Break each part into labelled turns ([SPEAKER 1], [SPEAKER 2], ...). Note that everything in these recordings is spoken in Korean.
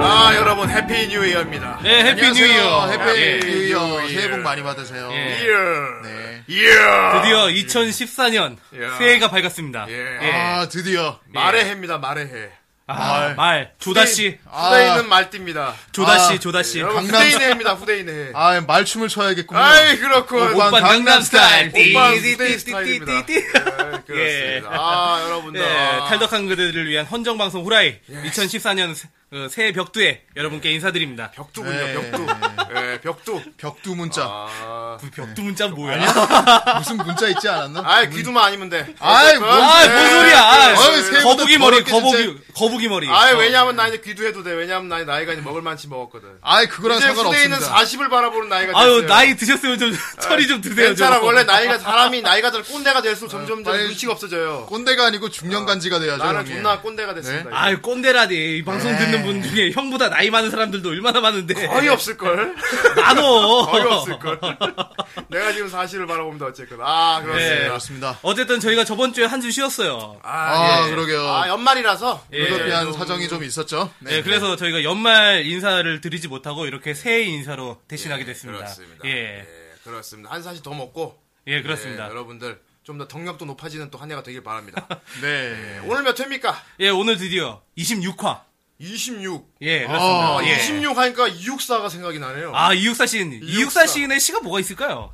[SPEAKER 1] 아 여러분 해피 뉴 이어입니다.
[SPEAKER 2] 네, 해피
[SPEAKER 1] 안녕하세요.
[SPEAKER 2] 뉴 이어.
[SPEAKER 1] 해피
[SPEAKER 2] 예,
[SPEAKER 1] 뉴 이어.
[SPEAKER 2] 뉴 이어.
[SPEAKER 1] 새해 복 많이 받으세요.
[SPEAKER 2] 예.
[SPEAKER 1] 이어.
[SPEAKER 2] 네.
[SPEAKER 1] 이어.
[SPEAKER 2] 드디어 2014년
[SPEAKER 1] 야.
[SPEAKER 2] 새해가 밝았습니다.
[SPEAKER 1] 예.
[SPEAKER 2] 예.
[SPEAKER 1] 아 네. 드디어 말의 해입니다. 말의 해.
[SPEAKER 2] 아, 말 조다 씨,
[SPEAKER 1] 아. 후대인은 말띠입니다.
[SPEAKER 2] 조다
[SPEAKER 1] 아,
[SPEAKER 2] 씨, 조다 씨.
[SPEAKER 1] 여러분,
[SPEAKER 3] 강남-
[SPEAKER 1] 후대인의 해입니다. 후대인의 해. 아,
[SPEAKER 3] 아, 말춤을 춰야겠군요.
[SPEAKER 1] 이 그렇군.
[SPEAKER 3] 오빠
[SPEAKER 2] 오빠 강남 스타일.
[SPEAKER 1] 오빠
[SPEAKER 2] 음. 띠, 띠, 띠,
[SPEAKER 1] 후대인
[SPEAKER 2] 띠, 띠,
[SPEAKER 1] 스타일입니다.
[SPEAKER 2] 띠,
[SPEAKER 1] 예,
[SPEAKER 2] 띠. 예.
[SPEAKER 1] 그렇습니다. 아 여러분들.
[SPEAKER 2] 네, 탈덕한 그대들을 위한 헌정 방송 후라이 2014년 새- 어, 새해 벽두에 여러분께 인사드립니다.
[SPEAKER 1] 벽두군요.
[SPEAKER 3] 네.
[SPEAKER 1] 벽두. 예, 벽두.
[SPEAKER 3] 벽두 문자.
[SPEAKER 1] 아,
[SPEAKER 2] 벽두 문자 뭐야?
[SPEAKER 3] 무슨 문자 있지 않았나?
[SPEAKER 1] 아
[SPEAKER 3] 문-
[SPEAKER 1] 귀두만 아니면 돼.
[SPEAKER 3] 아이,
[SPEAKER 1] 어쨌건,
[SPEAKER 3] 뭔-
[SPEAKER 2] 아,
[SPEAKER 1] 예.
[SPEAKER 2] 뭔 소리야? 아,
[SPEAKER 3] 어이, 새해보다
[SPEAKER 2] 거북이 머리,
[SPEAKER 3] 더럽게 진짜-
[SPEAKER 2] 거북이, 거북이 머리.
[SPEAKER 1] 아이 예,
[SPEAKER 2] 어.
[SPEAKER 1] 왜냐하면 나 이제 귀두해도 돼. 왜냐하면 나 나이가 이제 먹을 만치 먹었거든.
[SPEAKER 3] 아이, 그거랑
[SPEAKER 1] 이제 후대인은
[SPEAKER 3] 상관없습니다.
[SPEAKER 1] 40을 바라보는 나이가 됐어요.
[SPEAKER 2] 아유, 나이 드셨으면 좀 처리 좀 드세요. 좀.
[SPEAKER 1] 괜찮아. 원래 나이가 사람이 나이가 들 꼰대가 될수록 점점 점
[SPEAKER 3] 빨리-
[SPEAKER 1] 눈치가 없어져요.
[SPEAKER 3] 꼰대가 아니고 중년간지가 돼야죠.
[SPEAKER 1] 나는
[SPEAKER 3] 형님.
[SPEAKER 1] 존나 꼰대가 됐습니다. 이제.
[SPEAKER 2] 네? 아유, 꼰대라니. 이 방송
[SPEAKER 3] 네.
[SPEAKER 2] 듣는 분 중에 형보다 나이 많은 사람들도 얼마나 많은데.
[SPEAKER 1] 거의 없을 걸.
[SPEAKER 2] 나눠.
[SPEAKER 1] 거의 없을 걸. 내가 지금 사실을 바라봅니다. 어쨌든 아
[SPEAKER 3] 네,
[SPEAKER 1] 그렇습니다.
[SPEAKER 3] 그렇습니다.
[SPEAKER 2] 어쨌든 저희가 저번 주에 한 주 쉬었어요. 예,
[SPEAKER 3] 아, 그러게요.
[SPEAKER 1] 아 연말이라서.
[SPEAKER 3] 그것에
[SPEAKER 1] 예.
[SPEAKER 3] 대한 사정이 좀 있었죠.
[SPEAKER 2] 네, 그래서 저희가 연말 인사를 드리지 못하고 이렇게 새해 인사로 대신하게 됐습니다.
[SPEAKER 1] 네, 그렇습니다.
[SPEAKER 2] 예,
[SPEAKER 1] 예, 그렇습니다. 한 사시 더 먹고.
[SPEAKER 2] 예, 그렇습니다.
[SPEAKER 1] 예,
[SPEAKER 2] 예,
[SPEAKER 1] 여러분들 좀 더 덕력도 높아지는 또 한 해가 되길 바랍니다.
[SPEAKER 3] 네.
[SPEAKER 1] 오늘 몇 회입니까?
[SPEAKER 2] 예, 오늘 드디어 26화.
[SPEAKER 1] 26.
[SPEAKER 2] 예, 그렇습니다.
[SPEAKER 3] 아,
[SPEAKER 2] 예.
[SPEAKER 1] 26 하니까 이육사가 생각이 나네요.
[SPEAKER 2] 아, 이육사 씬.
[SPEAKER 1] 이육사.
[SPEAKER 2] 이육사 씬의 시가 뭐가 있을까요?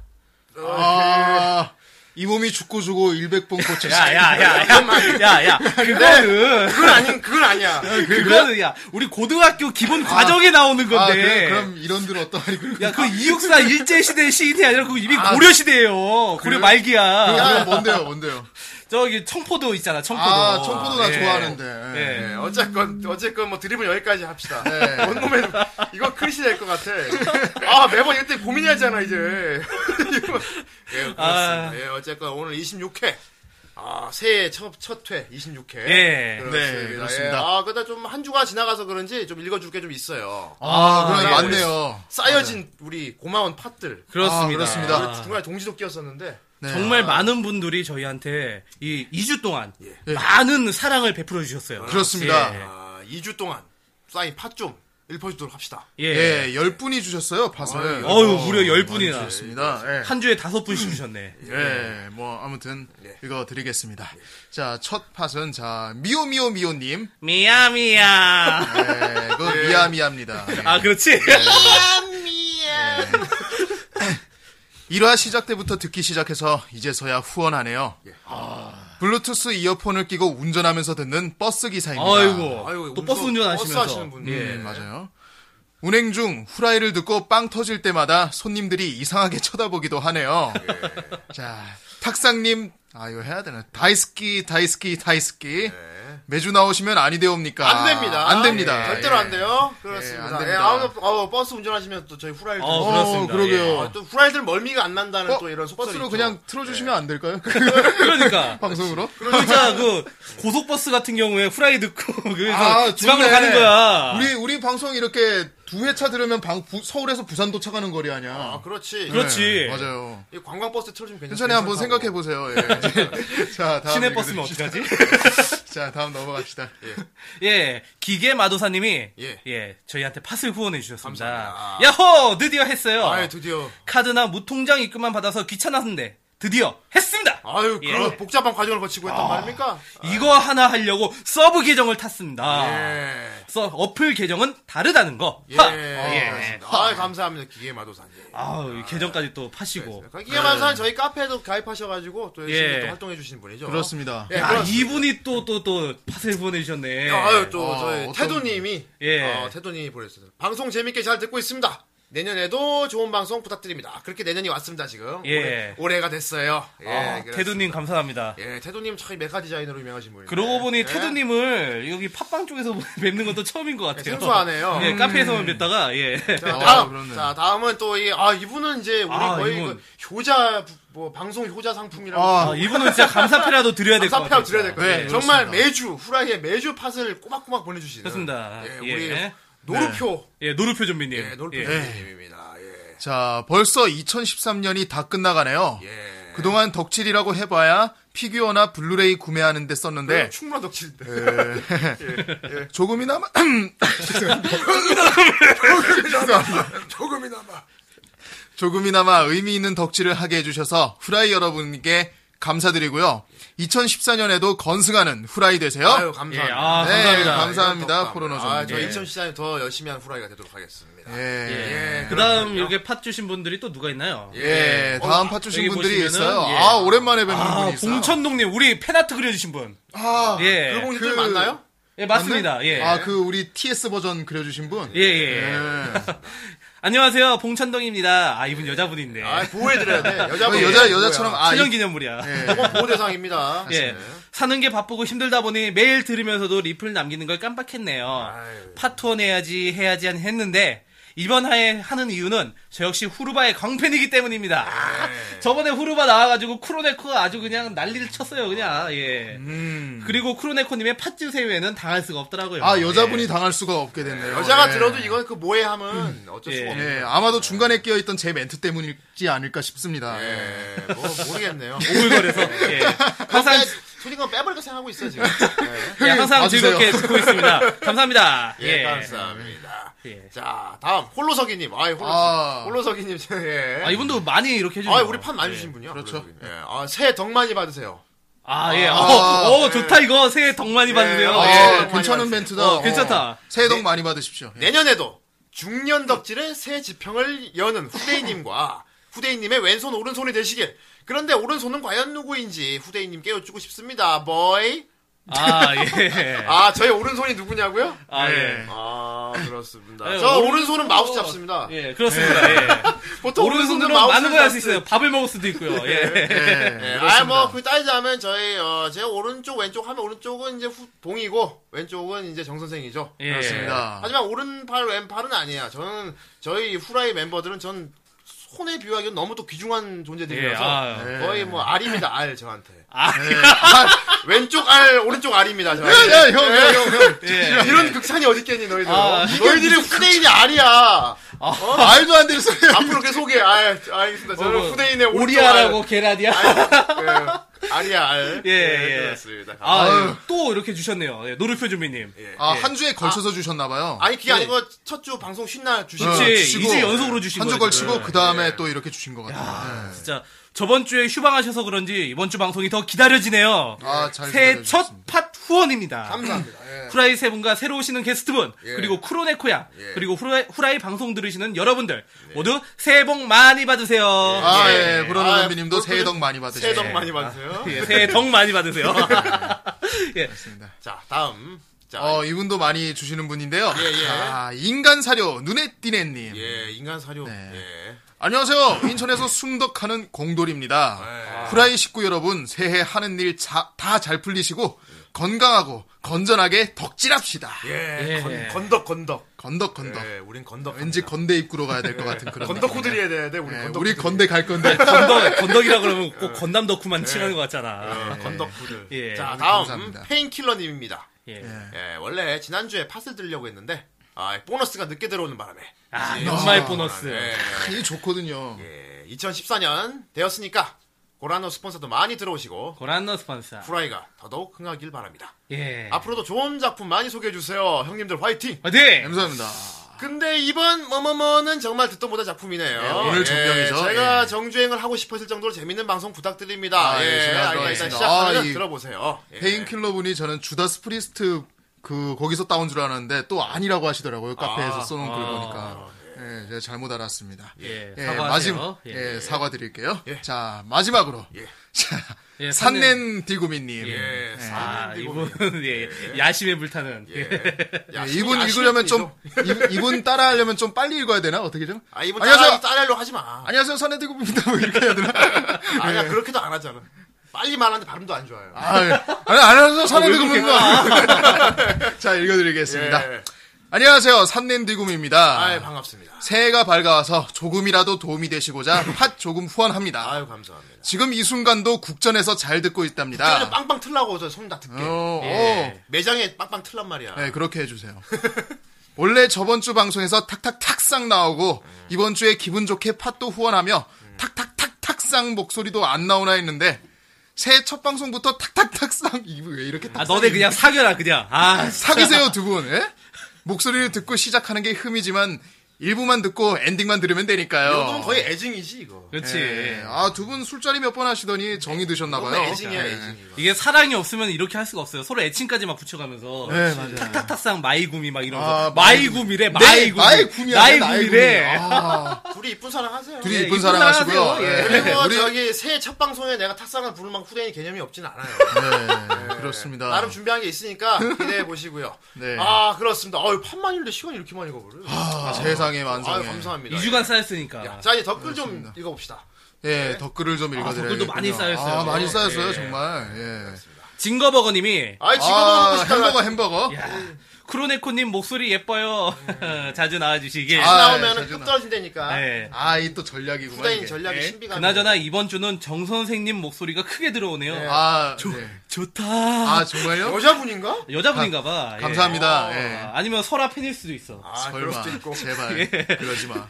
[SPEAKER 3] 아, 이 몸이 죽고 죽고 100번 고쳐.
[SPEAKER 2] 예. 야, 야, 야, 야, 야, 야. 그거는,
[SPEAKER 1] 그건 아닌 그건 아니야.
[SPEAKER 2] 그거는, 야, 우리 고등학교 기본 과정에 나오는
[SPEAKER 3] 아,
[SPEAKER 2] 건데.
[SPEAKER 3] 그래, 그럼 이런들 어떤 말이 그런
[SPEAKER 2] 야, 그 이육사 일제시대 시인이 아니라 그거 이미 고려시대예요 고려 말기야.
[SPEAKER 3] 야, 뭔데요, 뭔데요?
[SPEAKER 2] 저기 청포도 있잖아, 청포도.
[SPEAKER 3] 아, 청포도 나
[SPEAKER 2] 예.
[SPEAKER 3] 좋아하는데.
[SPEAKER 2] 예.
[SPEAKER 3] 예.
[SPEAKER 1] 네, 어쨌건 어쨌건 뭐 드립은 여기까지 합시다.
[SPEAKER 3] 네.
[SPEAKER 1] 원룸에 이거 클리시 될것 같아. 아 매번 이때 고민해야잖아 이제. 이거- 예, 그렇습니다.
[SPEAKER 2] 아.
[SPEAKER 1] 예, 어쨌건 오늘 26회. 아 새해 첫첫회 26회.
[SPEAKER 2] 예.
[SPEAKER 3] 네, 그렇습니다.
[SPEAKER 1] 예, 아 근데 좀 한 주가 지나가서 그런지 좀 읽어줄 게 좀 있어요.
[SPEAKER 3] 아, 그래,
[SPEAKER 2] 예.
[SPEAKER 1] 네.
[SPEAKER 3] 맞네요.
[SPEAKER 1] 쌓여진 우리 고마운 팟들.
[SPEAKER 2] 그렇습니다.
[SPEAKER 3] 아, 그렇습니다.
[SPEAKER 1] 우리 중간에 동지도 끼었었는데.
[SPEAKER 3] 네.
[SPEAKER 2] 정말 많은 분들이 저희한테 이 2주 동안
[SPEAKER 1] 예.
[SPEAKER 2] 많은 사랑을 베풀어 주셨어요.
[SPEAKER 3] 그렇습니다.
[SPEAKER 2] 예.
[SPEAKER 1] 아, 2주 동안 쌓인 팟 좀 읽어주도록 합시다.
[SPEAKER 2] 예.
[SPEAKER 3] 예, 열 분이 주셨어요, 팟을.
[SPEAKER 2] 아, 어유, 무려 열 분이나.
[SPEAKER 3] 많이 주셨습니다. 예.
[SPEAKER 2] 한 주에 다섯 분씩 주셨네.
[SPEAKER 3] 예, 뭐 아무튼 이거 드리겠습니다. 자, 첫 팟은 자 미오 미오 미오 님.
[SPEAKER 2] 미야 미야.
[SPEAKER 3] 예, 그 미야미야입니다.
[SPEAKER 2] 아, 그렇지.
[SPEAKER 3] 네. 일 1화 시작 때부터 듣기 시작해서 이제서야 후원하네요.
[SPEAKER 2] 예.
[SPEAKER 3] 아, 블루투스 이어폰을 끼고 운전하면서 듣는 버스 기사입니다. 어,
[SPEAKER 2] 아이고.
[SPEAKER 1] 아이고,
[SPEAKER 2] 또
[SPEAKER 1] 운전-
[SPEAKER 2] 버스 운전하시면서.
[SPEAKER 1] 버스 하시는 분.
[SPEAKER 2] 예.
[SPEAKER 3] 음, 맞아요. 운행 중 후라이를 듣고 빵 터질 때마다 손님들이 이상하게 쳐다보기도 하네요. 자, 탁상님, 아, 이거 해야 되나? 다이스키, 다이스키, 다이스키. 매주 나오시면 아니 되옵니까?
[SPEAKER 1] 안 됩니다.
[SPEAKER 3] 안 됩니다.
[SPEAKER 1] 예, 절대로
[SPEAKER 3] 예.
[SPEAKER 1] 안 돼요. 그렇습니다.
[SPEAKER 3] 예,
[SPEAKER 1] 예,
[SPEAKER 3] 안 됩니다.
[SPEAKER 1] 아무튼, 어, 버스 운전하시면 또 저희 후라이를 좀-
[SPEAKER 2] 어,
[SPEAKER 3] 어,
[SPEAKER 2] 그렇습니다.
[SPEAKER 3] 그러게요.
[SPEAKER 1] 아, 또 후라이들 멀미가 안 난다는
[SPEAKER 3] 어,
[SPEAKER 1] 또 이런 속설이
[SPEAKER 3] 버스로
[SPEAKER 1] 있죠.
[SPEAKER 3] 그냥 틀어주시면 안 될까요?
[SPEAKER 2] 예. 그러니까.
[SPEAKER 3] 방송으로?
[SPEAKER 2] 진짜 그 고속버스 같은 경우에 후라이 듣고 그래서
[SPEAKER 3] 아,
[SPEAKER 2] 지방으로
[SPEAKER 3] 좋네.
[SPEAKER 2] 가는 거야.
[SPEAKER 3] 우리, 우리 방송 이렇게 두 회차 들으면 방- 부- 서울에서 부산 도착하는 거리 아니야.
[SPEAKER 1] 아, 그렇지.
[SPEAKER 2] 그렇- 그렇지.
[SPEAKER 3] 네, 맞아요.
[SPEAKER 1] 이 관광버스 틀어주면 괜찮아.
[SPEAKER 3] 천천히 한번 생각해보세요. 예. 자, 다음.
[SPEAKER 2] 시내 버스면
[SPEAKER 3] 읽어드립시다.
[SPEAKER 2] 어떡하지?
[SPEAKER 3] 자, 다음 넘어갑시다.
[SPEAKER 2] 예, 기계 마도사님이
[SPEAKER 1] 예.
[SPEAKER 2] 예, 저희한테 팟을 후원해 주셨습니다.
[SPEAKER 1] 감사합니다.
[SPEAKER 2] 야호 드디어 했어요.
[SPEAKER 1] 아유, 드디어.
[SPEAKER 2] 카드나 무통장 입금만 받아서 귀찮았는데 드디어 했습니다.
[SPEAKER 1] 아유,
[SPEAKER 2] 예.
[SPEAKER 1] 그런 복잡한 과정을 거치고
[SPEAKER 3] 아.
[SPEAKER 1] 했단 말입니까?
[SPEAKER 2] 이거 하나 하려고 서브 계정을
[SPEAKER 3] 아.
[SPEAKER 2] 탔습니다.
[SPEAKER 1] 예.
[SPEAKER 2] 서 어플 계정은 다르다는 거.
[SPEAKER 1] 예.
[SPEAKER 2] 하!
[SPEAKER 1] 예. 아, 감사합니다. 기계 마도사님.
[SPEAKER 2] 아우 이 계정까지 또 파시고.
[SPEAKER 1] 기계 뭐. 그러니까 마도사님 저희 카페에도 가입하셔가지고 또 열심히
[SPEAKER 2] 네. 예.
[SPEAKER 1] 또 활동해주시는 분이죠.
[SPEAKER 3] 그렇습니다.
[SPEAKER 1] 예,
[SPEAKER 2] 야,
[SPEAKER 1] 그렇습니다.
[SPEAKER 2] 이분이 또 또 또 팟을 후원해 주셨네.
[SPEAKER 1] 아유 또
[SPEAKER 3] 어,
[SPEAKER 1] 저희
[SPEAKER 3] 어떤-
[SPEAKER 1] 태도님이
[SPEAKER 2] 예.
[SPEAKER 1] 어, 태도님이 보내주셨어요. 방송 재밌게 잘 듣고 있습니다. 내년에도 좋은 방송 부탁드립니다. 그렇게 내년이 왔습니다, 지금.
[SPEAKER 2] 예.
[SPEAKER 1] 올해, 가 됐어요. 예.
[SPEAKER 2] 아,
[SPEAKER 1] 그렇습니다.
[SPEAKER 2] 테두님 감사합니다.
[SPEAKER 1] 예, 태도님 참 메카 디자이너로 유명하신 예. 분이에요.
[SPEAKER 2] 그러고 보니 테두님을 여기 팟빵 쪽에서 뵙는 것도 처음인 것 같아요.
[SPEAKER 1] 생소하네요.
[SPEAKER 2] 예, 카페에서만 뵙다가 예.
[SPEAKER 1] 자,
[SPEAKER 3] 아,
[SPEAKER 1] 다음.
[SPEAKER 3] 그렇네.
[SPEAKER 1] 자, 다음은 또 이, 아, 이분은 이제 우리
[SPEAKER 2] 아,
[SPEAKER 1] 거의
[SPEAKER 2] 이분.
[SPEAKER 1] 그 효자, 부- 뭐, 방송 효자 상품이라고.
[SPEAKER 3] 아,
[SPEAKER 2] 아, 이분은 진짜 감사패라도 드려야 될 것 같아요.
[SPEAKER 1] 감사표 드려야 될 거예요.
[SPEAKER 3] 네,
[SPEAKER 1] 정말
[SPEAKER 3] 그렇습니다.
[SPEAKER 1] 매주 후라이에 매주 팟을 꼬박꼬박 보내주시는.
[SPEAKER 2] 그렇습니다.
[SPEAKER 1] 예,
[SPEAKER 2] 예.
[SPEAKER 1] 우리 노루표.
[SPEAKER 2] 예, 노루표 좀비님.
[SPEAKER 1] 예, 노루표
[SPEAKER 2] 예.
[SPEAKER 1] 님입니다. 예.
[SPEAKER 3] 자, 벌써 2013년이 다 끝나가네요.
[SPEAKER 1] 예.
[SPEAKER 3] 그동안 덕질이라고 해봐야 피규어나 블루레이 구매하는 데 썼는데
[SPEAKER 1] 충분한 덕질인데.
[SPEAKER 3] 조금이나마
[SPEAKER 1] 조금이나마.
[SPEAKER 3] 조금이나마 의미 있는 덕질을 하게 해주셔서 후라이 여러분께 감사드리고요. 2014년에도 건승하는 후라이 되세요.
[SPEAKER 1] 아유,
[SPEAKER 2] 예,
[SPEAKER 1] 감사합니다.
[SPEAKER 2] 아,
[SPEAKER 3] 네,
[SPEAKER 2] 감사합니다.
[SPEAKER 3] 감사- 감사합니다,
[SPEAKER 1] 이런 덕담.
[SPEAKER 3] 코로나
[SPEAKER 1] 아,
[SPEAKER 3] 전문가.
[SPEAKER 1] 저
[SPEAKER 3] 예.
[SPEAKER 1] 2014년 더 열심히 한 후라이가 되도록 하겠습니다.
[SPEAKER 3] 예.
[SPEAKER 1] 예,
[SPEAKER 2] 그다음 여기 팟 주신 분들이 또 누가 있나요?
[SPEAKER 3] 예. 다음 파 주신
[SPEAKER 2] 어, 여기
[SPEAKER 3] 분들이
[SPEAKER 2] 보시면은,
[SPEAKER 3] 있어요.
[SPEAKER 2] 예.
[SPEAKER 3] 아, 오랜만에 뵙는
[SPEAKER 2] 아,
[SPEAKER 3] 분이 있어요.
[SPEAKER 2] 봉천동님 우리 팬아트 그려주신 분.
[SPEAKER 3] 아,
[SPEAKER 2] 예.
[SPEAKER 1] 그 공식
[SPEAKER 3] 그-
[SPEAKER 1] 들 만나요?
[SPEAKER 2] 예, 맞습니다.
[SPEAKER 3] 맞네?
[SPEAKER 2] 예.
[SPEAKER 3] 아, 그 우리 TS 버전 그려주신 분.
[SPEAKER 2] 예, 예, 예.
[SPEAKER 1] 네.
[SPEAKER 2] 안녕하세요, 봉천동입니다. 아, 이분 여자분인데.
[SPEAKER 1] 아, 보호해드려야 돼. 여자분.
[SPEAKER 3] 예. 여자, 여자처럼, 아,
[SPEAKER 2] 천연
[SPEAKER 3] 이,
[SPEAKER 2] 기념물이야. 예.
[SPEAKER 1] 이건 보호 대상입니다.
[SPEAKER 2] 사는 게 바쁘고 힘들다 보니 매일 들으면서도 리플 남기는 걸 깜빡했네요.
[SPEAKER 1] 아유.
[SPEAKER 2] 파트원 해야지, 해야지 한- 했는데, 이번 하에 하는 이유는 저 역시 후르바의 광팬이기 때문입니다. 저번에 후르바 나와가지고 쿠로네코가 아주 그냥 난리를 쳤어요, 그냥. 예. 그리고 쿠로네코님의 팥즈세회는 당할 수가 없더라고요. 예.
[SPEAKER 3] 아, 여자분이 당할 수가 없게 됐네요.
[SPEAKER 1] 예. 여자가
[SPEAKER 3] 예.
[SPEAKER 1] 들어도 이건 그 모해함은 어쩔
[SPEAKER 2] 예.
[SPEAKER 1] 수가 없네.
[SPEAKER 3] 예, 아마도 중간에 끼어있던 제 멘트 때문이지 않을까 싶습니다.
[SPEAKER 1] 예, 뭐 모르겠네요.
[SPEAKER 2] 예. 오글거려서. 예. 항상
[SPEAKER 1] 소리가 빼버릴까 생각하고 있어 지금. 예,
[SPEAKER 2] 예, 항상
[SPEAKER 3] 봐주세요.
[SPEAKER 2] 즐겁게 듣고 있습니다. 감사합니다.
[SPEAKER 1] 예, 감사합니다.
[SPEAKER 2] 예.
[SPEAKER 1] 자, 다음 홀로석이님. 아, 홀로,
[SPEAKER 3] 아.
[SPEAKER 1] 홀로석이님. 예.
[SPEAKER 2] 아, 이분도 많이 이렇게 해주죠.
[SPEAKER 1] 아, 우리 판 많이 주신 분이요.
[SPEAKER 3] 그렇죠.
[SPEAKER 1] 홀로석이님. 예. 아, 새해 덕 많이 받으세요.
[SPEAKER 2] 아, 예.
[SPEAKER 3] 아,
[SPEAKER 2] 어, 어, 좋다, 이거. 새해 덕 많이 받으세요.
[SPEAKER 3] 아,
[SPEAKER 1] 예, 많이 받으세요.
[SPEAKER 3] 괜찮은 멘트다.
[SPEAKER 2] 어, 괜찮다.
[SPEAKER 3] 새해
[SPEAKER 1] 네.
[SPEAKER 3] 복 많이 받으십시오. 예.
[SPEAKER 1] 내년에도 중년 덕질의 새 지평을 여는 후대인님과 후대인님의 왼손 오른손이 되시길. 그런데 오른손은 과연 누구인지 후대인님 깨워주고 싶습니다. 보이.
[SPEAKER 2] 아, 예.
[SPEAKER 1] 아, 저의 오른손이 누구냐고요?
[SPEAKER 2] 아, 예.
[SPEAKER 1] 아, 그렇습니다.
[SPEAKER 2] 예,
[SPEAKER 1] 저
[SPEAKER 2] 오른-
[SPEAKER 1] 오른손은 마우스 잡습니다.
[SPEAKER 2] 예, 그렇습니다. 예.
[SPEAKER 1] 보통
[SPEAKER 2] 오른손으로 많은 걸 할 수 있어요. 밥을 먹을 수도 있고요. 예.
[SPEAKER 3] 예,
[SPEAKER 1] 네,
[SPEAKER 3] 그렇습니다.
[SPEAKER 1] 아, 뭐, 그 따지자면 저희, 어, 제 오른쪽, 왼쪽 하면 오른쪽은 이제 후, 봉이고, 왼쪽은 이제 정선생이죠.
[SPEAKER 2] 예.
[SPEAKER 3] 그렇습니다.
[SPEAKER 1] 하지만 오른팔, 왼팔은 아니에요. 저는, 저희 후라이 멤버들은 전 손에 비유하기엔 너무 또 귀중한
[SPEAKER 2] 예,
[SPEAKER 1] 존재들이라서
[SPEAKER 2] 아.
[SPEAKER 1] 거의 뭐 알입니다, 알, 저한테. 네,
[SPEAKER 2] 아,
[SPEAKER 1] 왼쪽 알, 오른쪽 알입니다,
[SPEAKER 3] 야, 야,
[SPEAKER 1] 저한테. 네.
[SPEAKER 3] 형, 야, 형, 형.
[SPEAKER 2] 예.
[SPEAKER 1] 이런 극찬이 어딨겠니, 너희들.
[SPEAKER 2] 아,
[SPEAKER 1] 너희들이 후대인이 알이야.
[SPEAKER 3] 아, 말도 안 되는 소리.
[SPEAKER 1] 앞으로 계속 소개, 어? 아, 알겠습니다. 저는
[SPEAKER 2] 어, 뭐,
[SPEAKER 1] 후대인의 오른쪽
[SPEAKER 2] 오리아라고 게라디아.
[SPEAKER 1] 알. 예, 알이야, 알.
[SPEAKER 2] 예, 예.
[SPEAKER 1] 그렇습니다.
[SPEAKER 2] 아, 예. 또 이렇게 주셨네요. 예, 노르표 주민님.
[SPEAKER 1] 예.
[SPEAKER 3] 아, 한 주에 걸쳐서 주셨나봐요.
[SPEAKER 1] 아니 그게 아니고 첫 주 방송 쉰날 주신
[SPEAKER 3] 어,
[SPEAKER 2] 그치.
[SPEAKER 1] 예.
[SPEAKER 3] 주시고,
[SPEAKER 2] 이주 연속으로 주신 거예요,
[SPEAKER 3] 한주 걸치고,
[SPEAKER 2] 지금.
[SPEAKER 3] 그 다음에 또 이렇게 주신 것 같아요. 네.
[SPEAKER 2] 진짜 저번 주에 휴방하셔서 그런지 이번 주 방송이 더 기다려지네요.
[SPEAKER 3] 아, 잘
[SPEAKER 2] 새해
[SPEAKER 3] 기다려주셨습니다.
[SPEAKER 2] 첫 팟 후원입니다.
[SPEAKER 1] 감사합니다.
[SPEAKER 3] 음.
[SPEAKER 1] 예.
[SPEAKER 2] 후라이 세 분과 새로 오시는 게스트분 그리고 쿠로네코야
[SPEAKER 1] 예.
[SPEAKER 2] 그리고 후라이, 후라이 방송 들으시는 여러분들 모두 새해 복 많이 받으세요.
[SPEAKER 3] 아,
[SPEAKER 1] 예.
[SPEAKER 3] 예.
[SPEAKER 1] 아,
[SPEAKER 3] 브로노 선비님도
[SPEAKER 1] 그-
[SPEAKER 3] 새해 덕 많이 받으세요.
[SPEAKER 1] 새해 덕 많이 받으세요.
[SPEAKER 2] 예, 새해 덕 많이 받으세요. 예.
[SPEAKER 1] 자 다음 자
[SPEAKER 3] 아. 어, 이분도 많이 주시는 분인데요.
[SPEAKER 1] 예, 예.
[SPEAKER 3] 자, 인간 사료, 눈에 띄네님.
[SPEAKER 1] 예, 인간 사료.
[SPEAKER 3] 네.
[SPEAKER 1] 예.
[SPEAKER 3] 안녕하세요. 인천에서 숨덕하는
[SPEAKER 1] 네.
[SPEAKER 3] 공돌입니다. 후라이 식구 여러분, 새해 하는 일 다 잘 풀리시고, 건강하고, 건전하게 덕질합시다.
[SPEAKER 1] 예.
[SPEAKER 2] 예.
[SPEAKER 1] 건, 건덕 건덕.
[SPEAKER 3] 건덕, 건덕.
[SPEAKER 1] 예, 우린 건덕.
[SPEAKER 3] 왠지 건대 입구로 가야 될 것 같은 그런.
[SPEAKER 1] 건덕
[SPEAKER 3] 느낌.
[SPEAKER 1] 후들이 해야 돼. 네, 우리
[SPEAKER 3] 예,
[SPEAKER 1] 건덕.
[SPEAKER 3] 우리
[SPEAKER 1] 후들이.
[SPEAKER 3] 건대 갈 건데.
[SPEAKER 2] 건덕 건덕이라 그러면 꼭 건담 덕후만 칭하는 것 같잖아.
[SPEAKER 1] 어, 건덕 후들.
[SPEAKER 2] 예.
[SPEAKER 1] 자 다음
[SPEAKER 3] 오늘 네. 감사합니다.
[SPEAKER 1] 페인킬러님입니다.
[SPEAKER 2] 예.
[SPEAKER 1] 예, 원래 지난주에 팟을 들려고 했는데 아, 보너스가 늦게 들어오는 바람에
[SPEAKER 2] 아, 연말
[SPEAKER 3] 아,
[SPEAKER 2] 보너스.
[SPEAKER 1] 예.
[SPEAKER 3] 이게 좋거든요.
[SPEAKER 1] 예, 2014년 되었으니까 고라노 스폰서도 많이 들어오시고
[SPEAKER 2] 고란너 스판사.
[SPEAKER 1] 후라이가 더더욱 흥하길 바랍니다.
[SPEAKER 3] 네.
[SPEAKER 2] 예.
[SPEAKER 1] 앞으로도 좋은 작품 많이 소개해 주세요. 형님들 화이팅.
[SPEAKER 2] 네.
[SPEAKER 3] 감사합니다.
[SPEAKER 1] 근데 이번 뭐뭐뭐는 정말 듣도 못한 작품이네요. 예,
[SPEAKER 3] 오늘 정병이죠.
[SPEAKER 1] 제가
[SPEAKER 3] 예.
[SPEAKER 1] 정주행을 하고 싶었을 정도로 재밌는 방송 부탁드립니다.
[SPEAKER 3] 아, 예,
[SPEAKER 1] 예,
[SPEAKER 3] 제가
[SPEAKER 1] 아까 일단
[SPEAKER 3] 알겠습니다.
[SPEAKER 1] 시작하면
[SPEAKER 3] 아, 이
[SPEAKER 1] 들어보세요. 예.
[SPEAKER 3] 페인킬러 분이 저는
[SPEAKER 1] 아.
[SPEAKER 3] 주다스 프리스트 그 거기서 따온 줄 알았는데 또 아니라고 하시더라고요. 카페에서 써놓은 글 보니까. 예. 예, 제가 잘못 알았습니다.
[SPEAKER 2] 예,
[SPEAKER 3] 예,
[SPEAKER 2] 사과하세요.
[SPEAKER 3] 마지막
[SPEAKER 2] 예.
[SPEAKER 3] 예, 사과드릴게요.
[SPEAKER 1] 예.
[SPEAKER 3] 자 마지막으로
[SPEAKER 1] 예.
[SPEAKER 3] 자
[SPEAKER 2] 예,
[SPEAKER 3] 산넨 디구미님
[SPEAKER 1] 예,
[SPEAKER 2] 아,
[SPEAKER 1] 사는
[SPEAKER 2] 이분,
[SPEAKER 1] 일곱.
[SPEAKER 2] 예, 야심에 불타는.
[SPEAKER 1] 예. 야,
[SPEAKER 3] 예, 이분
[SPEAKER 1] 야심이죠.
[SPEAKER 3] 읽으려면 좀 이, 분 따라하려면 좀 빨리 읽어야 되나 어떻게 좀?
[SPEAKER 1] 아, 이분
[SPEAKER 3] 안녕하세요.
[SPEAKER 1] 따라, 따라하려고 하지 마.
[SPEAKER 3] 안녕하세요 산넨 디구미입니다. 뭐 이렇게 해야 되나?
[SPEAKER 1] 아니야, 그렇게도 안 하잖아. 빨리 말하는데 발음도 안 좋아요.
[SPEAKER 3] 네. 아, 예. 아니 안녕하세요 산넨 디구미입니다. 자 읽어드리겠습니다.
[SPEAKER 1] 뭐 예.
[SPEAKER 3] 안녕하세요 산넨 디구미입니다.
[SPEAKER 1] 아유, 반갑습니다.
[SPEAKER 3] 새해가 밝아와서 조금이라도 도움이 되시고자 팟 조금 후원합니다.
[SPEAKER 1] 아유, 감사합니다.
[SPEAKER 3] 지금 이 순간도 국전에서 잘 듣고 있답니다.
[SPEAKER 1] 아. 빵빵 예. 틀라고 저 손 다
[SPEAKER 3] 어,
[SPEAKER 1] 듣게.
[SPEAKER 3] 어.
[SPEAKER 1] 매장에 빵빵 틀란 말이야.
[SPEAKER 3] 네, 그렇게 해주세요. 원래 저번 주 방송에서 탁탁탁상 나오고 이번 주에 기분 좋게 팟도 후원하며 탁탁탁탁상 목소리도 안 나오나 했는데 새해 첫 방송부터 탁탁탁상 이거 왜 이렇게
[SPEAKER 2] 아,
[SPEAKER 3] 탁
[SPEAKER 2] 너네 그냥 사겨라, 그냥. 아,
[SPEAKER 3] 네. 사귀세요 두 분. 예? 목소리를 듣고 시작하는 게 흠이지만 일부만 듣고 엔딩만 들으면 되니까요.
[SPEAKER 1] 이거는 거의 애증이지, 이거.
[SPEAKER 2] 그렇지. 예.
[SPEAKER 3] 아, 두 분 술자리 몇 번 하시더니 정이 드셨나봐요. 예. 네.
[SPEAKER 1] 이거는 애증이야, 애증. 이거.
[SPEAKER 2] 이게 사랑이 없으면 이렇게 할 수가 없어요. 서로 애칭까지 막 붙여가면서.
[SPEAKER 3] 네, 맞아요.
[SPEAKER 2] 탁탁탁상 마이구미 막 이런 거.
[SPEAKER 3] 아,
[SPEAKER 2] 마이구미래, 마이구미.
[SPEAKER 3] 나이구미 아니야, 나이구미.
[SPEAKER 2] 네, 나이구미래.
[SPEAKER 3] 아,
[SPEAKER 1] 둘이 네, 이쁜 사랑 하세요. 네,
[SPEAKER 3] 둘이
[SPEAKER 2] 예,
[SPEAKER 3] 이쁜
[SPEAKER 2] 이쁜
[SPEAKER 3] 사랑
[SPEAKER 2] 사랑하세요.
[SPEAKER 3] 하시고요.
[SPEAKER 2] 예.
[SPEAKER 3] 예.
[SPEAKER 1] 그리고
[SPEAKER 3] 우리-
[SPEAKER 1] 저기 새해 첫 방송에 내가 탁상을 부를 만큼 후대인 개념이 없진 않아요.
[SPEAKER 3] 네, 그렇습니다.
[SPEAKER 1] 나름 준비한 게 있으니까 기대해 보시고요.
[SPEAKER 3] 네.
[SPEAKER 1] 아 그렇습니다. 어유 판만인데 시간이 이렇게 많이 가버려. 아,
[SPEAKER 3] 아, 세상에 만상에.
[SPEAKER 1] 감사합니다. 예.
[SPEAKER 2] 2주간 쌓였으니까.
[SPEAKER 1] 자 이제 댓글 좀 읽어봅시다.
[SPEAKER 3] 예, 댓글을 좀 읽어드려요.
[SPEAKER 2] 댓글도 많이 쌓였어요.
[SPEAKER 3] 아, 많이 쌓였어요,
[SPEAKER 2] 예.
[SPEAKER 3] 정말. 예.
[SPEAKER 2] 징거버거님이
[SPEAKER 1] 아 지금
[SPEAKER 3] 아,
[SPEAKER 1] 먹고 싶다.
[SPEAKER 3] 햄버거, 햄버거.
[SPEAKER 2] 야, 크로네코님 목소리 예뻐요. 자주 나와주시길.
[SPEAKER 3] 아, 네.
[SPEAKER 1] 나오면
[SPEAKER 3] 자주
[SPEAKER 1] 급
[SPEAKER 3] 나-
[SPEAKER 1] 떨어진다니까.
[SPEAKER 2] 네.
[SPEAKER 3] 아, 이 또 전략이구만.
[SPEAKER 1] 후대인
[SPEAKER 3] 이게.
[SPEAKER 1] 전략이 아, 신비가.
[SPEAKER 2] 그나저나 이번 주는 정 선생님 목소리가 크게 들어오네요.
[SPEAKER 3] 아, 네.
[SPEAKER 2] 좋다.
[SPEAKER 3] 아, 정말요?
[SPEAKER 1] 여자분인가?
[SPEAKER 2] 여자분인가봐.
[SPEAKER 3] 감사합니다. 예.
[SPEAKER 2] 아, 니면 설아 팬일 수도 있어.
[SPEAKER 1] 아 그럴
[SPEAKER 3] 설마,
[SPEAKER 1] 수도 있고.
[SPEAKER 3] 제발, 그러지 마.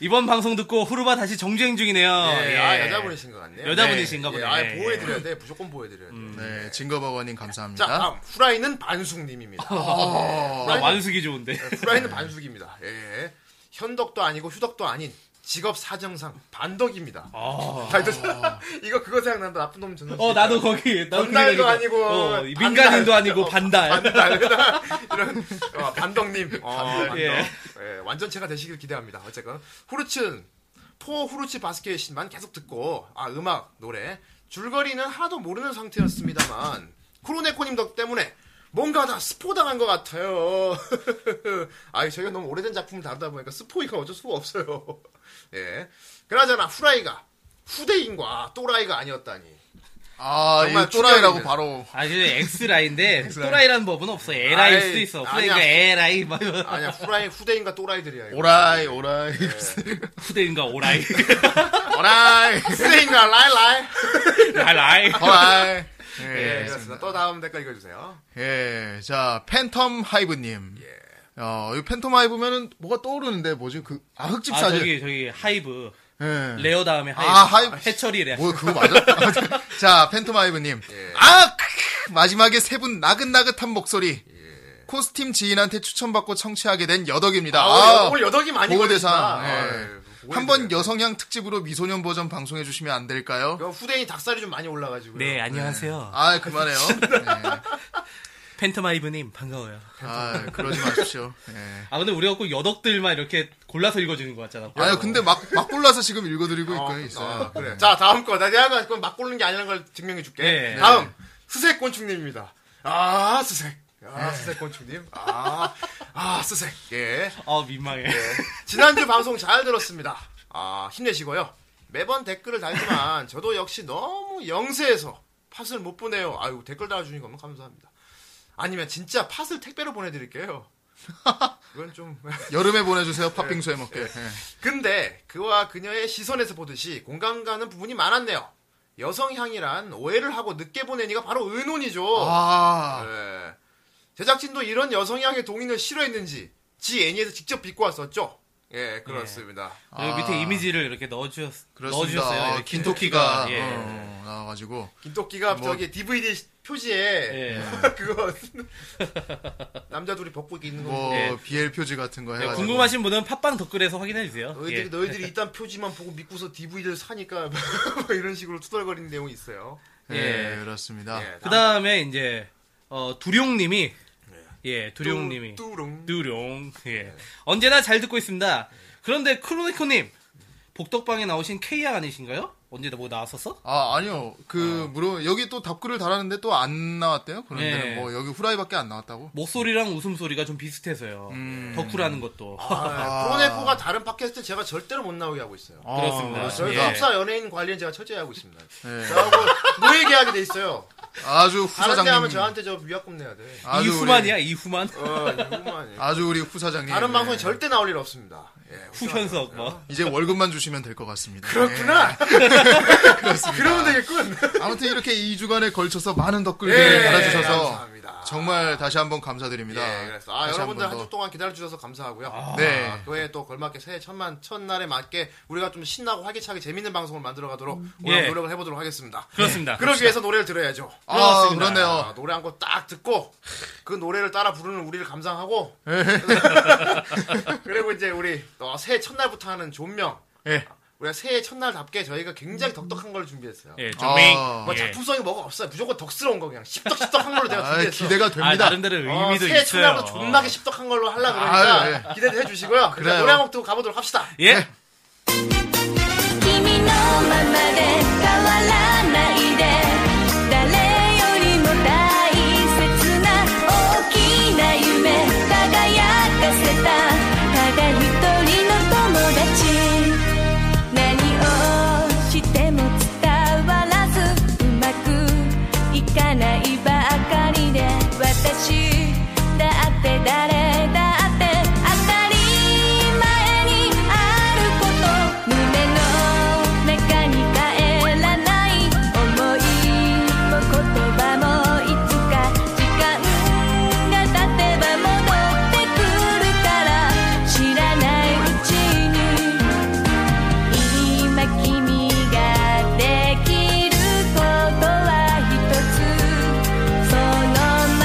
[SPEAKER 2] 이번 방송 듣고 후루바 다시 정주행 중이네요.
[SPEAKER 1] 예,
[SPEAKER 2] 예.
[SPEAKER 1] 아 여자분이신 것 같네요.
[SPEAKER 2] 여자분이신가
[SPEAKER 1] 예,
[SPEAKER 2] 보네. 음.
[SPEAKER 1] 아 보호해드려야 돼. 무조건 보호해드려야 돼.
[SPEAKER 3] 네, 징거버거님
[SPEAKER 1] 자
[SPEAKER 3] 감사합니다.
[SPEAKER 1] 다음 후라이는 반숙님입니다. 네,
[SPEAKER 3] 어,
[SPEAKER 2] 나 아, 완숙이 좋은데.
[SPEAKER 1] 후라이는 반숙입니다. 예. 현덕도 아니고 휴덕도 아닌 직업 사정상 반덕입니다.
[SPEAKER 2] 아.
[SPEAKER 1] 아, 이거- 이거 그거 생각난다. 나쁜 놈 전날.
[SPEAKER 2] 어 나도 거기 나도 그게
[SPEAKER 1] 전날도
[SPEAKER 2] 되게-
[SPEAKER 1] 아니고
[SPEAKER 2] 어,
[SPEAKER 1] 반달.
[SPEAKER 2] 민간인도 아니고 반달.
[SPEAKER 1] 이런 어, 반덕님. 어, 반덕.
[SPEAKER 2] 예.
[SPEAKER 1] 예, 완전체가 되시길 기대합니다. 어쨌건 후르츠는 포 후르츠 바스켓만 계속 듣고 아 음악 노래 줄거리는 하나도 모르는 상태였습니다만 쿠로네코님 덕 때문에 뭔가 다 스포당한 것 같아요. 아 저희가 너무 오래된 작품을 다루다 보니까 스포이가 어쩔 수가 없어요. 예. 그나저나 후라이가 후대인과 또라이가 아니었다니.
[SPEAKER 3] 아,
[SPEAKER 1] 정말
[SPEAKER 3] 이 또라이라고
[SPEAKER 1] 추격이네.
[SPEAKER 3] 바로.
[SPEAKER 2] 아, 근데 X라인데, 또라이라는 법은 없어. L라일 수도 있어.
[SPEAKER 1] 아이, 아니야.
[SPEAKER 2] 그러니까 L라이, 막,
[SPEAKER 1] 아니야 후라이 후대인과 또라이들이야. 이거.
[SPEAKER 3] 오라이, 오라이.
[SPEAKER 2] 후대인가 오라이.
[SPEAKER 3] 오라이.
[SPEAKER 1] 후대인과 라이라이.
[SPEAKER 2] 라이.
[SPEAKER 3] 오라이. 아,
[SPEAKER 1] 예,
[SPEAKER 3] 예,
[SPEAKER 1] 그렇습니다. 또 다음 댓글 읽어주세요.
[SPEAKER 3] 예, 자, 팬텀 하이브님. 어, 이 팬텀 하이브면은 뭐가 떠오르는데 뭐지? 그, 아, 흑집
[SPEAKER 2] 아,
[SPEAKER 3] 사진.
[SPEAKER 2] 저기, 저기, 하이브.
[SPEAKER 3] 예.
[SPEAKER 2] 레어 다음에 하이브.
[SPEAKER 3] 아, 하이브.
[SPEAKER 2] 해철이래.
[SPEAKER 3] 뭐 그거 맞아? 자, 팬토마이브님. 아, 크으, 마지막에 세 분 나긋나긋한 목소리. 코스팀 지인한테 추천받고 청취하게 된 여덕입니다.
[SPEAKER 1] 아,
[SPEAKER 3] 아,
[SPEAKER 1] 오늘 여덕이 많이
[SPEAKER 3] 보고
[SPEAKER 1] 걸리시다.
[SPEAKER 3] 대상.
[SPEAKER 1] 아유, 예, 보고
[SPEAKER 3] 한번
[SPEAKER 1] 있네요.
[SPEAKER 3] 여성향 특집으로 미소년 버전 방송해 주시면 안 될까요?
[SPEAKER 1] 그럼 후대인 닭살이 좀 많이 올라가지고.
[SPEAKER 2] 네, 안녕하세요.
[SPEAKER 3] 아, 그만해요. 네.
[SPEAKER 2] 팬텀하이브님, 반가워요.
[SPEAKER 3] 아, 그러지 마십시오. 네.
[SPEAKER 2] 아, 근데 우리가 꼭 여덕들만 이렇게 골라서 읽어주는 것 같잖아.
[SPEAKER 3] 아니, 근데 막, 막 골라서 지금 읽어드리고
[SPEAKER 1] 어,
[SPEAKER 3] 있고
[SPEAKER 1] 어,
[SPEAKER 3] 있어요.
[SPEAKER 1] 그래. 자, 다음 거. 나 내가 그건 막 고르는 게 아니라는 걸 증명해 줄게.
[SPEAKER 2] 네.
[SPEAKER 1] 다음. 스색 곤충님입니다. 아, 스색. 아, 스색 곤충님. 아, 아, 스색. 예.
[SPEAKER 2] 아, 민망해.
[SPEAKER 1] 지난주 방송 잘 들었습니다. 아, 힘내시고요. 매번 댓글을 달지만 저도 역시 너무 영세해서 팟을 못 보내요. 아유, 댓글 달아주니까 너무 감사합니다. 아니면 진짜 팟을 택배로 보내드릴게요. 그건 좀.
[SPEAKER 3] 여름에 보내주세요. 팥빙수 해 먹게. 예.
[SPEAKER 1] 근데 그와 그녀의 시선에서 보듯이 공감 가는 부분이 많았네요. 여성향이란 오해를 하고 늦게 보내니가 바로 의논이죠.
[SPEAKER 3] 아,
[SPEAKER 1] 예. 제작진도 이런 여성향의 동의는 싫어했는지 지 애니에서 직접 비꼬았었죠. 예, 그렇습니다.
[SPEAKER 2] 여기 밑에 이미지를 이렇게 넣어주셨,
[SPEAKER 3] 그렇습니다.
[SPEAKER 2] 넣어주셨어요.
[SPEAKER 3] 아,
[SPEAKER 2] 이렇게.
[SPEAKER 3] 긴토키가
[SPEAKER 2] 예.
[SPEAKER 3] 어, 나와가지고.
[SPEAKER 1] 김토끼가
[SPEAKER 3] 뭐-
[SPEAKER 1] 저기 DVD 표지에
[SPEAKER 2] 예.
[SPEAKER 1] 그거 남자 둘이 벗고 있는 거
[SPEAKER 3] 뭐
[SPEAKER 2] 예.
[SPEAKER 3] BL 표지 같은 거
[SPEAKER 2] 네,
[SPEAKER 3] 해가지고
[SPEAKER 2] 궁금하신 분은 팟빵 댓글에서 확인해주세요. 예.
[SPEAKER 1] 너희들이 너희들이 일단 표지만 보고 믿고서 DVD를 사니까 뭐 이런 식으로 투덜거리는 내용이 있어요.
[SPEAKER 3] 예,
[SPEAKER 2] 예.
[SPEAKER 3] 그렇습니다.
[SPEAKER 1] 예,
[SPEAKER 2] 그 다음에 이제, 어, 두룡님이, 예,
[SPEAKER 1] 뚜-
[SPEAKER 2] 두룡님이.
[SPEAKER 1] 뚜룽
[SPEAKER 2] 두룡. 예. 언제나 잘 듣고 있습니다. 그런데 크로네코님 복덕방에 나오신 케이아 아니신가요? 언제 뭐 나왔었어?
[SPEAKER 3] 아 아니요 그 물론 여기 또 답글을 달았는데 또 안 나왔대요 그런데
[SPEAKER 2] 예.
[SPEAKER 3] 는뭐 여기 후라이밖에 안 나왔다고
[SPEAKER 2] 목소리랑 웃음소리가 좀 비슷해서요. 덕후라는 것도.
[SPEAKER 1] 아, 프로네코가 다른 팟캐스트 제가 절대로 못 나오게 하고 있어요.
[SPEAKER 3] 아,
[SPEAKER 2] 그렇습니다.
[SPEAKER 1] 저희
[SPEAKER 2] 예.
[SPEAKER 1] 흡사 연예인 관리는 제가 철저히 하고 있습니다.
[SPEAKER 3] 그렇죠. 예.
[SPEAKER 1] 저하고 무얘기하게 돼 있어요.
[SPEAKER 3] 아주
[SPEAKER 1] 다른 데 하면
[SPEAKER 3] 후사장님
[SPEAKER 1] 저한테 저 위약금 내야 돼.
[SPEAKER 3] 아주
[SPEAKER 2] 이후만이야 이후만
[SPEAKER 1] 어, 이거만 해.
[SPEAKER 3] 아주 우리 후사장님
[SPEAKER 1] 다른 방송에
[SPEAKER 3] 예.
[SPEAKER 1] 절대 나올 일 없습니다. 예,
[SPEAKER 2] 후현석 뭐.
[SPEAKER 3] 이제 월급만 주시면 될 것 같습니다
[SPEAKER 1] 그렇죠. 그렇구나. 그러면 되겠군.
[SPEAKER 3] 예. 아무튼 이렇게 2주간에 걸쳐서 많은
[SPEAKER 1] 예,
[SPEAKER 3] 댓글들을 달아주셔서
[SPEAKER 1] 감사합니다.
[SPEAKER 3] 정말 다시 한번 감사드립니다
[SPEAKER 1] 예, 그래서 아
[SPEAKER 3] 다시
[SPEAKER 1] 여러분들 한
[SPEAKER 3] 번
[SPEAKER 1] 주 동안 기다려 주셔서 감사하고요.
[SPEAKER 3] 네.
[SPEAKER 1] 아, 그에 또 걸맞게 새해 첫만 첫날에 맞게 우리가 좀 신나고 활기차게 재밌는 방송을 만들어가도록 오늘
[SPEAKER 2] 예.
[SPEAKER 1] 노력을 해보도록 하겠습니다. 네.
[SPEAKER 2] 그렇습니다.
[SPEAKER 1] 그러기 위해서 노래를 들어야죠.
[SPEAKER 3] 아
[SPEAKER 2] 고맙습니다.
[SPEAKER 3] 그렇네요
[SPEAKER 1] 아, 노래 한 곡 딱 듣고 그 노래를 따라 부르는 우리를 감상하고 그리고 이제 우리 또 새해 첫날부터 하는 존명
[SPEAKER 3] 예.
[SPEAKER 1] 우리가 새해 첫날답게 저희가 굉장히 덕덕한 걸 준비했어요.
[SPEAKER 2] 예,
[SPEAKER 3] 아.
[SPEAKER 1] 뭐 작품성이 뭐가 없어요. 무조건 덕스러운 거 그냥 십덕십덕한 걸로 내가
[SPEAKER 3] 아,
[SPEAKER 1] 준비했어.
[SPEAKER 3] 기대가
[SPEAKER 2] 아,
[SPEAKER 3] 됩니다
[SPEAKER 2] 나름대로
[SPEAKER 1] 어,
[SPEAKER 2] 의미도
[SPEAKER 1] 새해
[SPEAKER 2] 있어요.
[SPEAKER 1] 첫날부터 존나게 십덕한 걸로 하려 그러니까
[SPEAKER 3] 아유,
[SPEAKER 1] 기대도 해주시고요.
[SPEAKER 3] 그래요.
[SPEAKER 1] 그래요. 노래 한 곡 듣고 가보도록 합시다.
[SPEAKER 2] 예.
[SPEAKER 4] 君のままで変わらないで誰よりも大切な大きな夢輝かせたただ一人の友達何をしても伝わらずうまくいかないばかりで私だって誰だって当たり前にあること胸の中に帰らない思いも言葉もいつか時間が経てば戻ってくるから知らないうちに「今君ができることはひとつ」「そのま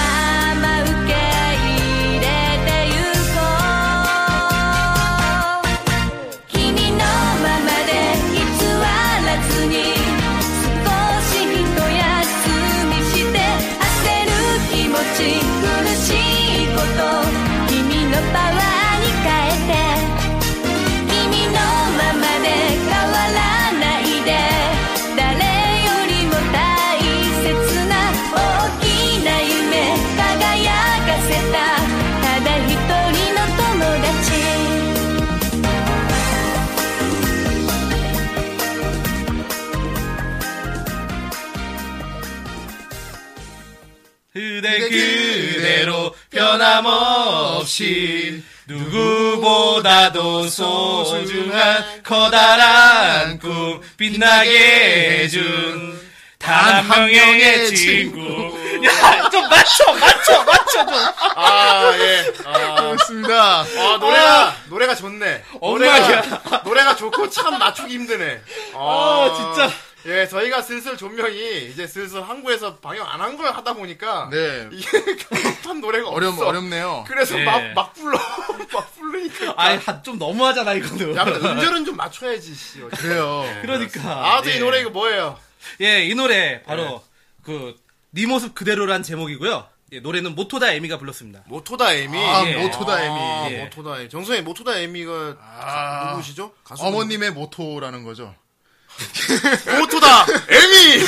[SPEAKER 4] ま受け入れてゆこう」君のままで偽らずに少しひと休みして焦る気持ち苦しいこと君のパワーに変えて君のままで変わらないで誰よりも大切な大きな夢輝かせたただ一人の友達
[SPEAKER 2] 그대 그대로 변함없이 누구보다도 소중한 커다란 꿈 빛나게 해준 단 한 명의 친구 야 좀 맞춰 맞춰 맞춰 좀
[SPEAKER 1] 아 예. 아,
[SPEAKER 3] 그렇습니다
[SPEAKER 1] 아, 노래가 노래가 좋네.
[SPEAKER 2] 엉망이야.
[SPEAKER 1] 노래가, 노래가 좋고 참 맞추기 힘드네.
[SPEAKER 2] 아, 진짜.
[SPEAKER 1] 예, 저희가 슬슬 조명이 이제 슬슬 한국에서 방영 안 한 걸 하다 보니까
[SPEAKER 3] 네
[SPEAKER 1] 아, 이게 못한 노래가
[SPEAKER 3] 어렵,
[SPEAKER 1] 없어.
[SPEAKER 3] 어렵네요
[SPEAKER 1] 그래서
[SPEAKER 2] 예.
[SPEAKER 1] 막, 막 불러. 막 부르니까.
[SPEAKER 2] 아이 좀 너무하잖아 이거는
[SPEAKER 1] 야, 근데 음절은 좀 예, 맞춰야지, 씨. 어째.
[SPEAKER 3] 그래요
[SPEAKER 2] 그러니까
[SPEAKER 1] 아, 또이 노래 이거 뭐예요?
[SPEAKER 2] 예, 이 노래 바로 그 네 모습 그대로란 제목이고요. 예, 노래는 모토다 에미가 불렀습니다.
[SPEAKER 1] 모토다 에미.
[SPEAKER 3] 아
[SPEAKER 2] 예.
[SPEAKER 3] 모토다 에미
[SPEAKER 2] 예.
[SPEAKER 1] 모토다 에미. 정선이 모토다 에미가
[SPEAKER 3] 아.
[SPEAKER 1] 누구시죠? 가수
[SPEAKER 3] 어머님의 모토라는 거죠
[SPEAKER 1] 모토다 에미.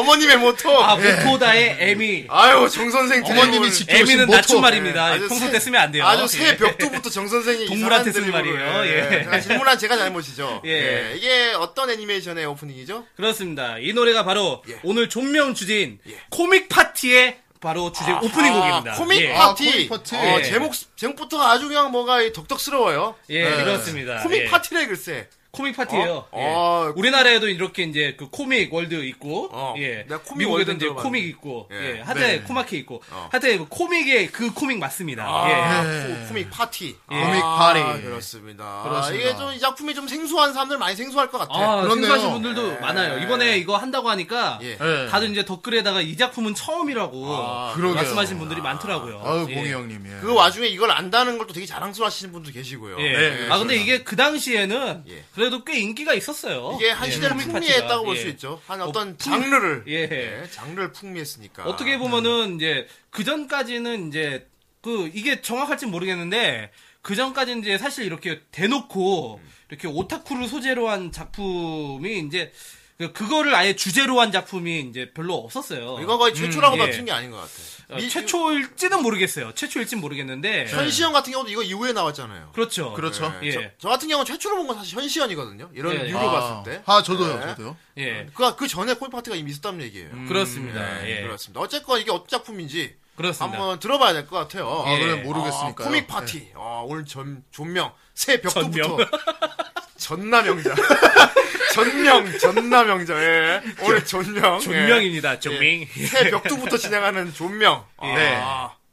[SPEAKER 1] 어머님의 모토.
[SPEAKER 2] 아, 모토다의 에미.
[SPEAKER 1] 아유, 정 선생
[SPEAKER 3] 어머님이
[SPEAKER 1] 드리블.
[SPEAKER 3] 직- 지켜오신
[SPEAKER 2] 에미는
[SPEAKER 3] 모토.
[SPEAKER 2] 낮춤말입니다.
[SPEAKER 1] 아주
[SPEAKER 2] 평소
[SPEAKER 1] 새-
[SPEAKER 2] 때 쓰면 안 돼요.
[SPEAKER 1] 예. 아주 새
[SPEAKER 2] 예.
[SPEAKER 1] 벽두부터 정 선생이
[SPEAKER 2] 동물한테
[SPEAKER 1] 이상한
[SPEAKER 2] 쓰는
[SPEAKER 1] 드리블로,
[SPEAKER 2] 말이에요. 예.
[SPEAKER 1] 제가 아, 질문한 제가 잘못이죠.
[SPEAKER 2] 예.
[SPEAKER 1] 예. 이게 어떤 애니메이션의 오프닝이죠?
[SPEAKER 2] 그렇습니다. 이 노래가 바로
[SPEAKER 1] 예.
[SPEAKER 2] 오늘 존명 주제인
[SPEAKER 1] 예.
[SPEAKER 2] 코믹 파티의 바로 주제 오프닝 곡입니다.
[SPEAKER 1] 아, 코믹
[SPEAKER 2] 예,
[SPEAKER 1] 파티.
[SPEAKER 3] 아, 코믹 파티.
[SPEAKER 1] 어,
[SPEAKER 2] 예.
[SPEAKER 1] 제목 제목부터가 아주 그냥 뭐가 이 덕덕스러워요. 네.
[SPEAKER 2] 예, 그렇습니다.
[SPEAKER 1] 코믹
[SPEAKER 2] 예.
[SPEAKER 1] 파티래 글쎄.
[SPEAKER 2] 코믹 파티예요.
[SPEAKER 1] 어?
[SPEAKER 2] 예.
[SPEAKER 1] 어,
[SPEAKER 2] 우리나라에도 이렇게 이제 그 코믹 월드 있고,
[SPEAKER 1] 어,
[SPEAKER 2] 예.
[SPEAKER 1] 내가 코믹
[SPEAKER 2] 미국에도
[SPEAKER 1] 월드는
[SPEAKER 2] 이제
[SPEAKER 1] 들어봤는데.
[SPEAKER 2] 코믹 있고,
[SPEAKER 1] 예.
[SPEAKER 2] 예. 하자에
[SPEAKER 3] 네.
[SPEAKER 2] 코마키 있고,
[SPEAKER 1] 어.
[SPEAKER 2] 하자에 코믹의 그 코믹 맞습니다. 예.
[SPEAKER 1] 아,
[SPEAKER 3] 예.
[SPEAKER 1] 코- 코믹 파티.
[SPEAKER 3] 코믹
[SPEAKER 1] 아,
[SPEAKER 3] 파티.
[SPEAKER 1] 그렇습니다.
[SPEAKER 3] 그렇습니다.
[SPEAKER 1] 이게 좀 이 작품이 좀 생소한 사람들 많이 생소할 것 같아.
[SPEAKER 2] 아,
[SPEAKER 3] 그렇네요.
[SPEAKER 2] 생소하신 분들도 많아요. 이번에 이거 한다고 하니까
[SPEAKER 1] 예.
[SPEAKER 3] 예.
[SPEAKER 2] 다들 이제 댓글에다가 이 작품은 처음이라고
[SPEAKER 1] 아,
[SPEAKER 3] 그러게요.
[SPEAKER 2] 말씀하신 분들이 많더라고요.
[SPEAKER 3] 아유
[SPEAKER 2] 예.
[SPEAKER 3] 봉이 형님 예.
[SPEAKER 1] 그 와중에 이걸 안다는 걸 또 되게 자랑스러워하시는 분도 계시고요.
[SPEAKER 2] 예.
[SPEAKER 3] 네,
[SPEAKER 2] 아 근데 이게 그 당시에는
[SPEAKER 1] 예.
[SPEAKER 2] 그래도 꽤 인기가 있었어요.
[SPEAKER 1] 이게 한
[SPEAKER 2] 예,
[SPEAKER 1] 시대를
[SPEAKER 2] 코믹
[SPEAKER 1] 풍미했다고
[SPEAKER 2] 파티가.
[SPEAKER 1] 볼 수
[SPEAKER 2] 예.
[SPEAKER 1] 있죠. 한 어떤 장르를
[SPEAKER 2] 예.
[SPEAKER 1] 예, 아, 음. 장르를 풍미했으니까.
[SPEAKER 2] 어떻게 보면은 이제 그 전까지는 이제 그 이게 정확할진 모르겠는데 그 전까지는 이제 사실 이렇게 대놓고
[SPEAKER 1] 음.
[SPEAKER 2] 이렇게 오타쿠를 소재로 한 작품이 이제 그- 그거를 아예 주제로 한 작품이 이제 별로 없었어요.
[SPEAKER 1] 네. 이건 거의 최초라고
[SPEAKER 2] 예.
[SPEAKER 1] 다 튀는 게 아닌 것 같아.
[SPEAKER 2] 어,
[SPEAKER 1] 미-
[SPEAKER 2] 최초일지는 모르겠어요. 최초일진 모르겠는데
[SPEAKER 1] 현시연 같은 경우도 이거 이후에 나왔잖아요.
[SPEAKER 2] 그렇죠.
[SPEAKER 3] 그렇죠.
[SPEAKER 1] 예, 저,
[SPEAKER 2] 예.
[SPEAKER 1] 저 같은 경우는 최초로 본 건 사실 현시연이거든요. 이런
[SPEAKER 2] 예, 예.
[SPEAKER 1] 류로
[SPEAKER 3] 아,
[SPEAKER 1] 봤을 때.
[SPEAKER 3] 아, 저도요,
[SPEAKER 1] 네.
[SPEAKER 3] 저도요.
[SPEAKER 2] 예. 음,
[SPEAKER 1] 그, 그 전에 코인 파트가 이미 있었단 얘기예요.
[SPEAKER 2] 그렇습니다.
[SPEAKER 1] 네,
[SPEAKER 2] 예.
[SPEAKER 1] 그렇습니다. 어쨌건 이게 어떤 작품인지
[SPEAKER 2] 그렇습니다.
[SPEAKER 1] 한번 들어봐야 될 것 같아요.
[SPEAKER 3] 아, 네.
[SPEAKER 2] 예.
[SPEAKER 3] 그러면
[SPEAKER 1] 아,
[SPEAKER 3] 모르겠으니까.
[SPEAKER 1] 코믹 파티. 아, 오늘 전, 존명. 새 벽두부터.
[SPEAKER 2] 전명.
[SPEAKER 1] 전남영자. 전명, 전남영자. 예. 오늘 존명.
[SPEAKER 2] 존명입니다. 존명.
[SPEAKER 1] 예. 새 벽두부터 진행하는 존명. 아,
[SPEAKER 2] 네.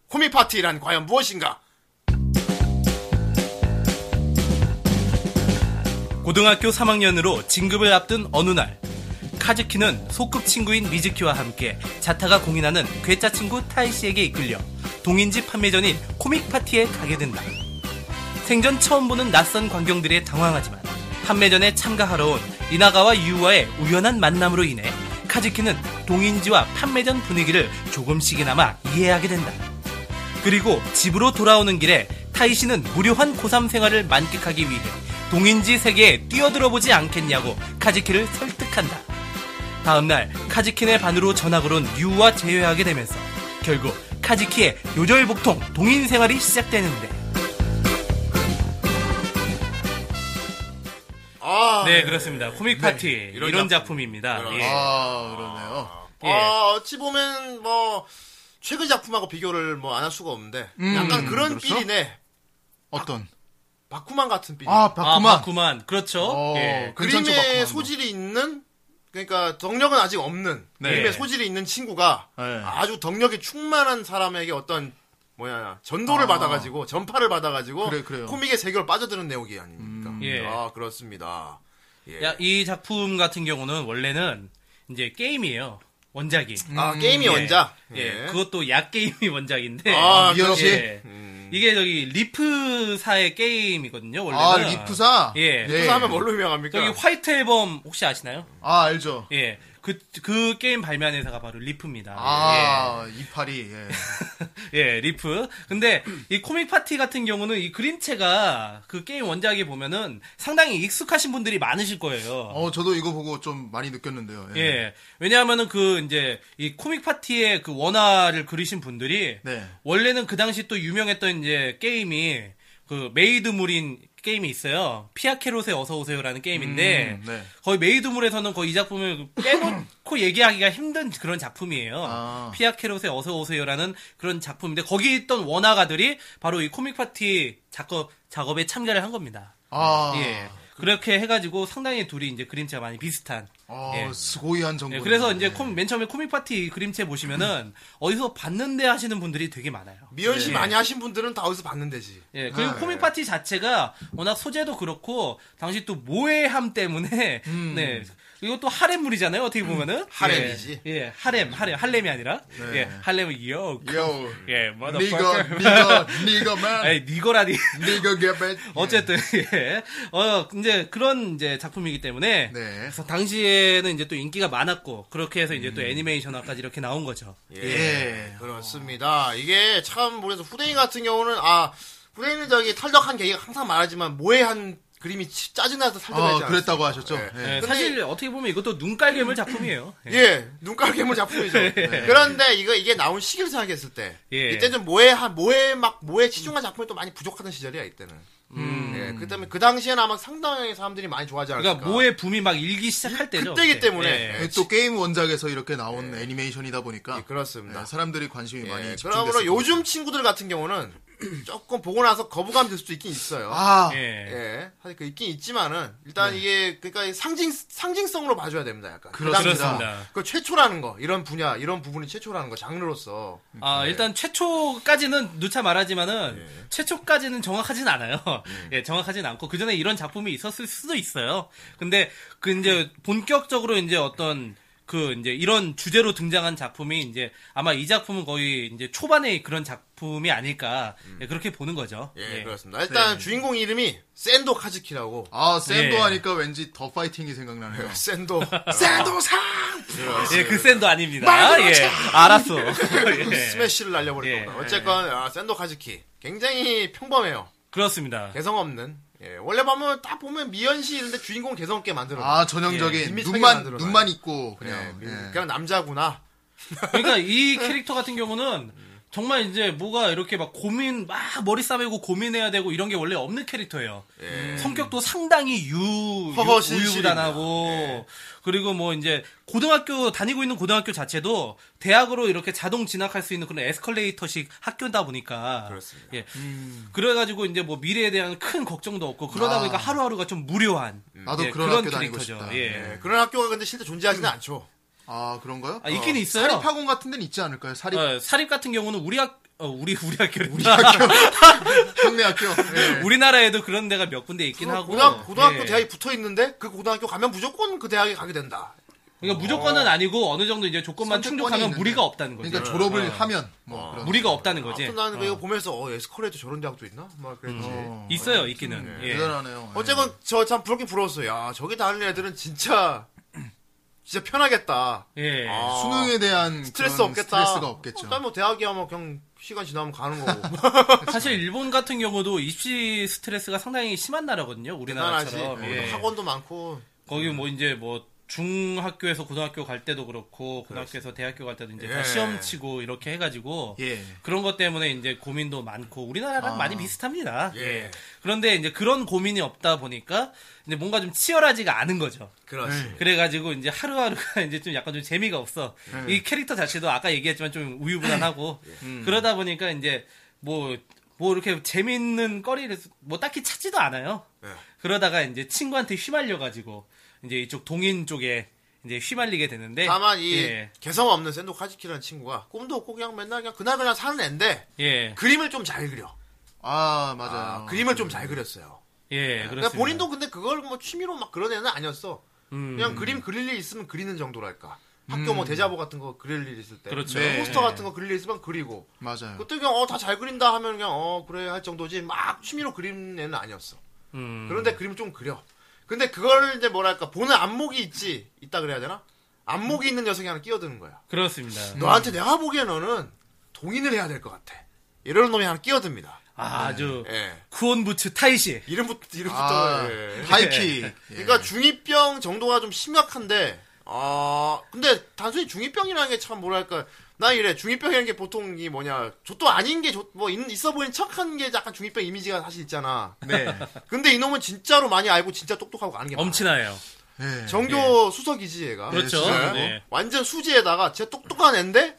[SPEAKER 1] 코믹 파티란 과연 무엇인가?
[SPEAKER 2] 고등학교 3학년으로 진급을 앞둔 어느 날 카즈키는 소꿉 친구인 미즈키와 함께 자타가 공인하는 괴짜 친구 타이 씨에게 이끌려 동인지 판매전인 코믹 파티에 가게 된다. 생전 처음 보는 낯선 광경들에 당황하지만 판매전에 참가하러 온 이나가와 유우와의 우연한 만남으로 인해 카즈키는 동인지와 판매전 분위기를 조금씩이나마 이해하게 된다. 그리고 집으로 돌아오는 길에 타이 씨는 무료한 고3 생활을 만끽하기 위해 동인지 세계에 뛰어들어보지 않겠냐고 카즈키를 설득한다. 다음날 카즈키네 반으로 전학을 온 유와 재회하게 되면서 결국 카즈키의 요절복통 동인 생활이 시작되는데
[SPEAKER 1] 아.
[SPEAKER 2] 네 그렇습니다 코믹 파티 이런,
[SPEAKER 1] 이런
[SPEAKER 2] 작품입니다
[SPEAKER 1] 작품.
[SPEAKER 2] 예.
[SPEAKER 3] 아, 그러네요.
[SPEAKER 2] 예.
[SPEAKER 1] 아, 어찌 보면 뭐 최근 작품하고 비교를 뭐 안 할 수가 없는데 약간 그런
[SPEAKER 3] 그렇죠?
[SPEAKER 1] 삘이네.
[SPEAKER 3] 어떤?
[SPEAKER 1] 바쿠만 같은 삘.
[SPEAKER 3] 아,
[SPEAKER 2] 아,
[SPEAKER 3] 바쿠만.
[SPEAKER 2] 바쿠만 그렇죠
[SPEAKER 3] 어,
[SPEAKER 2] 예.
[SPEAKER 3] 괜찮죠,
[SPEAKER 1] 그림의
[SPEAKER 3] 바쿠만도.
[SPEAKER 1] 소질이 있는 그러니까 덕력은 아직 없는
[SPEAKER 3] 네.
[SPEAKER 1] 그림의 소질이 있는 친구가
[SPEAKER 3] 네.
[SPEAKER 1] 아주 덕력이 충만한 사람에게 어떤 뭐야 전도를
[SPEAKER 3] 아.
[SPEAKER 1] 받아가지고 전파를 받아가지고
[SPEAKER 3] 그래, 그래요.
[SPEAKER 1] 코믹의 세계로 빠져드는 내용이 아닙니까?
[SPEAKER 2] 예.
[SPEAKER 1] 아 그렇습니다. 예.
[SPEAKER 2] 야, 이 작품 같은 경우는 원래는 이제 게임이에요 원작이
[SPEAKER 1] 아 게임이
[SPEAKER 2] 예.
[SPEAKER 1] 원작.
[SPEAKER 2] 예.
[SPEAKER 1] 예.
[SPEAKER 2] 그것도 약 게임이 원작인데
[SPEAKER 1] 아,
[SPEAKER 3] 미연씨?
[SPEAKER 2] 예.
[SPEAKER 3] 음.
[SPEAKER 2] 이게 저기 리프사의 게임이거든요 원래는
[SPEAKER 3] 아, 리프사?
[SPEAKER 2] 예.
[SPEAKER 3] 네.
[SPEAKER 1] 그래서 하면 뭘로 유명합니까?
[SPEAKER 2] 저기 화이트 앨범 혹시 아시나요?
[SPEAKER 3] 아, 알죠.
[SPEAKER 2] 예. 그, 그 게임 발매한 회사가 바로 리프입니다.
[SPEAKER 3] 아, 이파리,
[SPEAKER 2] 예.
[SPEAKER 3] 예.
[SPEAKER 2] 예, 리프. 근데 이 코믹 파티 같은 경우는 이 그림체가 그 게임 원작에 보면은 상당히 익숙하신 분들이 많으실 거예요.
[SPEAKER 3] 어, 저도 이거 보고 좀 많이 느꼈는데요. 예.
[SPEAKER 2] 예. 왜냐하면은 그 이제 이 코믹 파티의 그 원화를 그리신 분들이
[SPEAKER 3] 네.
[SPEAKER 2] 원래는 그 당시 또 유명했던 이제 게임이 그 메이드물인 게임이 있어요. 피아케롯의 어서 오세요라는 게임인데
[SPEAKER 3] 음, 네.
[SPEAKER 2] 거의 메이드물에서는 거의 이 작품을 빼놓고 얘기하기가 힘든 그런 작품이에요.
[SPEAKER 3] 아.
[SPEAKER 2] 피아케롯의 어서 오세요라는 그런 작품인데 거기 있던 원화가들이 바로 이 코믹 파티 작업 작업에 참가를 한 겁니다.
[SPEAKER 3] 아,
[SPEAKER 2] 예. 그렇게 해가지고 상당히 둘이 이제 그림체가 많이 비슷한
[SPEAKER 3] 아,
[SPEAKER 2] 예.
[SPEAKER 3] 스고이한 정보.
[SPEAKER 2] 예, 그래서
[SPEAKER 1] 네.
[SPEAKER 2] 이제 콤- 맨 처음에 코믹 파티 그림체 보시면은 어디서 봤는데 하시는 분들이 되게 많아요.
[SPEAKER 1] 음. 미연 씨
[SPEAKER 2] 예.
[SPEAKER 1] 많이 네. 하신 분들은 다 어디서 봤는데지.
[SPEAKER 2] 예, 그리고 코믹 파티 자체가 워낙 소재도 그렇고 당시 또 모해함 때문에 네. 이것도 하렘물이잖아요. 어떻게 보면은
[SPEAKER 1] 음. 하렘이지. 네.
[SPEAKER 2] 예, 예, 하렘, 하렘, 할렘이 아니라 예, 할렘은 요.
[SPEAKER 3] 요.
[SPEAKER 2] 예, 뭐다.
[SPEAKER 3] 니가, 니가, 니가만.
[SPEAKER 2] 에 니거라니.
[SPEAKER 3] 니가 개발.
[SPEAKER 2] 어쨌든 예. 어 이제 그런 이제 작품이기 때문에
[SPEAKER 3] 네.
[SPEAKER 2] 그래서 당시에는 이제 또 인기가 많았고 그렇게 해서 이제 또 애니메이션화까지 이렇게 나온 거죠.
[SPEAKER 1] 음. 예, 그렇습니다. 이게 참 그래서 후대인 같은 경우는 아 후대인은 저기 탈덕한 계기가 항상 말하지만 모해한 그림이 치- 짜증나서 탈덕하지
[SPEAKER 3] 아, 그랬다고 하셨죠?
[SPEAKER 1] 예.
[SPEAKER 3] 예.
[SPEAKER 2] 예,
[SPEAKER 1] 근데-
[SPEAKER 2] 사실 어떻게 보면 이것도 눈깔괴물 작품이에요. 예.
[SPEAKER 1] 예, 눈깔괴물 작품이죠.
[SPEAKER 3] 예.
[SPEAKER 1] 예. 그런데 이거 이게 나온 시기를 생각했을 때
[SPEAKER 2] 예.
[SPEAKER 1] 이때 좀 모해한 모해 막 모해 치중한 작품이 또 많이 부족하던 시절이야 이때는.
[SPEAKER 3] 음.
[SPEAKER 1] 예, 그 때문에 그 당시에는 아마 상당히 사람들이 많이 좋아하지 않을까.
[SPEAKER 2] 그러니까 모의 붐이 막 일기 시작할 때죠.
[SPEAKER 1] 그때기
[SPEAKER 2] 그때.
[SPEAKER 1] 때문에.
[SPEAKER 2] 예.
[SPEAKER 3] 예, 또 게임 원작에서 이렇게 나온 애니메이션이다 보니까
[SPEAKER 1] 예, 그렇습니다.
[SPEAKER 3] 예, 사람들이 관심이 많이 그렇죠.
[SPEAKER 1] 예,
[SPEAKER 3] 집중됐어요.
[SPEAKER 1] 그러므로 요즘 친구들 같은 경우는 조금 보고 나서 거부감 들 수도 있긴 있어요.
[SPEAKER 3] 아,
[SPEAKER 2] 예.
[SPEAKER 1] 예. 사실 그 있긴 있지만은 일단 이게 그러니까 상징 상징성으로 봐줘야 됩니다. 약간.
[SPEAKER 3] 그렇습니다.
[SPEAKER 2] 그렇습니다.
[SPEAKER 1] 그 최초라는 거 이런 분야 이런 부분이 최초라는 거 장르로서
[SPEAKER 2] 아, 일단 최초까지는 누차 말하지만은
[SPEAKER 1] 예.
[SPEAKER 2] 최초까지는 정확하진 않아요.
[SPEAKER 1] 음.
[SPEAKER 2] 예, 정확하진 않고 그 전에 이런 작품이 있었을 수도 있어요. 근데 그 이제 본격적으로 이제 어떤 그 이제 이런 주제로 등장한 작품이 이제 아마 이 작품은 거의 이제 초반에 그런 작품이 아닐까 예, 그렇게 보는 거죠.
[SPEAKER 1] 음. 예,
[SPEAKER 2] 예.
[SPEAKER 1] 그렇습니다. 일단 주인공 이름이 샌도 카즈키라고
[SPEAKER 3] 아 샌도
[SPEAKER 2] 예.
[SPEAKER 3] 하니까 왠지 더 파이팅이 생각나네요.
[SPEAKER 1] 샌도 샌도 상
[SPEAKER 2] 예, 그 샌도 아닙니다. 예, 알았어. 예.
[SPEAKER 1] 스매시를 날려버릴
[SPEAKER 2] 예.
[SPEAKER 1] 겁니다. 어쨌건 아, 샌도 카즈키 굉장히 평범해요.
[SPEAKER 2] 그렇습니다.
[SPEAKER 1] 개성 없는. 예, 원래 보면 딱 보면 미연시 이런데 주인공 개성 없게 만들어.
[SPEAKER 3] 아 전형적인
[SPEAKER 1] 이미 차이가
[SPEAKER 3] 눈만
[SPEAKER 1] 안 들어가요.
[SPEAKER 3] 눈만 있고
[SPEAKER 1] 그냥
[SPEAKER 3] 그냥 예.
[SPEAKER 1] 그냥 남자구나.
[SPEAKER 2] 그러니까 이 캐릭터 같은 경우는 정말 이제 뭐가 이렇게 막 고민 막 머리 싸매고 고민해야 되고 이런 게 원래 없는 캐릭터예요. 성격도 상당히 유
[SPEAKER 1] 허허실실입니다. 예.
[SPEAKER 2] 우유부단하고 그리고 뭐 이제 고등학교 다니고 있는 고등학교 자체도 대학으로 이렇게 자동 진학할 수 있는 그런 에스컬레이터식 학교다 보니까
[SPEAKER 1] 그렇습니다. 음.
[SPEAKER 2] 예. 그래가지고 이제 뭐 미래에 대한 큰 걱정도 없고 그러다
[SPEAKER 1] 아.
[SPEAKER 2] 보니까 하루하루가 좀 무료한
[SPEAKER 1] 음.
[SPEAKER 3] 나도
[SPEAKER 2] 예,
[SPEAKER 3] 그런 학교 다니고
[SPEAKER 2] 캐릭터죠.
[SPEAKER 3] 싶다.
[SPEAKER 2] 예.
[SPEAKER 1] 예, 그런 학교가 근데 실제 존재하지는 않죠.
[SPEAKER 3] 아 그런가요?
[SPEAKER 2] 아, 있긴 있어요.
[SPEAKER 3] 사립학원 같은 데는 있지 않을까요? 사립
[SPEAKER 2] 어, 사립 같은 경우는 우리 학 어, 우리 우리 학교를 우리
[SPEAKER 3] 형네 학교. 예.
[SPEAKER 2] 우리나라에도 그런 데가 몇 군데 있긴
[SPEAKER 1] 고등-
[SPEAKER 2] 하고
[SPEAKER 3] 네.
[SPEAKER 1] 고등학, 고등학교
[SPEAKER 2] 예.
[SPEAKER 1] 대학이 붙어 있는데 그 고등학교 가면 무조건 그 대학에 가게 된다.
[SPEAKER 2] 그러니까 무조건은 아니고 어느 정도 이제 조건만
[SPEAKER 3] 선택권이
[SPEAKER 2] 충족하면
[SPEAKER 3] 있는데.
[SPEAKER 2] 무리가 없다는 거지 어,
[SPEAKER 3] 그러니까 졸업을 하면 뭐 그런.
[SPEAKER 2] 무리가 없다는 거지
[SPEAKER 1] 아무튼 나는 어. 이거 보면서 어, 에스컬레이터 저런 대학도 있나? 막 그랬지.
[SPEAKER 2] 음. 있어요 있기는 예.
[SPEAKER 3] 대단하네요. 예.
[SPEAKER 1] 어쨌건 저 참 부럽긴 부러웠어요. 야, 저기 다니는 애들은 진짜 진짜 편하겠다.
[SPEAKER 2] 예.
[SPEAKER 1] 아,
[SPEAKER 3] 수능에 대한
[SPEAKER 1] 스트레스
[SPEAKER 3] 그런
[SPEAKER 1] 없겠다.
[SPEAKER 3] 스트레스가 없겠죠.
[SPEAKER 1] 어, 뭐 대학이야 뭐 그냥 시간 지나면 가는 거고.
[SPEAKER 2] 사실 일본 같은 경우도 입시 스트레스가 상당히 심한 나라거든요
[SPEAKER 1] 대단하지.
[SPEAKER 2] 우리나라처럼
[SPEAKER 1] 어,
[SPEAKER 2] 예.
[SPEAKER 1] 학원도 많고.
[SPEAKER 2] 거기 뭐 이제 뭐 중학교에서 고등학교 갈 때도 그렇고 고등학교에서 대학교 갈 때도 이제 다
[SPEAKER 1] 예.
[SPEAKER 2] 시험 치고 이렇게 해가지고
[SPEAKER 3] 예.
[SPEAKER 2] 그런 것 때문에 이제 고민도 많고 우리나라랑 많이 비슷합니다.
[SPEAKER 1] 예.
[SPEAKER 2] 예. 그런데 이제 그런 고민이 없다 보니까 이제 뭔가 좀 치열하지가 않은 거죠.
[SPEAKER 1] 그렇지.
[SPEAKER 2] 그래가지고 이제 하루하루가 이제 좀 약간 좀 재미가 없어. 이 캐릭터 자체도 아까 얘기했지만 좀 우유부단하고 음. 그러다 보니까 이제 뭐. 뭐 이렇게 재밌는 거리를 뭐 딱히 찾지도 않아요.
[SPEAKER 1] 예.
[SPEAKER 2] 그러다가 이제 친구한테 휘말려가지고 이제 이쪽 동인 쪽에 이제 휘말리게 되는데
[SPEAKER 1] 다만 이
[SPEAKER 2] 예,
[SPEAKER 1] 개성 없는 샌도 카즈키라는 친구가 꿈도 없고 그냥 맨날 그냥 그날 그날 사는 애인데
[SPEAKER 2] 예,
[SPEAKER 1] 그림을 좀 잘 그려.
[SPEAKER 3] 아 맞아요.
[SPEAKER 1] 아, 그림을 좀 잘 그렸어요.
[SPEAKER 2] 예,
[SPEAKER 1] 그러니까
[SPEAKER 2] 그렇습니다.
[SPEAKER 1] 본인도 근데 그걸 뭐 취미로 막 그런 애는 아니었어.
[SPEAKER 2] 음.
[SPEAKER 1] 그냥 그림 그릴 일 있으면 그리는 정도랄까. 학교 뭐 대자보 같은 거 그릴 일 있을 때,
[SPEAKER 2] 그렇죠.
[SPEAKER 3] 네.
[SPEAKER 1] 포스터 같은 거 그릴 일 있으면 그리고.
[SPEAKER 3] 맞아요.
[SPEAKER 1] 그때 그냥 어 다 잘 그린다 하면 그냥 어 그래 할 정도지 막 취미로 그리는 애는 아니었어.
[SPEAKER 2] 음.
[SPEAKER 1] 그런데 그림 좀 그려. 근데 그걸 이제 뭐랄까 보는 안목이 있지 있다 그래야 되나? 안목이 있는 녀석이 하나 끼어드는 거야.
[SPEAKER 2] 그렇습니다.
[SPEAKER 1] 너한테 내가 보기에 너는 동의를 해야 될 것 같아. 이런 놈이 하나 끼어듭니다.
[SPEAKER 2] 아, 주
[SPEAKER 1] 예.
[SPEAKER 2] 쿠온부츠 타이시.
[SPEAKER 1] 이름부터 이름부터.
[SPEAKER 3] 아,
[SPEAKER 1] 예.
[SPEAKER 3] 하이키.
[SPEAKER 1] 그러니까 중이병 정도가 좀 심각한데 아 근데 단순히 중이병이라는 게 참 뭐랄까 나 이래 중이병이라는 게 보통 이 뭐냐 저또 아닌 게뭐 있어 보이는 척하는 게 약간 중이병 이미지가 사실 있잖아
[SPEAKER 2] 네.
[SPEAKER 1] 근데 이놈은 진짜로 많이 알고 진짜 똑똑하고 아는 게 많아
[SPEAKER 2] 엄친아예요.
[SPEAKER 3] 예.
[SPEAKER 1] 정교 수석이지 얘가 예?
[SPEAKER 2] 그렇죠.
[SPEAKER 3] 진짜요?
[SPEAKER 2] 네.
[SPEAKER 1] 완전 수지에다가 진짜 똑똑한 애인데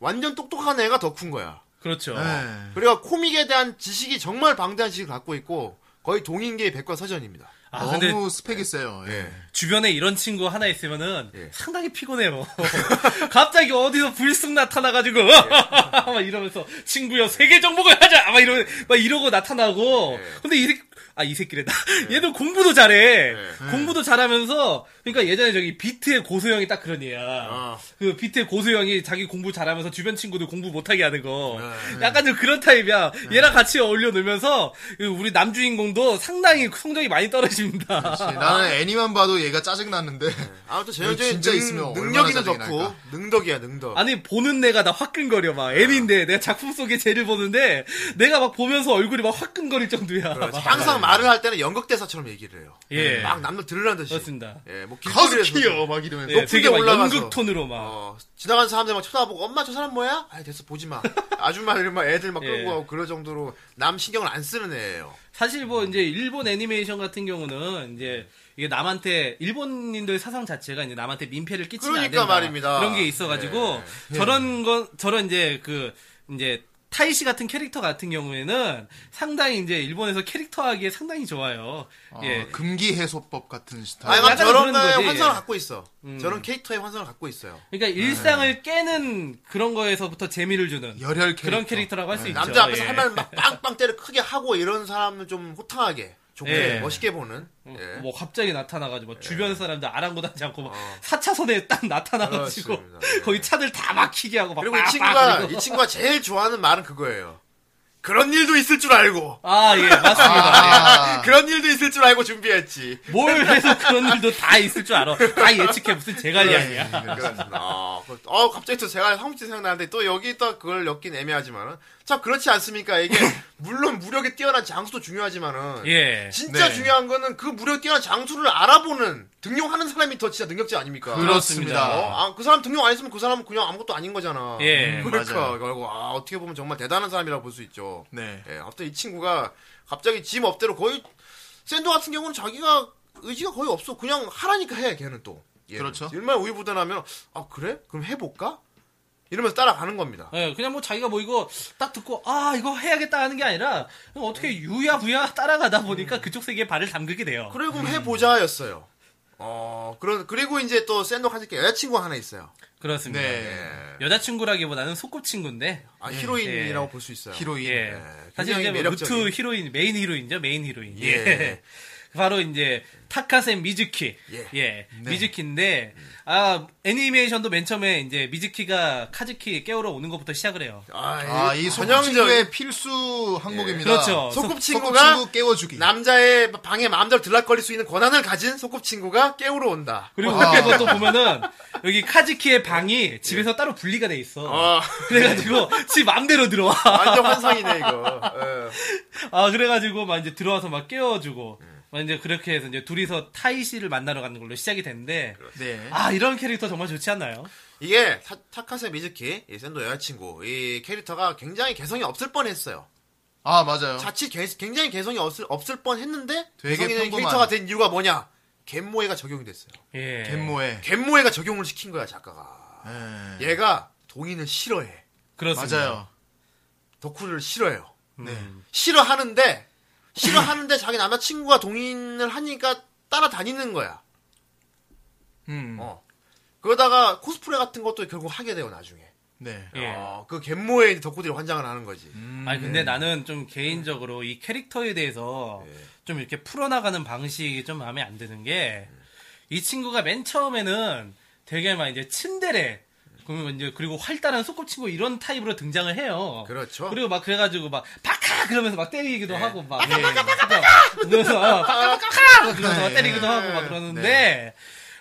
[SPEAKER 1] 완전 똑똑한 애가 더 큰 거야
[SPEAKER 2] 그렇죠.
[SPEAKER 1] 네.
[SPEAKER 3] 예.
[SPEAKER 1] 그리고 코믹에 대한 지식이 정말 방대한 지식을 갖고 있고 거의 동인계의 백과사전입니다
[SPEAKER 2] 아,
[SPEAKER 3] 너무
[SPEAKER 2] 근데
[SPEAKER 3] 스펙이 세요. 예.
[SPEAKER 2] 주변에 이런 친구 하나 있으면은
[SPEAKER 1] 예.
[SPEAKER 2] 상당히 피곤해요. 뭐. 갑자기 어디서 불쑥 나타나가지고
[SPEAKER 1] 예.
[SPEAKER 2] 막 이러면서 친구여 세계 정복을 하자 막 이러 막 이러고 나타나고
[SPEAKER 1] 예.
[SPEAKER 2] 근데 이 새끼 아이 새끼래다 얘도 공부도 잘해
[SPEAKER 1] 예.
[SPEAKER 2] 공부도 잘하면서 그러니까 예전에 저기 비트의 고소 형이 딱 그런 애야
[SPEAKER 1] 아.
[SPEAKER 2] 그 비트의 고소 형이 자기 공부 잘하면서 주변 친구들 공부 못하게 하는 거
[SPEAKER 1] 아, 예.
[SPEAKER 2] 약간 좀 그런 타입이야 얘랑 같이 어울려 놀면서 그 우리 남주인공도 상당히 성적이 많이 떨어집니다
[SPEAKER 3] 예, 나는 애니만 봐도 얘가 짜증 났는데.
[SPEAKER 1] 아무튼 전형적인
[SPEAKER 3] 진짜
[SPEAKER 1] 능,
[SPEAKER 3] 있으면 얼마나
[SPEAKER 1] 능력이 더
[SPEAKER 3] 짜증이
[SPEAKER 1] 좋고
[SPEAKER 3] 날까?
[SPEAKER 1] 능덕이야 능덕.
[SPEAKER 2] 아니 보는 내가 나 화끈거려 막 애인데 내가 작품 속에 쟤를 보는데 내가 막 보면서 얼굴이 막 화끈거릴 정도야.
[SPEAKER 1] 그렇지.
[SPEAKER 2] 막.
[SPEAKER 1] 항상 말을 할 때는 연극 대사처럼 얘기를 해요. 네,
[SPEAKER 2] 예.
[SPEAKER 1] 막 남들 들으라는 듯이.
[SPEAKER 2] 그렇습니다.
[SPEAKER 1] 예, 뭐
[SPEAKER 3] 커스키요
[SPEAKER 1] 길거리에서
[SPEAKER 3] 막 이러면서.
[SPEAKER 2] 예, 되게 막
[SPEAKER 1] 올라가서.
[SPEAKER 2] 연극 톤으로 막.
[SPEAKER 1] 어, 지나가는 사람들 막 쳐다보고 엄마 저 사람 뭐야? 아, 됐어 보지 마. 아줌마들 막 애들 막
[SPEAKER 2] 예.
[SPEAKER 1] 끌고 가고 그럴 정도로 남 신경을 안 쓰는 애예요.
[SPEAKER 2] 사실 뭐 이제 일본 애니메이션 같은 경우는 이제 이게 남한테 일본인들 사상 자체가 이제 남한테 민폐를 끼치면 안
[SPEAKER 1] 그러니까
[SPEAKER 2] 된다.
[SPEAKER 1] 말입니다. 예.
[SPEAKER 2] 그런 게 있어가지고 저런 건 저런 이제 그 이제 타이시 같은 캐릭터 같은 경우에는 상당히 이제 일본에서 캐릭터하기에 상당히 좋아요.
[SPEAKER 3] 어,
[SPEAKER 2] 예.
[SPEAKER 3] 금기 해소법 같은 스타일.
[SPEAKER 1] 아니, 막
[SPEAKER 2] 약간 그런
[SPEAKER 1] 저런
[SPEAKER 2] 거지. 음.
[SPEAKER 1] 거에 환상을 갖고 있어. 저런 캐릭터의 환상을 갖고 있어요.
[SPEAKER 2] 그러니까
[SPEAKER 1] 네.
[SPEAKER 2] 일상을 깨는 그런 거에서부터 재미를 주는
[SPEAKER 3] 열혈 캐릭터.
[SPEAKER 2] 그런 캐릭터라고 할 수 있죠.
[SPEAKER 1] 네. 남자 앞에서
[SPEAKER 2] 예.
[SPEAKER 1] 할 말 막 빵빵 때를 크게 하고 이런 사람을 좀 호탕하게 좋게
[SPEAKER 2] 예.
[SPEAKER 1] 멋있게 보는. 예.
[SPEAKER 2] 뭐 갑자기 나타나가지고 막 주변 사람들 아랑곳하지 않고 막 4차선에 딱 나타나가지고
[SPEAKER 1] 어. 그렇습니다. 예.
[SPEAKER 2] 거기 차들 다 막히게 하고 막
[SPEAKER 1] 그리고 이
[SPEAKER 2] 빡빡
[SPEAKER 1] 친구가
[SPEAKER 2] 거리고.
[SPEAKER 1] 이 친구가 제일 좋아하는 말은 그거예요. 그런 일도 있을 줄 알고
[SPEAKER 2] 아, 예, 맞습니다.
[SPEAKER 3] 아,
[SPEAKER 1] 그런 일도 있을 줄 알고 준비했지.
[SPEAKER 2] 예. 뭘 해서 그런 일도 다 있을 줄 알아. 다 예측해. 무슨 제갈량이야.
[SPEAKER 1] 그렇습니다. 아, 그- 어, 갑자기 또 제가 황국진 생각나는데 또 여기 또 그걸 엮긴 애매하지만은 참 그렇지 않습니까? 이게 물론 무력이 뛰어난 장수도 중요하지만은
[SPEAKER 2] 예.
[SPEAKER 1] 진짜
[SPEAKER 3] 네.
[SPEAKER 1] 중요한 거는 그 무력 뛰어난 장수를 알아보는 등용하는 사람이 더 진짜 능력자 아닙니까?
[SPEAKER 3] 그렇습니다.
[SPEAKER 1] 어, 아, 그 사람 등용 안 했으면 그 사람은 그냥 아무것도 아닌 거잖아.
[SPEAKER 2] 예,
[SPEAKER 1] 그러니까
[SPEAKER 3] 맞아요.
[SPEAKER 1] 결국 아, 어떻게 보면 정말 대단한 사람이라고 볼 수 있죠.
[SPEAKER 3] 네.
[SPEAKER 1] 예, 갑자기 이 친구가 갑자기 짐 업대로 거의 샌드 같은 경우는 자기가 의지가 거의 없어. 그냥 하라니까 해. 걔는 또. 얘는.
[SPEAKER 3] 그렇죠.
[SPEAKER 1] 얼마나 우유부단하면 아 그래? 그럼 해볼까? 이러면서 따라가는 겁니다.
[SPEAKER 3] 아,
[SPEAKER 2] 예, 그냥 뭐 자기가 뭐 이거 딱 듣고 아 이거 해야겠다 하는 게 아니라 그냥 어떻게 유야부야 따라가다 보니까 그쪽 세계에 발을 담그게 돼요.
[SPEAKER 1] 음. 그래
[SPEAKER 3] 음.
[SPEAKER 1] 그럼 해보자였어요. 어 그런 그리고 이제 또 샌드 한테 여자친구 가 하나 있어요.
[SPEAKER 2] 그렇습니다. 예.
[SPEAKER 3] 네.
[SPEAKER 2] 여자친구라기보다는 소꿉친구인데
[SPEAKER 1] 아 히로인이라고 볼 수 있어요.
[SPEAKER 3] 예, 히로인.
[SPEAKER 2] 예. 사실
[SPEAKER 1] 굉장히
[SPEAKER 2] 이제 뭐
[SPEAKER 1] 매력적인.
[SPEAKER 2] 루트 히로인 메인 히로인이죠 메인 히로인.
[SPEAKER 1] 예.
[SPEAKER 2] 예. 바로 이제 타카세 미즈키.
[SPEAKER 1] 예.
[SPEAKER 2] 예. 미즈키인데 아 애니메이션도 맨 처음에 이제 미즈키가 카즈키 깨우러 오는 것부터 시작을 해요.
[SPEAKER 3] 아, 이 소꿉친구의 필수 항목입니다.
[SPEAKER 2] 그렇죠.
[SPEAKER 1] 소꿉친구가
[SPEAKER 3] 소꿉친구 깨워주기.
[SPEAKER 1] 남자의 방에 마음대로 들락거릴 수 있는 권한을 가진 소꿉친구가 깨우러 온다.
[SPEAKER 2] 그리고 웃긴 것도 보면은 여기 카즈키의 방이 집에서 따로 분리가 돼 있어.
[SPEAKER 1] 예. 아,
[SPEAKER 2] 그래가지고 지 맘대로 들어와.
[SPEAKER 1] 완전 환상이네 이거. 예.
[SPEAKER 2] 아 그래가지고 막 이제 들어와서 막 깨워주고 막 이제 그렇게 해서 이제 둘이서 타이 씨를 만나러 가는 걸로 시작이 됐는데
[SPEAKER 3] 네.
[SPEAKER 2] 아 이런 캐릭터 정말 좋지 않나요?
[SPEAKER 1] 이게 타- 타카세 미즈키 이 샌도 여자친구 이 캐릭터가 굉장히 개성이 없을 뻔했어요.
[SPEAKER 3] 아, 맞아요.
[SPEAKER 1] 자칫 개- 굉장히 개성이 없을 없을 뻔했는데
[SPEAKER 3] 되게
[SPEAKER 1] 개성 있는
[SPEAKER 3] 평범한.
[SPEAKER 1] 캐릭터가 된 이유가 뭐냐? 갯모에가 적용이 됐어요.
[SPEAKER 2] 예.
[SPEAKER 3] 갯모에.
[SPEAKER 1] 갯모에가 적용을 시킨 거야 작가가.
[SPEAKER 3] 예.
[SPEAKER 1] 얘가 동인을 싫어해.
[SPEAKER 2] 그렇습니다. 음.
[SPEAKER 3] 맞아요.
[SPEAKER 1] 덕후를 싫어해요.
[SPEAKER 3] 네.
[SPEAKER 1] 싫어하는데 싫어하는데 자기 남자친구가 동인을 하니까 따라다니는 거야.
[SPEAKER 3] 음.
[SPEAKER 1] 어. 그러다가 코스프레 같은 것도 결국 하게 돼요 나중에.
[SPEAKER 3] 네.
[SPEAKER 2] 예.
[SPEAKER 1] 어, 그 갯모에 이제 덕후들이 환장을 하는 거지.
[SPEAKER 2] 아니 근데 나는 좀 개인적으로 이 캐릭터에 대해서 좀 이렇게 풀어나가는 방식이 좀 마음에 안 드는 게 이 친구가 맨 처음에는 되게 막 이제 츤데레 그러면 이제 그리고 활달한 소꿉친구 이런 타입으로 등장을 해요.
[SPEAKER 1] 그렇죠.
[SPEAKER 2] 그리고 막 그래가지고 막 바카 그러면서 막 때리기도 하고 막
[SPEAKER 3] 바카, 바카,
[SPEAKER 2] 그래서 어, 바카 바카 그러면서 막 때리기도 하고 막 그러는데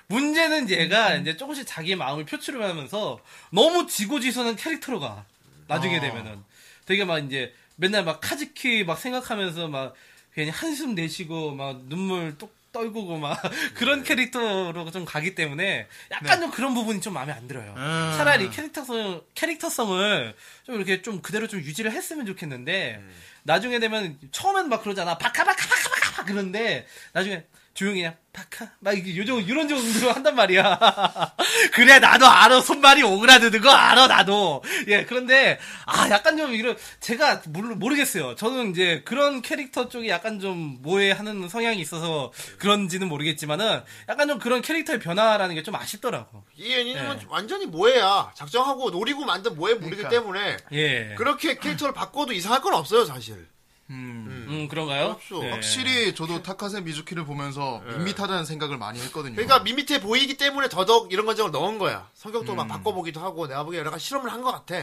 [SPEAKER 2] 문제는 얘가 이제 조금씩 자기의 마음을 표출을 하면서 너무 지고지선한 캐릭터로 가 나중에 되면은 되게 막 이제 맨날 막 카즈키 막 생각하면서 막 괜히 한숨 내쉬고 막 눈물 똑 떨구고 막 그런 캐릭터로 좀 가기 때문에 약간 좀 그런 부분이 좀 마음에 안 들어요.
[SPEAKER 3] 음.
[SPEAKER 2] 차라리 캐릭터성 캐릭터성을 좀 이렇게 좀 그대로 좀 유지를 했으면 좋겠는데 나중에 되면 처음엔 막 그러잖아 바카 바카 바카 바카 막 그런데 나중에 조용히 그냥 바카 막 이게 요정 이런 정도로 한단 말이야. 그래 나도 알아 손발이 오그라드는 거 알아 나도 예 그런데 아 약간 좀 이런 제가 모르, 모르겠어요. 저는 이제 그런 캐릭터 쪽이 약간 좀 모해하는 성향이 있어서 그런지는 모르겠지만은 약간 좀 그런 캐릭터의 변화라는 게 좀 아쉽더라고.
[SPEAKER 1] 이 애니는
[SPEAKER 2] 예.
[SPEAKER 1] 완전히 모해야. 작정하고 노리고 만든 모해 물이기
[SPEAKER 3] 그러니까.
[SPEAKER 1] 때문에
[SPEAKER 2] 예.
[SPEAKER 1] 그렇게 캐릭터를 바꿔도 이상할 건 없어요, 사실.
[SPEAKER 3] 음.
[SPEAKER 2] 음 그런가요?
[SPEAKER 1] 없어.
[SPEAKER 2] 예.
[SPEAKER 3] 확실히 저도 타카세 미즈키를 보면서 밋밋하다는 생각을 많이 했거든요.
[SPEAKER 1] 네. 그러니까 밋밋해 보이기 때문에 더더욱 이런 건저걸 넣은 거야. 성격도 막 바꿔보기도 하고 내가 보기에 여러 가지 실험을 한 것 같아.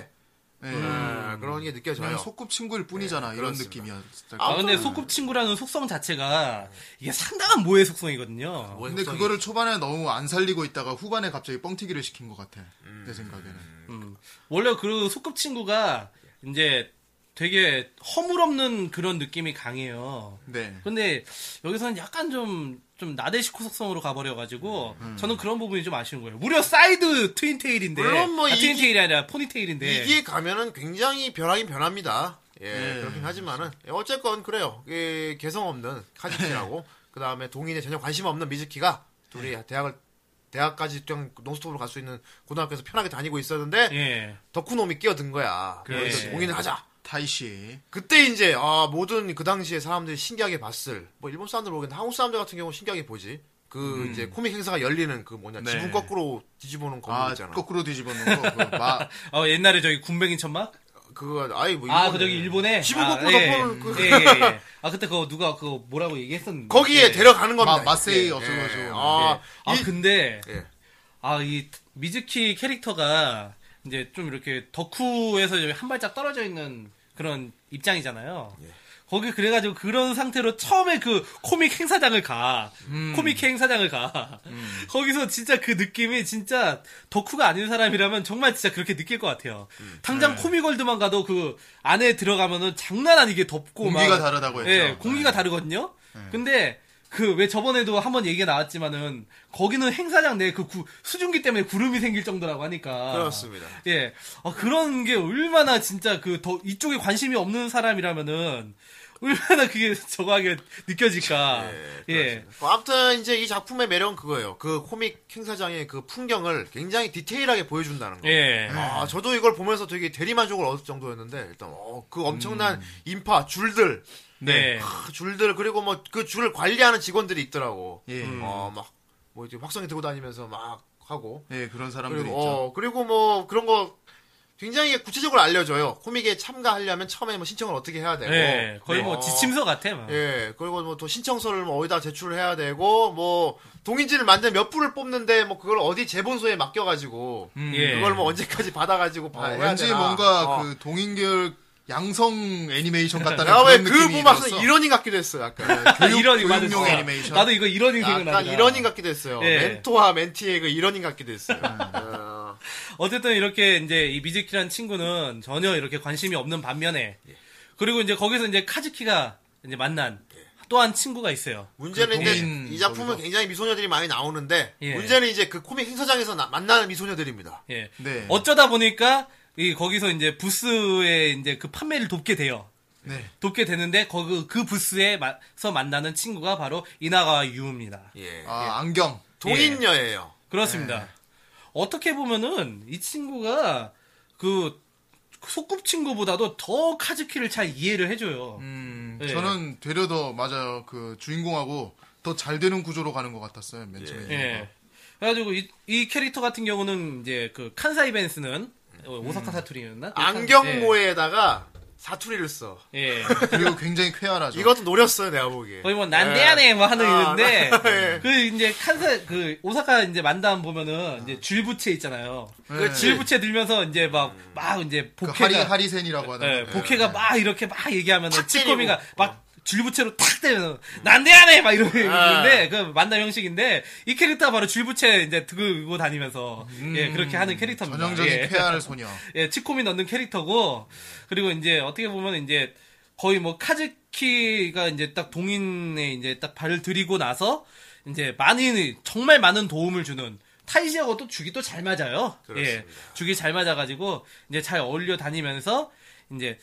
[SPEAKER 3] 네.
[SPEAKER 1] 음, 그런 게
[SPEAKER 3] 그냥
[SPEAKER 1] 느껴져요.
[SPEAKER 3] 소꿉친구일 뿐이잖아
[SPEAKER 1] 네,
[SPEAKER 3] 이런
[SPEAKER 1] 그렇습니다.
[SPEAKER 3] 느낌이었을
[SPEAKER 2] 아
[SPEAKER 3] 아,
[SPEAKER 2] 근데 소꿉친구라는 속성 자체가 이게 상당한 모의 속성이거든요.
[SPEAKER 1] 아, 모해
[SPEAKER 3] 근데
[SPEAKER 1] 속성이-
[SPEAKER 3] 그거를 초반에 너무 안 살리고 있다가 후반에 갑자기 뻥튀기를 시킨 것 같아 내 생각에는
[SPEAKER 2] 음. 원래 그 소꿉친구가 이제 되게 허물없는 그런 느낌이 강해요.
[SPEAKER 3] 네
[SPEAKER 2] 근데 여기서는 약간 좀, 좀 나대시코 속성으로 가버려가지고 저는 그런 부분이 좀 아쉬운 거예요. 무려 사이드 트윈테일인데.
[SPEAKER 1] 음. 물론 뭐
[SPEAKER 2] 아,
[SPEAKER 1] 이게-
[SPEAKER 2] 트윈테일이 아니라 포니테일인데.
[SPEAKER 1] 이게 가면은 굉장히 변하긴 변합니다. 예,
[SPEAKER 3] 네.
[SPEAKER 1] 그렇긴 하지만은 예, 어쨌건 그래요. 예, 개성 없는
[SPEAKER 2] 네.
[SPEAKER 1] 카즈키라고 그 다음에 동인에 전혀 관심 없는 미즈키가 둘이 대학을 대학까지 그냥 논스톱으로 갈 수 있는 고등학교에서 편하게 다니고 있었는데
[SPEAKER 2] 예.
[SPEAKER 1] 덕후놈이 끼어든 거야.
[SPEAKER 2] 그래.
[SPEAKER 1] 그래서 동인을 하자.
[SPEAKER 3] 타이시
[SPEAKER 1] 그때 이제 아 모든 그 당시에 사람들이 신기하게 봤을 뭐 일본 사람들 모르겠는데 한국 사람들 같은 경우 는 신기하게 보지. 그
[SPEAKER 2] 음.
[SPEAKER 1] 이제 코믹 행사가 열리는 그 뭐냐
[SPEAKER 3] 네.
[SPEAKER 1] 지붕 거꾸로 뒤집어놓은 건물
[SPEAKER 3] 아
[SPEAKER 1] 있잖아.
[SPEAKER 3] 거꾸로 뒤집어 놓은 거마
[SPEAKER 2] 어, 옛날에 저기 군뱅이 천막?
[SPEAKER 1] 그거 아이 뭐
[SPEAKER 2] 아,
[SPEAKER 1] 일본에.
[SPEAKER 2] 그 저기 일본에?
[SPEAKER 1] 지붕
[SPEAKER 2] 아,
[SPEAKER 1] 거꾸로
[SPEAKER 2] 예.
[SPEAKER 1] 덮어놓은 그-
[SPEAKER 2] 예, 예, 예. 아, 그때 그거 누가 그거 뭐라고 얘기했었는데.
[SPEAKER 1] 거기에
[SPEAKER 2] 예.
[SPEAKER 1] 데려가는 겁니다.
[SPEAKER 3] 마- 마세이
[SPEAKER 1] 예.
[SPEAKER 3] 어쩌고저쩌고.
[SPEAKER 1] 예. 아,
[SPEAKER 2] 아,
[SPEAKER 1] 이-
[SPEAKER 2] 근데.
[SPEAKER 1] 예.
[SPEAKER 2] 아, 이 미즈키 캐릭터가 이제 좀 이렇게 덕후에서 이제 한 발짝 떨어져 있는 그런 입장이잖아요.
[SPEAKER 3] 예.
[SPEAKER 2] 거기 그래가지고 그런 상태로 처음에 그 코믹 행사장을 가
[SPEAKER 3] 음.
[SPEAKER 2] 코믹 행사장을 가 거기서 진짜 그 느낌이 진짜 덕후가 아닌 사람이라면 정말 진짜 그렇게 느낄 것 같아요
[SPEAKER 3] 음.
[SPEAKER 2] 당장
[SPEAKER 3] 네.
[SPEAKER 2] 코믹월드만 가도 그 안에 들어가면은 장난 아니게 덥고 막-
[SPEAKER 3] 공기가 다르다고 했죠.
[SPEAKER 2] 예, 공기가 다르거든요. 근데 그 왜 저번에도 한번 얘기가 나왔지만은 거기는 행사장 내 그 수증기 때문에 구름이 생길 정도라고
[SPEAKER 1] 아.
[SPEAKER 2] 하니까
[SPEAKER 1] 그렇습니다.
[SPEAKER 2] 예, 어, 그런 게 얼마나 진짜 그 더 이쪽에 관심이 없는 사람이라면은 얼마나 그게 저거하게 느껴질까. 예,
[SPEAKER 1] 어, 아무튼 이제 이 작품의 매력은 그거예요. 그 코믹 행사장의 그 풍경을 굉장히 디테일하게 보여준다는 거.
[SPEAKER 2] 예.
[SPEAKER 1] 아, 저도 이걸 보면서 되게 대리만족을 얻을 정도였는데 일단 어, 그 엄청난 인파 줄들,
[SPEAKER 2] 네.
[SPEAKER 1] 아, 줄들 그리고 뭐 그 줄을 관리하는 직원들이 있더라고.
[SPEAKER 3] 예.
[SPEAKER 1] 어, 막 뭐 이제 확성기 들고 다니면서 막 하고
[SPEAKER 3] 예, 그런 사람들이
[SPEAKER 1] 그리고
[SPEAKER 3] 있죠.
[SPEAKER 1] 어, 그리고 뭐 그런 거 굉장히 구체적으로 알려줘요. 코믹에 참가하려면 처음에 뭐 신청을 어떻게 해야 되고,
[SPEAKER 3] 네,
[SPEAKER 2] 예, 거의
[SPEAKER 1] 어,
[SPEAKER 2] 뭐 지침서 같아, 막.
[SPEAKER 1] 예, 그리고 뭐 또 신청서를 뭐 어디다 제출해야 되고, 뭐 동인지를 만든 몇 부를 뽑는데 뭐 그걸 어디 재본소에 맡겨가지고
[SPEAKER 3] 음, 네.
[SPEAKER 2] 예.
[SPEAKER 1] 그걸 뭐 언제까지 받아가지고
[SPEAKER 3] 어,
[SPEAKER 1] 봐 해야
[SPEAKER 3] 왠지
[SPEAKER 1] 되나.
[SPEAKER 3] 뭔가
[SPEAKER 1] 어.
[SPEAKER 3] 그 동인계열 양성 애니메이션 같다는
[SPEAKER 1] 내가
[SPEAKER 3] 그런
[SPEAKER 1] 왜그
[SPEAKER 3] 느낌이 그
[SPEAKER 1] 보면서
[SPEAKER 3] 있었어.
[SPEAKER 1] 이러닝 같기도 했어요. 약간
[SPEAKER 2] 아, 이런이 맞아,
[SPEAKER 3] 교육용
[SPEAKER 2] 진짜.
[SPEAKER 3] 애니메이션.
[SPEAKER 2] 나도 이거 이런이 생각나.
[SPEAKER 1] 약간 이러닝 같기도 했어요.
[SPEAKER 2] 예.
[SPEAKER 3] 네.
[SPEAKER 1] 멘토와 멘티의 그 이러닝 같기도 했어요.
[SPEAKER 3] 음.
[SPEAKER 1] 어.
[SPEAKER 2] 어쨌든 이렇게 이제 이 미즈키라는 친구는 전혀 이렇게 관심이 없는 반면에
[SPEAKER 3] 예.
[SPEAKER 2] 그리고 이제 거기서 이제 카즈키가 이제 만난
[SPEAKER 3] 예.
[SPEAKER 2] 또한 친구가 있어요.
[SPEAKER 1] 문제는
[SPEAKER 3] 그
[SPEAKER 1] 이제
[SPEAKER 3] 동인
[SPEAKER 1] 이 작품은
[SPEAKER 3] 거기서.
[SPEAKER 1] 굉장히 미소녀들이 많이 나오는데
[SPEAKER 2] 예.
[SPEAKER 1] 문제는 이제 그 코믹 행사장에서 나- 만나는 미소녀들입니다.
[SPEAKER 2] 예.
[SPEAKER 3] 네.
[SPEAKER 2] 어쩌다 보니까 이 거기서 이제 부스에 이제 그 판매를 돕게 돼요.
[SPEAKER 3] 네.
[SPEAKER 2] 돕게 되는데 거그 그 부스에서 만나는 친구가 바로 이나가 유입니다.
[SPEAKER 1] 예.
[SPEAKER 3] 아, 안경.
[SPEAKER 1] 동인녀예요.
[SPEAKER 2] 그렇습니다.
[SPEAKER 3] 네.
[SPEAKER 2] 어떻게 보면은 이 친구가 그 소꿉친구보다도 더 카즈키를 잘 이해를 해줘요.
[SPEAKER 3] 음,
[SPEAKER 2] 예.
[SPEAKER 3] 저는 되려 더 맞아요. 그 주인공하고 더 잘 되는 구조로 가는 것 같았어요. 맨 처음에.
[SPEAKER 2] 예. 그래가지고 이, 이 캐릭터 같은 경우는 이제 그 칸사이 벤스는 어, 오사카 사투리였나?
[SPEAKER 1] 안경모에다가 사투리를 써.
[SPEAKER 2] 예. 예.
[SPEAKER 3] 그리고 굉장히 쾌활하죠.
[SPEAKER 1] 이것도 노렸어요 내가 보기에.
[SPEAKER 2] 거의 뭐 난데하네 뭐 하는
[SPEAKER 1] 아,
[SPEAKER 2] 이는데
[SPEAKER 1] 예.
[SPEAKER 2] 그 이제 칸사 그 오사카 이제 만담 보면은 이제 줄부채 있잖아요.
[SPEAKER 3] 그
[SPEAKER 2] 줄부채 들면서 이제 막 막 이제
[SPEAKER 3] 그
[SPEAKER 2] 복회가
[SPEAKER 3] 하리 하리센이라고 하던 그
[SPEAKER 2] 예,
[SPEAKER 3] 거.
[SPEAKER 2] 복회가 막 이렇게 막 얘기하면
[SPEAKER 1] 탁
[SPEAKER 2] 찌꺼미가
[SPEAKER 3] 어.
[SPEAKER 2] 막 줄부채로 탁 때려서 난데하네 막
[SPEAKER 3] 아.
[SPEAKER 2] 이러는데 그 만남 형식인데 이 캐릭터가 바로 줄부채 이제 들고 다니면서 예 그렇게 하는 캐릭터입니다.
[SPEAKER 3] 음, 전형적인
[SPEAKER 2] 예.
[SPEAKER 3] 쾌활 소녀.
[SPEAKER 2] 예, 치코미 넣는 캐릭터고 그리고 이제 어떻게 보면 이제 거의 뭐 카즈키가 이제 딱 동인에 이제 딱 발을 들이고 나서 이제 많이 정말 많은 도움을 주는 타이시하고 또 죽이 또 잘 맞아요. 예.
[SPEAKER 1] 그렇습니다.
[SPEAKER 2] 죽이 잘 맞아가지고 이제 잘 어울려 다니면서 이제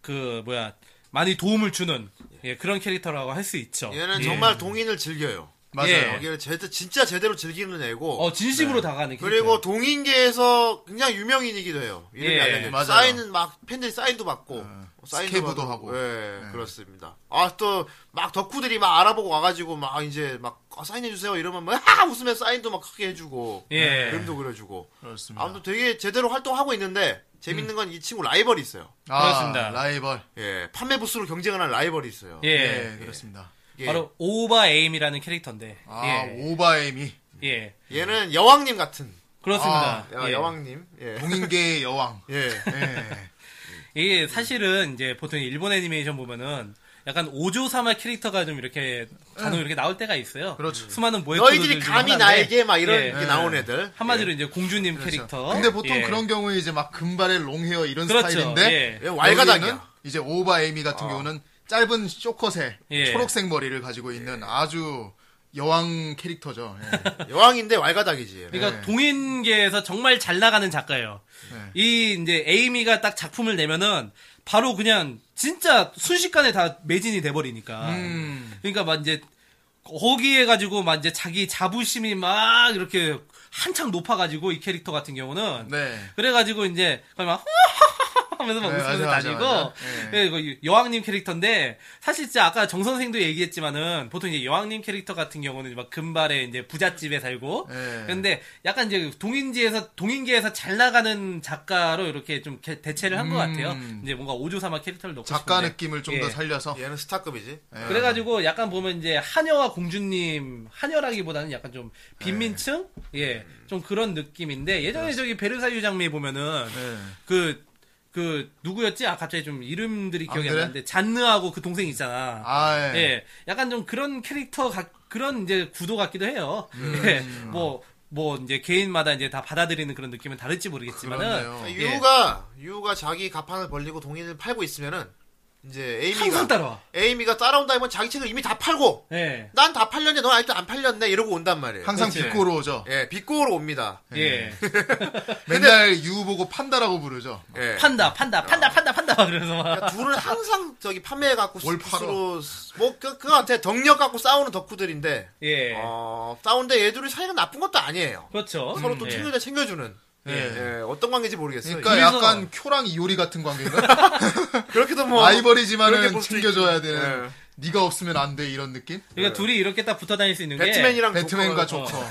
[SPEAKER 2] 그 뭐야 많이 도움을 주는 예, 그런 캐릭터라고 할 수 있죠.
[SPEAKER 1] 얘는
[SPEAKER 2] 예.
[SPEAKER 1] 정말 동인을 즐겨요.
[SPEAKER 3] 맞아요.
[SPEAKER 2] 예.
[SPEAKER 1] 여기는 제, 진짜 제대로 즐기는 애고.
[SPEAKER 2] 어 진심으로 다가가는 캐릭터.
[SPEAKER 1] 네. 그리고 동인계에서 굉장히 유명인이기도 해요. 이름이
[SPEAKER 2] 예.
[SPEAKER 1] 알려져. 맞아요.
[SPEAKER 3] 맞아요.
[SPEAKER 1] 사인은 막 팬들이 사인도 받고
[SPEAKER 3] 스케브도
[SPEAKER 1] 받고.
[SPEAKER 3] 하고.
[SPEAKER 1] 예,
[SPEAKER 3] 예.
[SPEAKER 1] 그렇습니다. 아 또 막 덕후들이 막 알아보고 와가지고 막 이제 막 어, 사인해 주세요 이러면 막 아! 웃으면 사인도 막 크게 해주고
[SPEAKER 2] 예.
[SPEAKER 1] 그림도 그려주고.
[SPEAKER 3] 그렇습니다.
[SPEAKER 1] 아무튼 되게 제대로 활동하고 있는데 재밌는 건 이 친구 라이벌이 있어요.
[SPEAKER 3] 아,
[SPEAKER 2] 그렇습니다.
[SPEAKER 3] 라이벌.
[SPEAKER 1] 예, 판매 부스로 경쟁을 한 라이벌이 있어요.
[SPEAKER 2] 예.
[SPEAKER 3] 예, 그렇습니다.
[SPEAKER 1] 이게
[SPEAKER 2] 바로 오바 에임이라는 캐릭터인데.
[SPEAKER 3] 아,
[SPEAKER 2] 예.
[SPEAKER 3] 오바에미.
[SPEAKER 2] 예.
[SPEAKER 1] 얘는 여왕님 같은
[SPEAKER 2] 그렇습니다.
[SPEAKER 1] 아, 야,
[SPEAKER 2] 예.
[SPEAKER 1] 여왕님. 예.
[SPEAKER 3] 동인계의 여왕.
[SPEAKER 1] 예.
[SPEAKER 3] 예.
[SPEAKER 2] 이게 사실은 이제 보통 일본 애니메이션 보면은 약간 오조사마 캐릭터가 좀 이렇게 간혹 이렇게 나올 때가 있어요.
[SPEAKER 3] 그렇죠.
[SPEAKER 2] 수많은 모의
[SPEAKER 1] 너희들이 감히 나에게 막 이런
[SPEAKER 2] 예.
[SPEAKER 1] 게 예. 그렇죠. 나온 애들.
[SPEAKER 2] 한마디로 이제 공주님 캐릭터.
[SPEAKER 3] 그렇죠. 근데 보통
[SPEAKER 2] 예.
[SPEAKER 3] 그런 경우에 이제 막 금발에 롱헤어 이런
[SPEAKER 2] 그렇죠.
[SPEAKER 3] 스타일인데
[SPEAKER 2] 예. 아.
[SPEAKER 1] 예, 왈가닥이야.
[SPEAKER 3] 여기는 이제 오바에미 같은 경우는 짧은 쇼컷에
[SPEAKER 2] 예.
[SPEAKER 3] 초록색 머리를 가지고 있는 아주 여왕 캐릭터죠. 예.
[SPEAKER 1] 여왕인데 왈가닥이지.
[SPEAKER 2] 그러니까
[SPEAKER 3] 예.
[SPEAKER 2] 동인계에서 정말 잘 나가는 작가예요.
[SPEAKER 3] 예.
[SPEAKER 2] 이 이제 에이미가 딱 작품을 내면은 바로 그냥 진짜 순식간에 다 매진이 돼버리니까.
[SPEAKER 1] 음.
[SPEAKER 2] 그러니까 막 이제 거기에 가지고 막 이제 자기 자부심이 막 이렇게 한창 높아가지고 이 캐릭터 같은 경우는
[SPEAKER 3] 네.
[SPEAKER 2] 그래가지고 이제 그냥 막 호호호호 하면서 막
[SPEAKER 3] 네,
[SPEAKER 2] 웃으면서
[SPEAKER 3] 맞아, 맞아,
[SPEAKER 2] 다니고
[SPEAKER 3] 맞아. 네.
[SPEAKER 2] 예, 이거 여왕님 캐릭터인데 사실 진짜 아까 정 선생도 얘기했지만은 보통 이제 여왕님 캐릭터 같은 경우는 막 금발에 이제 부잣집에 살고
[SPEAKER 3] 네.
[SPEAKER 2] 근데 약간 이제 동인지에서 동인계에서 잘 나가는 작가로 이렇게 좀 개- 대체를 한 것 같아요. 이제 뭔가 오조사마 캐릭터를 넣고
[SPEAKER 3] 음. 작가
[SPEAKER 2] 싶은데.
[SPEAKER 3] 느낌을 좀 더
[SPEAKER 2] 예.
[SPEAKER 3] 살려서 아.
[SPEAKER 1] 얘는 스타급이지. 예.
[SPEAKER 2] 어. 그래가지고 약간 보면 이제 하녀와 공주님 하녀라기보다는 약간 좀
[SPEAKER 3] 네.
[SPEAKER 2] 빈민층 예 좀 그런 느낌인데 예전에 저기 베르사유 장미에 보면은
[SPEAKER 3] 네.
[SPEAKER 2] 그 그 누구였지? 아 갑자기 좀 이름들이 기억이 안
[SPEAKER 3] 그래?
[SPEAKER 2] 나는데 잔느하고 그 동생 있잖아.
[SPEAKER 3] 아, 예.
[SPEAKER 2] 예, 약간 좀 그런 캐릭터 같- 그런 이제 구도 같기도 해요. 예, 뭐. 뭐 이제 개인마다 이제 다 받아들이는 그런 느낌은 다를지 모르겠지만은
[SPEAKER 3] 그렇네요.
[SPEAKER 2] 예,
[SPEAKER 1] 유우가 유우가 자기 가판을 벌리고 동인을 팔고 있으면은 이제 에이미가
[SPEAKER 2] 항상 따라와.
[SPEAKER 1] 에이미가 따라온다 하면 자기 책을 이미 다 팔고
[SPEAKER 2] 예.
[SPEAKER 1] 난 다 팔렸네 넌 아직도 안 팔렸네 이러고 온단 말이에요.
[SPEAKER 3] 항상
[SPEAKER 2] 그렇지.
[SPEAKER 3] 비꼬로 오죠.
[SPEAKER 1] 예, 비꼬로 옵니다.
[SPEAKER 2] 예.
[SPEAKER 3] 맨날 유 보고 판다라고 부르죠.
[SPEAKER 1] 예.
[SPEAKER 2] 판다, 판다, 판다, 판다, 판다. 막 그래서 막.
[SPEAKER 1] 그러니까 둘은 항상 저기 판매해 갖고
[SPEAKER 3] 뭘 팔아?
[SPEAKER 1] 스스로 뭐그 그한테 덕력 갖고 싸우는 덕후들인데
[SPEAKER 2] 예.
[SPEAKER 1] 어, 싸우는데 얘들이 사이가 나쁜 것도 아니에요.
[SPEAKER 2] 그렇죠.
[SPEAKER 1] 서로 또
[SPEAKER 2] 예.
[SPEAKER 1] 챙겨다 챙겨주는
[SPEAKER 3] 예.
[SPEAKER 1] 예, 어떤 관계인지 모르겠어요.
[SPEAKER 3] 그러니까
[SPEAKER 2] 그래서-
[SPEAKER 3] 약간 쿄랑 이오리 같은 관계인가?
[SPEAKER 1] 그렇게도 뭐 그렇게
[SPEAKER 3] 라이벌이지만은
[SPEAKER 1] 볼 수도
[SPEAKER 3] 챙겨줘야
[SPEAKER 1] 있-
[SPEAKER 3] 되는.
[SPEAKER 1] 예.
[SPEAKER 3] 네가 없으면 안 돼 이런 느낌?
[SPEAKER 2] 그러니까 둘이 이렇게 딱 붙어 다닐 수 있는 게 어.
[SPEAKER 1] 배트맨이랑
[SPEAKER 3] 배트맨과
[SPEAKER 1] 조커가-
[SPEAKER 3] 조커,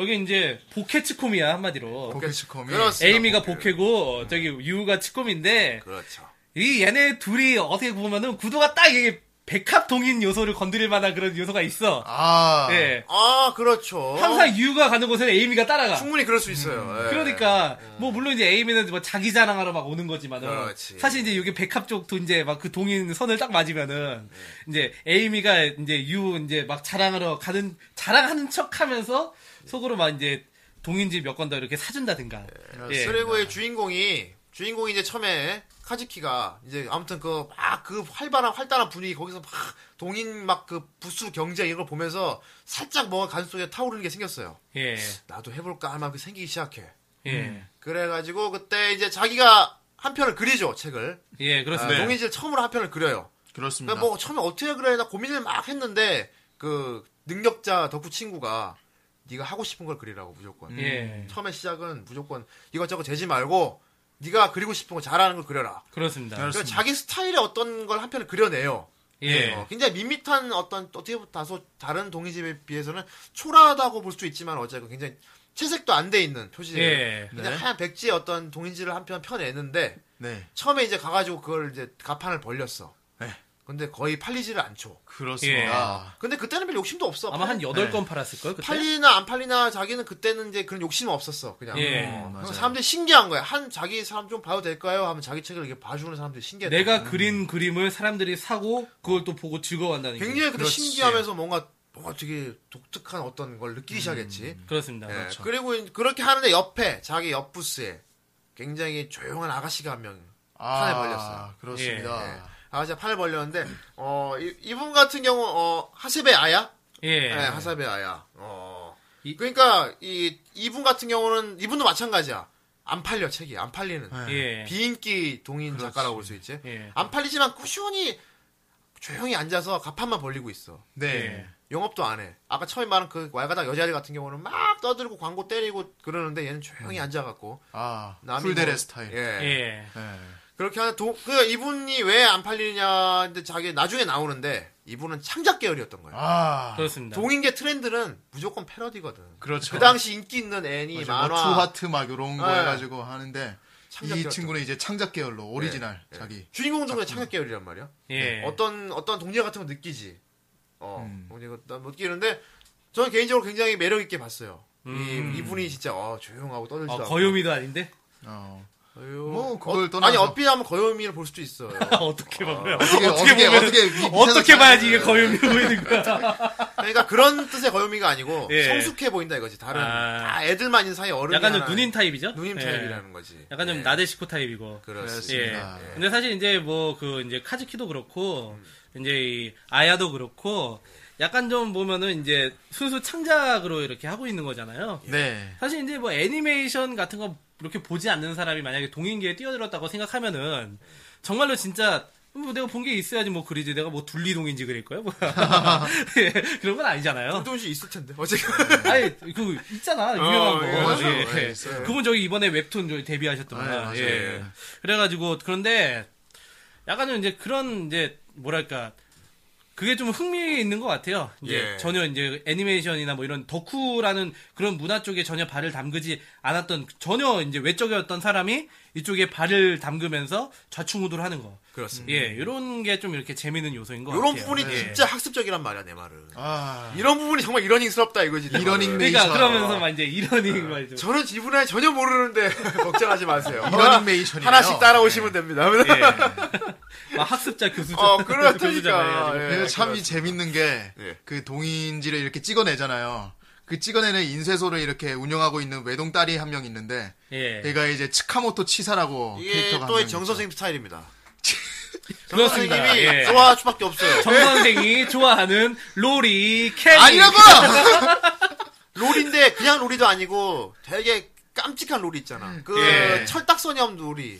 [SPEAKER 2] 여기 이제 보케 치콤이야 한마디로.
[SPEAKER 3] 포켓치컴이
[SPEAKER 1] 그렇습니다.
[SPEAKER 2] 에이미가 보케고 저기 유우가 치콤인데
[SPEAKER 1] 그렇죠.
[SPEAKER 2] 이 얘네 둘이 어떻게 보면은 구도가 딱 이게 백합 동인 요소를 건드릴 만한 그런 요소가 있어.
[SPEAKER 3] 아,
[SPEAKER 2] 예.
[SPEAKER 1] 아 그렇죠.
[SPEAKER 2] 항상 유우가 가는 곳에 에이미가 따라가.
[SPEAKER 1] 충분히 그럴 수 있어요. 예.
[SPEAKER 2] 그러니까 뭐 물론 이제 에이미는 뭐 자기 자랑하러 막 오는 거지만 은
[SPEAKER 1] 그렇지.
[SPEAKER 2] 사실 이제 여기 백합 쪽도 이제 막 그 동인 선을 딱
[SPEAKER 1] 예.
[SPEAKER 2] 맞으면은 이제 에이미가 이제 유 이제 막 자랑하러 가는 자랑하는 척하면서 속으로 막 이제 동인지 몇 건 더 이렇게 사준다든가 예.
[SPEAKER 1] 그리고의 주인공이 주인공이 이제 처음에 카즈키가 이제 아무튼 그 막 그 활발한 활달한 분위기 거기서 막 동인 막 그 부수 경쟁 이런 걸 보면서 살짝 뭔가 간 속에 타오르는 게 생겼어요.
[SPEAKER 2] 예.
[SPEAKER 1] 나도 해볼까 할 만큼 생기기 시작해.
[SPEAKER 2] 예.
[SPEAKER 1] 음. 그래가지고 그때 이제 자기가 한 편을 그리죠 책을. 아,
[SPEAKER 2] 예, 그렇습니다.
[SPEAKER 1] 동인 씨를 처음으로 한 편을 그려요.
[SPEAKER 3] 그렇습니다.
[SPEAKER 1] 그러니까 뭐 처음에 어떻게 그려야 되나 고민을 막 했는데 그 능력자 덕후 친구가 네가 하고 싶은 걸 그리라고 무조건.
[SPEAKER 2] 예.
[SPEAKER 1] 처음에 시작은 무조건 이것저것 재지 말고 네가 그리고 싶은 거 잘하는 걸 그려라.
[SPEAKER 2] 그렇습니다.
[SPEAKER 1] 그러니까 자기 스타일의 어떤 걸 한 편을 그려내요.
[SPEAKER 2] 예.
[SPEAKER 1] 어, 굉장히 밋밋한 어떤 어떻게 보면 다소 다른 동의집에 비해서는 초라하다고 볼 수 있지만 어쨌든 굉장히 채색도 안 돼 있는 표지
[SPEAKER 2] 예.
[SPEAKER 1] 그냥 하얀 백지에 어떤 동인지를 한 편 펴내는데
[SPEAKER 3] 네,
[SPEAKER 1] 처음에 이제 가가지고 그걸 이제 가판을 벌렸어.
[SPEAKER 2] 네.
[SPEAKER 1] 근데 거의 팔리지를 않죠.
[SPEAKER 3] 그렇습니다.
[SPEAKER 1] 근데 그때는 별 욕심도 없어.
[SPEAKER 2] 아마 한 여덟 건 팔았을 걸 그때.
[SPEAKER 1] 네. 팔리나 안 팔리나 자기는 그때는 이제 그런 욕심은 없었어 그냥
[SPEAKER 2] 예,
[SPEAKER 1] 어,
[SPEAKER 3] 맞아요.
[SPEAKER 1] 사람들이 신기한 거야 한 자기 사람 좀 봐도 될까요 하면 자기 책을 이렇게 봐주는 사람들이 신기해
[SPEAKER 2] 내가 그린 그림을 사람들이 사고 그걸 또 보고 즐거워한다는 게
[SPEAKER 1] 굉장히 그때
[SPEAKER 3] 그렇지.
[SPEAKER 1] 신기하면서 뭔가 뭔가 되게 독특한 어떤 걸 느끼기 시작했지
[SPEAKER 2] 음. 그렇습니다.
[SPEAKER 1] 예,
[SPEAKER 2] 그렇죠.
[SPEAKER 1] 그리고 이- 그렇게 하는데 옆에 자기 옆 부스에 굉장히 조용한 아가씨가 한 명
[SPEAKER 3] 아,
[SPEAKER 1] 판에 벌렸어요.
[SPEAKER 3] 그렇습니다.
[SPEAKER 1] 예. 아가씨가 판을 벌렸는데 어 이, 이분 같은 경우 어 하세베 아야
[SPEAKER 2] 예.
[SPEAKER 1] 예, 하사베 아야. 어.
[SPEAKER 2] 이-
[SPEAKER 1] 그러니까 이 이분 같은 경우는 이분도 마찬가지야. 안 팔려 책이 안 팔리는
[SPEAKER 2] 예.
[SPEAKER 1] 비인기 동인 작가라고 볼 수 있지.
[SPEAKER 2] 예.
[SPEAKER 1] 안 팔리지만 꾸준히 조용히 앉아서 가판만 벌리고 있어.
[SPEAKER 3] 네,
[SPEAKER 2] 예.
[SPEAKER 1] 영업도 안 해. 아까 처음에 말한 그 왈가닥 여자들 같은 경우는 막 떠들고 광고 때리고 그러는데 얘는 조용히 앉아갖고
[SPEAKER 3] 아,
[SPEAKER 1] 남이
[SPEAKER 3] 풀데레
[SPEAKER 1] 뭐-
[SPEAKER 3] 스타일.
[SPEAKER 1] 예.
[SPEAKER 2] 예.
[SPEAKER 3] 예.
[SPEAKER 1] 그렇게 하는 도, 그 이분이 왜 안 팔리냐 근데 자기 나중에 나오는데 이분은 창작 계열이었던 거예요.
[SPEAKER 3] 아,
[SPEAKER 2] 그렇습니다.
[SPEAKER 1] 동인계 트렌드는 무조건 패러디거든.
[SPEAKER 3] 그렇죠.
[SPEAKER 1] 그 당시 인기 있는 애니
[SPEAKER 3] 맞아, 뭐
[SPEAKER 1] 만화
[SPEAKER 3] 투하트 막 요런 거
[SPEAKER 1] 예.
[SPEAKER 3] 해가지고 하는데
[SPEAKER 1] 창작
[SPEAKER 3] 이
[SPEAKER 1] 계열도.
[SPEAKER 3] 친구는 이제 창작 계열로 오리지널
[SPEAKER 1] 예.
[SPEAKER 3] 자기
[SPEAKER 1] 주인공도 그냥 창작 계열이란 말이야.
[SPEAKER 2] 예.
[SPEAKER 1] 어떤 어떤 동료 같은 거 느끼지. 어,
[SPEAKER 3] 음.
[SPEAKER 1] 동료 같은 거 느끼는데 저는 개인적으로 굉장히 매력 있게 봤어요.
[SPEAKER 2] 음.
[SPEAKER 1] 이, 분이 진짜 어, 조용하고 떠들지
[SPEAKER 2] 어,
[SPEAKER 1] 않고.
[SPEAKER 2] 거요미도 아닌데
[SPEAKER 3] 어.
[SPEAKER 1] 어휴.
[SPEAKER 3] 뭐, 그걸
[SPEAKER 1] 어, 아니
[SPEAKER 3] 떠나서.
[SPEAKER 1] 어필하면 거요미를 볼 수도 있어요.
[SPEAKER 2] 아, 어떻게 봐요?
[SPEAKER 3] 어떻게 어떻게
[SPEAKER 2] 보면-
[SPEAKER 3] 어떻게 위-
[SPEAKER 2] 어떻게
[SPEAKER 3] 밑에서-
[SPEAKER 2] 봐야지 이게 거요미로 보이는 거야?
[SPEAKER 1] 그러니까 그런 뜻의 거요미가 아니고
[SPEAKER 2] 예.
[SPEAKER 1] 성숙해 보인다 이거지. 다른
[SPEAKER 2] 아.
[SPEAKER 1] 다 애들만 있는 사이 어른이
[SPEAKER 2] 약간 좀
[SPEAKER 1] 하나-
[SPEAKER 2] 누님 타입이죠?
[SPEAKER 1] 누님
[SPEAKER 2] 예.
[SPEAKER 1] 타입이라는 그렇죠. 거지.
[SPEAKER 2] 약간 좀
[SPEAKER 1] 예.
[SPEAKER 2] 나데시코 타입이고. 예.
[SPEAKER 3] 그렇습니다. 예.
[SPEAKER 2] 근데 사실 이제 뭐 그 이제 카즈키도 그렇고 이제 이 아야도 그렇고 약간 좀 보면은 이제 순수 창작으로 이렇게 하고 있는 거잖아요.
[SPEAKER 3] 네.
[SPEAKER 2] 사실 이제 뭐 애니메이션 같은 거 이렇게 보지 않는 사람이 만약에 동인계에 뛰어들었다고 생각하면은 정말로 진짜 뭐 내가 본 게 있어야지 뭐 그리지 내가 뭐 둘리동인지 그릴 거야 뭐 예, 그런 건 아니잖아요.
[SPEAKER 1] 조금씩 있을 텐데. 어쨌든
[SPEAKER 3] 음.
[SPEAKER 2] 아니 그 있잖아 유명한
[SPEAKER 1] 어,
[SPEAKER 2] 거.
[SPEAKER 1] 예, 맞아요.
[SPEAKER 2] 예, 예.
[SPEAKER 3] 예, 있어요.
[SPEAKER 2] 그분 저기 이번에 웹툰 저기 데뷔하셨던
[SPEAKER 3] 아, 예,
[SPEAKER 2] 분.
[SPEAKER 3] 맞아요.
[SPEAKER 2] 예. 그래가지고 그런데 약간 좀 이제 그런 이제 뭐랄까 그게 좀 흥미 있는 것 같아요. 이제
[SPEAKER 1] 예.
[SPEAKER 2] 전혀 이제 애니메이션이나 뭐 이런 덕후라는 그런 문화 쪽에 전혀 발을 담그지 않았던 전혀 이제 외적이었던 사람이 이쪽에 발을 담그면서 좌충우돌 하는 거.
[SPEAKER 1] 그렇습니다.
[SPEAKER 2] 예, 이런 게 좀 이렇게 재밌는 요소인 것
[SPEAKER 1] 이런
[SPEAKER 2] 같아요.
[SPEAKER 1] 부분이
[SPEAKER 2] 예.
[SPEAKER 1] 진짜 학습적이란 말이야 내 말은.
[SPEAKER 3] 아,
[SPEAKER 1] 이런 부분이 정말 이러닝스럽다 이거지. 내
[SPEAKER 3] 이러닝
[SPEAKER 1] 말은.
[SPEAKER 3] 메이-
[SPEAKER 2] 그러니까
[SPEAKER 3] 메이저.
[SPEAKER 2] 그러면서 막 이제 이러닝 막 이제
[SPEAKER 1] 저는 이 분야 전혀 모르는데 걱정하지 마세요.
[SPEAKER 3] 이런 메이션이에요.
[SPEAKER 1] 하나씩 따라오시면 됩니다.
[SPEAKER 2] 예. 막 학습자 교수자
[SPEAKER 1] 어, 그렇다니까.
[SPEAKER 2] 교수자 막 해가지고.
[SPEAKER 1] 예.
[SPEAKER 3] 그래서 참
[SPEAKER 1] 그렇습니다.
[SPEAKER 3] 이 재밌는 게 그
[SPEAKER 1] 예.
[SPEAKER 3] 동인지를 이렇게 찍어내잖아요. 그 찍어내는 인쇄소를 이렇게 운영하고 있는 외동 딸이 한 명 있는데
[SPEAKER 2] 예.
[SPEAKER 3] 얘가 이제 치카모토 치사라고
[SPEAKER 1] 이게
[SPEAKER 3] 캐릭터가
[SPEAKER 1] 또
[SPEAKER 3] 한명
[SPEAKER 1] 정 선생님 스타일입니다. 정
[SPEAKER 2] 그렇습니다.
[SPEAKER 1] 선생님이
[SPEAKER 2] 예.
[SPEAKER 1] 좋아할 수밖에 없어요.
[SPEAKER 2] 정 선생이 좋아하는 로리 캐리
[SPEAKER 3] 아니라고!
[SPEAKER 1] 롤인데 그냥 롤이도 아니고 되게 깜찍한 롤이 있잖아. 그
[SPEAKER 3] 예.
[SPEAKER 1] 철딱서니엄 롤이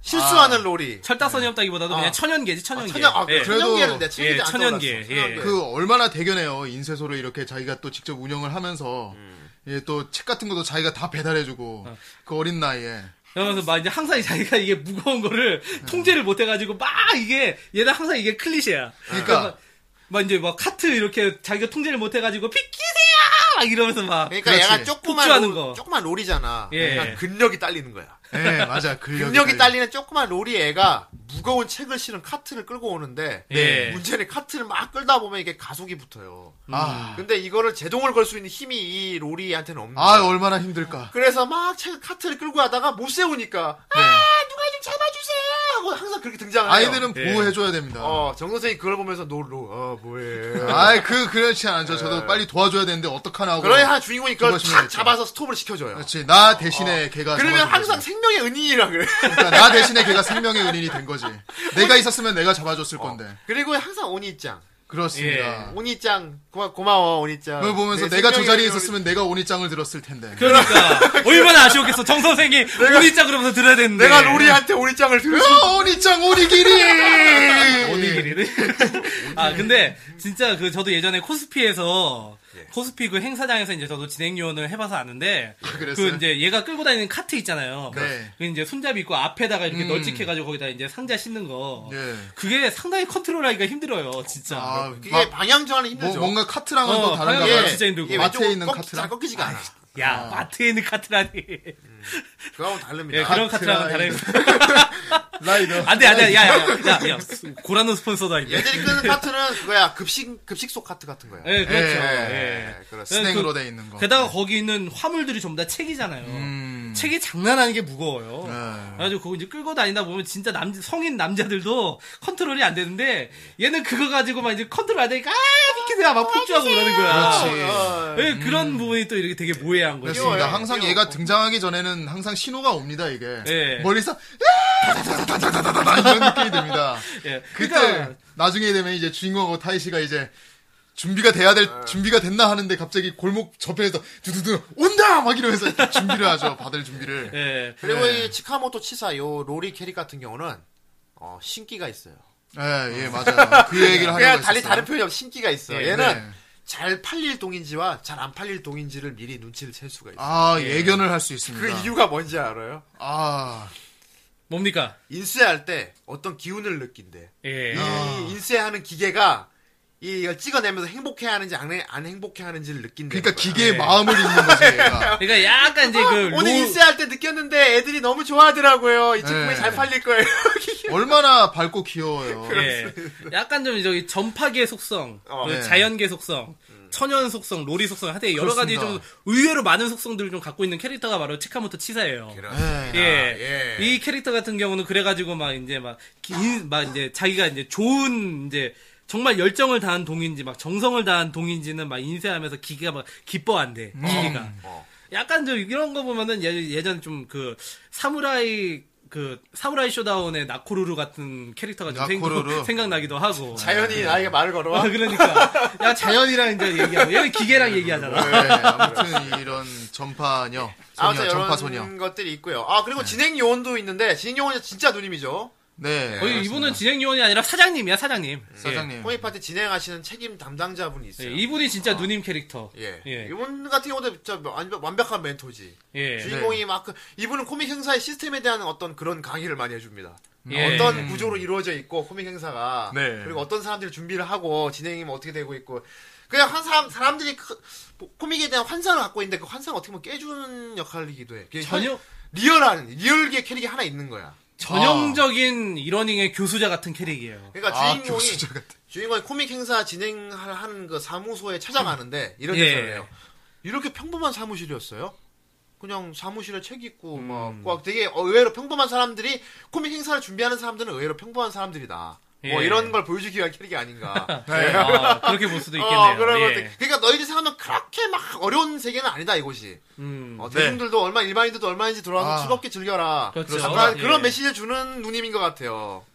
[SPEAKER 1] 실수하는 롤이.
[SPEAKER 2] 철딱선이 없다기보다도
[SPEAKER 1] 아.
[SPEAKER 2] 그냥 천연계지 천연계.
[SPEAKER 1] 천연 아,
[SPEAKER 2] 예.
[SPEAKER 3] 그래도-
[SPEAKER 1] 천연계는데 천연계
[SPEAKER 2] 예,
[SPEAKER 1] 안
[SPEAKER 2] 천연계,
[SPEAKER 1] 떠올랐어.
[SPEAKER 2] 예.
[SPEAKER 1] 천연계.
[SPEAKER 3] 그 얼마나 대견해요. 인쇄소를 이렇게 자기가 또 직접 운영을 하면서
[SPEAKER 1] 음.
[SPEAKER 3] 예, 또 책 같은 것도 자기가 다 배달해주고 그 어린 나이에
[SPEAKER 2] 그러면서 막 이제 항상 자기가 이게 무거운 거를
[SPEAKER 1] 음.
[SPEAKER 2] 통제를 못 해가지고 막 이게 얘는 항상 이게 클리셰야.
[SPEAKER 3] 그러니까
[SPEAKER 2] 막 이제 막 카트 이렇게 자기가 통제를 못 해가지고 비키세요 막 이러면서 막
[SPEAKER 1] 그러니까
[SPEAKER 3] 그렇지.
[SPEAKER 1] 얘가 조그만
[SPEAKER 2] 폭주하는
[SPEAKER 1] 롤,
[SPEAKER 2] 거.
[SPEAKER 1] 조그만 롤이잖아.
[SPEAKER 2] 예.
[SPEAKER 1] 그러니까 근력이 딸리는 거야.
[SPEAKER 3] 네, 맞아 근력이,
[SPEAKER 1] 근력이
[SPEAKER 3] 딸려.
[SPEAKER 1] 딸리는 조그만 롤이 애가 무거운 책을 실은 카트를 끌고 오는데
[SPEAKER 2] 네.
[SPEAKER 1] 문제는 카트를 막 끌다 보면 이게 가속이 붙어요.
[SPEAKER 3] 아,
[SPEAKER 1] 근데 이거를 제동을 걸 수 있는 힘이 이 롤이한테는 없는
[SPEAKER 3] 아
[SPEAKER 1] 거야.
[SPEAKER 3] 얼마나 힘들까.
[SPEAKER 1] 그래서 막 책, 카트를 끌고 가다가 못 세우니까
[SPEAKER 3] 네.
[SPEAKER 1] 아, 누가 좀 잡아주세요 하고 항상 그렇게 등장해요.
[SPEAKER 3] 아이들은
[SPEAKER 2] 예.
[SPEAKER 3] 보호해줘야 됩니다.
[SPEAKER 1] 네. 어, 정 선생이 그걸 보면서 놀로 어 뭐해.
[SPEAKER 3] 아이 그 그렇지 않죠. 저도 빨리 도와줘야 되는데 어떡하나 하고.
[SPEAKER 1] 네. 그러야 한 주인공이 그걸
[SPEAKER 3] 조바심을
[SPEAKER 1] 탁 잡아서 스톱을 시켜줘요.
[SPEAKER 3] 그렇지. 나 대신에 걔가
[SPEAKER 1] 어. 그러면
[SPEAKER 3] 잡아준
[SPEAKER 1] 항상
[SPEAKER 3] 거지.
[SPEAKER 1] 생명의 은인이라 그래.
[SPEAKER 3] 그러니까 나 대신에 걔가 생명의 은인이 된 거지. 내가 있었으면 내가 잡아줬을 건데.
[SPEAKER 1] 그리고 항상 오니짱.
[SPEAKER 3] 그렇습니다.
[SPEAKER 1] 오니짱 고마, 고마워 오니짱.
[SPEAKER 3] 그걸 보면서
[SPEAKER 1] 내
[SPEAKER 3] 아, 내가 저
[SPEAKER 1] 생명의
[SPEAKER 3] 자리에
[SPEAKER 1] 은인.
[SPEAKER 3] 있었으면 내가 오니짱을 들었을 텐데.
[SPEAKER 2] 그러니까 얼마나 아쉬웠겠어 정 선생이 오리자 그러면서 들어야 되는데
[SPEAKER 1] 내가
[SPEAKER 3] 네.
[SPEAKER 1] 로리한테 오니짱을 들을 수.
[SPEAKER 3] 야, 오니짱 오니기리.
[SPEAKER 2] 오니기리를 아 근데 진짜 그 저도 예전에 코스피에서 코스피 그 행사장에서 이제 저도 진행 요원을 해봐서 아는데
[SPEAKER 3] 그랬어요?
[SPEAKER 2] 그 이제 얘가 끌고 다니는 카트 있잖아요.
[SPEAKER 3] 네.
[SPEAKER 2] 그 이제 손잡이 있고 앞에다가 이렇게
[SPEAKER 3] 음.
[SPEAKER 2] 널찍해가지고 거기다 이제 상자 싣는 거.
[SPEAKER 3] 예.
[SPEAKER 2] 그게 상당히 컨트롤하기가 힘들어요, 진짜.
[SPEAKER 3] 아,
[SPEAKER 1] 그게
[SPEAKER 3] 막
[SPEAKER 1] 방향 전환이
[SPEAKER 3] 뭐,
[SPEAKER 1] 힘들죠.
[SPEAKER 3] 뭔가 카트랑은
[SPEAKER 2] 어,
[SPEAKER 3] 또 다른가 예,
[SPEAKER 2] 방향이
[SPEAKER 3] 봐요.
[SPEAKER 2] 진짜 힘들고.
[SPEAKER 1] 이게
[SPEAKER 3] 마트에
[SPEAKER 1] 왼쪽은
[SPEAKER 3] 있는
[SPEAKER 1] 꺾-
[SPEAKER 3] 카트랑?
[SPEAKER 1] 잘 꺾이지가 않아.
[SPEAKER 2] 야 마트에 있는 카트라니.
[SPEAKER 1] 그거하고
[SPEAKER 2] 예,
[SPEAKER 1] 다릅니다. 아,
[SPEAKER 2] 그런 카트랑은 다른.
[SPEAKER 3] 라이더.
[SPEAKER 2] 안돼 안돼 야야야야 야, 고라는 스폰서다 이제.
[SPEAKER 1] 얘들이 끄는 카트는 그거야 급식 급식소 카트 같은 거야.
[SPEAKER 2] 예 그렇죠.
[SPEAKER 3] 예,
[SPEAKER 2] 예.
[SPEAKER 1] 그렇습니다.
[SPEAKER 3] 스낵으로
[SPEAKER 2] 그-
[SPEAKER 3] 돼 있는 거.
[SPEAKER 2] 게다가 거기 있는 화물들이 전부 다 책이잖아요.
[SPEAKER 3] 어, 네. 음.
[SPEAKER 2] 책이 장난 아니게 무거워요.
[SPEAKER 3] 네.
[SPEAKER 2] 그래가지고 그거 이제 끌고 다니다 보면 진짜 남 성인 남자들도 컨트롤이 안 되는데 얘는 그거 가지고만 이제 컨트롤 안 되니까 아 미키세야 막 폭주하고
[SPEAKER 1] 아,
[SPEAKER 2] 그러는 거야.
[SPEAKER 3] 그렇지. 음.
[SPEAKER 1] 어,
[SPEAKER 2] 예, 그런 부분이 또 이렇게 되게 모해한 거죠.
[SPEAKER 3] 그렇습니다.
[SPEAKER 1] 귀여워요.
[SPEAKER 3] 항상
[SPEAKER 1] 귀여워.
[SPEAKER 3] 얘가 등장하기 전에는 항상 신호가 옵니다, 이게.
[SPEAKER 2] 예.
[SPEAKER 3] 멀리서, 따다다다다다다다다 이런 느낌이 듭니다.
[SPEAKER 2] 예,
[SPEAKER 3] 그때,
[SPEAKER 2] 그러니까
[SPEAKER 3] 나중에 되면 이제 주인공하고 타이시가 이제, 준비가 돼야 될, 준비가 됐나 하는데 갑자기 골목 저편에서 두두두, 온다! 막 이러면서 준비를 하죠. 받을 준비를.
[SPEAKER 2] 예.
[SPEAKER 1] 그리고
[SPEAKER 3] 예.
[SPEAKER 1] 이 치카모토 치사 요 로리 캐릭 같은 경우는 어, 신기가 있어요.
[SPEAKER 3] 예, 예, 맞아요. 그 얘기를 하려고
[SPEAKER 1] 그냥
[SPEAKER 3] 했어요.
[SPEAKER 1] 달리 다른 표현이 없어 신기가 있어.
[SPEAKER 2] 예,
[SPEAKER 1] 얘는
[SPEAKER 3] 네.
[SPEAKER 1] 잘 팔릴 동인지와 잘 안 팔릴 동인지를 미리 눈치를 챌 수가 있어. 요
[SPEAKER 3] 아, 예. 견을 할 수 있습니다.
[SPEAKER 1] 그 이유가 뭔지 알아요?
[SPEAKER 3] 아,
[SPEAKER 2] 뭡니까?
[SPEAKER 1] 인쇄할 때 어떤 기운을 느낀대.
[SPEAKER 3] 네.
[SPEAKER 2] 예.
[SPEAKER 1] 이
[SPEAKER 3] 어. 아.
[SPEAKER 1] 인쇄하는 기계가 이 이걸 찍어내면서 행복해하는지 안, 해- 안 행복해하는지를 느낀대.
[SPEAKER 3] 그러니까 기계의 마음을 읽는 거지, 얘가.
[SPEAKER 2] 그러니까 약간 이제 그
[SPEAKER 1] 아, 오늘
[SPEAKER 2] 로-
[SPEAKER 1] 인쇄할 때 느꼈는데 애들이 너무 좋아하더라고요. 이 제품이
[SPEAKER 3] 네.
[SPEAKER 1] 잘 팔릴 거예요. 그렇죠.
[SPEAKER 3] 얼마나 밝고 귀여워요.
[SPEAKER 2] 예. 약간 좀 저기 전파계 속성,
[SPEAKER 1] 어,
[SPEAKER 2] 그
[SPEAKER 3] 네. 음.
[SPEAKER 2] 자연계 속성, 천연 속성, 로리 속성, 하여튼 여러 가지 좀
[SPEAKER 3] 그렇습니다.
[SPEAKER 2] 의외로 많은 속성들을 좀 갖고 있는 캐릭터가 바로 치카모토 치사예요.
[SPEAKER 3] 예.
[SPEAKER 2] 예.
[SPEAKER 1] 예.
[SPEAKER 2] 이 캐릭터 같은 경우는 그래가지고 막 이제 막, 긴, 막 이제 자기가 이제 좋은 이제 정말 열정을 다한 동인지 막 정성을 다한 동인지는 막 인쇄하면서 기계가 막 기뻐한대. 기계가.
[SPEAKER 1] 어.
[SPEAKER 2] 약간 좀 이런 거 보면은 예, 예전 좀 그 사무라이 그 사무라이 쇼다운의 나코루루 같은 캐릭터가 좀
[SPEAKER 3] 나코루루.
[SPEAKER 2] 생, 생각나기도 하고.
[SPEAKER 1] 자연이 나에게 말을 걸어와.
[SPEAKER 2] 아, 그러니까 야 자연이랑 이제 얘기하고 얘는 기계랑 얘기하잖아.
[SPEAKER 3] 네, 아무튼 이런 전파녀, 소녀,
[SPEAKER 1] 아무튼
[SPEAKER 3] 전파
[SPEAKER 1] 이런
[SPEAKER 3] 소녀.
[SPEAKER 1] 것들이 있고요. 아 그리고 진행 요원도 있는데 진행 요원이 진짜 누님이죠. 예,
[SPEAKER 3] 네.
[SPEAKER 2] 거의 어, 이분은 진행 요원이 아니라 사장님이야 사장님. 예.
[SPEAKER 3] 사장님.
[SPEAKER 1] 코미파티 진행하시는 책임 담당자분이
[SPEAKER 2] 예,
[SPEAKER 1] 있어요.
[SPEAKER 2] 이분이 진짜 누님 캐릭터.
[SPEAKER 1] 그렇죠. 아. 예.
[SPEAKER 2] 예.
[SPEAKER 1] 이분 같은 경우도 진짜 뭐 완- 완벽한 멘토지.
[SPEAKER 2] 예.
[SPEAKER 3] 네.
[SPEAKER 1] 주인공이 막 그, 이분은 코믹 행사의 시스템에 대한 어떤 그런 강의를 많이 해줍니다.
[SPEAKER 2] 예.
[SPEAKER 1] 어떤 구조로 이루어져 있고 코믹 행사가
[SPEAKER 3] 음. 네.
[SPEAKER 1] 그리고 어떤 사람들이 준비를 하고 진행이 뭐 어떻게 되고 있고 그냥 한 사람 사람들이 그- 뭐 코믹에 대한 환상을 갖고 있는데 그 환상 을 어떻게 보면 깨주는 역할이기도 해. 그게
[SPEAKER 2] 전혀
[SPEAKER 1] 리얼한 리얼계 캐릭이 하나 있는 거야.
[SPEAKER 2] 전형적인 이러닝의 교수자 같은 캐릭이에요.
[SPEAKER 1] 그러니까
[SPEAKER 3] 아,
[SPEAKER 1] 주인공이
[SPEAKER 3] 교수자 같아.
[SPEAKER 1] 주인공이 코믹 행사 진행하는 그 사무소에 찾아가는데 이런
[SPEAKER 2] 예.
[SPEAKER 1] 얘기를 해요. 이렇게 평범한 사무실이었어요. 그냥 사무실에 책 있고
[SPEAKER 2] 음.
[SPEAKER 1] 막, 막 되게 의외로 평범한 사람들이 코믹 행사를 준비하는 사람들은 의외로 평범한 사람들이다. 뭐
[SPEAKER 2] 예.
[SPEAKER 1] 이런 걸 보여주기 위한 캐릭이 아닌가.
[SPEAKER 2] 아, 그렇게 볼 수도 있겠네요.
[SPEAKER 1] 어, 그런
[SPEAKER 2] 예.
[SPEAKER 1] 것들. 그러니까 너희들 생각하면 그렇게 막 어려운 세계는 아니다 이곳이.
[SPEAKER 2] 음.
[SPEAKER 1] 어, 대중들도 얼마 일반인들도 얼마인지 돌아와서
[SPEAKER 3] 아.
[SPEAKER 1] 즐겁게 즐겨라.
[SPEAKER 2] 그렇죠.
[SPEAKER 1] 약간
[SPEAKER 2] 예.
[SPEAKER 1] 그런 메시지를 주는 누님인 것 같아요.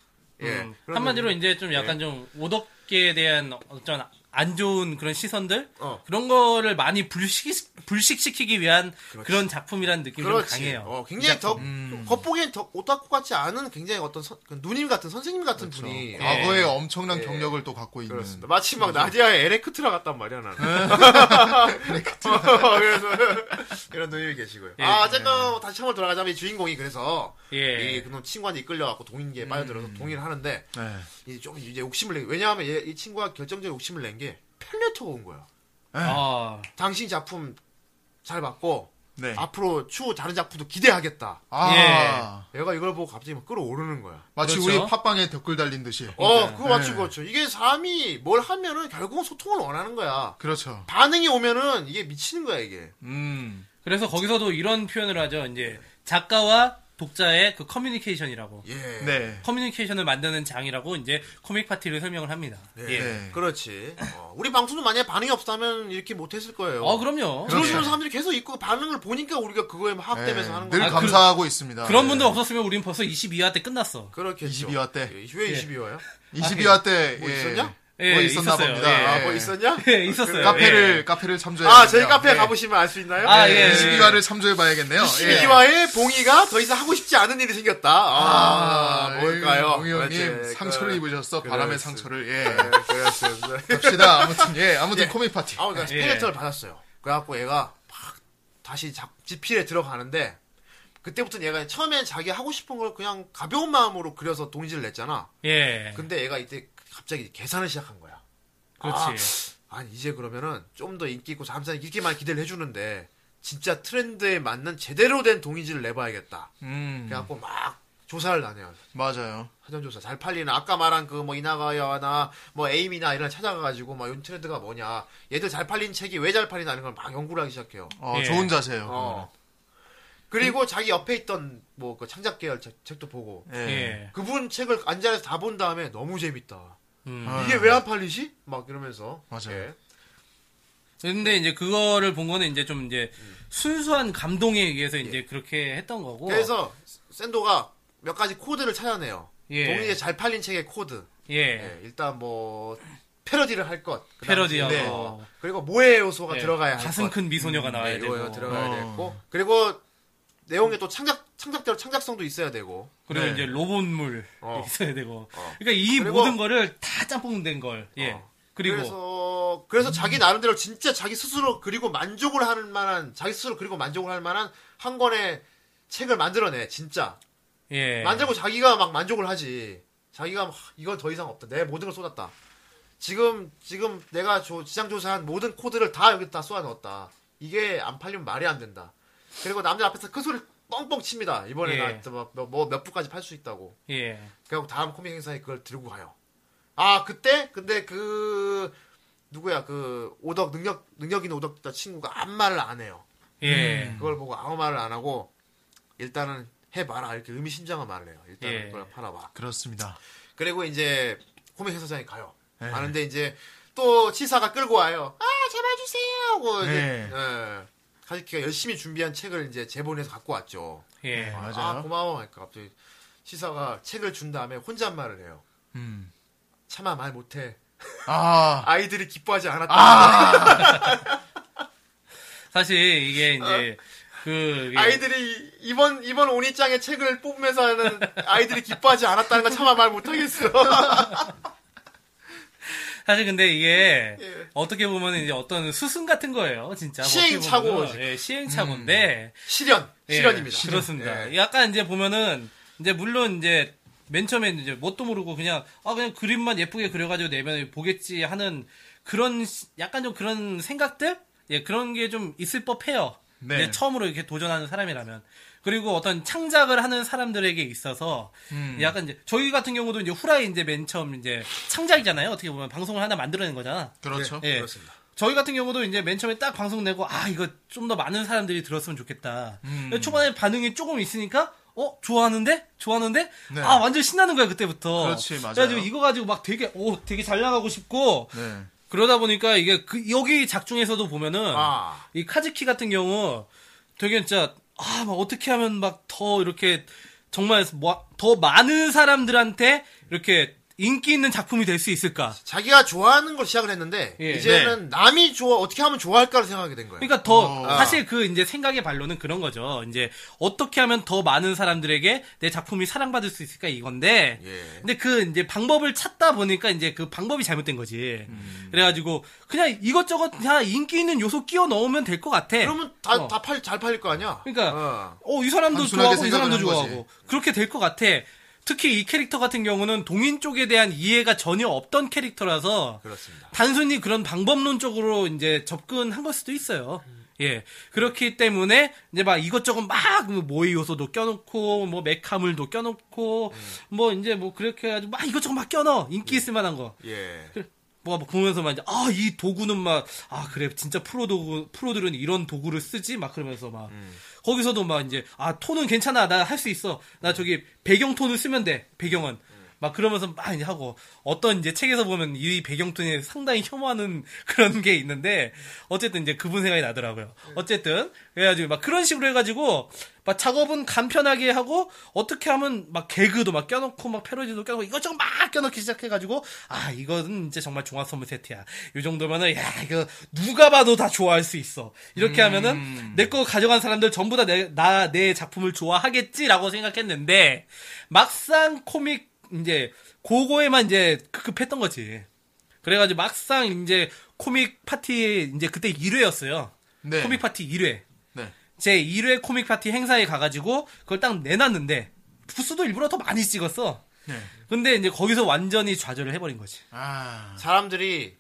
[SPEAKER 1] 예.
[SPEAKER 2] 음,
[SPEAKER 1] 그런
[SPEAKER 2] 한마디로
[SPEAKER 1] 누님.
[SPEAKER 2] 이제 좀 약간 좀 오덕계에 대한 어떤 안 좋은 그런 시선들
[SPEAKER 1] 어.
[SPEAKER 2] 그런 거를 많이 불식 불식시키기 위한 그런 작품이라는 느낌이 좀
[SPEAKER 1] 그렇지.
[SPEAKER 2] 강해요. 음.
[SPEAKER 1] 어, 굉장히 더 겉보기엔 더 오타쿠 같지 않은 굉장히 어떤 선- 그 누님 같은 선생님 같은
[SPEAKER 2] 그렇죠. 예.
[SPEAKER 1] 분이
[SPEAKER 2] 음.
[SPEAKER 1] 아,
[SPEAKER 3] 과거에 엄청난 경력을 또 갖고 있는.
[SPEAKER 1] 그렇습니다. 마치 막
[SPEAKER 2] 그렇죠.
[SPEAKER 1] 나디아의 에레크트라 같단 말이야 나는. 어, 그래서 이런 누님이 계시고요.
[SPEAKER 2] 음. 예.
[SPEAKER 1] 아 잠깐 다시 한번 돌아가자면 이 주인공이 그래서
[SPEAKER 2] 예. 음.
[SPEAKER 1] 이 그놈 친구한테 이끌려갖고 동인계에 빠져들어서 동의를 하는데
[SPEAKER 3] 네.
[SPEAKER 1] 이제 좀 이제 욕심을 내. 왜냐하면 얘- 이 친구가 결정적인 욕심을 낸 게 팬레터가 온 거야.
[SPEAKER 2] 아,
[SPEAKER 1] 당신 작품 잘 봤고
[SPEAKER 3] 네.
[SPEAKER 1] 앞으로 추후 다른 작품도 기대하겠다.
[SPEAKER 3] 아,
[SPEAKER 2] 예.
[SPEAKER 1] 얘가 이걸 보고 갑자기 막 끌어오르는 거야.
[SPEAKER 3] 마치
[SPEAKER 2] 그렇죠.
[SPEAKER 3] 우리 팟빵에 댓글 달린 듯이.
[SPEAKER 1] 예. 어, 그거 맞죠, 그렇죠. 이게 사람이 뭘 하면은 결국은 소통을 원하는 거야.
[SPEAKER 3] 그렇죠.
[SPEAKER 1] 반응이 오면은 이게 미치는 거야, 이게.
[SPEAKER 3] 음.
[SPEAKER 2] 그래서 거기서도 이런 표현을 하죠. 이제 작가와 독자의 그 커뮤니케이션이라고
[SPEAKER 1] 예.
[SPEAKER 3] 네.
[SPEAKER 2] 커뮤니케이션을 만드는 장이라고 이제 코믹 파티를 설명을 합니다.
[SPEAKER 1] 예.
[SPEAKER 2] 예.
[SPEAKER 3] 네.
[SPEAKER 1] 그렇지. 어, 우리 방송도 만약에 반응이 없다면 이렇게 못했을 거예요.
[SPEAKER 2] 어, 그럼요.
[SPEAKER 1] 들어주는
[SPEAKER 3] 그렇죠.
[SPEAKER 1] 사람들이 계속 있고 반응을 보니까 우리가 그거에
[SPEAKER 3] 네.
[SPEAKER 1] 화합되면서 하는
[SPEAKER 3] 늘
[SPEAKER 1] 거야.
[SPEAKER 2] 그-
[SPEAKER 3] 감사하고 있습니다. 예.
[SPEAKER 2] 그런 아, 분들 없었으면 우린 벌써 22화 때 끝났어.
[SPEAKER 1] 네. 그렇겠죠.
[SPEAKER 3] 22 화 때.
[SPEAKER 1] 예, 왜 22화야?
[SPEAKER 3] 22화 때.
[SPEAKER 1] 뭐
[SPEAKER 3] 예.
[SPEAKER 1] 있었냐?
[SPEAKER 2] 예,
[SPEAKER 3] 뭐 있었나
[SPEAKER 2] 있었어요.
[SPEAKER 3] 봅니다.
[SPEAKER 2] 예.
[SPEAKER 1] 아, 뭐 있었냐? 그
[SPEAKER 2] 예, 있었어요.
[SPEAKER 3] 카페를, 카페를 참조해.
[SPEAKER 1] 아, 저희 카페
[SPEAKER 3] 네.
[SPEAKER 1] 가보시면 알 수 있나요? 네.
[SPEAKER 2] 아, 예.
[SPEAKER 3] 22화를 참조해 봐야겠네요. 예.
[SPEAKER 1] 22화에 봉이가 더 이상 하고 싶지 않은 일이 생겼다. 아, 뭘까요?
[SPEAKER 3] 홍 의원님
[SPEAKER 1] 그렇지.
[SPEAKER 3] 상처를
[SPEAKER 1] 그-
[SPEAKER 3] 입으셨어. 바람의
[SPEAKER 1] 그렇습니다.
[SPEAKER 3] 상처를.
[SPEAKER 1] 네,
[SPEAKER 3] 예.
[SPEAKER 1] 그렇습니다.
[SPEAKER 3] 갑시다. 아무튼 예, 아무튼 코믹 파티.
[SPEAKER 1] 아, 그러니까
[SPEAKER 2] 예.
[SPEAKER 1] 스펠레터를 받았어요. 그래갖고 얘가 막 다시 잡, 지필에 들어가는데 그때부터 는 얘가 처음엔 자기 하고 싶은 걸 그냥 가벼운 마음으로 그려서 동지를 냈잖아.
[SPEAKER 2] 예.
[SPEAKER 1] 근데 얘가 이때 갑자기 계산을 시작한 거야.
[SPEAKER 2] 그렇지.
[SPEAKER 1] 아니 이제 그러면은 좀 더 인기 있고 잠깐 이렇게만 기대를 해주는데 진짜 트렌드에 맞는 제대로 된 동인지를 내봐야겠다.
[SPEAKER 3] 음,
[SPEAKER 1] 그래갖고 막 조사를 다녀요.
[SPEAKER 3] 맞아요.
[SPEAKER 1] 사전조사 잘 팔리나 아까 말한 그 뭐 이나가야나 뭐 에임이나 이런 데 찾아가가지고 막 요즘 트렌드가 뭐냐 얘들 잘 팔린 책이 왜 잘 팔리나 이런 걸 막 연구를 하기 시작해요.
[SPEAKER 3] 어,
[SPEAKER 2] 예.
[SPEAKER 3] 좋은 자세예요.
[SPEAKER 1] 어. 그리고 자기 옆에 있던 뭐 그 창작 계열 책, 책도 보고
[SPEAKER 3] 예.
[SPEAKER 2] 예.
[SPEAKER 1] 그분 책을 앉아서 다 본 다음에 너무 재밌다.
[SPEAKER 2] 음.
[SPEAKER 3] 아.
[SPEAKER 1] 이게 왜 안 팔리지? 막 이러면서
[SPEAKER 3] 맞아요.
[SPEAKER 1] 예.
[SPEAKER 2] 근데 이제 그거를 본 거는 이제 좀 이제 순수한 감동에 의해서 이제 그렇게 했던 거고.
[SPEAKER 1] 음. 예. 그래서 샌도가 몇 가지 코드를 찾아내요.
[SPEAKER 2] 예.
[SPEAKER 1] 동일에 잘 팔린 책의 코드.
[SPEAKER 2] 예.
[SPEAKER 1] 예, 일단 뭐 패러디를 할 것. 그다음에
[SPEAKER 2] 패러디하고.
[SPEAKER 1] 네. 어. 그리고 모의 요소가
[SPEAKER 2] 예.
[SPEAKER 1] 들어가야 할
[SPEAKER 2] 가슴
[SPEAKER 1] 것.
[SPEAKER 2] 큰 미소녀가 나와야
[SPEAKER 1] 네,
[SPEAKER 2] 되고.
[SPEAKER 1] 요거 들어가야
[SPEAKER 3] 어.
[SPEAKER 1] 되고 그리고 내용에 또 창작 창작대로 창작성도 있어야 되고
[SPEAKER 2] 그리고
[SPEAKER 3] 네.
[SPEAKER 2] 이제 로봇물
[SPEAKER 1] 어.
[SPEAKER 2] 있어야 되고.
[SPEAKER 1] 어.
[SPEAKER 2] 그러니까 이
[SPEAKER 1] 그리고-
[SPEAKER 2] 모든 거를 다 짬뽕 된 걸. 예.
[SPEAKER 1] 어.
[SPEAKER 2] 그리고
[SPEAKER 1] 그래서 그래서 자기 나름대로 진짜 자기 스스로 그리고 만족을 하는 만한 자기 스스로 그리고 만족을 할 만한 한 권의 책을 만들어내 진짜
[SPEAKER 2] 예.
[SPEAKER 1] 만들고 자기가 막 만족을 하지 자기가 막 이건 더 이상 없다 내 모든 걸 쏟았다 지금 지금 내가 조- 지장 조사한 모든 코드를 다 여기 다 쏟아 넣었다 이게 안 팔리면 말이 안 된다 그리고 남들 앞에서 큰 소리 뻥뻥 칩니다 이번에
[SPEAKER 2] 예.
[SPEAKER 1] 나뭐몇 부까지 팔 수 있다고
[SPEAKER 2] 예.
[SPEAKER 1] 그리고 다음 코믹 행사에 그걸 들고 가요. 아 그때 근데 그 누구야 그 오덕 능력 능력인 오덕 친구가 아무 말을 안 해요.
[SPEAKER 2] 예.
[SPEAKER 1] 그걸 보고 아무 말을 안 하고 일단은 해봐라 이렇게 의미심장한 말을 해요. 일단
[SPEAKER 2] 예.
[SPEAKER 1] 은 그걸 팔아봐.
[SPEAKER 3] 그렇습니다.
[SPEAKER 1] 그리고 이제 코믹 행사장에 가요.
[SPEAKER 3] 예.
[SPEAKER 1] 가는데 이제 또 치사가 끌고 와요. 아 잡아주세요 하고 이제 예. 카즈키가 열심히 준비한 책을 이제 재본해서 갖고 왔죠.
[SPEAKER 2] 예.
[SPEAKER 3] 맞아요.
[SPEAKER 1] 아 고마워. 그러니까 갑자기 시사가 책을 준 다음에 혼잣말을 해요.
[SPEAKER 3] 음.
[SPEAKER 1] 차마 말 못해.
[SPEAKER 3] 아,
[SPEAKER 1] 아이들이 기뻐하지 않았다.
[SPEAKER 2] 사실 이게 이제 그 이게
[SPEAKER 1] 어? 아이들이 이번 이번 오니짱의 책을 뽑으면서 하는 아이들이 기뻐하지 않았다는 건 차마 말 못하겠어.
[SPEAKER 2] 사실 근데 이게
[SPEAKER 1] 예.
[SPEAKER 2] 어떻게 보면 이제 어떤 수순 같은 거예요, 진짜.
[SPEAKER 1] 시행착오.
[SPEAKER 2] 어떻게 보면은. 예, 시행착오인데
[SPEAKER 1] 실현,
[SPEAKER 2] 예,
[SPEAKER 1] 실현입니다.
[SPEAKER 2] 그렇습니다.
[SPEAKER 1] 예.
[SPEAKER 2] 약간 이제 보면은 이제 물론 이제 맨 처음에 이제 뭣도 모르고 그냥 아 그냥 그림만 예쁘게 그려가지고 내면 보겠지 하는 그런 시- 약간 좀 그런 생각들 예 그런 게 좀 있을 법해요.
[SPEAKER 3] 네.
[SPEAKER 2] 이제 처음으로 이렇게 도전하는 사람이라면 그리고 어떤 창작을 하는 사람들에게 있어서
[SPEAKER 1] 음.
[SPEAKER 2] 약간 이제 저희 같은 경우도 이제 후라이 이제 맨 처음 이제 창작이잖아요. 어떻게 보면 방송을 하나 만들어낸 거잖아.
[SPEAKER 3] 그렇죠.
[SPEAKER 2] 예.
[SPEAKER 1] 그렇습니다.
[SPEAKER 2] 저희 같은 경우도 이제 맨 처음에 딱 방송 내고 아 이거 좀 더 많은 사람들이 들었으면 좋겠다.
[SPEAKER 3] 음.
[SPEAKER 2] 초반에 반응이 조금 있으니까 어 좋아하는데 좋아하는데
[SPEAKER 3] 네.
[SPEAKER 2] 아 완전 신나는 거야 그때부터.
[SPEAKER 3] 그렇지, 맞아요.
[SPEAKER 2] 그래가지고 이거 가지고 막 되게 오 되게 잘 나가고 싶고
[SPEAKER 3] 네.
[SPEAKER 2] 그러다 보니까 이게 그 여기 작중에서도 보면은
[SPEAKER 1] 아.
[SPEAKER 2] 이 카즈키 같은 경우 되게 진짜 아, 막 어떻게 하면 막 더 이렇게 정말 뭐, 더 많은 사람들한테 이렇게 인기 있는 작품이 될 수 있을까?
[SPEAKER 1] 자기가 좋아하는 걸 시작을 했는데
[SPEAKER 2] 예.
[SPEAKER 1] 이제는 남이 좋아 어떻게 하면 좋아할까를 생각하게 된 거예요.
[SPEAKER 2] 그러니까 더
[SPEAKER 3] 어.
[SPEAKER 2] 사실 그 이제 생각의 반론은 그런 거죠. 이제 어떻게 하면 더 많은 사람들에게 내 작품이 사랑받을 수 있을까 이건데.
[SPEAKER 1] 예.
[SPEAKER 2] 근데 그 이제 방법을 찾다 보니까 이제 그 방법이 잘못된 거지.
[SPEAKER 3] 음.
[SPEAKER 2] 그래가지고 그냥 이것저것 다 인기 있는 요소 끼워 넣으면 될 것 같아.
[SPEAKER 1] 그러면 다
[SPEAKER 2] 어.
[SPEAKER 1] 다 팔 잘 팔릴 거 아니야.
[SPEAKER 2] 그러니까
[SPEAKER 1] 어.
[SPEAKER 2] 어 이 사람도
[SPEAKER 3] 단순하게
[SPEAKER 2] 좋아하고 이
[SPEAKER 3] 생각을
[SPEAKER 2] 사람도
[SPEAKER 3] 하는 거지.
[SPEAKER 2] 좋아하고 그렇게 될 것 같아. 특히 이 캐릭터 같은 경우는 동인 쪽에 대한 이해가 전혀 없던 캐릭터라서
[SPEAKER 3] 그렇죠.
[SPEAKER 1] 그렇습니다.
[SPEAKER 2] 단순히 그런 방법론적으로 이제 접근한 걸 수도 있어요. 예. 그렇기 때문에 이제 막 이것저것 막뭐 모의 요소도 껴놓고 뭐 메카물도 껴놓고
[SPEAKER 1] 네.
[SPEAKER 2] 뭐 이제 뭐 그렇게 해가지고 막 이것저것 막 껴넣어 인기 있을 만한 거.
[SPEAKER 1] 예.
[SPEAKER 2] 그래, 뭐 보면서 막 이제 아 이 도구는 막 아 그래 진짜 프로 도구 프로들은 이런 도구를 쓰지 막 그러면서 막 거기서도 막 이제 아 톤은 괜찮아 나 할 수 있어 나 저기 배경 톤을 쓰면 돼 배경은 막 그러면서 막 이제 하고 어떤 이제 책에서 보면 이 배경 톤에 상당히 혐오하는 그런 게 있는데 어쨌든 이제 그분 생각이 나더라고요 어쨌든 그래가지고 막 그런 식으로 해가지고 막 작업은 간편하게 하고 어떻게 하면 막 개그도 막 껴놓고 막 패러디도 껴놓고 이것저것 막 껴넣기 시작해가지고 아 이거는 이제 정말 종합 선물 세트야 이 정도면은 야 이거 누가 봐도 다 좋아할 수 있어 이렇게 하면은 내 거 가져간 사람들 전부 다 나 내 작품을 좋아하겠지라고 생각했는데 막상 코믹 이제 그거에만 이제 급급했던 거지 그래가지고 막상 이제 코믹 파티 이제 그때 1회였어요
[SPEAKER 3] 네.
[SPEAKER 2] 코믹 파티 1회
[SPEAKER 3] 네.
[SPEAKER 2] 제 1회 코믹 파티 행사에 가가지고 그걸 딱 내놨는데 부스도 일부러 더 많이 찍었어.
[SPEAKER 3] 네.
[SPEAKER 2] 근데 이제 거기서 완전히 좌절을 해버린 거지.
[SPEAKER 3] 아,
[SPEAKER 1] 사람들이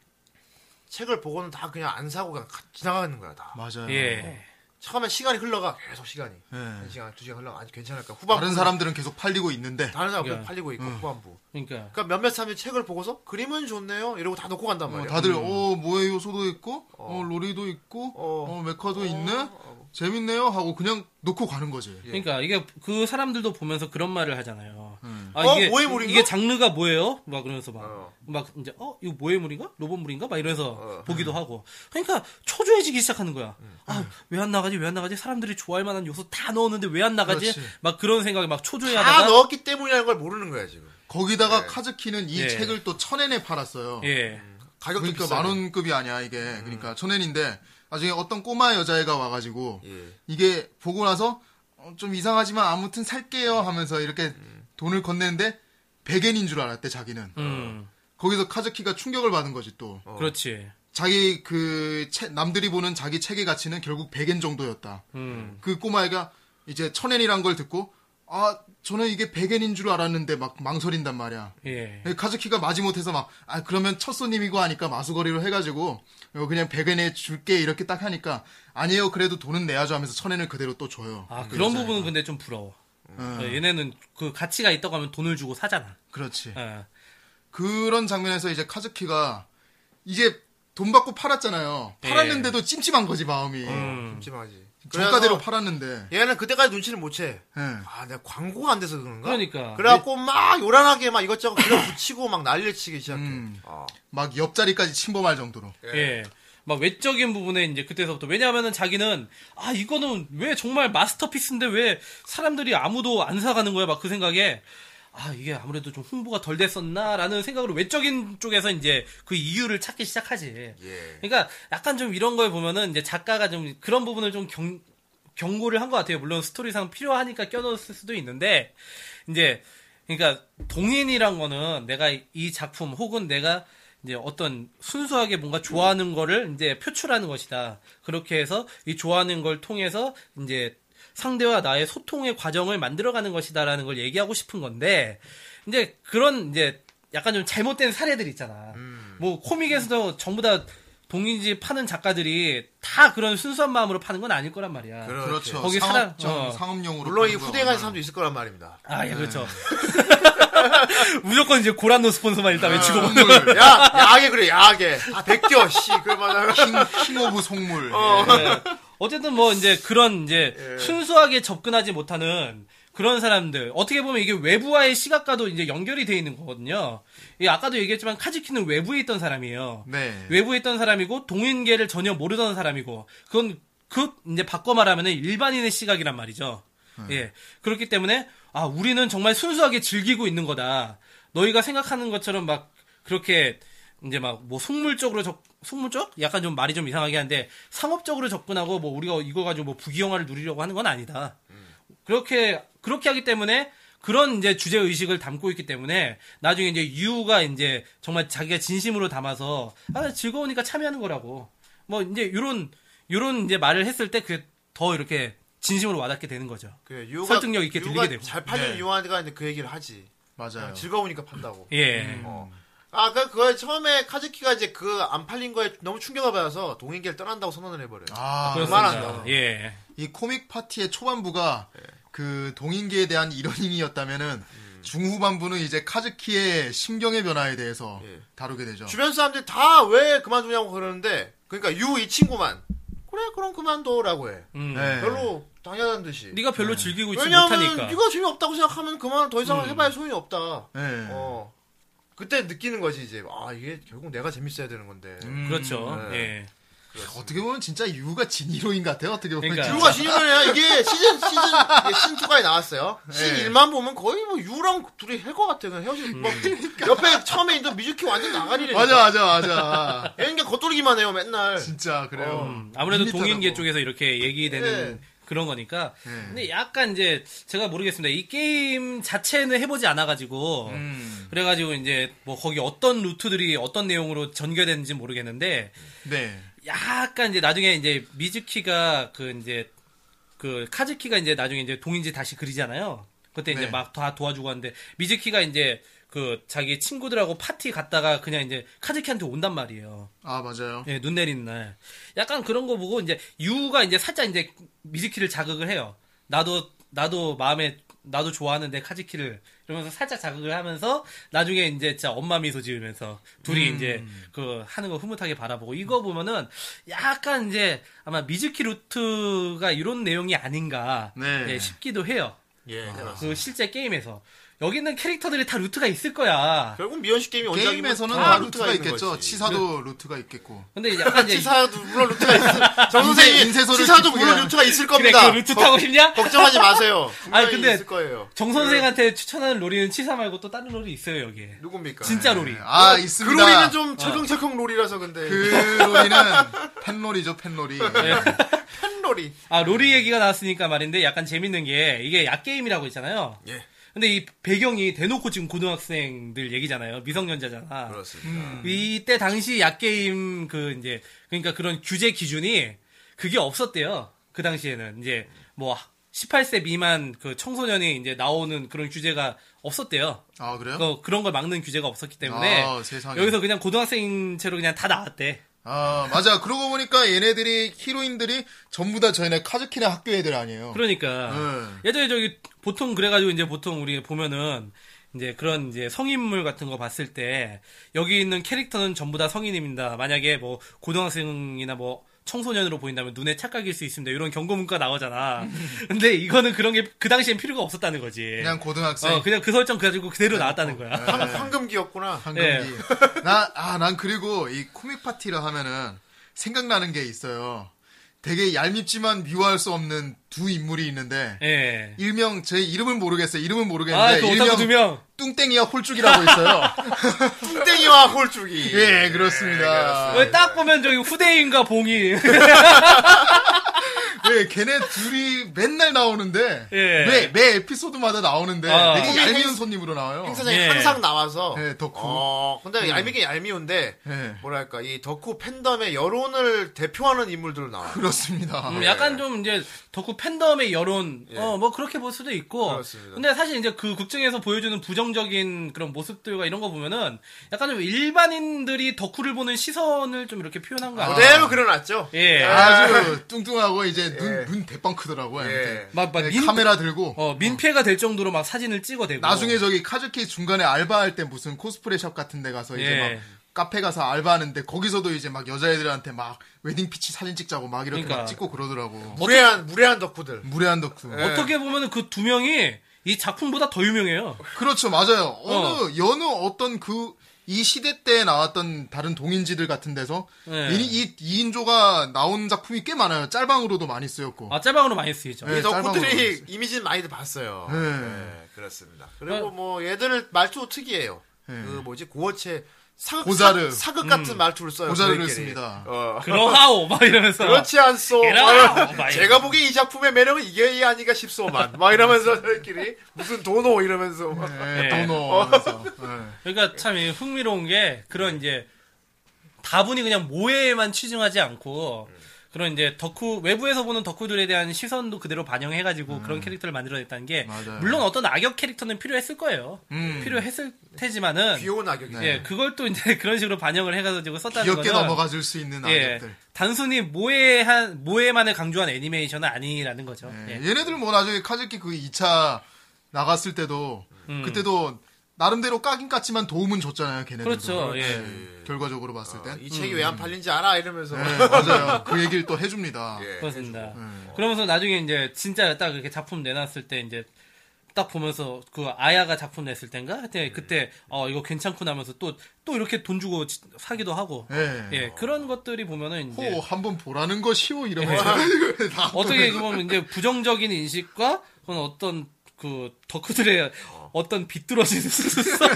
[SPEAKER 1] 책을 보고는 다 그냥 안 사고 그냥 가- 지나가는 거야 다.
[SPEAKER 3] 맞아요.
[SPEAKER 2] 예.
[SPEAKER 1] 처음에 시간이 흘러가 계속 시간이
[SPEAKER 3] 예.
[SPEAKER 1] 한 시간 두 시간 흘러가 아직 괜찮을까 후반부
[SPEAKER 3] 다른 사람들은 계속 팔리고 있는데
[SPEAKER 1] 다른 사람
[SPEAKER 2] 예.
[SPEAKER 1] 그냥 팔리고 있고 후반부.
[SPEAKER 2] 그러니까
[SPEAKER 1] 그러니까 몇몇 사람이 책을 보고서 그림은 좋네요 이러고 다 놓고 간단
[SPEAKER 3] 어,
[SPEAKER 1] 말이야.
[SPEAKER 3] 다들 어 뭐의 요소도 있고 어, 로리도 있고
[SPEAKER 1] 음. 어.
[SPEAKER 3] 어, 메카도 있네 재밌네요 하고 그냥 놓고 가는 거지.
[SPEAKER 1] 예.
[SPEAKER 2] 그러니까 이게 그 사람들도 보면서 그런 말을 하잖아요.
[SPEAKER 3] 음.
[SPEAKER 2] 아
[SPEAKER 1] 어,
[SPEAKER 2] 이게
[SPEAKER 1] 모해물인가?
[SPEAKER 2] 이게 장르가 뭐예요? 막 그러면서 막 막
[SPEAKER 1] 어.
[SPEAKER 2] 이제 어 이거 모해물인가? 로봇물인가? 막 이러면서
[SPEAKER 1] 어. 음.
[SPEAKER 2] 보기도 하고. 그러니까 초조해지기 시작하는 거야. 아 왜 안 나가지? 왜 안 나가지? 사람들이 좋아할 만한 요소 다 넣었는데 왜 안 나가지?
[SPEAKER 3] 그렇지.
[SPEAKER 2] 막 그런 생각에 막 초조해하다가
[SPEAKER 1] 다 넣었기 때문이라는 걸 모르는 거야 지금.
[SPEAKER 3] 거기다가
[SPEAKER 1] 네.
[SPEAKER 3] 카즈키는 이
[SPEAKER 2] 예.
[SPEAKER 3] 책을 또 천엔에 팔았어요.
[SPEAKER 2] 예.
[SPEAKER 1] 음. 가격도
[SPEAKER 3] 그러니까
[SPEAKER 1] 비싸네. 음.
[SPEAKER 3] 만 원급이 아니야 이게. 그러니까 천엔인데 나중에 어떤 꼬마 여자애가 와가지고
[SPEAKER 1] 예.
[SPEAKER 3] 이게 보고 나서 어, 좀 이상하지만 아무튼 살게요 하면서 이렇게
[SPEAKER 1] 음.
[SPEAKER 3] 돈을 건네는데 100엔인 줄 알았대 자기는.
[SPEAKER 2] 음.
[SPEAKER 3] 거기서 카즈키가 충격을 받은 거지 또.
[SPEAKER 1] 어.
[SPEAKER 2] 그렇지.
[SPEAKER 3] 자기 그 채- 남들이 보는 자기 책의 가치는 결국 100엔 정도였다.
[SPEAKER 2] 음.
[SPEAKER 3] 그 꼬마애가 이제 1000엔이란 걸 듣고 아 저는 이게 100엔인 줄 알았는데 막 망설인단 말이야.
[SPEAKER 2] 예.
[SPEAKER 3] 카즈키가 마지못해서 막 아 그러면 첫 손님이고 하니까 마수거리로 해가지고 어, 그냥 100엔에 줄게 이렇게 딱 하니까 아니에요 그래도 돈은 내야죠 하면서 1000엔을 그대로 또 줘요.
[SPEAKER 2] 아,
[SPEAKER 3] 그
[SPEAKER 2] 그런
[SPEAKER 3] 여자애가.
[SPEAKER 2] 부분은 근데 좀 부러워.
[SPEAKER 3] 음.
[SPEAKER 2] 어, 얘네는 그 가치가 있다고 하면 돈을 주고 사잖아.
[SPEAKER 3] 그렇지.
[SPEAKER 2] 어.
[SPEAKER 3] 그런 장면에서 이제 카즈키가 이제 돈 받고 팔았잖아요.
[SPEAKER 2] 예.
[SPEAKER 3] 팔았는데도 찜찜한 거지 마음이.
[SPEAKER 1] 찜찜하지. 그래서
[SPEAKER 3] 정가대로 팔았는데.
[SPEAKER 1] 얘는 그때까지 눈치를 못 채.
[SPEAKER 3] 예.
[SPEAKER 1] 아, 내가 광고가 안 돼서 그런가?
[SPEAKER 2] 그러니까.
[SPEAKER 1] 그래갖고 막 요란하게 막 이것저것 그냥 붙이고 막 난리를 치기 시작해.
[SPEAKER 3] 음.
[SPEAKER 1] 어.
[SPEAKER 3] 막 옆자리까지 침범할 정도로.
[SPEAKER 2] 예. 막 외적인 부분에 이제 그때서부터 왜냐하면은 자기는 아 이거는 왜 정말 마스터피스인데 왜 사람들이 아무도 안 사가는 거야 막 그 생각에 아 이게 아무래도 좀 홍보가 덜 됐었나라는 생각으로 외적인 쪽에서 이제 그 이유를 찾기 시작하지.
[SPEAKER 1] 예.
[SPEAKER 2] 그러니까 약간 좀 이런 걸 보면은 이제 작가가 좀 그런 부분을 좀 경, 경고를 한 것 같아요. 물론 스토리상 필요하니까 껴넣었을 수도 있는데 이제 그러니까 동인이란 거는 내가 이 작품 혹은 내가 이제 어떤 순수하게 뭔가 좋아하는 거를 이제 표출하는 것이다. 그렇게 해서 이 좋아하는 걸 통해서 이제 상대와 나의 소통의 과정을 만들어가는 것이다라는 걸 얘기하고 싶은 건데 이제 그런 이제 약간 좀 잘못된 사례들 있잖아.
[SPEAKER 1] 음.
[SPEAKER 2] 뭐 코믹에서도 전부 다 동인지 파는 작가들이 다 그런 순수한 마음으로 파는 건 아닐 거란 말이야.
[SPEAKER 1] 그렇-
[SPEAKER 3] 그렇죠.
[SPEAKER 2] 거기
[SPEAKER 3] 상업적,
[SPEAKER 2] 사람- 어.
[SPEAKER 3] 상업용으로.
[SPEAKER 1] 물론 이
[SPEAKER 3] 보는
[SPEAKER 1] 후대에 간
[SPEAKER 3] 거는.
[SPEAKER 1] 사람도 있을 거란 말입니다.
[SPEAKER 2] 아, 예, 그렇죠. 음. 무조건 이제 고란노 스폰서만 일단 외치고
[SPEAKER 3] 속물.
[SPEAKER 1] 야, 야하게 그래, 야하게. 아, 베껴, 씨. 그럴만한.
[SPEAKER 3] 킹, 킹 오브 속물.
[SPEAKER 1] 어.
[SPEAKER 3] 예.
[SPEAKER 2] 네. 어쨌든 뭐 이제 그런 이제 순수하게 접근하지 못하는 그런 사람들 어떻게 보면 이게 외부와의 시각과도 이제 연결이 돼 있는 거거든요. 이 아까도 얘기했지만 카즈키는 외부에 있던 사람이에요.
[SPEAKER 3] 네.
[SPEAKER 2] 외부에 있던 사람이고 동인계를 전혀 모르던 사람이고 그건 그 이제 바꿔 말하면은 일반인의 시각이란 말이죠. 예. 그렇기 때문에 아 우리는 정말 순수하게 즐기고 있는 거다. 너희가 생각하는 것처럼 막 그렇게 이제 막 뭐 속물적으로 적 속물적? 약간 좀 말이 좀 이상하긴 한데 상업적으로 접근하고 뭐 우리가 이거 가지고 뭐 부귀영화를 누리려고 하는 건 아니다. 그렇게 그렇게 하기 때문에 그런 이제 주제 의식을 담고 있기 때문에 나중에 이제 유우가 이제 정말 자기가 진심으로 담아서 아 즐거우니까 참여하는 거라고 뭐 이제 요런 요런 이제 말을 했을 때 그게 더 이렇게 진심으로 와닿게 되는 거죠.
[SPEAKER 1] 그 유가,
[SPEAKER 2] 설득력 있게
[SPEAKER 1] 유가
[SPEAKER 2] 들리게 되고.
[SPEAKER 1] 잘 팔리는
[SPEAKER 3] 네.
[SPEAKER 1] 유한이가 이제 그 얘기를 하지.
[SPEAKER 3] 맞아요.
[SPEAKER 1] 즐거우니까 판다고.
[SPEAKER 2] 예.
[SPEAKER 1] 어. 아, 그, 그, 처음에 카즈키가 이제 그 안 팔린 거에 너무 충격을 받아서 동행계를 떠난다고 선언을 해버려요.
[SPEAKER 3] 아,
[SPEAKER 1] 그래서-
[SPEAKER 2] 그렇습니다.
[SPEAKER 1] 그만한다.
[SPEAKER 2] 예.
[SPEAKER 3] 이 코믹 파티의 초반부가 그 동인계에 대한 이러닝이었다면은
[SPEAKER 1] 음.
[SPEAKER 3] 중후반부는 이제 카즈키의 심경의 변화에 대해서
[SPEAKER 1] 예.
[SPEAKER 3] 다루게
[SPEAKER 2] 그렇죠.
[SPEAKER 3] 되죠.
[SPEAKER 1] 주변 사람들이 다 왜 그만두냐고 그러는데, 그러니까 유 이 친구만, 그래, 그럼 그만둬라고 해.
[SPEAKER 2] 음.
[SPEAKER 3] 네.
[SPEAKER 1] 별로 당연한 듯이.
[SPEAKER 2] 네가 별로 즐기고 있지
[SPEAKER 1] 왜냐면,
[SPEAKER 2] 못하니까.
[SPEAKER 1] 네가 재미없다고 생각하면 그만 더 이상
[SPEAKER 2] 음.
[SPEAKER 1] 해봐야 소용이 없다.
[SPEAKER 3] 네.
[SPEAKER 1] 어. 그때 느끼는 거지, 이제. 아, 이게 결국 내가 재밌어야 되는 건데.
[SPEAKER 2] 그렇죠.
[SPEAKER 1] 음, 네.
[SPEAKER 2] 예.
[SPEAKER 3] 어떻게 보면 진짜 유가 진 히로인 같아요. 어떻게 보면
[SPEAKER 2] 그러니까요.
[SPEAKER 1] 유가 신인이야 이게 시즌 시즌 이게 시즌 2까지 나왔어요. 시즌
[SPEAKER 3] 네.
[SPEAKER 1] 1만 보면 거의 뭐 유랑 둘이 할것 같아 그냥 헤어질 뭐 옆에 처음에 있던 미즈키 완전 나가리래.
[SPEAKER 3] 맞아 맞아 맞아.
[SPEAKER 1] 얘는 그냥 겉돌기만 해요 맨날.
[SPEAKER 3] 진짜 그래요.
[SPEAKER 2] 음, 아무래도
[SPEAKER 3] 밋밋하다고.
[SPEAKER 2] 동인계 쪽에서 이렇게 얘기되는
[SPEAKER 1] 예.
[SPEAKER 2] 그런 거니까.
[SPEAKER 3] 예.
[SPEAKER 2] 근데 약간 이제 제가 모르겠습니다. 이 게임 자체는 해보지 않아가지고
[SPEAKER 3] 음.
[SPEAKER 2] 그래가지고 이제 뭐 거기 어떤 루트들이 어떤 내용으로 전개되는지 모르겠는데
[SPEAKER 3] 네.
[SPEAKER 2] 약간 이제 나중에 이제 미즈키가 그 이제 그 카즈키가 이제 나중에 이제 동인지 다시 그리잖아요. 그때 이제
[SPEAKER 3] 네.
[SPEAKER 2] 막 다 도와주고 하는데 미즈키가 이제 그 자기 친구들하고 파티 갔다가 그냥 이제 카즈키한테 온단 말이에요.
[SPEAKER 3] 아 맞아요.
[SPEAKER 2] 예, 눈 내리는 날. 약간 그런 거 보고 이제 유가 이제 살짝 이제 미즈키를 자극을 해요. 나도 나도 마음에 나도 좋아하는데 카즈키를 이러면서 살짝 자극을 하면서 나중에 이제 진짜 엄마 미소 지으면서 둘이
[SPEAKER 1] 음.
[SPEAKER 2] 이제 그 하는 거 흐뭇하게 바라보고 이거 보면은 약간 이제 아마 미즈키 루트가 이런 내용이 아닌가
[SPEAKER 3] 네.
[SPEAKER 2] 예, 싶기도 해요.
[SPEAKER 1] 예.
[SPEAKER 2] 그 실제 게임에서 여기 있는 캐릭터들이 다 루트가 있을 거야.
[SPEAKER 1] 결국 미연식 게임이 원작이면
[SPEAKER 3] 게임에서는
[SPEAKER 1] 다
[SPEAKER 3] 다 루트가,
[SPEAKER 1] 있는
[SPEAKER 3] 있겠죠.
[SPEAKER 1] 거지. 네.
[SPEAKER 3] 치사도 루트가 있겠고.
[SPEAKER 2] 근데 약간 이제
[SPEAKER 1] 치사도 물론 루트가 있을. 정 선생님
[SPEAKER 3] 인쇄- 인쇄소를
[SPEAKER 1] 치사도
[SPEAKER 3] 기쁘게
[SPEAKER 1] 물론
[SPEAKER 3] 하는-
[SPEAKER 1] 루트가 있을
[SPEAKER 2] 그래
[SPEAKER 1] 겁니다.
[SPEAKER 2] 그 루트 타고 싶냐?
[SPEAKER 1] 걱정하지 마세요. 분명히
[SPEAKER 2] 아니, 근데
[SPEAKER 1] 있을 거예요.
[SPEAKER 2] 정 선생한테 추천하는 롤이는 치사 말고 또 다른 롤이 있어요 여기에.
[SPEAKER 1] 누굽니까?
[SPEAKER 2] 진짜 롤이.
[SPEAKER 3] 아
[SPEAKER 1] 그
[SPEAKER 3] 있습니다.
[SPEAKER 1] 롤이는 좀 철컹철컹 롤이라서 근데
[SPEAKER 3] 그 롤이는 그러니까 팬롤이죠 팬롤이.
[SPEAKER 1] 팬 롤이.
[SPEAKER 2] 아 롤이 얘기가 나왔으니까 말인데 약간 재밌는 게 이게 약 게임이라고 있잖아요.
[SPEAKER 1] 예.
[SPEAKER 2] 근데 이 배경이 대놓고 지금 고등학생들 얘기잖아요. 미성년자잖아.
[SPEAKER 1] 그렇습니다.
[SPEAKER 2] 이때 당시 약 게임 그 이제 그러니까 그런 규제 기준이 그게 없었대요. 그 당시에는 이제 뭐 18세 미만 그 청소년이 이제 나오는 그런 규제가 없었대요.
[SPEAKER 3] 아 그래요?
[SPEAKER 2] 그 그런 걸 막는 규제가 없었기 때문에
[SPEAKER 3] 아, 세상에.
[SPEAKER 2] 여기서 그냥 고등학생 채로 그냥 다 나왔대.
[SPEAKER 3] 아 맞아. 그러고 보니까 얘네들이 히로인들이 전부 다 저희네 카즈키네 학교 애들 아니에요.
[SPEAKER 2] 그러니까
[SPEAKER 3] 네.
[SPEAKER 2] 예전에 저기 보통 그래가지고 이제 보통 우리 보면은 이제 그런 이제 성인물 같은 거 봤을 때 여기 있는 캐릭터는 전부 다 성인입니다. 만약에 뭐 고등학생이나 뭐 청소년으로 보인다면 눈에 착각일 수 있습니다. 이런 경고 문구가 나오잖아. 근데 이거는 그런 게 그 당시엔 필요가 없었다는 거지.
[SPEAKER 3] 그냥 고등학생.
[SPEAKER 2] 어, 그냥 그 설정 가지고 그대로 나왔다는 거야.
[SPEAKER 1] 황- 황금기였구나.
[SPEAKER 3] 황금기. 나, 아, 난 그리고 이 코믹 파티라 하면은 생각나는 게 있어요. 되게 얄밉지만 미워할 수 없는 두 인물이 있는데,
[SPEAKER 2] 예.
[SPEAKER 3] 일명, 제 이름은 모르겠어요. 네. 이름은 모르겠는데,
[SPEAKER 2] 아, 그 오타쿠 두
[SPEAKER 3] 일명
[SPEAKER 2] 명.
[SPEAKER 3] 뚱땡이와 홀쭉이라고 있어요.
[SPEAKER 1] 뚱땡이와 홀쭉이.
[SPEAKER 3] 예, 그렇습니다.
[SPEAKER 2] 왜 딱 보면 저기 후대인과 봉이.
[SPEAKER 3] 왜 걔네 둘이 맨날 나오는데,
[SPEAKER 2] 예.
[SPEAKER 3] 왜, 매 에피소드마다 나오는데,
[SPEAKER 2] 아.
[SPEAKER 3] 되게 얄미운
[SPEAKER 1] 행사-
[SPEAKER 3] 손님으로 나와요.
[SPEAKER 1] 행사장에
[SPEAKER 2] 예.
[SPEAKER 1] 항상 나와서
[SPEAKER 3] 예, 덕후.
[SPEAKER 1] 어, 근데 얄미긴 얄미운데
[SPEAKER 3] 예.
[SPEAKER 1] 뭐랄까 이 덕후 팬덤의 여론을 대표하는 인물들 나와. 요
[SPEAKER 3] 그렇습니다.
[SPEAKER 2] 음, 약간 음, 좀 이제 덕후 팬덤의 여론,
[SPEAKER 1] 네. 예.
[SPEAKER 2] 어, 뭐 그렇게 볼 수도 있고.
[SPEAKER 1] 그렇습니다.
[SPEAKER 2] 근데 사실 이제 그 극중에서 보여주는 부정적인 그런 모습들과 이런 거 보면은 약간 좀 일반인들이 덕후를 보는 시선을 좀 이렇게 표현한 거 아니에요?
[SPEAKER 1] 그대로 그려놨죠.
[SPEAKER 2] 예.
[SPEAKER 3] 아주 뚱뚱하고 이제 눈
[SPEAKER 1] 예.
[SPEAKER 3] 눈 대빵 크더라고요.
[SPEAKER 1] 예.
[SPEAKER 2] 막, 막
[SPEAKER 3] 네,
[SPEAKER 2] 민,
[SPEAKER 3] 카메라 들고
[SPEAKER 2] 어, 민폐가 될 정도로 막 사진을 찍어대고.
[SPEAKER 3] 나중에 저기 카즈키 중간에 알바할 때 무슨 코스프레 샵 같은 데 가서 이제
[SPEAKER 2] 예.
[SPEAKER 3] 막 카페 가서 알바하는데 거기서도 이제 막 여자애들한테 막 웨딩 피치 사진 찍자고 막 이렇게
[SPEAKER 2] 그러니까.
[SPEAKER 3] 막 찍고 그러더라고.
[SPEAKER 1] 무례한 무례한 덕후들.
[SPEAKER 3] 무례한 덕후.
[SPEAKER 1] 네.
[SPEAKER 2] 어떻게 보면은 그 두 명이 이 작품보다 더 유명해요.
[SPEAKER 3] 그렇죠, 맞아요. 어느 여느 어떤 그 이 시대 때 나왔던 다른 동인지들 같은 데서
[SPEAKER 2] 예.
[SPEAKER 3] 이, 이, 이인조가 나온 작품이 꽤 많아요. 짤방으로도 많이 쓰였고.
[SPEAKER 2] 아, 짤방으로 많이 쓰이죠.
[SPEAKER 3] 예.
[SPEAKER 1] 이
[SPEAKER 3] 네, 짤방으로
[SPEAKER 1] 덕후들이
[SPEAKER 3] 있어요.
[SPEAKER 1] 이미지는 많이들 봤어요.
[SPEAKER 3] 예.
[SPEAKER 1] 네, 그렇습니다. 그리고 뭐 얘들 말투 특이해요. 그 뭐지 고어체 사극
[SPEAKER 3] 예. 고자르. 음.
[SPEAKER 1] 사, 극 같은 말투를 써요.
[SPEAKER 3] 고자르를
[SPEAKER 1] 저희끼리.
[SPEAKER 3] 씁니다.
[SPEAKER 1] 어.
[SPEAKER 2] 그러하오! 막 이러면서.
[SPEAKER 1] 그렇지 않소.
[SPEAKER 2] 이라.
[SPEAKER 1] 막
[SPEAKER 2] 막
[SPEAKER 1] 제가 보기에 이 작품의 매력은 이게 이 아니가 싶소만. 막 이러면서 저희끼리 무슨 도노 이러면서 막.
[SPEAKER 3] 예,
[SPEAKER 2] 예.
[SPEAKER 3] 도노. 하면서. 예.
[SPEAKER 2] 그러니까 참 이 흥미로운 게 그런 이제 다분히 그냥 모해에만 치중하지 않고 그런 이제 덕후 외부에서 보는 덕후들에 대한 시선도 그대로 반영해가지고 그런 캐릭터를 만들어냈다는 게
[SPEAKER 3] 음. 맞아요. 음.
[SPEAKER 2] 물론 어떤 악역 캐릭터는 필요했을 거예요. 필요했을 테지만은
[SPEAKER 1] 귀여운 악역이.
[SPEAKER 2] 예 그걸 또 이제 그런 식으로 반영을 해가지고 썼다는
[SPEAKER 3] 네. 귀엽게
[SPEAKER 2] 거는
[SPEAKER 3] 넘어가 줄 수 있는
[SPEAKER 2] 예
[SPEAKER 3] 아이들.
[SPEAKER 2] 단순히 모해한 모해만을 강조한 애니메이션은 아니라는 거죠. 예.
[SPEAKER 3] 예. 얘네들 뭐 나중에 카즈키 그 2차 나갔을 때도
[SPEAKER 2] 음.
[SPEAKER 3] 그때도 나름대로 까긴 깠지만 도움은 줬잖아요, 걔네들.
[SPEAKER 2] 그렇죠. 예.
[SPEAKER 3] 결과적으로 봤을
[SPEAKER 1] 어,
[SPEAKER 3] 땐.
[SPEAKER 1] 이 책이 왜 안 팔린지 알아 이러면서.
[SPEAKER 3] 예, 맞아요. 그 얘기를 또 해줍니다.
[SPEAKER 1] 예.
[SPEAKER 2] 그렇습니다.
[SPEAKER 3] 음.
[SPEAKER 2] 그러면서 나중에 이제 진짜 딱 이렇게 작품 내놨을 때 이제 딱 보면서 그 아야가 작품 냈을 땐가 하여튼 그때 어 이거 괜찮구나 하면서 또 또 이렇게 돈 주고 지- 사기도 하고
[SPEAKER 3] 예.
[SPEAKER 2] 예 그런 것들이 보면은 이제
[SPEAKER 3] 호, 한번 보라는 것이오, 이러면서.
[SPEAKER 2] 예.
[SPEAKER 3] 다
[SPEAKER 2] 어떻게 보면 이제 부정적인 인식과 그건 어떤 그 덕후들의 어떤 비뚤어진 수수성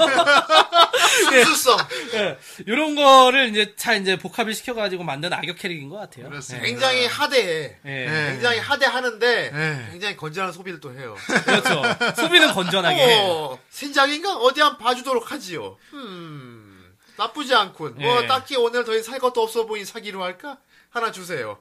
[SPEAKER 2] 네.
[SPEAKER 1] 순수성.
[SPEAKER 2] 예, 이런 거를 이제 잘 이제 복합을 시켜가지고 만든 악역 캐릭인 것 같아요.
[SPEAKER 3] 그렇습니다.
[SPEAKER 1] 굉장히 하대해.
[SPEAKER 2] 네.
[SPEAKER 1] 네.
[SPEAKER 2] 예. 네. 예.
[SPEAKER 3] 예.
[SPEAKER 1] 굉장히 하대하는데
[SPEAKER 3] 예.
[SPEAKER 1] 굉장히 건전한 소비를 또 해요.
[SPEAKER 2] 그렇죠. 소비는 건전하게.
[SPEAKER 1] 어, 신작인가 어디 한 번 봐주도록 하지요. 음, 나쁘지 않군. 뭐
[SPEAKER 2] 예.
[SPEAKER 1] 딱히 오늘 더 살 것도 없어 보이니 사기로 할까? 하나 주세요.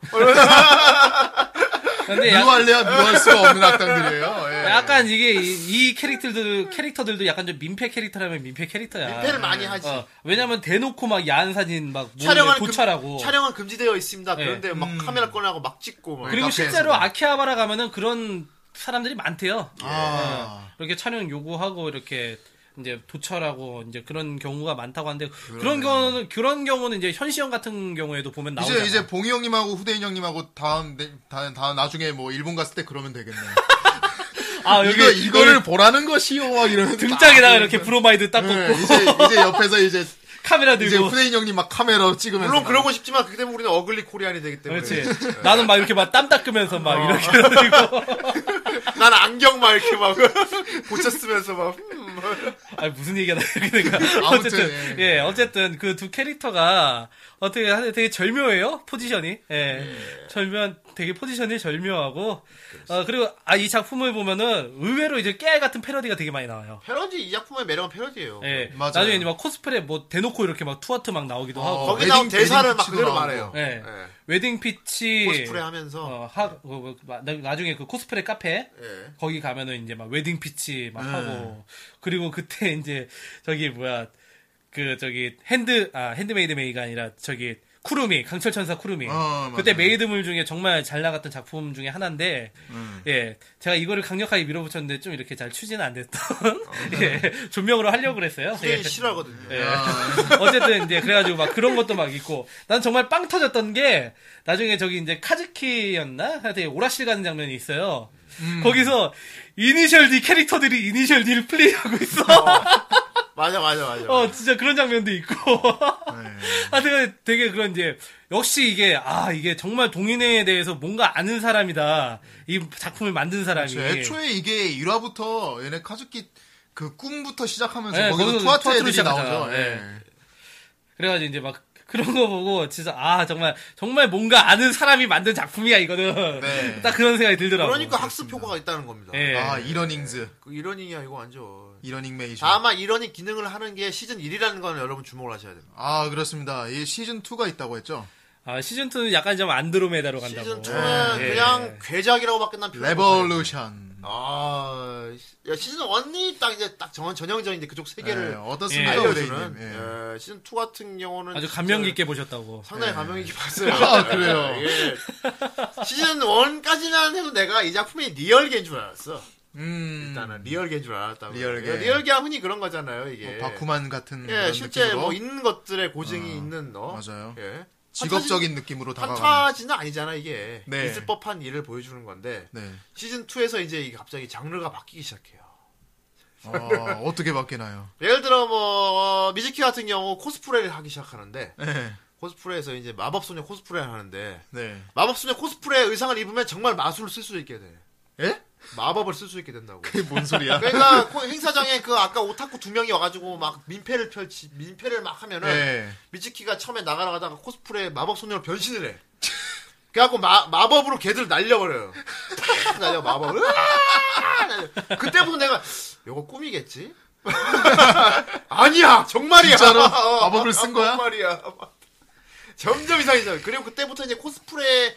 [SPEAKER 2] 근데 약-
[SPEAKER 3] 뭐 미워할래야 미워할 수가 없는 악당들이에요. 예.
[SPEAKER 2] 약간 이게 이, 이 캐릭터들 캐릭터들도 약간 좀 민폐 캐릭터라면 민폐 캐릭터야.
[SPEAKER 1] 민폐를 많이 하지.
[SPEAKER 2] 어, 왜냐면 대놓고 막 야한 사진 막 모으는
[SPEAKER 3] 그
[SPEAKER 1] 촬영은
[SPEAKER 2] 도촬하고.
[SPEAKER 1] 금, 촬영은 금지되어 있습니다.
[SPEAKER 2] 예.
[SPEAKER 1] 그런데 막 카메라 꺼내고 막 찍고 막.
[SPEAKER 2] 그리고
[SPEAKER 3] 카페에서
[SPEAKER 2] 실제로
[SPEAKER 3] 막.
[SPEAKER 2] 아키하바라 가면은 그런 사람들이 많대요.
[SPEAKER 3] 아.
[SPEAKER 2] 이렇게 촬영 요구하고 이렇게 이제 도촬하고 이제 그런 경우가 많다고 하는데 그런 경우는 그런 경우는 이제 현시형 같은 경우에도 보면 음, 나오잖아.
[SPEAKER 3] 이제 이제 봉이 형님하고 후대인 형님하고 다음 내- 다음 다음 나중에 뭐 일본 갔을 때 그러면 되겠네.
[SPEAKER 2] 아 여기
[SPEAKER 3] 이거 이거를 보라는 것이요 막 이러면서
[SPEAKER 2] 등짝에다가 이렇게 브로마이드 딱
[SPEAKER 3] 예,
[SPEAKER 2] 꽂고
[SPEAKER 3] 이제 이제 옆에서 이제
[SPEAKER 2] 카메라
[SPEAKER 3] 이제
[SPEAKER 2] 들고
[SPEAKER 3] 후대인 형님 막 카메라로 찍으면서
[SPEAKER 1] 물론 그러고 싶지만 그때 우리는 어글리 코리안이 되기 때문에.
[SPEAKER 2] 그렇지. 나는 막 이렇게 막 땀 닦으면서
[SPEAKER 3] 어.
[SPEAKER 2] 막 이렇게 들고.
[SPEAKER 1] 난 안경 막 이렇게 막 보채 쓰면서 막. 음.
[SPEAKER 2] 아 무슨 얘기가 나오게 된가.
[SPEAKER 3] 아무튼,
[SPEAKER 2] 어쨌든
[SPEAKER 3] 예.
[SPEAKER 2] 예, 어쨌든 그 두 캐릭터가 어떻게 하여튼 되게 절묘해요 포지션이. 예, 절묘한 되게 포지션이 절묘하고. 어 그리고 아 이 작품을 보면은 의외로 이제 깨알 같은 패러디가 되게 많이 나와요.
[SPEAKER 1] 패러디 이 작품의 매력은 패러디예요.
[SPEAKER 2] 예,
[SPEAKER 3] 맞아요. 어,
[SPEAKER 2] 나중에 이제 막 코스프레 뭐 대놓고 이렇게 막 투아트 막 나오기도 하고.
[SPEAKER 1] 거기
[SPEAKER 3] 웨딩-
[SPEAKER 1] 나온 대사를
[SPEAKER 3] 웨딩
[SPEAKER 1] 막 그대로
[SPEAKER 3] 피치도
[SPEAKER 1] 말해요.
[SPEAKER 3] 나오고.
[SPEAKER 2] 예.
[SPEAKER 1] 예.
[SPEAKER 2] 웨딩 피치.
[SPEAKER 1] 코스프레 하면서.
[SPEAKER 2] 예. 어, 하, 어, 뭐, 마- 나- 나중에 그 코스프레 카페
[SPEAKER 1] 예.
[SPEAKER 2] 거기 가면은 이제 막 웨딩 피치
[SPEAKER 3] 네.
[SPEAKER 2] 막 하고 그리고 그때 이제 저기 뭐야 그 저기 핸드 아 핸드메이드 메이가 아니라 저기 쿠루미 강철 천사 쿠루미
[SPEAKER 3] 어,
[SPEAKER 2] 그때
[SPEAKER 3] 맞아요.
[SPEAKER 2] 메이드물 중에 정말 잘 나갔던 작품 중에 하나인데
[SPEAKER 3] 음.
[SPEAKER 2] 예 제가 이거를 강력하게 밀어붙였는데 좀 이렇게 잘 추진은 안 됐던
[SPEAKER 3] 어, 네.
[SPEAKER 2] 예 조명으로 하려고 그랬어요
[SPEAKER 1] 후대인
[SPEAKER 2] 예.
[SPEAKER 1] 싫어하거든요.
[SPEAKER 2] 예. 어쨌든 이제 그래가지고 막 그런 것도 막 있고 난 정말 빵 터졌던 게 나중에 저기 이제 카즈키였나 하여튼 오락실 가는 장면이 있어요
[SPEAKER 3] 음.
[SPEAKER 2] 거기서 이니셜 D 캐릭터들이 이니셜 D를 플레이하고 있어
[SPEAKER 3] 음.
[SPEAKER 1] 맞아 맞아 맞아.
[SPEAKER 2] 어 진짜 그런 장면도 있고
[SPEAKER 3] 네.
[SPEAKER 2] 하여튼 되게 그런 이제 역시 이게 아 이게 정말 동인애에 대해서 뭔가 아는 사람이다 이 작품을 만든 사람이
[SPEAKER 3] 그렇죠. 애초에 이게 1화부터 얘네 카즈키 그 꿈부터 시작하면서
[SPEAKER 2] 예,
[SPEAKER 3] 거기서
[SPEAKER 2] 거기서
[SPEAKER 3] 투아트
[SPEAKER 2] 투아트로
[SPEAKER 3] 애들이
[SPEAKER 2] 시작하잖아.
[SPEAKER 3] 나오죠. 예.
[SPEAKER 2] 예. 그래가지고 이제 막 그런 거 보고 진짜 아 정말 정말 뭔가 아는 사람이 만든 작품이야 이거는
[SPEAKER 3] 네.
[SPEAKER 2] 딱 그런 생각이 들더라고.
[SPEAKER 1] 그러니까 학습 효과가 있다는 겁니다.
[SPEAKER 2] 예.
[SPEAKER 3] 아 이러닝즈,
[SPEAKER 1] 그 이러닝이야 이거 완전.
[SPEAKER 3] 이러닝 메이션.
[SPEAKER 1] 다만 이러닝 기능을 하는 게 시즌 1이라는 건 여러분 주목을 하셔야 됩니다.
[SPEAKER 3] 아 그렇습니다. 이 시즌 2가 있다고 했죠.
[SPEAKER 2] 아, 시즌2는 약간 좀 안드로메다로 간다고.
[SPEAKER 1] 시즌 2는
[SPEAKER 2] 예.
[SPEAKER 1] 그냥 괴작이라고밖에 난 표현을 못해요.
[SPEAKER 3] 레볼루션.
[SPEAKER 1] 아, 야, 시즌 1이 딱 이제 딱 전, 전형적인데 그쪽 세계를
[SPEAKER 3] 예, 어떻습니까,
[SPEAKER 2] 예.
[SPEAKER 3] 우레이님?
[SPEAKER 1] 알려주는
[SPEAKER 3] 예.
[SPEAKER 1] 네. 예, 시즌 2 같은 경우는
[SPEAKER 2] 아주
[SPEAKER 1] 진짜
[SPEAKER 2] 감명 깊게 보셨다고.
[SPEAKER 1] 상당히 감명 깊게 봤어요.
[SPEAKER 3] 예. 아, 그래요?
[SPEAKER 1] 예. 시즌 1까지는 해도 내가 이 작품이 리얼계인 줄 알았어.
[SPEAKER 3] 음,
[SPEAKER 1] 일단은 리얼계인 줄 알았다고.
[SPEAKER 3] 리얼계. 뭐
[SPEAKER 1] 예, 리얼계가 흔히 그런 거잖아요, 이게.
[SPEAKER 3] 바쿠만 같은
[SPEAKER 1] 예,
[SPEAKER 3] 그런
[SPEAKER 1] 실제
[SPEAKER 3] 느낌으로 아,
[SPEAKER 1] 뭐 있는 것들의 고증이 있는 너.
[SPEAKER 3] 맞아요.
[SPEAKER 1] 예.
[SPEAKER 3] 직업적인 느낌으로 다가가.
[SPEAKER 1] 판타지는 아니잖아 이게
[SPEAKER 3] 네.
[SPEAKER 1] 있을 법한 일을 보여주는 건데
[SPEAKER 3] 네.
[SPEAKER 1] 시즌 2에서 이제 이게 갑자기 장르가 바뀌기 시작해요.
[SPEAKER 3] 어, 어떻게 바뀌나요?
[SPEAKER 1] 예를 들어 뭐 어, 미즈키 같은 경우 코스프레를 하기 시작하는데
[SPEAKER 3] 네.
[SPEAKER 1] 코스프레에서 이제 마법소녀 코스프레를 하는데
[SPEAKER 3] 네.
[SPEAKER 1] 마법소녀 코스프레 의상을 입으면 정말 마술을 쓸 수 있게 돼.
[SPEAKER 3] 예?
[SPEAKER 1] 마법을 쓸 수 있게 된다고.
[SPEAKER 3] 그게 뭔 소리야?
[SPEAKER 1] 그러니까 코- 행사장에 그 아까 오타쿠 두 명이 와가지고 막 민폐를 펼치 민폐를 막 하면은
[SPEAKER 3] 네.
[SPEAKER 1] 미츠키가 처음에 나가다가 코스프레 마법 소녀로 변신을 해. 그래갖고 마, 마법으로 걔들 날려버려요. 팍 날려 마법. 으아! 날려. 그때부터 내가 요거 꿈이겠지? 아니야 정말이야.
[SPEAKER 3] 진짜로?
[SPEAKER 1] 어,
[SPEAKER 3] 마법을 쓴 거야?
[SPEAKER 1] 정말이야. 점점 이상해져. 그리고 그때부터 이제 코스프레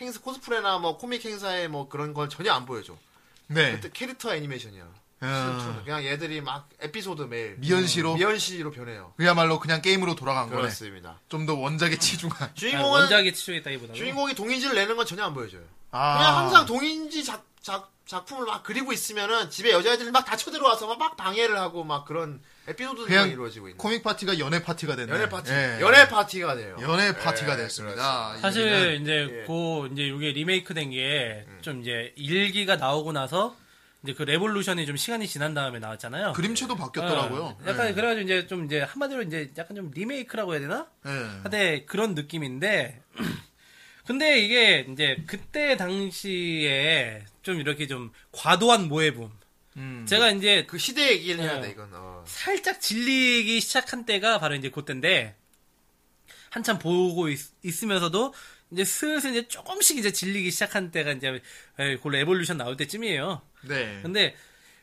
[SPEAKER 1] 행사 코스프레나 뭐 코믹 행사에 뭐 그런 걸 전혀 안 보여줘.
[SPEAKER 3] 네.
[SPEAKER 1] 그때 캐릭터 애니메이션이야.
[SPEAKER 3] 아.
[SPEAKER 1] 시즌2는. 그냥 얘들이 막 에피소드 매일
[SPEAKER 3] 미연시로?
[SPEAKER 1] 미연시로 변해요.
[SPEAKER 3] 그야말로 그냥 게임으로 돌아간 거네.
[SPEAKER 1] 음. 그렇습니다.
[SPEAKER 3] 좀 더 원작에 치중한.
[SPEAKER 2] 아,
[SPEAKER 1] 주인공은
[SPEAKER 2] 원작이 치중했다기보다는.
[SPEAKER 1] 음. 주인공이 동인지를 내는 건 전혀 안 보여줘요.
[SPEAKER 3] 아.
[SPEAKER 1] 그냥 항상 동인지 작, 작, 작품을 막 그리고 있으면은 집에 여자애들이 막 다쳐 들어와서 막, 막 방해를 하고 막 그런 에피소드가
[SPEAKER 3] 그냥
[SPEAKER 1] 이루어지고 있는
[SPEAKER 3] 코믹 파티가 연애 파티가 됐네.
[SPEAKER 1] 연애 파티
[SPEAKER 3] 예.
[SPEAKER 1] 연애 파티가 돼요.
[SPEAKER 3] 연애 파티가
[SPEAKER 1] 예,
[SPEAKER 3] 됐습니다.
[SPEAKER 2] 사실 이제
[SPEAKER 1] 예. 음.
[SPEAKER 2] 고 이제 이게 리메이크된 게 좀 이제 일기가 나오고 나서 이제 그 레볼루션이 좀 시간이 지난 다음에 나왔잖아요.
[SPEAKER 3] 그림체도 바뀌었더라고요.
[SPEAKER 2] 어, 약간
[SPEAKER 1] 예.
[SPEAKER 2] 그래가지고 이제 좀 이제 한마디로 이제 약간 좀 리메이크라고 해야 되나?
[SPEAKER 3] 예.
[SPEAKER 2] 하되 네, 그런 느낌인데 근데 이게 이제 그때 당시에 좀 이렇게 좀 과도한 모해붐.
[SPEAKER 3] 음.
[SPEAKER 2] 제가 이제
[SPEAKER 1] 그 시대 얘기를 해야
[SPEAKER 3] 네.
[SPEAKER 2] 예.
[SPEAKER 1] 돼 이건. 어.
[SPEAKER 2] 살짝 질리기 시작한 때가 바로 이제 그때인데 한참 보고 있, 으면서도 이제 슬슬 이제 조금씩 이제 질리기 시작한 때가 이제 에, 그 레볼루션 나올 때쯤이에요.
[SPEAKER 3] 네.
[SPEAKER 2] 근데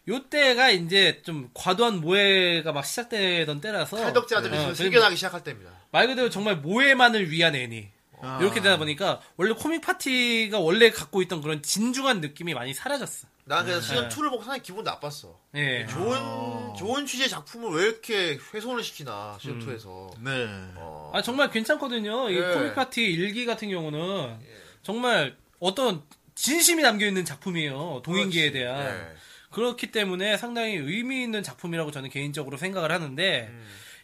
[SPEAKER 2] 요때가 이제 좀 과도한 모해가 막 시작되던 때라서
[SPEAKER 1] 탈덕자들이
[SPEAKER 3] 네.
[SPEAKER 2] 어,
[SPEAKER 1] 어,
[SPEAKER 2] 그리고
[SPEAKER 1] 생겨나기 시작할 때입니다.
[SPEAKER 2] 말 그대로 정말 모해만을 위한 애니
[SPEAKER 1] 아.
[SPEAKER 2] 이렇게 되다 보니까 원래 코믹 파티가 원래 갖고 있던 그런 진중한 느낌이 많이 사라졌어.
[SPEAKER 1] 난 그래서 시즌
[SPEAKER 3] 네.
[SPEAKER 1] 2를 보고 상당히 기분 나빴어.
[SPEAKER 2] 예.
[SPEAKER 1] 네,
[SPEAKER 3] 아.
[SPEAKER 1] 좋은 좋은 취지의 작품을 왜 이렇게 훼손을 시키나
[SPEAKER 3] 음.
[SPEAKER 1] 시즌 2에서. 어.
[SPEAKER 3] 네.
[SPEAKER 2] 아 정말 괜찮거든요. 이
[SPEAKER 1] 예.
[SPEAKER 2] 코믹 파티 일기 같은 경우는 정말 어떤 진심이 담겨 있는 작품이에요. 동인기에 대한.
[SPEAKER 1] 네.
[SPEAKER 2] 그렇기 때문에 상당히 의미 있는 작품이라고 저는 개인적으로 생각을 하는데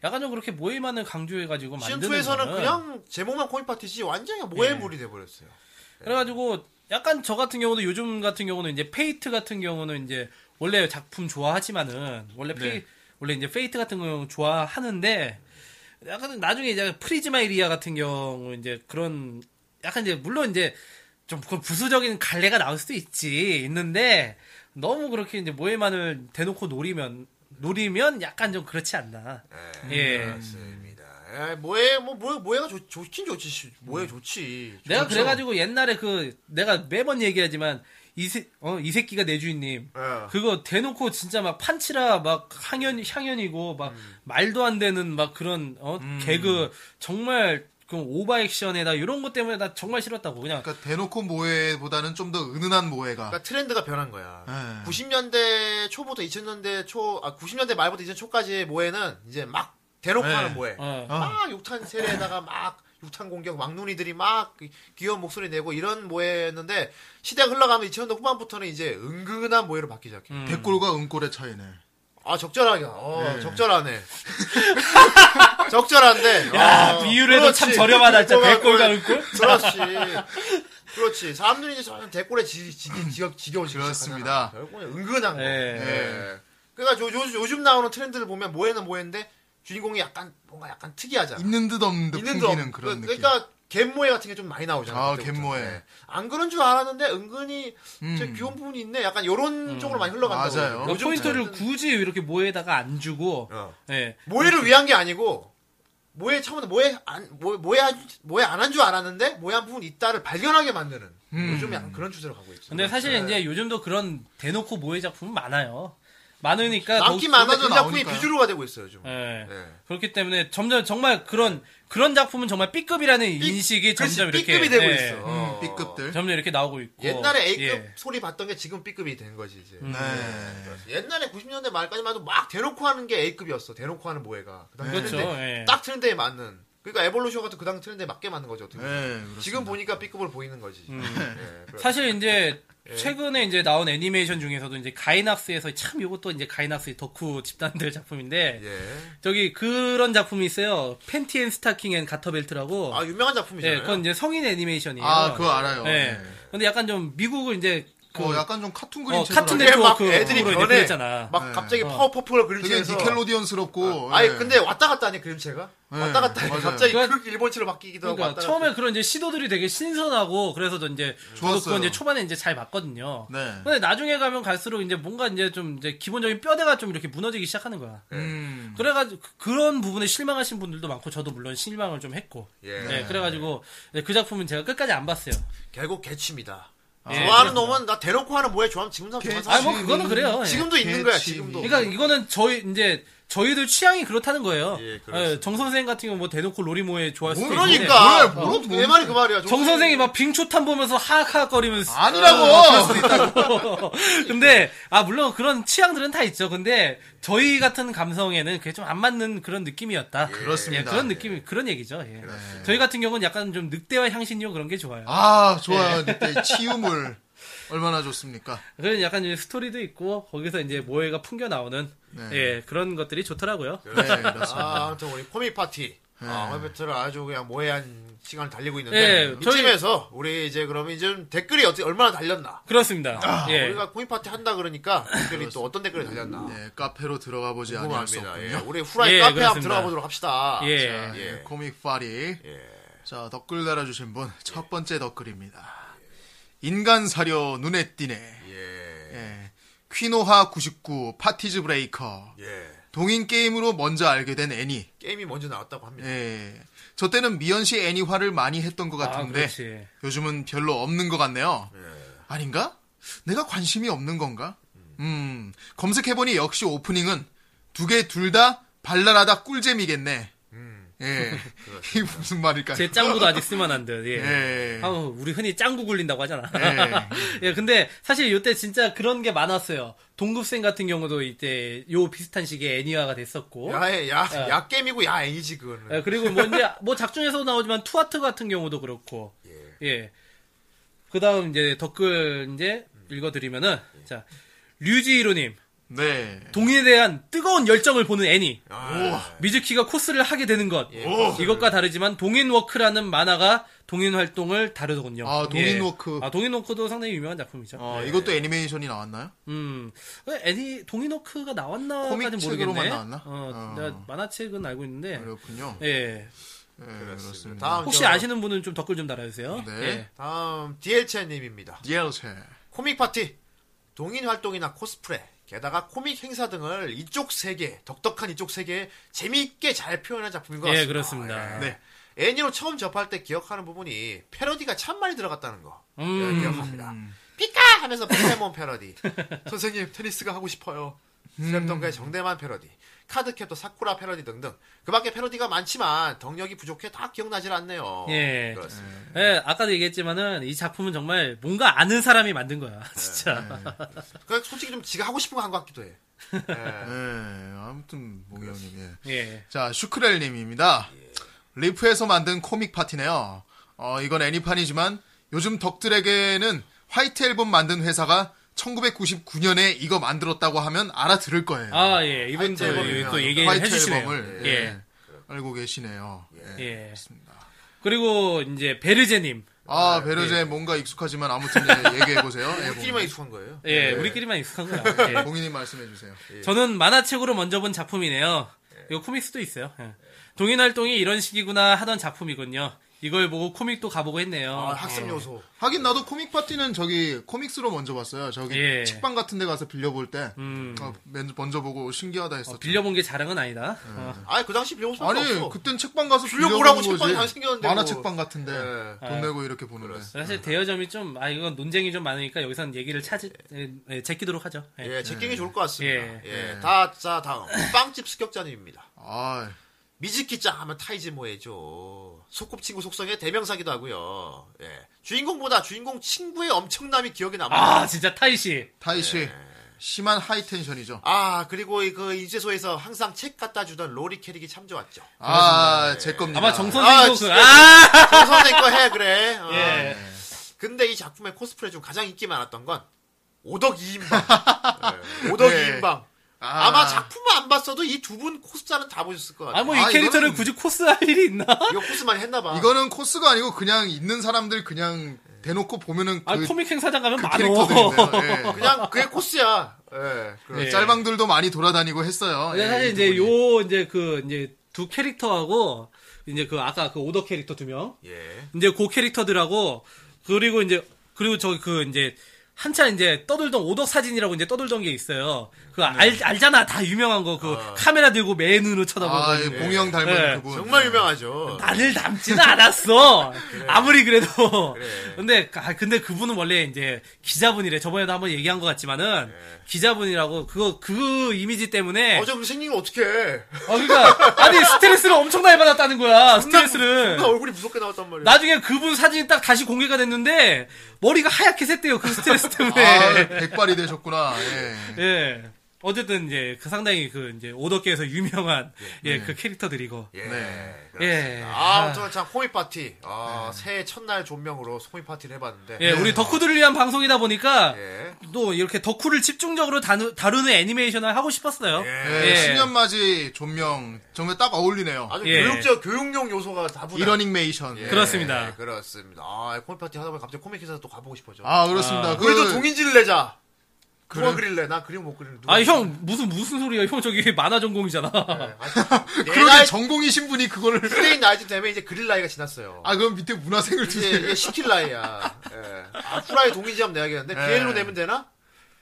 [SPEAKER 2] 약간 좀 그렇게 모임만을 강조해 가지고
[SPEAKER 1] 음. 시즌
[SPEAKER 2] 만드는
[SPEAKER 1] 2에서는
[SPEAKER 2] 거는
[SPEAKER 1] 그냥 제목만 코인 파티지 완전히 모해물이
[SPEAKER 3] 네.
[SPEAKER 1] 돼버렸어요.
[SPEAKER 2] 그래가지고 약간 저 같은 경우도 요즘 같은 경우는 이제 페이트 같은 경우는 이제 원래 작품 좋아하지만은 원래 페이 원래 이제 페이트 같은 경우 좋아하는데 약간 나중에 이제 프리즈마이리아 같은 경우 이제 그런 약간 이제 물론 이제 좀 그런 부수적인 갈래가 나올 수도 있지 있는데 너무 그렇게 이제 모해만을 대놓고 노리면 노리면 약간 좀 그렇지 않나 예
[SPEAKER 1] 맞습니다. 에, 뭐해 뭐 뭐해 뭐해가 좋, 좋긴 좋지 씨. 뭐해 좋지.
[SPEAKER 2] 내가
[SPEAKER 1] 좋죠.
[SPEAKER 2] 그래가지고 옛날에 그 내가 매번 얘기하지만 이새 어이 새끼가 내 주인님
[SPEAKER 1] 예.
[SPEAKER 2] 그거 대놓고 진짜 막 판치라 막 향연 향연이고 막
[SPEAKER 1] 음.
[SPEAKER 2] 말도 안 되는 막 그런 어 개그 정말 그 오바 액션에다 이런 것 때문에 나 정말 싫었다고 그냥
[SPEAKER 3] 그러니까 대놓고 모해보다는 좀 더 은은한 모해가.
[SPEAKER 1] 그러니까 트렌드가 변한 거야.
[SPEAKER 3] 예.
[SPEAKER 1] 90년대 초부터 2000년대 초, 아 90년대 말부터 2000년 초까지의 모해는 이제 막 대놓고
[SPEAKER 3] 예.
[SPEAKER 1] 하는 모해.
[SPEAKER 2] 어.
[SPEAKER 1] 막 육탄 세례에다가 막 육탄 공격, 막눈이들이 막 귀여운 목소리 내고 이런 모해였는데 시대가 흘러가면 2000년대 후반부터는 이제 은근한 모해로 바뀌기 시작해.
[SPEAKER 2] 음.
[SPEAKER 3] 백골과 은골의 차이네.
[SPEAKER 1] 아 적절하게, 어 적절하네. 적절한데.
[SPEAKER 2] 야
[SPEAKER 1] 어,
[SPEAKER 2] 비율에도 참
[SPEAKER 1] 그렇지.
[SPEAKER 2] 저렴하다 진짜
[SPEAKER 1] 그거만
[SPEAKER 2] 백골과
[SPEAKER 1] 그걸-
[SPEAKER 2] 은골
[SPEAKER 1] 그렇지. 그렇지. 사람들이 이제 점 대꼴에 지, 지, 지, 지겨, 지겨워지기 시작하잖아.
[SPEAKER 3] 그렇습니다.
[SPEAKER 1] 결국은 은근한 거.
[SPEAKER 2] 예.
[SPEAKER 1] 예. 그러니까 요, 요, 요즘 나오는 트렌드를 보면 뭐에는 뭐했는데 주인공이 약간 뭔가 약간 특이하잖아.
[SPEAKER 3] 있는 듯 없는 듯
[SPEAKER 1] 있는
[SPEAKER 3] 풍기는
[SPEAKER 1] 점.
[SPEAKER 3] 그런
[SPEAKER 1] 그-
[SPEAKER 3] 느낌.
[SPEAKER 1] 그러니까 갯모해 같은 게 좀 많이 나오잖아.
[SPEAKER 3] 아,
[SPEAKER 1] 그때부터.
[SPEAKER 3] 갯모해.
[SPEAKER 1] 예. 안 그런 줄 알았는데 은근히
[SPEAKER 3] 음.
[SPEAKER 1] 제 귀여운 부분이 있네. 약간 요런 쪽으로 많이 흘러간다고.
[SPEAKER 3] 맞아요.
[SPEAKER 1] 어, 그러거든요.
[SPEAKER 2] 그러니까 음.
[SPEAKER 1] 요즘
[SPEAKER 2] 포인트를
[SPEAKER 1] 트렌드는-
[SPEAKER 2] 굳이 이렇게 모에다가 안 주고
[SPEAKER 1] 어.
[SPEAKER 2] 예
[SPEAKER 1] 모해를 위한 게 아니고 모해 처음부터 모해 안 모- 모해 한- 모해 안 한 줄 알았는데 모해한 부분 있다를 발견하게 만드는
[SPEAKER 2] 음.
[SPEAKER 1] 요즘 약간 그런 추세로 가고 네. 있죠.
[SPEAKER 2] 근데 사실 이제 요즘도 그런 대놓고 모의 작품은 많아요. 많으니까
[SPEAKER 1] 남기
[SPEAKER 2] 더욱-
[SPEAKER 1] 네. 많아져
[SPEAKER 3] 그러니까
[SPEAKER 1] 작품이
[SPEAKER 3] 나오니까요.
[SPEAKER 1] 비주류가 되고 있어요 좀.
[SPEAKER 2] 예.
[SPEAKER 1] 예.
[SPEAKER 2] 그렇기 때문에 점점 정말 그런 그런 작품은 정말 B급이라는 인식이
[SPEAKER 1] 그렇지,
[SPEAKER 2] 점점 이렇게
[SPEAKER 1] B급이 되고
[SPEAKER 2] 예,
[SPEAKER 1] 있어. 어.
[SPEAKER 3] 음, B급들.
[SPEAKER 2] 점점 이렇게 나오고 있고
[SPEAKER 1] 옛날에 A급
[SPEAKER 2] 예. 음.
[SPEAKER 1] 소리 봤던 게 지금 B급이 된 거지 이제.
[SPEAKER 3] 네.
[SPEAKER 1] 그래서 옛날에 90년대 말까지만 해도 막 대놓고 하는 게 A급이었어. 대놓고 하는 모해가. 그 당시
[SPEAKER 2] 그렇죠.
[SPEAKER 1] 트렌드에-
[SPEAKER 2] 예.
[SPEAKER 1] 딱 트렌드에 맞는. 그러니까 에볼루션 같은 그 당시 트렌드에 맞게 맞는 거죠. 어떻게
[SPEAKER 3] 네.
[SPEAKER 1] 보면.
[SPEAKER 3] 그렇습니다.
[SPEAKER 1] 지금 보니까 B급으로 보이는 거지. 예, 그래.
[SPEAKER 2] 음. 사실 이제
[SPEAKER 3] 예.
[SPEAKER 2] 최근에 이제 나온 애니메이션 중에서도 이제 가이낙스에서 참 이것도 이제 가이낙스 덕후 집단들 작품인데
[SPEAKER 1] 예.
[SPEAKER 2] 저기 그런 작품이 있어요. 팬티 앤 스타킹 앤 가터벨트라고.
[SPEAKER 1] 아 유명한
[SPEAKER 2] 예,
[SPEAKER 1] 작품이잖아요.
[SPEAKER 2] 그건 이제 성인 애니메이션이에요.
[SPEAKER 3] 아, 그거 알아요.
[SPEAKER 2] 예. 근데 약간 좀 미국을 이제 그
[SPEAKER 3] 어, 약간 좀 카툰 그림
[SPEAKER 2] 어,
[SPEAKER 3] 체처럼.
[SPEAKER 2] 카툰
[SPEAKER 1] 예, 막
[SPEAKER 2] 네트워크
[SPEAKER 1] 애들이
[SPEAKER 2] 으로
[SPEAKER 1] 변해.
[SPEAKER 2] 이제 그랬잖아.
[SPEAKER 1] 막
[SPEAKER 3] 네.
[SPEAKER 1] 갑자기
[SPEAKER 2] 어.
[SPEAKER 1] 파워퍼플
[SPEAKER 3] 되게
[SPEAKER 1] 그림체에서.
[SPEAKER 3] 니켈로디언스럽고.
[SPEAKER 1] 아니
[SPEAKER 3] 예.
[SPEAKER 1] 근데 왔다 갔다 하네 그림체가.
[SPEAKER 3] 예,
[SPEAKER 1] 왔다 갔다 해.
[SPEAKER 3] 맞아요.
[SPEAKER 1] 갑자기
[SPEAKER 2] 그건-
[SPEAKER 1] 그 일본체로 바뀌기도 하고.
[SPEAKER 2] 그러니까
[SPEAKER 1] 왔다
[SPEAKER 2] 처음에 그런 이제 시도들이 되게 신선하고 그래서 또 이제 저도
[SPEAKER 3] 예. 좋았어요.
[SPEAKER 2] 그건 이제 초반에 이제 잘 봤거든요.
[SPEAKER 3] 네.
[SPEAKER 2] 근데 나중에 가면 갈수록 이제 뭔가 이제 좀 이제 기본적인 뼈대가 좀 이렇게 무너지기 시작하는 거야.
[SPEAKER 3] 음.
[SPEAKER 2] 그래가지고 그- 그런 부분에 실망하신 분들도 많고 저도 물론 실망을 좀 했고.
[SPEAKER 1] 예.
[SPEAKER 2] 네, 그래가지고 네, 그 작품은 제가 끝까지 안 봤어요.
[SPEAKER 1] 결국 개취입니다.
[SPEAKER 2] 예,
[SPEAKER 1] 좋아하는
[SPEAKER 2] 그렇습니다.
[SPEAKER 1] 놈은 나 대놓고 하는 모해 좋아하면 지금 사람
[SPEAKER 3] 개취.
[SPEAKER 1] 좋아하는
[SPEAKER 2] 아,
[SPEAKER 1] 사람.
[SPEAKER 2] 뭐 그거는 그래요. 예.
[SPEAKER 1] 지금도 있는 거야
[SPEAKER 3] 개취미.
[SPEAKER 1] 지금도.
[SPEAKER 2] 그러니까 이거는 저희 이제 저희들 취향이 그렇다는 거예요.
[SPEAKER 1] 예, 그렇습니다.
[SPEAKER 2] 정 선생 같은 경우 뭐 대놓고 로리모에 좋아할 수도 있는데
[SPEAKER 1] 그러니까
[SPEAKER 3] 뭐야, 뭐야,
[SPEAKER 1] 내 말이 그 말이야.
[SPEAKER 2] 정 선생이 막 빙초탄 보면서 하악하악거리면서
[SPEAKER 3] 아니라고!
[SPEAKER 2] 근데 아 물론 그런 취향들은 다 있죠. 근데 저희 같은 감성에는 그게 좀 안 맞는 그런 느낌이었다.
[SPEAKER 3] 그렇습니다.
[SPEAKER 2] 예, 그런 느낌 그런 얘기죠. 예. 저희 같은 경우는 약간 좀 늑대와 향신료 그런 게 좋아요.
[SPEAKER 3] 아, 좋아요.
[SPEAKER 1] 예.
[SPEAKER 3] 그때 치유물. 얼마나 좋습니까?
[SPEAKER 2] 그런 약간 이제 스토리도 있고 거기서 이제 모해가 풍겨 나오는
[SPEAKER 3] 네.
[SPEAKER 2] 예 그런 것들이 좋더라고요.
[SPEAKER 3] 네, 그렇습니다. 예.
[SPEAKER 1] 아, 아무튼 우리 코믹 파티. 아, 화이트를 아주 그냥 모해한 시간을 달리고
[SPEAKER 2] 예,
[SPEAKER 1] 있는데
[SPEAKER 2] 저희-
[SPEAKER 1] 이쯤에서 우리 이제 그러면 이제 댓글이 어떻게 얼마나 달렸나?
[SPEAKER 2] 그렇습니다.
[SPEAKER 3] 아,
[SPEAKER 2] 예.
[SPEAKER 1] 우리가 코믹 파티 한다 그러니까 댓글이 또 어떤 댓글이 달렸나?
[SPEAKER 3] 네, 카페로 들어가 보지 않을 수
[SPEAKER 1] 궁금합니다. 예,
[SPEAKER 3] 없군요.
[SPEAKER 1] 우리 후라이
[SPEAKER 2] 예,
[SPEAKER 1] 카페 한번
[SPEAKER 2] 그렇습니다.
[SPEAKER 1] 들어가 보도록 합시다.
[SPEAKER 2] 예.
[SPEAKER 3] 자, 예, 코믹 파리. 자, 댓글 달아주신 분,
[SPEAKER 1] 예.
[SPEAKER 3] 첫 번째 댓글입니다. 인간 사려 눈에 띄네. 예. 퀴노하 99, 파티즈 브레이커.
[SPEAKER 1] 예.
[SPEAKER 3] 동인 게임으로 먼저 알게 된 애니.
[SPEAKER 1] 게임이 먼저 나왔다고 합니다.
[SPEAKER 3] 예. 저 때는 미연 씨 애니화를 많이 했던 것
[SPEAKER 2] 아,
[SPEAKER 3] 같은데,
[SPEAKER 2] 그렇지.
[SPEAKER 3] 요즘은 별로 없는 것 같네요.
[SPEAKER 1] 예.
[SPEAKER 3] 아닌가? 내가 관심이 없는 건가? 음, 검색해보니 역시 오프닝은 두 개 둘 다 발랄하다 꿀잼이겠네. 예. 이게 무슨 말일까요?
[SPEAKER 2] 제 짱구도 아직 쓸만한 듯. 예.
[SPEAKER 3] 예.
[SPEAKER 2] 아우, 우리 흔히 짱구 굴린다고 하잖아.
[SPEAKER 3] 예.
[SPEAKER 2] 예, 근데 사실 이때 진짜 그런 게 많았어요. 동급생 같은 경우도 이때 요 비슷한 식의 애니화가 됐었고.
[SPEAKER 1] 야야 야,
[SPEAKER 2] 예.
[SPEAKER 1] 야 게임이고 야 애니지 그거는.
[SPEAKER 2] 예, 그리고 뭐 이제 뭐 작중에서 나오지만 투아트 같은 경우도 그렇고. 예. 그다음 이제 댓글 이제 읽어드리면은 자 류지이로님
[SPEAKER 3] 네.
[SPEAKER 2] 동인에 대한 뜨거운 열정을 보는 애니.
[SPEAKER 1] 아, 예.
[SPEAKER 2] 미즈키가 코스를 하게 되는 것.
[SPEAKER 3] 예.
[SPEAKER 2] 이것과 다르지만 동인워크라는 만화가 동인 활동을 다루더군요.
[SPEAKER 3] 아, 동인워크.
[SPEAKER 2] 예. 아, 동인워크도 상당히 유명한 작품이죠.
[SPEAKER 3] 어, 이것도 애니메이션이 나왔나요?
[SPEAKER 2] 음. 왜 애니 동인워크가 나왔나까지
[SPEAKER 3] 코믹
[SPEAKER 2] 모르겠네.
[SPEAKER 3] 책으로만 나왔나?
[SPEAKER 2] 어,
[SPEAKER 3] 어.
[SPEAKER 2] 내가 만화책은 알고 있는데.
[SPEAKER 3] 그렇군요.
[SPEAKER 2] 예.
[SPEAKER 3] 예, 그렇습니다.
[SPEAKER 1] 다음
[SPEAKER 2] 혹시
[SPEAKER 1] 저-
[SPEAKER 2] 아시는 분은 좀 댓글 좀 달아주세요.
[SPEAKER 3] 그러니까 네.
[SPEAKER 2] 예.
[SPEAKER 1] 다음 DLC님입니다.
[SPEAKER 3] DLC.
[SPEAKER 1] 코믹 파티, 동인 활동이나 코스프레, 게다가 코믹 행사 등을 이쪽 세계, 덕덕한 이쪽 세계에 재미있게 잘 표현한 작품인 것
[SPEAKER 2] 예,
[SPEAKER 1] 같습니다. 아,
[SPEAKER 2] 그렇습니다.
[SPEAKER 3] 네.
[SPEAKER 1] 애니로 처음 접할 때 기억하는 부분이 패러디가 참 많이 들어갔다는 거
[SPEAKER 2] 음.
[SPEAKER 1] 예, 기억합니다. 피카 하면서 포켓몬 패러디, 선생님 테니스가 하고 싶어요. 스램덩크의 정대만 패러디, 카드캡터 사쿠라 패러디 등등 그밖에 패러디가 많지만 덕력이 부족해 다 기억나질 않네요.
[SPEAKER 2] 예.
[SPEAKER 1] 그렇습니다.
[SPEAKER 2] 예, 아까도 얘기했지만은 이 작품은 정말 뭔가 아는 사람이 만든 거야. 진짜.
[SPEAKER 1] 그러니까 솔직히 좀 지가 하고 싶은 거 한 것 같기도 해.
[SPEAKER 3] 예, 아무튼, 목이 형님, 예.
[SPEAKER 2] 예.
[SPEAKER 3] 자, 슈크렐님입니다. 리프에서 만든 코믹 파티네요. 어, 이건 애니판이지만 요즘 덕들에게는 화이트 앨범 만든 회사가 1999년에 이거 만들었다고 하면 알아들을 거예요.
[SPEAKER 2] 아, 예. 이분
[SPEAKER 1] 화이트 앨범이요.
[SPEAKER 2] 또 얘기해
[SPEAKER 3] 화이트
[SPEAKER 2] 주시네요.
[SPEAKER 3] 앨범을
[SPEAKER 2] 예.
[SPEAKER 3] 예, 알고 계시네요.
[SPEAKER 2] 예.
[SPEAKER 3] 그렇습니다.
[SPEAKER 2] 그리고 이제 베르제님.
[SPEAKER 3] 아, 베르제 뭔가 익숙하지만 아무튼 예, 얘기해 보세요.
[SPEAKER 1] 우리끼리만 그 익숙한 거예요.
[SPEAKER 2] 예,
[SPEAKER 3] 네.
[SPEAKER 2] 우리끼리만 익숙한 거야. 예.
[SPEAKER 3] 공인님 말씀해 주세요.
[SPEAKER 2] 저는 만화책으로 먼저 본 작품이네요. 이거 코믹스도 있어요. 예. 동인 활동이 이런 식이구나 하던 작품이군요. 이걸 보고 코믹도 가보고 했네요.
[SPEAKER 1] 아, 학습 요소.
[SPEAKER 3] 하긴 나도 코믹 파티는 저기 코믹스로 먼저 봤어요. 저기
[SPEAKER 2] 예.
[SPEAKER 3] 책방 같은 데 가서 빌려볼 때
[SPEAKER 2] 음.
[SPEAKER 3] 어, 맨- 먼저 보고 신기하다
[SPEAKER 2] 어,
[SPEAKER 3] 했었죠.
[SPEAKER 2] 빌려본 게 자랑은 아니다. 어.
[SPEAKER 1] 아니, 그 당시 빌려볼 수
[SPEAKER 3] 아니
[SPEAKER 1] 없어.
[SPEAKER 3] 그땐 책방 가서
[SPEAKER 1] 빌려보라고
[SPEAKER 3] 빌려보는
[SPEAKER 1] 책방이
[SPEAKER 3] 거지.
[SPEAKER 1] 다 생겼는데 뭐.
[SPEAKER 3] 만화책방 같은데
[SPEAKER 1] 예.
[SPEAKER 3] 돈 내고 이렇게 보는데
[SPEAKER 2] 사실 대여점이 좀, 아, 이건 논쟁이 좀 많으니까 여기선 얘기를 찾으, 예, 예, 제끼도록 하죠. 예.
[SPEAKER 1] 예, 제끼이 좋을 것 같습니다.
[SPEAKER 2] 예.
[SPEAKER 3] 네.
[SPEAKER 1] 예, 다, 자, 다음. 빵집 습격자님입니다.
[SPEAKER 3] 아
[SPEAKER 1] 미즈키짱 하면 타이지 모해죠. 소꿉친구 속성의 대명사기도 하고요. 예. 주인공보다 주인공 친구의 엄청남이 기억에 남아요.
[SPEAKER 2] 아, 진짜 타이시.
[SPEAKER 3] 타이시
[SPEAKER 1] 예.
[SPEAKER 3] 심한 하이텐션이죠.
[SPEAKER 1] 아, 그리고 그 인쇄소에서 항상 책 갖다 주던 로리 캐릭이 참 좋았죠. 예.
[SPEAKER 3] 아제 겁니다.
[SPEAKER 2] 아마 정선생도
[SPEAKER 1] 아,
[SPEAKER 2] 그,
[SPEAKER 1] 진짜.
[SPEAKER 2] 아!
[SPEAKER 1] 정 선생 거 해, 그래. 어.
[SPEAKER 2] 예.
[SPEAKER 1] 근데 이 작품의 코스프레 중 가장 인기 많았던 건 오덕 이인방 오덕
[SPEAKER 3] 네.
[SPEAKER 1] 이인방
[SPEAKER 3] 아,
[SPEAKER 1] 아. 마 작품은 안 봤어도 이 두 분 코스자는 다 보셨을 것 같아요.
[SPEAKER 2] 아, 뭐, 이
[SPEAKER 3] 아,
[SPEAKER 2] 캐릭터를
[SPEAKER 3] 이거는-
[SPEAKER 2] 굳이 코스할 일이 있나?
[SPEAKER 1] 이거 코스 많이 했나봐.
[SPEAKER 3] 이거는 코스가 아니고 그냥 있는 사람들 그냥 대놓고 보면은 그,
[SPEAKER 2] 아, 코믹 행사장 가면 많어.
[SPEAKER 3] 캐릭터들인데요. 예.
[SPEAKER 1] 그냥 그게 코스야. 예. 그-
[SPEAKER 3] 그
[SPEAKER 2] 예.
[SPEAKER 3] 짤방들도 많이 돌아다니고 했어요.
[SPEAKER 2] 근데
[SPEAKER 3] 예,
[SPEAKER 2] 사실
[SPEAKER 3] 이분이.
[SPEAKER 2] 이제 요, 이제 그, 이제 두 캐릭터하고, 이제 그, 아까 그 오더 캐릭터 두 명.
[SPEAKER 1] 예.
[SPEAKER 2] 이제 그 캐릭터들하고 그리고 이제 그리고 저 그 이제 한참 이제 떠들던 오덕 사진이라고 이제 떠들던 게 있어요. 그 알, 알잖아 다 유명한 거 그 카메라 들고 맨 눈으로 쳐다보고
[SPEAKER 3] 아, 예, 봉영 닮은
[SPEAKER 2] 예.
[SPEAKER 3] 그분.
[SPEAKER 1] 정말 유명하죠.
[SPEAKER 2] 나를 닮지는 않았어. 아무리 그래도. 근데 아, 근데 그분은 원래 이제 기자분이래. 저번에도 한번 얘기한 것 같지만은 기자분이라고 그거 그 이미지 때문에
[SPEAKER 1] 어, 좀 생긴 거 어떻게 해.
[SPEAKER 2] 어, 그러니까 아니 스트레스를 엄청나게 받았다는 거야. 스트레스를.
[SPEAKER 1] 나 얼굴이 무섭게 나왔단 말이야.
[SPEAKER 2] 네. 나중에 그분 사진이 딱 다시 공개가 됐는데 머리가 하얗게 샜대요 그 스트레스 때문에
[SPEAKER 1] 예.
[SPEAKER 3] 아, 백발이 되셨구나. 예.
[SPEAKER 2] 예 어쨌든 이제 그 상당히 그 이제 오덕계에서 유명한 예 그 캐릭터들이고
[SPEAKER 1] 예.
[SPEAKER 3] 네.
[SPEAKER 2] 예
[SPEAKER 1] 아, 아무튼 참 코믹 파티. 아, 새해 첫날 존명으로 코믹 파티를 해봤는데.
[SPEAKER 2] 예, 우리 덕후들을 위한 방송이다 보니까
[SPEAKER 1] 예.
[SPEAKER 2] 또 이렇게 덕후를 집중적으로 다루, 다루는 애니메이션을 하고 싶었어요
[SPEAKER 3] 예,
[SPEAKER 2] 예.
[SPEAKER 3] 신년맞이 존명 정말 딱 어울리네요.
[SPEAKER 1] 아주
[SPEAKER 2] 예.
[SPEAKER 1] 교육적 교육용 요소가 다분한.
[SPEAKER 3] 이러닝메이션.
[SPEAKER 1] 예,
[SPEAKER 2] 그렇습니다.
[SPEAKER 1] 그렇습니다. 아, 코믹 파티 하다 보니 갑자기 코믹 회사 또 가보고 싶어져.
[SPEAKER 3] 아 그렇습니다. 그,
[SPEAKER 1] 우리도 동인지를 내자. 누가
[SPEAKER 3] 그래?
[SPEAKER 1] 그릴래? 나 그림 못 그리는. 누가
[SPEAKER 2] 아
[SPEAKER 1] 그릴래?
[SPEAKER 2] 형 무슨 무슨 소리야 형 저기 만화 전공이잖아
[SPEAKER 1] 예.
[SPEAKER 3] 예, 그러게
[SPEAKER 1] 내가
[SPEAKER 3] 전공이신 분이 그거를
[SPEAKER 1] 프레인 나이쯤 되면 이제 그릴 나이가 지났어요.
[SPEAKER 3] 아 그럼 밑에 문화생을
[SPEAKER 1] 이제
[SPEAKER 3] 두세요.
[SPEAKER 1] 이게 시킬 나이야. 예. 아, 후라이 동인지함 내야겠는데 비엘로 내면 되나?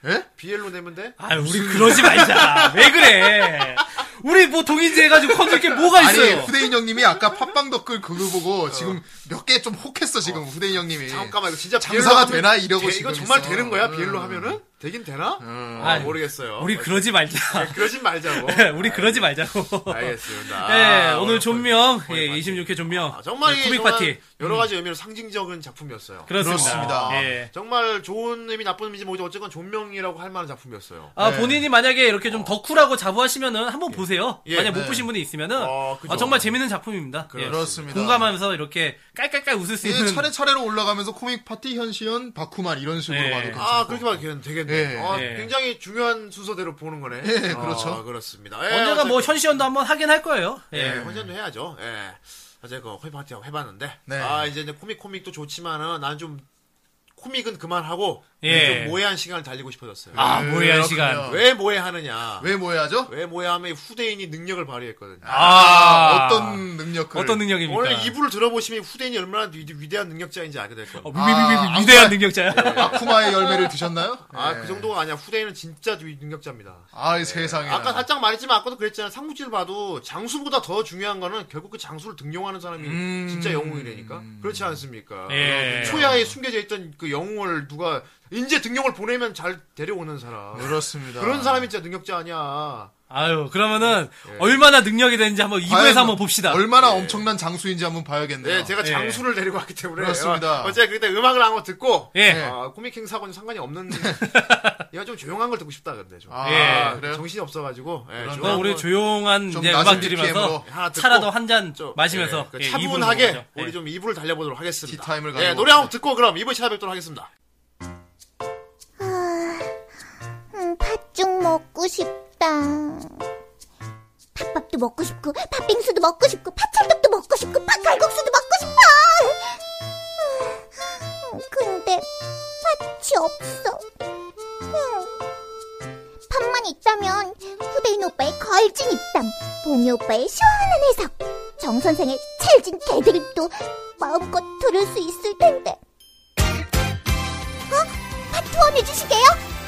[SPEAKER 3] 예?
[SPEAKER 1] 비엘로 내면 돼?
[SPEAKER 2] 아 우리 그러지 말자 왜 그래 우리 뭐 동인지 해가지고 건들 게 뭐가
[SPEAKER 3] 아니
[SPEAKER 2] 있어요
[SPEAKER 3] 후대인 형님이 아까 팟빵 댓글 그거 보고 지금 몇 개 좀 혹했어 지금 후대인 형님이.
[SPEAKER 1] 어. 잠깐만 이거 진짜
[SPEAKER 3] 장사가
[SPEAKER 1] 비엘로 하면
[SPEAKER 3] 되나? 이러고
[SPEAKER 1] 돼- 이거
[SPEAKER 3] 지금
[SPEAKER 1] 정말
[SPEAKER 3] 있어.
[SPEAKER 1] 되는 거야?
[SPEAKER 3] 음.
[SPEAKER 1] 비엘로 하면은 되긴 되나? 어,
[SPEAKER 2] 아니,
[SPEAKER 1] 모르겠어요.
[SPEAKER 2] 우리 그러지 말자
[SPEAKER 1] 그러진 말자고.
[SPEAKER 2] 우리 그러지 말자고.
[SPEAKER 1] 알겠습니다.
[SPEAKER 2] 네,
[SPEAKER 1] 아,
[SPEAKER 2] 오늘 존명,
[SPEAKER 1] 거의
[SPEAKER 2] 예,
[SPEAKER 1] 파티.
[SPEAKER 2] 26회 존명.
[SPEAKER 1] 아, 정말
[SPEAKER 2] 네,
[SPEAKER 1] 이게
[SPEAKER 2] 코믹
[SPEAKER 1] 정말
[SPEAKER 2] 파티. 음.
[SPEAKER 1] 여러 가지 의미로 상징적인 작품이었어요.
[SPEAKER 2] 그렇습니다.
[SPEAKER 3] 그렇습니다.
[SPEAKER 2] 예.
[SPEAKER 1] 네. 정말 좋은 의미 나쁜 의미인지 모르지 어쨌건 존명이라고 할 만한 작품이었어요.
[SPEAKER 2] 아,
[SPEAKER 3] 네.
[SPEAKER 2] 본인이 만약에 이렇게 좀 덕후라고 자부하시면은 한번 보세요.
[SPEAKER 1] 예,
[SPEAKER 2] 만약
[SPEAKER 3] 네.
[SPEAKER 2] 못 보신 분이 있으면은
[SPEAKER 1] 아, 그죠.
[SPEAKER 2] 아, 정말 재밌는 작품입니다. 예.
[SPEAKER 3] 그렇습니다.
[SPEAKER 2] 공감하면서 이렇게 깔깔깔 웃을 수
[SPEAKER 3] 예,
[SPEAKER 2] 있는
[SPEAKER 3] 차례차례로 올라가면서 코믹 파티 현시연 바쿠만 이런 식으로
[SPEAKER 2] 예.
[SPEAKER 3] 봐도 괜찮고.
[SPEAKER 1] 아, 그렇게 봐도 되겠- 되겠네.
[SPEAKER 3] 예,
[SPEAKER 1] 아,
[SPEAKER 2] 예.
[SPEAKER 1] 굉장히 중요한 순서대로 보는 거네.
[SPEAKER 3] 예, 그렇죠.
[SPEAKER 1] 아, 그렇습니다. 예,
[SPEAKER 2] 언젠가 뭐
[SPEAKER 1] 어쨌건-
[SPEAKER 2] 현시연도 한번 하긴 할 거예요. 예.
[SPEAKER 1] 예, 혼자도 해야죠. 예. 어제 그 코믹 파티하고 해봤는데,
[SPEAKER 3] 네.
[SPEAKER 1] 아 이제 이제 코믹 코믹도 좋지만은 난 좀 코믹은 그만하고
[SPEAKER 2] 예.
[SPEAKER 1] 좀 모해한 시간을 달리고 싶어졌어요.
[SPEAKER 2] 아, 모해한
[SPEAKER 3] 그렇군요.
[SPEAKER 2] 시간.
[SPEAKER 1] 왜 모해하느냐? 왜,
[SPEAKER 3] 왜 뭐야죠?
[SPEAKER 1] 모해하면 후대인이 능력을 발휘했거든요.
[SPEAKER 2] 아,
[SPEAKER 3] 어떤 그- 능력을
[SPEAKER 2] 어떤 능력입니까?
[SPEAKER 3] 그러니까.
[SPEAKER 1] 오늘 이부를 들어보시면 후대인이 얼마나 위, 대한 능력자인지 알게 될
[SPEAKER 2] 어,
[SPEAKER 1] 겁니다.
[SPEAKER 2] 위, 위, 위, 위, 위대한 능력자야.
[SPEAKER 3] 예. 바쿠마의 열매를 드셨나요?
[SPEAKER 1] 아,
[SPEAKER 3] 예.
[SPEAKER 1] 그 정도가 아니야. 후대인은 진짜 위- 능력자입니다.
[SPEAKER 3] 아이 세상에.
[SPEAKER 1] 아까 살짝 말했지만 아까도 그랬잖아. 삼국지를 봐도 장수보다 더 중요한 거는 결국 그 장수를 등용하는 사람이
[SPEAKER 3] 음.
[SPEAKER 1] 진짜 영웅이라니까. 그렇지 않습니까?
[SPEAKER 2] 예.
[SPEAKER 1] 초야에 숨겨져 있던 그 영웅을 누가 인제 등용을 보내면 잘 데려오는 사람.
[SPEAKER 3] 그렇습니다.
[SPEAKER 1] 그런 사람이 진짜 능력자 아니야.
[SPEAKER 2] 아유, 그러면은 얼마나 능력이 되는지 한번
[SPEAKER 3] 과연
[SPEAKER 2] 이부에서 한번 봅시다.
[SPEAKER 3] 얼마나 엄청난 장수인지 한번 봐야겠네요.
[SPEAKER 1] 예. 네, 제가
[SPEAKER 2] 예.
[SPEAKER 1] 장수를 데리고 왔기 때문에 아,
[SPEAKER 3] 그렇습니다.
[SPEAKER 1] 어제 그때 음악을 한번 듣고
[SPEAKER 2] 예.
[SPEAKER 1] 아, 코믹 행사하고는 상관이 없는 얘가 좀 조용한 걸 듣고 싶다 근데 좀.
[SPEAKER 3] 아,
[SPEAKER 2] 예.
[SPEAKER 1] 네,
[SPEAKER 3] 그래요?
[SPEAKER 1] 정신이 없어가지고 예,
[SPEAKER 3] 그럼
[SPEAKER 2] 그럼
[SPEAKER 1] 조용한
[SPEAKER 2] 우리
[SPEAKER 1] 걸
[SPEAKER 2] 조용한
[SPEAKER 3] 좀
[SPEAKER 2] 이제
[SPEAKER 3] 낮은
[SPEAKER 2] 음악 들으면서
[SPEAKER 3] BPM
[SPEAKER 1] 하나 듣고
[SPEAKER 2] 차라도 한 잔
[SPEAKER 1] 좀,
[SPEAKER 2] 마시면서
[SPEAKER 1] 예, 그
[SPEAKER 2] 예,
[SPEAKER 1] 차분하게
[SPEAKER 2] 이불로 가죠.
[SPEAKER 1] 우리
[SPEAKER 2] 예.
[SPEAKER 1] 좀 입을 달려보도록 하겠습니다.
[SPEAKER 3] 티타임을
[SPEAKER 1] 예,
[SPEAKER 3] 가지고
[SPEAKER 1] 노래 한곡 듣고 그럼 입을 찾아뵙도록 하겠습니다.
[SPEAKER 5] 음, 팥죽 먹고 싶다. 팥밥도 먹고 싶고, 팥빙수도 먹고 싶고, 팥찰떡도 먹고 싶고, 팥갈국수도 먹고 싶어! 음, 근데, 팥이 없어. 음. 팥만 있다면, 후대인 오빠의 걸진 입담, 봉이 오빠의 시원한 해석, 정 정 선생의 찰진 개드립도 마음껏 들을 수 있을 텐데. 어? 파트원 해주시게요?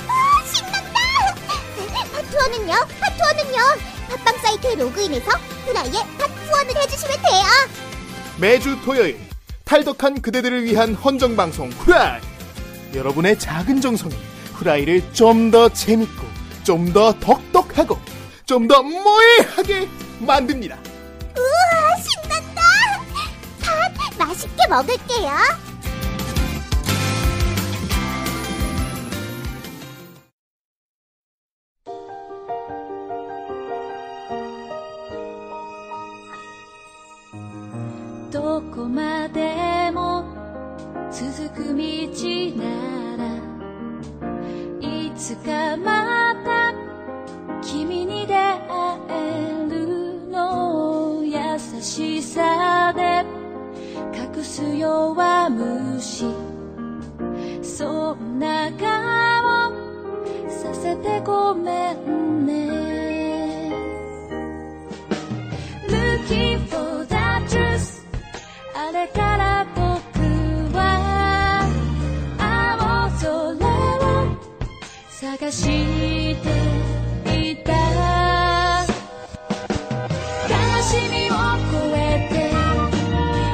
[SPEAKER 5] 아, 신난다! 파트원은요, 파트원은요, 팟빵 사이트에 로그인해서 후라이에 파트원을 해주시면 돼요.
[SPEAKER 6] 매주 토요일 탈덕한 그대들을 위한 헌정 방송 후라이. 여러분의 작은 정성이 후라이를 좀 더 재밌고 좀 더 덕덕하고 좀 더 모해하게 만듭니다.
[SPEAKER 5] 우와, 신난다! 팥 맛있게 먹을게요.
[SPEAKER 4] 「どこまでも続く道なら」「いつかまた君に出会えるの」「優しさで隠す弱虫」「そんな顔させてごめんね」Looking for that truth あれから僕は青空を探していた悲しみを超えて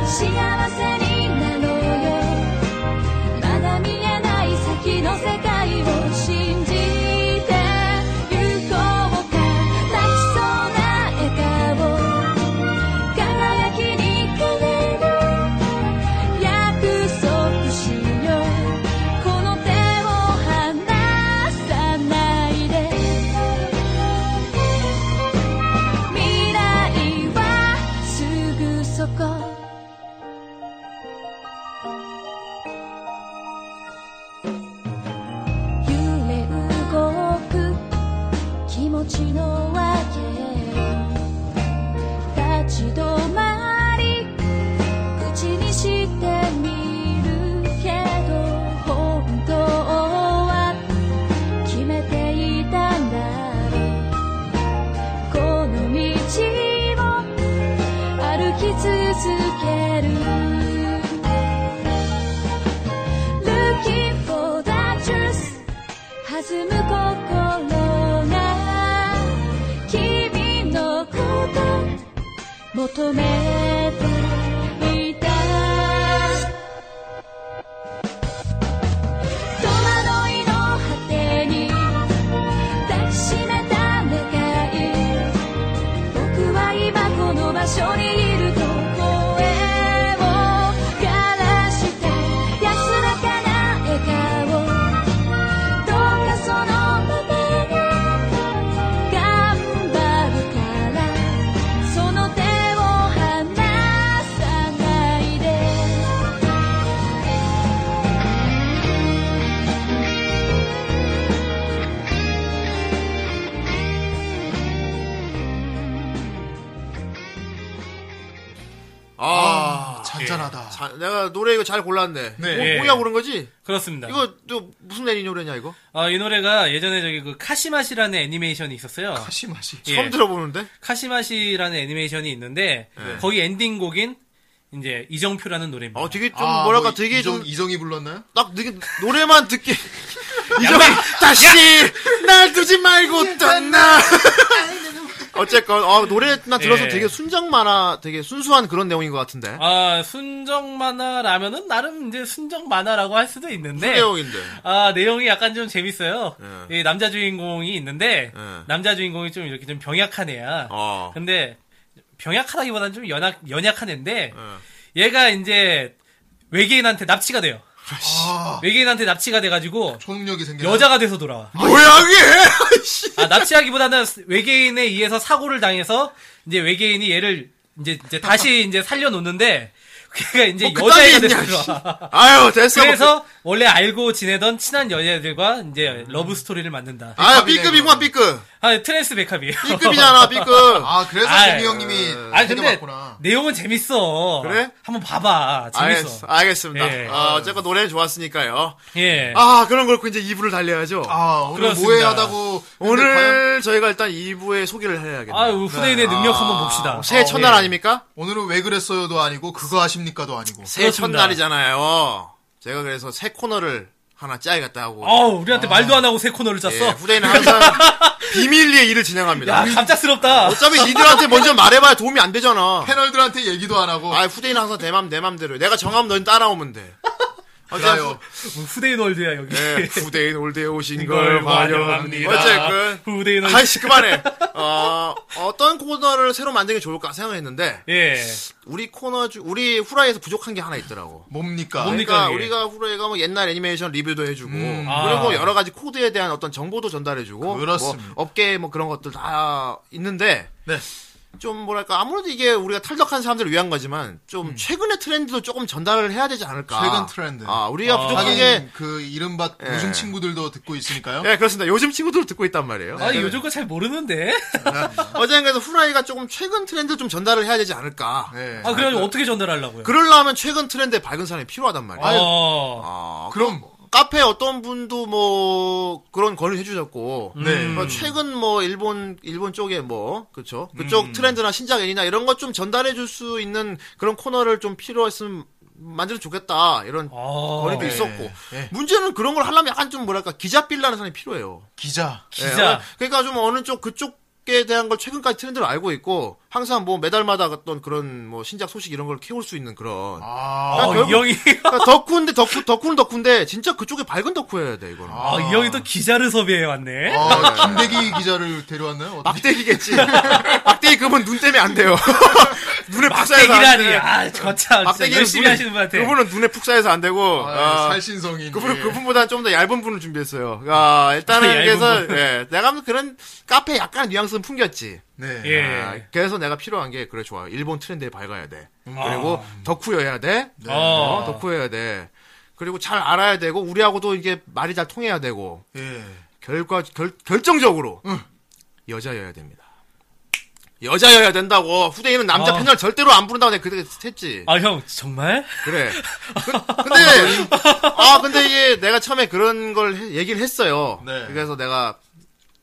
[SPEAKER 4] 幸せになろうよまだ見えない先の世界を信じて行こうか泣きそうな笑顔輝きに変える約束しようこの手を離さないで未来はすぐそこ揺れ動く気持ちのわけ立ち止まり口にしてみるけど本当は決めていたんだろうこの道を歩き続ける Looking for the truth 弾む心が君のこと求めていた戸惑いの果てに抱きしめた願い僕は今この場所にいると声を枯らして安らかな笑顔どうかそのまま頑張るからその手を離さないで
[SPEAKER 1] 아,
[SPEAKER 3] 잔잔하다.
[SPEAKER 1] 자, 내가 노래 이거 잘 골랐네.
[SPEAKER 3] 네.
[SPEAKER 1] 뭐,
[SPEAKER 2] 예.
[SPEAKER 1] 뭐야 고른 거지?
[SPEAKER 2] 그렇습니다.
[SPEAKER 1] 이거 또 무슨 애니 노래냐 이거?
[SPEAKER 2] 아, 이 노래가 예전에 저기 그 카시마시라는 애니메이션이 있었어요.
[SPEAKER 3] 다시 마시.
[SPEAKER 2] 예.
[SPEAKER 1] 처음 들어보는데?
[SPEAKER 2] 카시마시라는 애니메이션이 있는데 거기 엔딩곡인 이제 이정표라는 노래입니다.
[SPEAKER 1] 예. 어, 되게 좀 뭐랄까 되게
[SPEAKER 3] 아, 이정,
[SPEAKER 1] 좀
[SPEAKER 3] 이정이 불렀나요?
[SPEAKER 1] 딱 되게 노래만 듣기 이정이 다시 날 두지
[SPEAKER 3] 예,
[SPEAKER 1] 말고 떠나 어쨌건 어, 노래나 들어서
[SPEAKER 2] 예.
[SPEAKER 1] 되게 순정 만화 되게 순수한 그런 내용인 것 같은데
[SPEAKER 2] 아, 순정 만화라면은 나름 이제 순정 만화라고 할 수도 있는데
[SPEAKER 1] 내용인데
[SPEAKER 2] 아, 내용이 약간 좀 재밌어요.
[SPEAKER 1] 예.
[SPEAKER 2] 이 남자 주인공이 있는데
[SPEAKER 1] 예.
[SPEAKER 2] 남자 주인공이 좀 이렇게 좀 병약한 애야.
[SPEAKER 1] 어.
[SPEAKER 2] 근데 병약하다기보다는 좀 연약 연약한 애인데 얘가 이제 외계인한테 납치가 돼요.
[SPEAKER 1] 아.
[SPEAKER 2] 외계인한테 납치가 돼가지고
[SPEAKER 3] 초능력이 생겨.
[SPEAKER 2] 여자가 돼서 돌아와.
[SPEAKER 1] 뭐야 이게
[SPEAKER 2] 아, 납치하기보다는 외계인에 의해서 사고를 당해서 이제 외계인이 얘를 이제, 이제 다시 이제 살려놓는데 걔가 이제
[SPEAKER 1] 뭐 그딴
[SPEAKER 2] 여자애가
[SPEAKER 1] 게 있냐,
[SPEAKER 2] 됐어.
[SPEAKER 1] 아유 됐어.
[SPEAKER 2] 그래서 원래 알고 지내던 친한 연예들과 이제 러브 스토리를 만든다.
[SPEAKER 1] 아유
[SPEAKER 2] 네.
[SPEAKER 1] B급이구만 B급.
[SPEAKER 2] 아 트랜스 백합이에요.
[SPEAKER 1] B급이잖아 B급.
[SPEAKER 3] 아, 그래서
[SPEAKER 2] 아이,
[SPEAKER 3] 재미 형님이
[SPEAKER 2] 아니
[SPEAKER 3] 되게
[SPEAKER 2] 근데
[SPEAKER 3] 많구나.
[SPEAKER 2] 내용은 재밌어.
[SPEAKER 1] 그래?
[SPEAKER 2] 한번 봐봐. 재밌어.
[SPEAKER 1] 알겠, 알겠습니다.
[SPEAKER 2] 예.
[SPEAKER 1] 아, 어쨌건 노래 좋았으니까요.
[SPEAKER 2] 예.
[SPEAKER 1] 아 그런 걸 이제 2부를 달려야죠.
[SPEAKER 3] 아, 오늘
[SPEAKER 2] 그렇습니다.
[SPEAKER 3] 모해하다고
[SPEAKER 1] 오늘 저희가 일단 2부의 소개를 해야겠네요.
[SPEAKER 2] 아유 후대인의 능력 한번 봅시다.
[SPEAKER 1] 새해 첫날
[SPEAKER 2] 예.
[SPEAKER 1] 아닙니까?
[SPEAKER 3] 오늘은 왜 그랬어요도 아니고 그거 아십니까도 아니고
[SPEAKER 1] 새해
[SPEAKER 2] 그렇습니다.
[SPEAKER 1] 첫날이잖아요. 제가 그래서 새 코너를 하나 짜야겠다 하고.
[SPEAKER 2] 어 우리한테 말도 안 하고 새 코너를 짰어.
[SPEAKER 1] 아. 예, 후대인은 항상 비밀리에 일을 진행합니다.
[SPEAKER 2] 야 감짝스럽다.
[SPEAKER 1] 아, 어차피 니들한테 먼저 말해봐야 도움이 안 되잖아.
[SPEAKER 3] 패널들한테 얘기도 안 하고
[SPEAKER 1] 아, 후대인은 항상 내 맘, 내 맘대로. 내가 정하면 넌 따라오면 돼.
[SPEAKER 3] 그래요.
[SPEAKER 2] 후대인 월드야 여기.
[SPEAKER 1] 예, 후대인 올드에 오신
[SPEAKER 2] 이걸
[SPEAKER 1] 걸
[SPEAKER 2] 환영합니다.
[SPEAKER 1] 환영합니다. 어쨌든.
[SPEAKER 2] 후대인 월드.
[SPEAKER 1] 아이씨, 그만해. 어, 어떤 코너를 새로 만드는 게 좋을까 생각했는데,
[SPEAKER 2] 예.
[SPEAKER 1] 우리 코너 중, 우리 후라이에서 부족한 게 하나 있더라고.
[SPEAKER 3] 뭡니까?
[SPEAKER 2] 뭡니까?
[SPEAKER 1] 그러니까
[SPEAKER 2] 이게.
[SPEAKER 1] 우리가 후라이가 뭐 옛날 애니메이션 리뷰도 해주고
[SPEAKER 2] 아.
[SPEAKER 1] 그리고 여러 가지 코드에 대한 어떤 정보도 전달해주고
[SPEAKER 3] 그렇습니다.
[SPEAKER 1] 뭐 업계 뭐 그런 것들 다 있는데
[SPEAKER 3] 네.
[SPEAKER 1] 좀 뭐랄까 아무래도 이게 우리가 탈덕한 사람들을 위한 거지만 좀 최근의 트렌드도 조금 전달을 해야 되지 않을까
[SPEAKER 3] 음. 최근 트렌드.
[SPEAKER 1] 아 우리가 부족한
[SPEAKER 3] 하긴
[SPEAKER 1] 게
[SPEAKER 3] 그 이른바
[SPEAKER 1] 예.
[SPEAKER 3] 요즘 친구들도 듣고 있으니까요.
[SPEAKER 1] 예, 그렇습니다. 요즘 친구들 듣고 있단 말이에요.
[SPEAKER 2] 아 요즘 거 잘 모르는데.
[SPEAKER 1] 네. 어제는 그래서 후라이가 조금 최근 트렌드 좀 전달을 해야 되지 않을까.
[SPEAKER 3] 네.
[SPEAKER 2] 아 그럼 어떻게 전달하려고요?
[SPEAKER 1] 그러려면 최근 트렌드에 밝은 사람이 필요하단 말이에요.
[SPEAKER 3] 아,
[SPEAKER 2] 어.
[SPEAKER 1] 아,
[SPEAKER 3] 그럼
[SPEAKER 1] 카페 어떤 분도 뭐 그런 권을 해주셨고
[SPEAKER 3] 네.
[SPEAKER 1] 뭐 최근 뭐 일본 일본 쪽에 뭐 그쵸 그쪽 트렌드나 신작 애니나 이런 것 좀 전달해 줄 수 있는 그런 코너를 좀 필요했으면 만들면 좋겠다 이런
[SPEAKER 2] 아.
[SPEAKER 1] 거리도 네.
[SPEAKER 3] 예.
[SPEAKER 1] 있었고
[SPEAKER 3] 예.
[SPEAKER 1] 문제는 그런 걸 하려면 약간 좀 뭐랄까 기자 빌라는 사람이 필요해요
[SPEAKER 3] 기자.
[SPEAKER 2] 기자.
[SPEAKER 1] 예, 그러니까 좀 어느 쪽 그쪽 에 대한 걸 최근까지 트렌드를 알고 있고 항상 뭐 매달마다 어떤 그런 뭐 신작 소식 이런 걸 캐올 수 있는 그런
[SPEAKER 3] 아,
[SPEAKER 2] 어,
[SPEAKER 1] 결국-
[SPEAKER 2] 이 형이
[SPEAKER 1] 그러니까 덕후인데 덕후 덕후는 덕후인데 진짜 그쪽에 밝은 덕후여야 돼 이거는
[SPEAKER 2] 아, 이 형이 또 기자를 섭외해 왔네.
[SPEAKER 1] 어,
[SPEAKER 3] 아, 김대기 기자를 데려왔나요? 어떻게?
[SPEAKER 1] 막대기겠지. 막대기 그분 눈 때문에 안 돼요. 눈에 푹 쌓여서 안
[SPEAKER 2] 막대기라니.
[SPEAKER 1] 돼요.
[SPEAKER 2] 아, 거참. 진짜
[SPEAKER 1] 막대기는
[SPEAKER 2] 열심히
[SPEAKER 1] 눈에-
[SPEAKER 2] 하시는 분한테. 예,
[SPEAKER 1] 그분은 눈에 푹 쌓여서 안 되고.
[SPEAKER 3] 아,
[SPEAKER 1] 아,
[SPEAKER 3] 살신성인.
[SPEAKER 1] 그분은
[SPEAKER 3] 예.
[SPEAKER 1] 그분보다는 좀 더 얇은 분을 준비했어요. 아, 일단은
[SPEAKER 2] 아, 얇은
[SPEAKER 1] 그래서
[SPEAKER 2] 분.
[SPEAKER 1] 예, 내가 아무튼 그런 카페 약간 뉘앙스는 풍겼지.
[SPEAKER 3] 네.
[SPEAKER 2] 예.
[SPEAKER 1] 아, 그래서 내가 필요한 게 그래 좋아. 일본 트렌드에 밝아야 돼. 그리고 덕후여야 돼.
[SPEAKER 2] 음. 아. 어.
[SPEAKER 1] 어, 덕후여야 돼. 그리고 잘 알아야 되고 우리하고도 이게 말이 잘 통해야 되고
[SPEAKER 3] 예.
[SPEAKER 1] 결과 결, 결정적으로 여자여야 됩니다. 여자여야 된다고 후대인은 남자
[SPEAKER 2] 어.
[SPEAKER 1] 패널 절대로 안 부른다고 내가 그때 했지.
[SPEAKER 2] 아, 형, 정말?
[SPEAKER 1] 그래. 그, 근데 아 근데 이게 내가 처음에 그런 걸 해- 얘기를 했어요.
[SPEAKER 3] 네.
[SPEAKER 1] 그래서 내가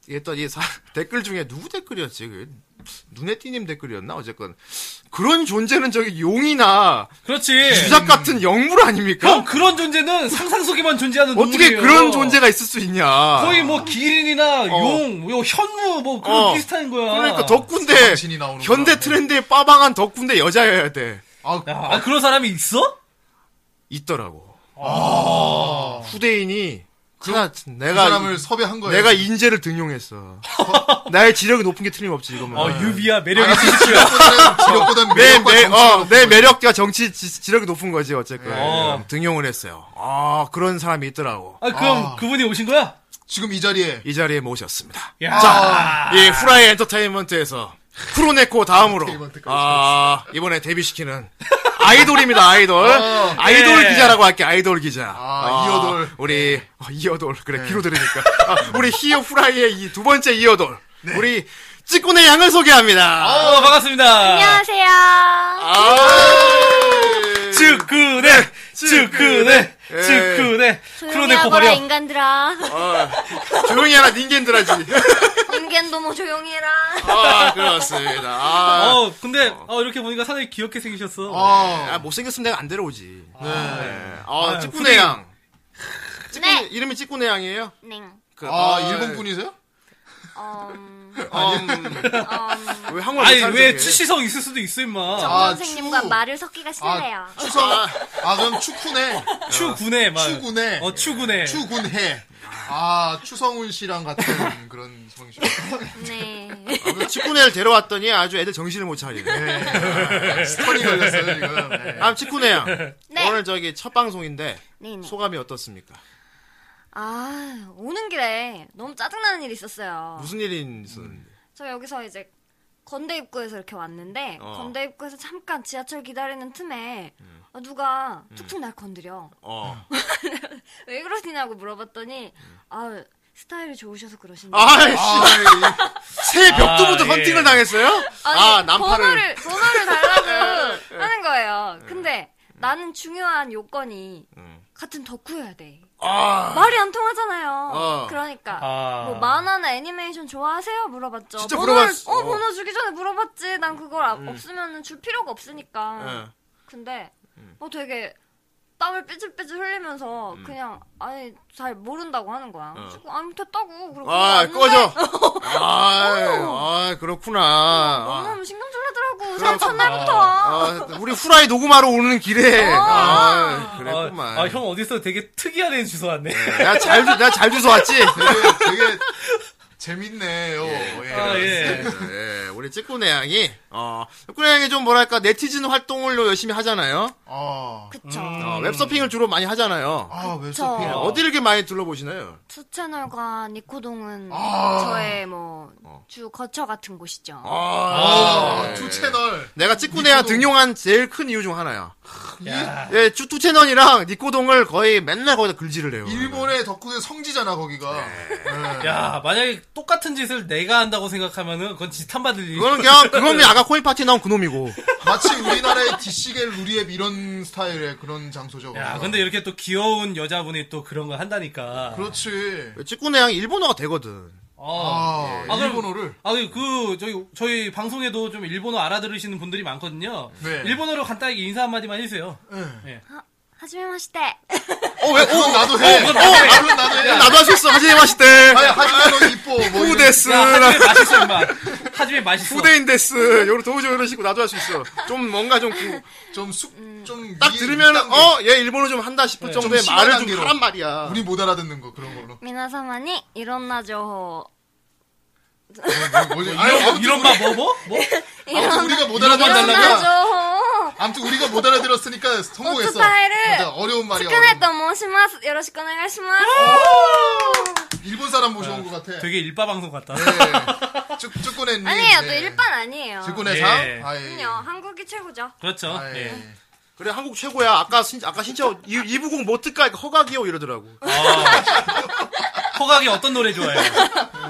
[SPEAKER 1] 이게 또 이 댓글 중에 누구 댓글이었지? 그 눈에 띄님 댓글이었나 어쨌건 그런 존재는 저기 용이나
[SPEAKER 2] 그렇지.
[SPEAKER 1] 주작 같은 영물 아닙니까?
[SPEAKER 2] 형, 네. 그런 존재는 상상 속에만 존재하는
[SPEAKER 1] 어떻게
[SPEAKER 2] 동물이에요.
[SPEAKER 1] 그런 존재가 있을 수 있냐?
[SPEAKER 2] 거의 뭐 기린이나 용, 뭐 현무 뭐 그런
[SPEAKER 1] 어.
[SPEAKER 2] 비슷한 거야.
[SPEAKER 1] 그러니까 덕군데
[SPEAKER 3] 정신이 아, 나오는
[SPEAKER 1] 현대
[SPEAKER 3] 거라고.
[SPEAKER 1] 트렌드에 빠방한 덕군데 여자여야 돼.
[SPEAKER 3] 아,
[SPEAKER 2] 야, 아, 그런 사람이 있어?
[SPEAKER 1] 있더라고. 후대인이 그,
[SPEAKER 3] 아. 그
[SPEAKER 1] 내가
[SPEAKER 3] 사람을 섭외한 거예요.
[SPEAKER 1] 내가 인재를 등용했어. 나의 지력이 높은 게 틀림없지 이거면.
[SPEAKER 2] 어, 유비야, 매력이
[SPEAKER 3] 아니,
[SPEAKER 2] 진짜.
[SPEAKER 3] 지력보단
[SPEAKER 1] 내,
[SPEAKER 3] 아, 매력과
[SPEAKER 1] 내,
[SPEAKER 3] 정치가
[SPEAKER 1] 어, 내
[SPEAKER 3] 높은
[SPEAKER 1] 매력과 정치 지, 지력이 높은 거지 어쨌건
[SPEAKER 3] 네.
[SPEAKER 2] 어.
[SPEAKER 1] 등용을 했어요. 아 그런 사람이 있더라고.
[SPEAKER 2] 아, 그럼 그분이 오신 거야?
[SPEAKER 3] 지금 이 자리에
[SPEAKER 1] 이 자리에 모셨습니다.
[SPEAKER 2] 야.
[SPEAKER 1] 이 후라이 엔터테인먼트에서 크로네코 다음으로
[SPEAKER 3] 엔터테인먼트까지
[SPEAKER 1] 아 이번에 데뷔시키는 아이돌입니다 아이돌 아이돌
[SPEAKER 2] 네.
[SPEAKER 1] 기자라고 할게 아이돌 기자
[SPEAKER 3] 어, 예. 아, 이어돌. 예.
[SPEAKER 1] 우리 어, 이어돌 그래 귀로 들으니까 아, 우리 히어 후라이의 이 두 번째 이어돌
[SPEAKER 3] 네.
[SPEAKER 1] 우리 찌꾸네 양을 소개합니다
[SPEAKER 3] 아.
[SPEAKER 2] 어, 반갑습니다.
[SPEAKER 1] 아,
[SPEAKER 7] 안녕하세요.
[SPEAKER 3] 예.
[SPEAKER 2] 츠쿠네, 츠쿠네, 츠쿠네.
[SPEAKER 7] 조용히
[SPEAKER 2] 크로네코
[SPEAKER 7] 하거라
[SPEAKER 2] 버려.
[SPEAKER 7] 인간들아.
[SPEAKER 1] 어. 조용히 하라 닌겐드라지
[SPEAKER 7] 인간 너무 뭐 조용히 해라.
[SPEAKER 1] 아 그렇습니다 아,
[SPEAKER 2] 어, 근데 어, 이렇게 보니까 사장님 귀엽게 생기셨어.
[SPEAKER 1] 아, 못생겼으면 내가 안 데려오지 네.
[SPEAKER 2] 아,
[SPEAKER 1] 아 찌꾸네 양 찌꾸네-
[SPEAKER 7] 네.
[SPEAKER 1] 이름이 찌꾸네 양이에요
[SPEAKER 7] 네.
[SPEAKER 1] 그,
[SPEAKER 3] 아, 일본 분이세요?
[SPEAKER 7] 어, 음,
[SPEAKER 1] 음,
[SPEAKER 7] 음,
[SPEAKER 1] 왜 한국말
[SPEAKER 2] 아니
[SPEAKER 1] 못하는
[SPEAKER 2] 왜
[SPEAKER 1] 척해?
[SPEAKER 2] 추시성 있을 수도 있을 마.
[SPEAKER 3] 아,
[SPEAKER 7] 선생님과
[SPEAKER 3] 추.
[SPEAKER 7] 말을 섞기가 싫어요.
[SPEAKER 3] 추석. 아, 그럼 추쿠네.
[SPEAKER 2] 추구네 말.
[SPEAKER 3] 아, 추구네.
[SPEAKER 2] 어 추구네.
[SPEAKER 3] 추군해. 아, 추성훈 씨랑 같은 그런 성식.
[SPEAKER 7] 네.
[SPEAKER 1] 그 치쿠네를 데려왔더니 아주 애들 정신을 못 차리네.
[SPEAKER 3] 스턴이 걸렸어요, 지금. 네.
[SPEAKER 1] 다음 치쿠네야.
[SPEAKER 7] 네.
[SPEAKER 1] 오늘 저기 첫 방송인데
[SPEAKER 7] 네네.
[SPEAKER 1] 소감이 어떻습니까?
[SPEAKER 7] 아, 오는 길에 너무 짜증나는 일이 있었어요.
[SPEAKER 1] 무슨 일이 있었는데?
[SPEAKER 7] 저 여기서 이제 건대 입구에서 이렇게 왔는데
[SPEAKER 1] 어. 음.
[SPEAKER 7] 건대 입구에서 잠깐 지하철 기다리는 틈에
[SPEAKER 4] 아, 누가 툭툭 날 건드려.
[SPEAKER 1] 어.
[SPEAKER 4] 왜 그러시냐고 물어봤더니 아 스타일이 좋으셔서
[SPEAKER 1] 음.
[SPEAKER 4] 그러신다.
[SPEAKER 1] 아이씨. 새 벽두부터
[SPEAKER 2] 아, 예.
[SPEAKER 1] 헌팅을 당했어요?
[SPEAKER 4] 아니,
[SPEAKER 1] 아, 네, 남파를.
[SPEAKER 4] 번호를 번호를 달라고 하는 거예요.
[SPEAKER 1] 네.
[SPEAKER 4] 근데
[SPEAKER 1] 음.
[SPEAKER 4] 나는 중요한 요건이 같은 덕후여야 돼.
[SPEAKER 1] 아.
[SPEAKER 4] 말이 안 통하잖아요.
[SPEAKER 1] 어.
[SPEAKER 4] 그러니까
[SPEAKER 2] 아.
[SPEAKER 4] 뭐 만화나 애니메이션 좋아하세요? 물어봤죠.
[SPEAKER 1] 진짜
[SPEAKER 4] 번호를-
[SPEAKER 1] 물어봤어. 음.
[SPEAKER 4] 어, 번호 주기 전에 물어봤지. 난 그걸 아- 없으면 줄 필요가 없으니까.
[SPEAKER 1] 예.
[SPEAKER 4] 근데 뭐 되게 땀을 삐질삐질 흘리면서 그냥 아니 잘 모른다고 하는 거야. 그래서 안 됐다고 그러고
[SPEAKER 1] 아,
[SPEAKER 4] 왔는데
[SPEAKER 1] 꺼져. 아, 아, 그렇구나.
[SPEAKER 4] 어, 너무 신경 쫄리더라고. 사실 첫날부터.
[SPEAKER 1] 아, 아, 우리 후라이 녹음하러 오는 길에.
[SPEAKER 3] 어.
[SPEAKER 1] 아, 그랬구만.
[SPEAKER 2] 아, 아, 형 어디서 되게 특이한 애 주소 왔네.
[SPEAKER 1] 야, 잘, 주- 나 잘 주소 왔지?
[SPEAKER 3] 아, 네. 되게, 되게 재밌네요. 예.
[SPEAKER 2] 아, 예.
[SPEAKER 1] 예, 우리 찌꾸네 양이, 어, 찌꾸네 양이 좀 뭐랄까, 네티즌 활동을 열심히 하잖아요.
[SPEAKER 3] 아,
[SPEAKER 4] 그쵸.
[SPEAKER 1] 어, 웹서핑을 주로 많이 하잖아요. 네,
[SPEAKER 3] 아,
[SPEAKER 4] 저-
[SPEAKER 3] 웹소피.
[SPEAKER 1] 어디를 이렇게 많이 둘러보시나요?
[SPEAKER 4] 두 채널과 니코동은 저의 뭐 주 거처 같은 곳이죠.
[SPEAKER 3] 아,
[SPEAKER 1] 예.
[SPEAKER 3] 투 채널.
[SPEAKER 1] 내가 찌꾸네야 등용한 제일 큰 이유 중 하나야.
[SPEAKER 2] 야.
[SPEAKER 1] 예, 주투 채널이랑 니코동을 거의 맨날 거기다 글질을 해요.
[SPEAKER 3] 일본의 덕후의 성지잖아, 거기가. 네.
[SPEAKER 2] 야, 만약에 똑같은 짓을 내가 한다고 생각하면은 그건 지탄 받을 일이.
[SPEAKER 1] 그거는 그냥, 그건 그냥 아까 코인 파티 나온 그놈이고.
[SPEAKER 3] 마치 우리나라의 DC계 루리앱 이런 스타일의 그런 장소죠.
[SPEAKER 2] 야,
[SPEAKER 3] 거기가.
[SPEAKER 2] 근데 이렇게 또 귀여운 여자분이 또 그런 걸 한다니까.
[SPEAKER 3] 그렇지.
[SPEAKER 1] 찌꾸네 양이 일본어가 되거든.
[SPEAKER 2] 어.
[SPEAKER 3] 아,
[SPEAKER 2] 아, 그럼-
[SPEAKER 3] 일본어를.
[SPEAKER 2] 아, 그, 그, 저희, 저희 방송에도 좀 일본어 알아들으시는 분들이 많거든요.
[SPEAKER 3] 네.
[SPEAKER 2] 일본어로 간단하게 인사 한마디만 해주세요.
[SPEAKER 4] 하지메마시테.
[SPEAKER 3] 어, 왜? 그건 나도 해. 어, 나도, 나도 해.
[SPEAKER 1] 나도 할 수 있어. 하지마 마실 때.
[SPEAKER 3] 아니, 하지만 너 이뻐. 뭐 이런-
[SPEAKER 1] 후데스.
[SPEAKER 2] 야, 하지메 맛있어, 임마. 하지메 맛있어.
[SPEAKER 1] 후대인 데스. 요로 도우조 이러시고 나도 할 수 있어. 좀 뭔가 좀 딱
[SPEAKER 3] 좀 쑥,
[SPEAKER 4] 음.
[SPEAKER 3] 좀. 위-
[SPEAKER 1] 들으면
[SPEAKER 3] 윗단계.
[SPEAKER 1] 어, 얘 일본어 좀 한다 싶을 정도의
[SPEAKER 3] 네, 좀
[SPEAKER 1] 말을 좀
[SPEAKER 3] 심한
[SPEAKER 1] 하란
[SPEAKER 3] 단계로.
[SPEAKER 1] 말이야.
[SPEAKER 3] 우리 못 알아듣는 거, 그런 걸로.
[SPEAKER 4] 미나사마니 이런나 조호.
[SPEAKER 3] 뭐, 뭐지? 아니,
[SPEAKER 2] 이런, 이런 말 뭐, 뭐? 뭐?
[SPEAKER 3] 아무튼 우리가 못
[SPEAKER 4] 이런나
[SPEAKER 3] 알아들었으니까.
[SPEAKER 4] 조호.
[SPEAKER 3] 아무튼 우리가 못 알아들었으니까 성공했어.
[SPEAKER 4] 오토파이를
[SPEAKER 3] 맞아, 어려운 말이야. 어려운 말.
[SPEAKER 4] 치카네토 모시마스. 요로시코 오네가이시마스.
[SPEAKER 3] 일본 사람 모셔온 것 같아.
[SPEAKER 2] 되게 일빠 방송 같다.
[SPEAKER 3] 네. 쭉, 쭉꾸네님.
[SPEAKER 4] 아니에요. 또
[SPEAKER 3] 네.
[SPEAKER 4] 일반 아니에요.
[SPEAKER 3] 직군의상?
[SPEAKER 2] 예.
[SPEAKER 3] 아, 예.
[SPEAKER 4] 그럼요. 한국이 최고죠.
[SPEAKER 2] 그렇죠.
[SPEAKER 3] 아, 예.
[SPEAKER 2] 예.
[SPEAKER 1] 그래 한국 최고야. 아까 신, 아까 신청 이, 이부곡 못 듣까 그러니까 허각이요 이러더라고.
[SPEAKER 2] 허각이 아. 어떤 노래 좋아해요?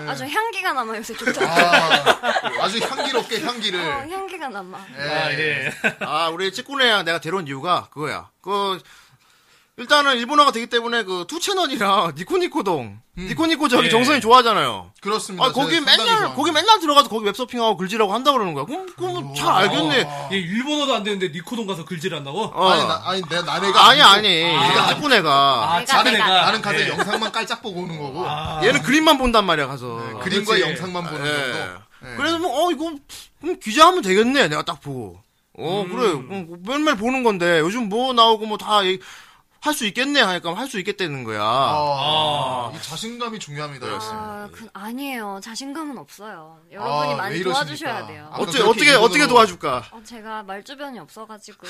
[SPEAKER 4] 아주 향기가 남아 요새 좋다.
[SPEAKER 3] 아, 아주 향기롭게 향기를.
[SPEAKER 4] 어, 향기가 남아.
[SPEAKER 2] 아, 예.
[SPEAKER 1] 아 우리 찌꾸네야 내가 데려온 이유가 그거야. 그 일단은 일본어가 되기 때문에 그 투 채널이랑 니코니코동, 니코니코 저기
[SPEAKER 2] 예.
[SPEAKER 1] 정선이 좋아하잖아요.
[SPEAKER 3] 그렇습니다.
[SPEAKER 1] 아 거기
[SPEAKER 3] 제가 음. 상당히
[SPEAKER 1] 맨날
[SPEAKER 3] 좋아합니다.
[SPEAKER 1] 거기 맨날 들어가서 거기 웹서핑하고 글지라고 한다 그러는 거야. 그럼
[SPEAKER 3] 음.
[SPEAKER 1] 그럼 잘 알겠네.
[SPEAKER 2] 얘 일본어도 안 되는데 니코동 가서 글질한다고?
[SPEAKER 1] 어.
[SPEAKER 3] 아니, 나, 아니, 내, 나, 내가.
[SPEAKER 1] 아니
[SPEAKER 3] 아니고
[SPEAKER 1] 아니 찌꾸네가 네.
[SPEAKER 2] 아, 작은
[SPEAKER 4] 내가.
[SPEAKER 2] 애가.
[SPEAKER 3] 나는 가서
[SPEAKER 2] 예.
[SPEAKER 3] 영상만 깔짝 보고 오는 거고.
[SPEAKER 1] 얘는 그림만 본단 말이야 가서.
[SPEAKER 3] 아. 네, 그림과
[SPEAKER 2] 그렇지.
[SPEAKER 3] 영상만 보는
[SPEAKER 1] 예.
[SPEAKER 3] 정도. 예.
[SPEAKER 1] 그래서 뭐, 어, 이거, 음, 기자하면 되겠네. 내가 딱 보고. 어, 그래. 음, 맨날 보는 건데, 요즘 뭐 나오고 뭐 다, 할 수 있겠네. 하니까 할 수 있겠다는 거야.
[SPEAKER 3] 아, 이 자신감이 중요합니다. 여러분.
[SPEAKER 4] 아, 그, 아니에요. 자신감은 없어요. 여러분이
[SPEAKER 3] 아, 왜
[SPEAKER 4] 많이
[SPEAKER 3] 이러십니까?
[SPEAKER 4] 도와주셔야 돼요.
[SPEAKER 3] 아,
[SPEAKER 1] 어째,
[SPEAKER 3] 그렇게
[SPEAKER 1] 어떻게,
[SPEAKER 3] 일본어로-
[SPEAKER 1] 어떻게 도와줄까?
[SPEAKER 4] 어, 제가 말주변이 없어가지고.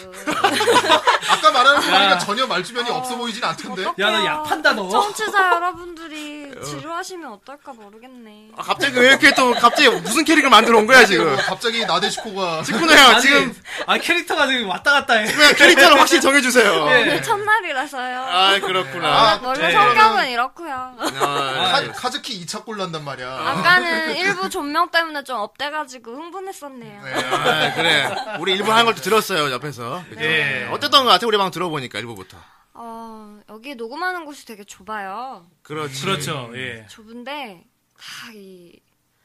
[SPEAKER 3] 아까 말하는 거 보니까 전혀 말주변이
[SPEAKER 4] 아.
[SPEAKER 3] 없어 보이진 않던데.
[SPEAKER 2] 야, 너 어? 약판다, 너.
[SPEAKER 4] 청취자 여러분들이 지루하시면 어떨까 모르겠네.
[SPEAKER 1] 아, 갑자기 왜 이렇게 또, 갑자기 무슨 캐릭을 만들어 온 거야,
[SPEAKER 3] 어,
[SPEAKER 1] 아, 지금.
[SPEAKER 3] 갑자기 나대시코가
[SPEAKER 1] 직구나야,
[SPEAKER 2] 아니,
[SPEAKER 1] 지금.
[SPEAKER 2] 아, 캐릭터가 지금 왔다 갔다 해.
[SPEAKER 1] 그냥 캐릭터를 확실히 정해주세요.
[SPEAKER 4] 오늘 첫날이라서요.
[SPEAKER 1] 아, 그렇구나.
[SPEAKER 3] 예. 아,
[SPEAKER 4] 원래
[SPEAKER 2] 네.
[SPEAKER 4] 성격은 이렇고요.
[SPEAKER 1] 아,
[SPEAKER 3] 카, 카즈키 2차 골 난단 말이야.
[SPEAKER 4] 아까는 일부 존명 때문에 좀 업돼가지고 흥분했었네요.
[SPEAKER 1] 아, 그래. 우리 일부 하는 걸 또 들었어요, 옆에서. 그죠?
[SPEAKER 2] 예.
[SPEAKER 1] 어땠던 것 같아, 우리 방 들어보니까, 일부부터.
[SPEAKER 4] 어, 여기 녹음하는 곳이 되게 좁아요.
[SPEAKER 1] 그렇지.
[SPEAKER 2] 그렇죠, 예.
[SPEAKER 4] 좁은데 다 이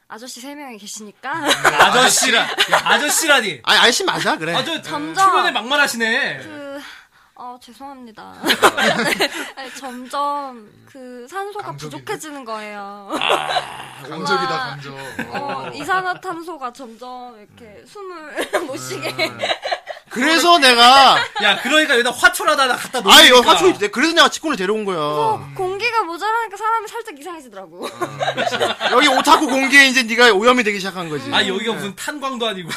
[SPEAKER 4] 아저씨 세 명이 계시니까
[SPEAKER 2] 아저씨라, 야, 아저씨라니.
[SPEAKER 1] 아니, 아저씨 맞아, 그래.
[SPEAKER 2] 아, 저,
[SPEAKER 4] 점점.
[SPEAKER 2] 초면에 막말하시네.
[SPEAKER 4] 그, 어, 죄송합니다. 아니, 점점 그 산소가
[SPEAKER 3] 강적인데?
[SPEAKER 4] 부족해지는 거예요.
[SPEAKER 3] 아, 강적이다 강적.
[SPEAKER 4] 어, 이산화탄소가 점점 이렇게 숨을 못 쉬게.
[SPEAKER 1] 그래서 내가
[SPEAKER 2] 야, 그러니까 여기다 화초라다 나 갖다 놓으
[SPEAKER 1] 아니, 이거 화초 있대. 그래서 내가 직군을 데려온 거야.
[SPEAKER 4] 어, 공기가 모자라니까 사람이 살짝 이상해지더라고.
[SPEAKER 1] 여기 오타쿠 공기에 이제 네가 오염이 되기 시작한 거지.
[SPEAKER 2] 아, 여기가 무슨 탄광도 아니고.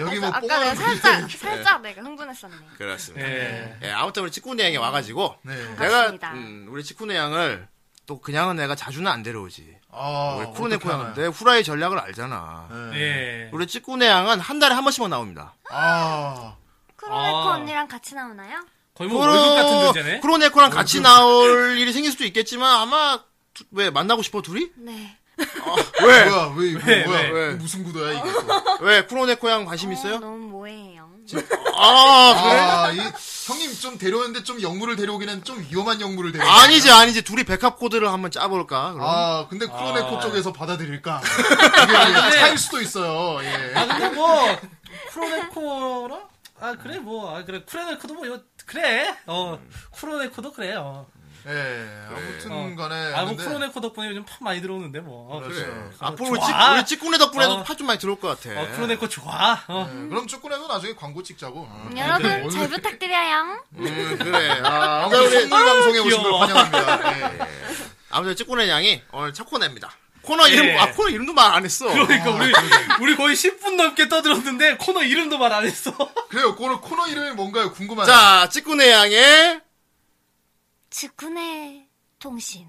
[SPEAKER 3] 여기 뭐
[SPEAKER 4] 아까 내가
[SPEAKER 3] 뽕하는 거
[SPEAKER 4] 살짝, 살짝 내가 흥분했었네.
[SPEAKER 1] 그렇습니다.
[SPEAKER 2] 예.
[SPEAKER 1] 예, 아무튼 우리 직군의 양이 와가지고
[SPEAKER 4] 아.
[SPEAKER 3] 네.
[SPEAKER 1] 내가
[SPEAKER 4] 반갑습니다.
[SPEAKER 1] 음, 우리 직군의 양을 또 그냥은 내가 자주는 안 데려오지.
[SPEAKER 3] 아,
[SPEAKER 1] 우리 쿠로네코
[SPEAKER 3] 어떡하나.
[SPEAKER 1] 양인데 후라이 전략을 알잖아.
[SPEAKER 3] 네.
[SPEAKER 2] 예.
[SPEAKER 1] 우리 직군의 양은 한 달에 한 번씩만 나옵니다.
[SPEAKER 3] 아,
[SPEAKER 4] 크로네코
[SPEAKER 2] 아.
[SPEAKER 4] 언니랑 같이 나오나요?
[SPEAKER 2] 거의 뭐 월급 같은 존재네.
[SPEAKER 1] 크로네코랑 같이 나올 일이 생길 수도 있겠지만 아마 두- 왜 만나고 싶어 둘이?
[SPEAKER 4] 네.
[SPEAKER 1] 왜?
[SPEAKER 3] 뭐야, 왜, 이거
[SPEAKER 1] 네,
[SPEAKER 2] 왜,
[SPEAKER 3] 뭐야,
[SPEAKER 2] 왜?
[SPEAKER 3] 이거 무슨 구도야, 이게. 또.
[SPEAKER 1] 왜 크로네코양 관심
[SPEAKER 4] 어,
[SPEAKER 1] 있어요?
[SPEAKER 4] 너무 모해요.
[SPEAKER 1] 아 그래?
[SPEAKER 3] 아, 이, 형님 좀 데려오는데 좀 영물을 데려오기는 좀 위험한 영물을 데려
[SPEAKER 1] 아니지 아니지 둘이 백합 코드를 한번 짜볼까? 그럼?
[SPEAKER 3] 아, 근데 크로네코
[SPEAKER 2] 아.
[SPEAKER 3] 쪽에서 받아들일까? 이게
[SPEAKER 2] 근데-
[SPEAKER 3] 차일 수도 있어요, 예.
[SPEAKER 2] 아 근데 뭐 크로네코라? 아 그래 뭐 아, 그래 크로네코도 뭐 이거 그래 어 크로네코도 그래요. 어.
[SPEAKER 3] 예, 아무튼 간에.
[SPEAKER 2] 아 뭐
[SPEAKER 3] 근데-
[SPEAKER 2] 크로네코 덕분에 요즘 팝 많이 들어오는데 뭐. 어,
[SPEAKER 3] 그렇죠.
[SPEAKER 1] 음. 앞으로 우리,
[SPEAKER 2] 좋아.
[SPEAKER 1] 찌- 우리 찌꾸네 덕분에도
[SPEAKER 2] 어.
[SPEAKER 1] 팝 좀 많이 들어올 것 같아.
[SPEAKER 2] 어 크로네코 좋아. 어.
[SPEAKER 3] 예, 그럼 축구네도 나중에 광고 찍자고. 아.
[SPEAKER 4] 음. 네. 여러분 잘 부탁드려요.
[SPEAKER 1] 음, 그래. 아,
[SPEAKER 3] 아무튼 선물 방송에 오신 걸
[SPEAKER 2] 귀여워.
[SPEAKER 3] 환영합니다. 예.
[SPEAKER 1] 아무튼 찌꾸네 양이 오늘 차코네입니다. 코너
[SPEAKER 2] 예.
[SPEAKER 1] 이름, 아, 코너 이름도 말 안 했어.
[SPEAKER 2] 그러니까 우리 우리 거의 10분 넘게 떠들었는데 코너 이름도 말 안 했어.
[SPEAKER 3] 그래요, 오늘 코너 이름이 뭔가요? 궁금하네.
[SPEAKER 1] 자, 찌꾸네 양의
[SPEAKER 4] 즉군의 통신.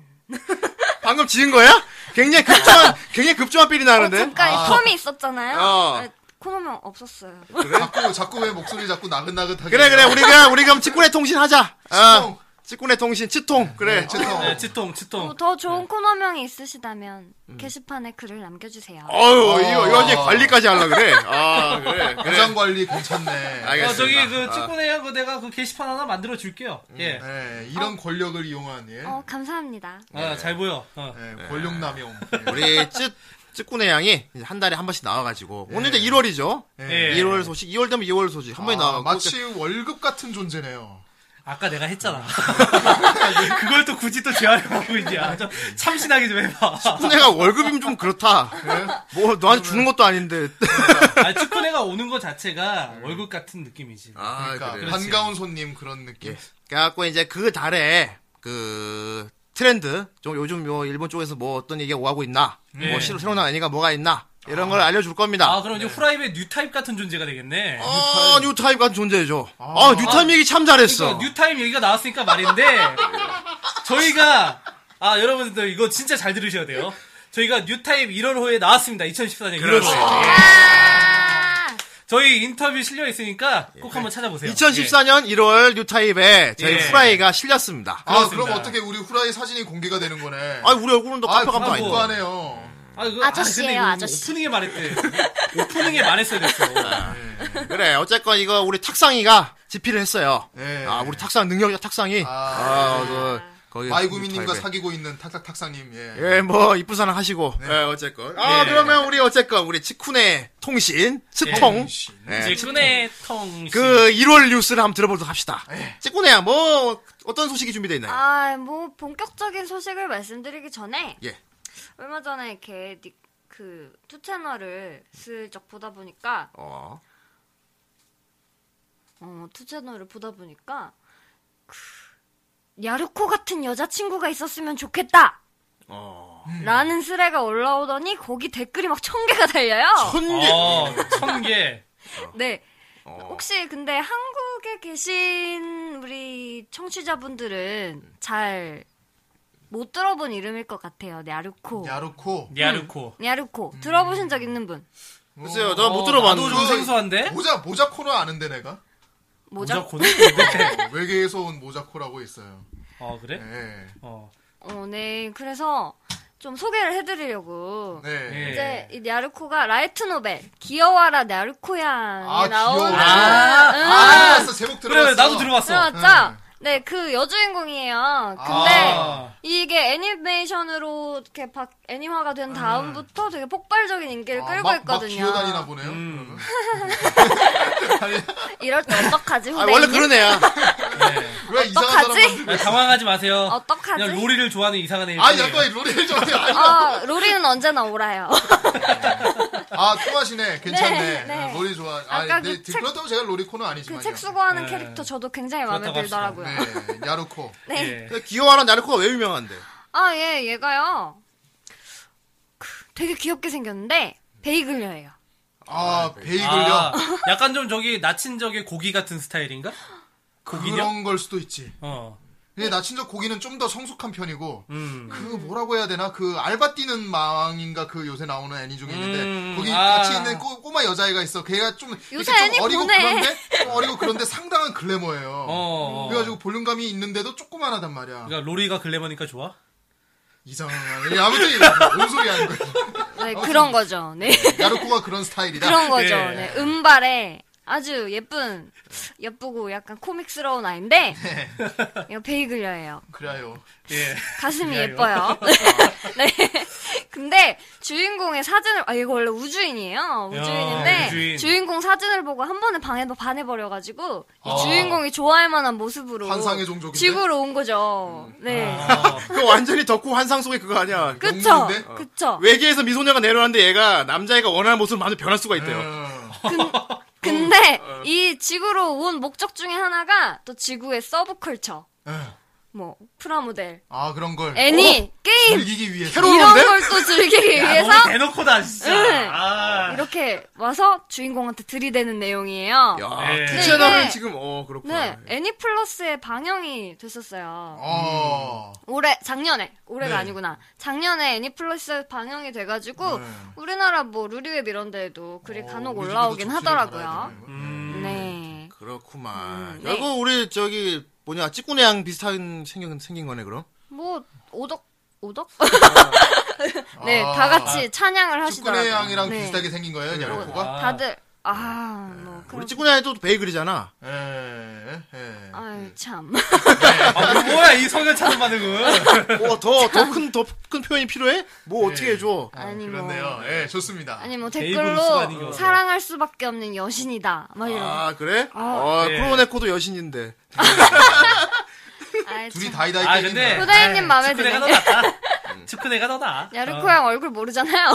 [SPEAKER 1] 방금 지은 거야? 굉장히 급조한, 굉장히 급조한 삘이
[SPEAKER 4] 어,
[SPEAKER 1] 나는데?
[SPEAKER 4] 잠깐
[SPEAKER 3] 아.
[SPEAKER 4] 텀이 있었잖아요.
[SPEAKER 1] 어.
[SPEAKER 4] 네, 코너명 없었어요.
[SPEAKER 3] 자꾸, 자꾸 왜 목소리 자꾸 나긋나긋하게.
[SPEAKER 1] 그래, 그래, 우리가, 우리가 찌꾸네 통신 하자. 아,
[SPEAKER 3] 치통.
[SPEAKER 1] 찌꾸네 통신, 치통. 그래. 치-
[SPEAKER 3] 채통.
[SPEAKER 2] 네, 치통 치통.
[SPEAKER 1] 어,
[SPEAKER 4] 뭐더
[SPEAKER 1] 네.
[SPEAKER 4] 좋은 코너명이 있으시다면 게시판에 글을 남겨주세요.
[SPEAKER 1] 음. 어유 이거, 이거 이제
[SPEAKER 3] 아.
[SPEAKER 1] 관리까지 하려 그래. 아, 그래.
[SPEAKER 3] 보장 관리 괜찮네.
[SPEAKER 2] 어,
[SPEAKER 1] 알겠습니다. 아.
[SPEAKER 2] 저기
[SPEAKER 1] 음,
[SPEAKER 2] 그 축구네 한거 내가 그 게시판 하나 만들어 줄게요. 예.
[SPEAKER 3] 예, 이런 권력을 이용한,
[SPEAKER 1] 네.
[SPEAKER 3] 예.
[SPEAKER 4] 어, 감사합니다.
[SPEAKER 2] 아, 잘 보여. 어.
[SPEAKER 3] 예, 권력 남용. 예.
[SPEAKER 1] 우리 찌, 찌꾸네 양이 이제 한 달에 한 번씩 나와가지고. 오늘 이제 1월이죠?
[SPEAKER 3] 예.
[SPEAKER 2] 예.
[SPEAKER 1] 1월 소식, 2월 되면 2월 소식. 한 번에
[SPEAKER 3] 아,
[SPEAKER 1] 나와고 그
[SPEAKER 3] 마치 월급 같은 존재네요.
[SPEAKER 2] 아까 내가 했잖아.
[SPEAKER 1] 음.
[SPEAKER 2] 그걸 또 굳이 또 재활용하고 이제 아, 좀 참신하게 좀 해봐.
[SPEAKER 1] 찌꾸네가 월급이면 좀 그렇다. 뭐, 너한테 주는 것도 아닌데.
[SPEAKER 2] 아, 축구네가 오는 거 자체가 월급 같은 느낌이지.
[SPEAKER 1] 음. 아,
[SPEAKER 3] 그러니까
[SPEAKER 1] 그래.
[SPEAKER 3] 반가운 손님 그런 느낌.
[SPEAKER 1] 그래갖고 이제 그 달에 그 트렌드 좀 요즘 요 일본 쪽에서 뭐 어떤 얘기가 오가고 있나
[SPEAKER 2] 네.
[SPEAKER 1] 뭐 새로 새로 나온 애니가 뭐가 있나 이런 걸 알려줄 겁니다.
[SPEAKER 2] 아, 그럼 이제 후라이의 뉴타입 같은 존재가 되겠네.
[SPEAKER 1] 아, 뉴타입 같은 존재죠. 아, 뉴타입 얘기 참 잘했어.
[SPEAKER 2] 그러니까 뉴타임 얘기가 나왔으니까 말인데 저희가 아 여러분들 이거 진짜 잘 들으셔야 돼요. 저희가 뉴타임 1월호에 나왔습니다. 2014년
[SPEAKER 1] 그렇죠.
[SPEAKER 2] 1월호에. 예.
[SPEAKER 4] 아,
[SPEAKER 2] 저희 인터뷰 실려 있으니까
[SPEAKER 1] 예.
[SPEAKER 2] 꼭 한번 찾아보세요.
[SPEAKER 1] 2014년 1월 뉴타입에 저희
[SPEAKER 2] 예.
[SPEAKER 1] 후라이가 실렸습니다. 아,
[SPEAKER 3] 아,
[SPEAKER 2] 그렇습니다.
[SPEAKER 3] 그럼 어떻게 우리 후라이 사진이 공개가 되는 거네.
[SPEAKER 1] 우리 얼굴은 더
[SPEAKER 3] 아,
[SPEAKER 2] 아이고.
[SPEAKER 1] 깜빡깜빡 아니고.
[SPEAKER 3] 공부하네요.
[SPEAKER 2] 아, 이거,
[SPEAKER 4] 아저씨예요,
[SPEAKER 2] 근데 이거
[SPEAKER 4] 아저씨.
[SPEAKER 2] 오프닝에 말했대. 오프닝에 말했어야 됐어.
[SPEAKER 1] 아, 그래, 어쨌건 이거 우리 탁상이가 집필을 했어요.
[SPEAKER 3] 예.
[SPEAKER 1] 아, 우리 탁상 능력자 탁상이.
[SPEAKER 3] 아, 예.
[SPEAKER 1] 아, 그, 거기
[SPEAKER 3] 마이구미님과
[SPEAKER 1] 뉴타입에.
[SPEAKER 3] 사귀고 네. 있는 탁탁탁상님, 예.
[SPEAKER 1] 예, 뭐 이쁜 사랑 하시고. 예, 어쨌건. 아,
[SPEAKER 2] 네.
[SPEAKER 1] 그러면 우리 어쨌건 우리 치쿠네 통신, 치통. 예.
[SPEAKER 2] 질끈의 통.
[SPEAKER 1] 그 1월 뉴스를 한번 들어보도록 합시다.
[SPEAKER 3] 예.
[SPEAKER 1] 치쿠네야, 뭐 어떤 소식이 준비되어 있나요?
[SPEAKER 4] 아, 뭐 본격적인 소식을 말씀드리기 전에
[SPEAKER 1] 예.
[SPEAKER 4] 얼마 전에 이렇게 니- 그 투채널을 슬쩍 보다 보니까
[SPEAKER 1] 어.
[SPEAKER 4] 어, 투채널을 보다 보니까 그 야르코 같은 여자친구가 있었으면 좋겠다.
[SPEAKER 1] 어. 음.
[SPEAKER 4] 라는 쓰레가 올라오더니 거기 댓글이 막 천 개가 달려요.
[SPEAKER 1] 천재.
[SPEAKER 2] 어, 천개.
[SPEAKER 4] 네.
[SPEAKER 3] 어.
[SPEAKER 4] 혹시 근데 한국에 계신 우리 청취자분들은 잘 못 들어본 이름일 것 같아요. 야르코.
[SPEAKER 3] 야루코. 음.
[SPEAKER 2] 야르코.
[SPEAKER 4] 야르코. 들어보신 적 있는 분?
[SPEAKER 1] 글쎄요, 저 못
[SPEAKER 2] 어,
[SPEAKER 1] 들어봤는데.
[SPEAKER 2] 나도 좀 생소한데?
[SPEAKER 3] 뭐, 모자, 모자 코너 아는데 내가?
[SPEAKER 4] 모자?
[SPEAKER 2] 코는?
[SPEAKER 3] 어, 외계에서 온 모자 코라고 있어요.
[SPEAKER 2] 어, 그래?
[SPEAKER 3] 예.
[SPEAKER 2] 어.
[SPEAKER 4] 어, 네. 그래서 좀 소개를 해드리려고.
[SPEAKER 3] 네.
[SPEAKER 2] 예.
[SPEAKER 4] 이제 이 야르코가 라이트 노벨 귀여워라 야르코양에
[SPEAKER 3] 아,
[SPEAKER 4] 나오는
[SPEAKER 3] 귀여워라.
[SPEAKER 2] 아,
[SPEAKER 4] 응.
[SPEAKER 3] 아, 알았어. 제목 들어봤어.
[SPEAKER 2] 그래, 나도 들어봤어.
[SPEAKER 4] 들어봤죠? 네, 그 여주인공이에요. 근데
[SPEAKER 2] 아.
[SPEAKER 4] 이게 애니메이션으로 이렇게 바, 애니화가 된 다음부터 되게 폭발적인 인기를
[SPEAKER 3] 아,
[SPEAKER 4] 끌고
[SPEAKER 3] 막,
[SPEAKER 4] 있거든요.
[SPEAKER 3] 막 기어다니나 보네요.
[SPEAKER 2] 음.
[SPEAKER 4] 이럴 때 어떡하지?
[SPEAKER 1] 아, 원래
[SPEAKER 4] 후배님?
[SPEAKER 1] 그런 애야.
[SPEAKER 3] 왜 이상한 사람
[SPEAKER 4] 어떡하지?
[SPEAKER 3] 만들고
[SPEAKER 2] 네. 아, 당황하지 마세요.
[SPEAKER 4] 어떡하지?
[SPEAKER 2] 그냥 로리를 좋아하는 이상한 애.
[SPEAKER 3] 아, 약간 로리를 좀 해요. 아니,
[SPEAKER 4] 어, 로리는 언제나 오라요.
[SPEAKER 3] 아, 통하시네. 괜찮네.
[SPEAKER 4] 네, 네.
[SPEAKER 3] 로리 좋아. 아,
[SPEAKER 4] 아까
[SPEAKER 3] 네,
[SPEAKER 4] 그 책-
[SPEAKER 3] 그렇다고 제가 로리 코너 아니지만.
[SPEAKER 4] 그 책 수거하는
[SPEAKER 2] 네.
[SPEAKER 4] 캐릭터 저도 굉장히 마음에
[SPEAKER 2] 그렇다고 합시다.
[SPEAKER 4] 들더라고요.
[SPEAKER 3] 네, 야루코.
[SPEAKER 4] 네.
[SPEAKER 2] 예.
[SPEAKER 1] 근데 귀여워하는 나르코가 왜 유명한데?
[SPEAKER 4] 아, 예, 얘가요. 크, 되게 귀엽게 생겼는데 베이글녀예요.
[SPEAKER 3] 아, 베이글요.
[SPEAKER 2] 아, 약간 좀 저기 나친 적의 고기 같은 스타일인가? 고기냐?
[SPEAKER 3] 그런 걸 수도 있지.
[SPEAKER 2] 어.
[SPEAKER 3] 근데 나 친척 고기는 좀 더 성숙한 편이고
[SPEAKER 2] 음.
[SPEAKER 3] 그 뭐라고 해야 되나 그 알바 뛰는 망인가 그 요새 나오는 애니 중에 있는데
[SPEAKER 2] 음,
[SPEAKER 3] 거기
[SPEAKER 2] 아.
[SPEAKER 3] 같이 있는 꼬, 마 여자애가 있어. 걔가 좀
[SPEAKER 4] 요새
[SPEAKER 3] 이렇게
[SPEAKER 4] 애니
[SPEAKER 3] 좀 어리고
[SPEAKER 4] 보네.
[SPEAKER 3] 그런데 좀 어리고 그런데 상당한 글래머예요.
[SPEAKER 2] 어.
[SPEAKER 3] 그래가지고 볼륨감이 있는데도 조그만하단 말이야.
[SPEAKER 2] 그러니까 로리가 글래머니까 좋아?
[SPEAKER 3] 이상한 거 아무튼 이런 뭔 소리 하는 거야.
[SPEAKER 4] 네, 그런 거죠. 네.
[SPEAKER 3] 야루코가 그런 스타일이다.
[SPEAKER 4] 그런 거죠.
[SPEAKER 2] 예.
[SPEAKER 4] 네. 은발에 아주 예쁜, 예쁘고 약간 코믹스러운 아이인데, 이거 베이글려예요.
[SPEAKER 3] 그래요.
[SPEAKER 2] 예.
[SPEAKER 4] 가슴이
[SPEAKER 2] 미안해요.
[SPEAKER 4] 예뻐요. 네. 근데 주인공의 사진을, 아, 이거 원래 우주인이에요. 우주인인데,
[SPEAKER 2] 야, 우주인.
[SPEAKER 4] 주인공 사진을 보고 한 번에 방에 반해버려가지고, 이
[SPEAKER 2] 아.
[SPEAKER 4] 주인공이 좋아할 만한 모습으로
[SPEAKER 3] 환상의 종족인데?
[SPEAKER 4] 지구로 온 거죠. 네.
[SPEAKER 2] 어.
[SPEAKER 8] 그 완전히 덕후 환상 속에 그거 아니야.
[SPEAKER 4] 그쵸?
[SPEAKER 3] 영웅인데?
[SPEAKER 4] 그쵸?
[SPEAKER 8] 외계에서 미소녀가 내려왔는데 얘가 남자애가 원하는 모습을 완전 변할 수가 있대요.
[SPEAKER 3] 음.
[SPEAKER 4] 근데
[SPEAKER 2] 어.
[SPEAKER 4] 이 지구로 온 목적 중에 하나가 또 지구의 서브컬처,
[SPEAKER 2] 네.
[SPEAKER 4] 뭐 프라모델,
[SPEAKER 3] 아 그런
[SPEAKER 2] 어?
[SPEAKER 3] 걸
[SPEAKER 4] 애니, 게임
[SPEAKER 3] 즐기기 위해서.
[SPEAKER 4] 이런 걸 또 즐기기
[SPEAKER 2] 야,
[SPEAKER 4] 위해서
[SPEAKER 2] 너무 아, 대놓고다 진짜.
[SPEAKER 4] 응.
[SPEAKER 2] 아.
[SPEAKER 4] 이렇게 와서 주인공한테 들이대는 내용이에요.
[SPEAKER 8] 야,
[SPEAKER 2] 네.
[SPEAKER 8] 두
[SPEAKER 4] 근데
[SPEAKER 8] 채널은
[SPEAKER 4] 이게-
[SPEAKER 8] 지금 어 그렇구나.
[SPEAKER 4] 네, 애니플러스에 방영이 됐었어요.
[SPEAKER 3] 어.
[SPEAKER 4] 올해 작년에 올해가
[SPEAKER 3] 네.
[SPEAKER 4] 아니구나. 작년에 애니플러스 방영이 돼가지고
[SPEAKER 3] 네.
[SPEAKER 4] 우리나라 뭐 루리웹 이런 데도 글이
[SPEAKER 3] 어,
[SPEAKER 4] 간혹
[SPEAKER 3] 우리 집에도
[SPEAKER 4] 올라오긴
[SPEAKER 3] 접시를
[SPEAKER 4] 하더라고요.
[SPEAKER 3] 갈아야 되는 거.
[SPEAKER 2] 음.
[SPEAKER 4] 네.
[SPEAKER 8] 그렇구만.
[SPEAKER 4] 음, 네.
[SPEAKER 8] 결국 우리 저기 뭐냐 찌꾸네양 비슷한 생긴 생긴 거네 그럼.
[SPEAKER 4] 뭐 오덕 오덕? 네, 다 같이 찬양을 하시더라고요.
[SPEAKER 3] 아. 축구네 양이랑
[SPEAKER 4] 네.
[SPEAKER 3] 비슷하게 생긴 거예요, 야루코가?
[SPEAKER 2] 아.
[SPEAKER 4] 다들 아, 뭐
[SPEAKER 8] 우리
[SPEAKER 4] 그런
[SPEAKER 8] 찌꾸네양도 베이글이잖아.
[SPEAKER 3] 예, 예.
[SPEAKER 4] 아유, 참.
[SPEAKER 2] 아, 이거 뭐야 이 성현 차는 반응은.
[SPEAKER 8] 어, 뭐더더 큰 더 큰 표현이 필요해? 뭐 어떻게 해줘?
[SPEAKER 4] 아니 뭐
[SPEAKER 3] 그렇네요. 예, 좋습니다.
[SPEAKER 4] 아니 뭐
[SPEAKER 2] 베이글 루스가 아닌
[SPEAKER 4] 댓글로
[SPEAKER 2] 것 같아요.
[SPEAKER 4] 사랑할 수밖에 없는 여신이다. 막 이런. 아,
[SPEAKER 8] 아 그래? 아
[SPEAKER 2] 예.
[SPEAKER 8] 크로네코도 여신인데.
[SPEAKER 4] 아이,
[SPEAKER 3] 둘이
[SPEAKER 4] 참.
[SPEAKER 3] 다이다이
[SPEAKER 2] 아
[SPEAKER 3] 게임이네.
[SPEAKER 2] 근데
[SPEAKER 4] 후대인님
[SPEAKER 2] 아이,
[SPEAKER 4] 마음에
[SPEAKER 2] 측근애가 더
[SPEAKER 4] 드네.
[SPEAKER 2] 낫다. 측근애가 더 나.
[SPEAKER 4] 야르코 양 얼굴 모르잖아요.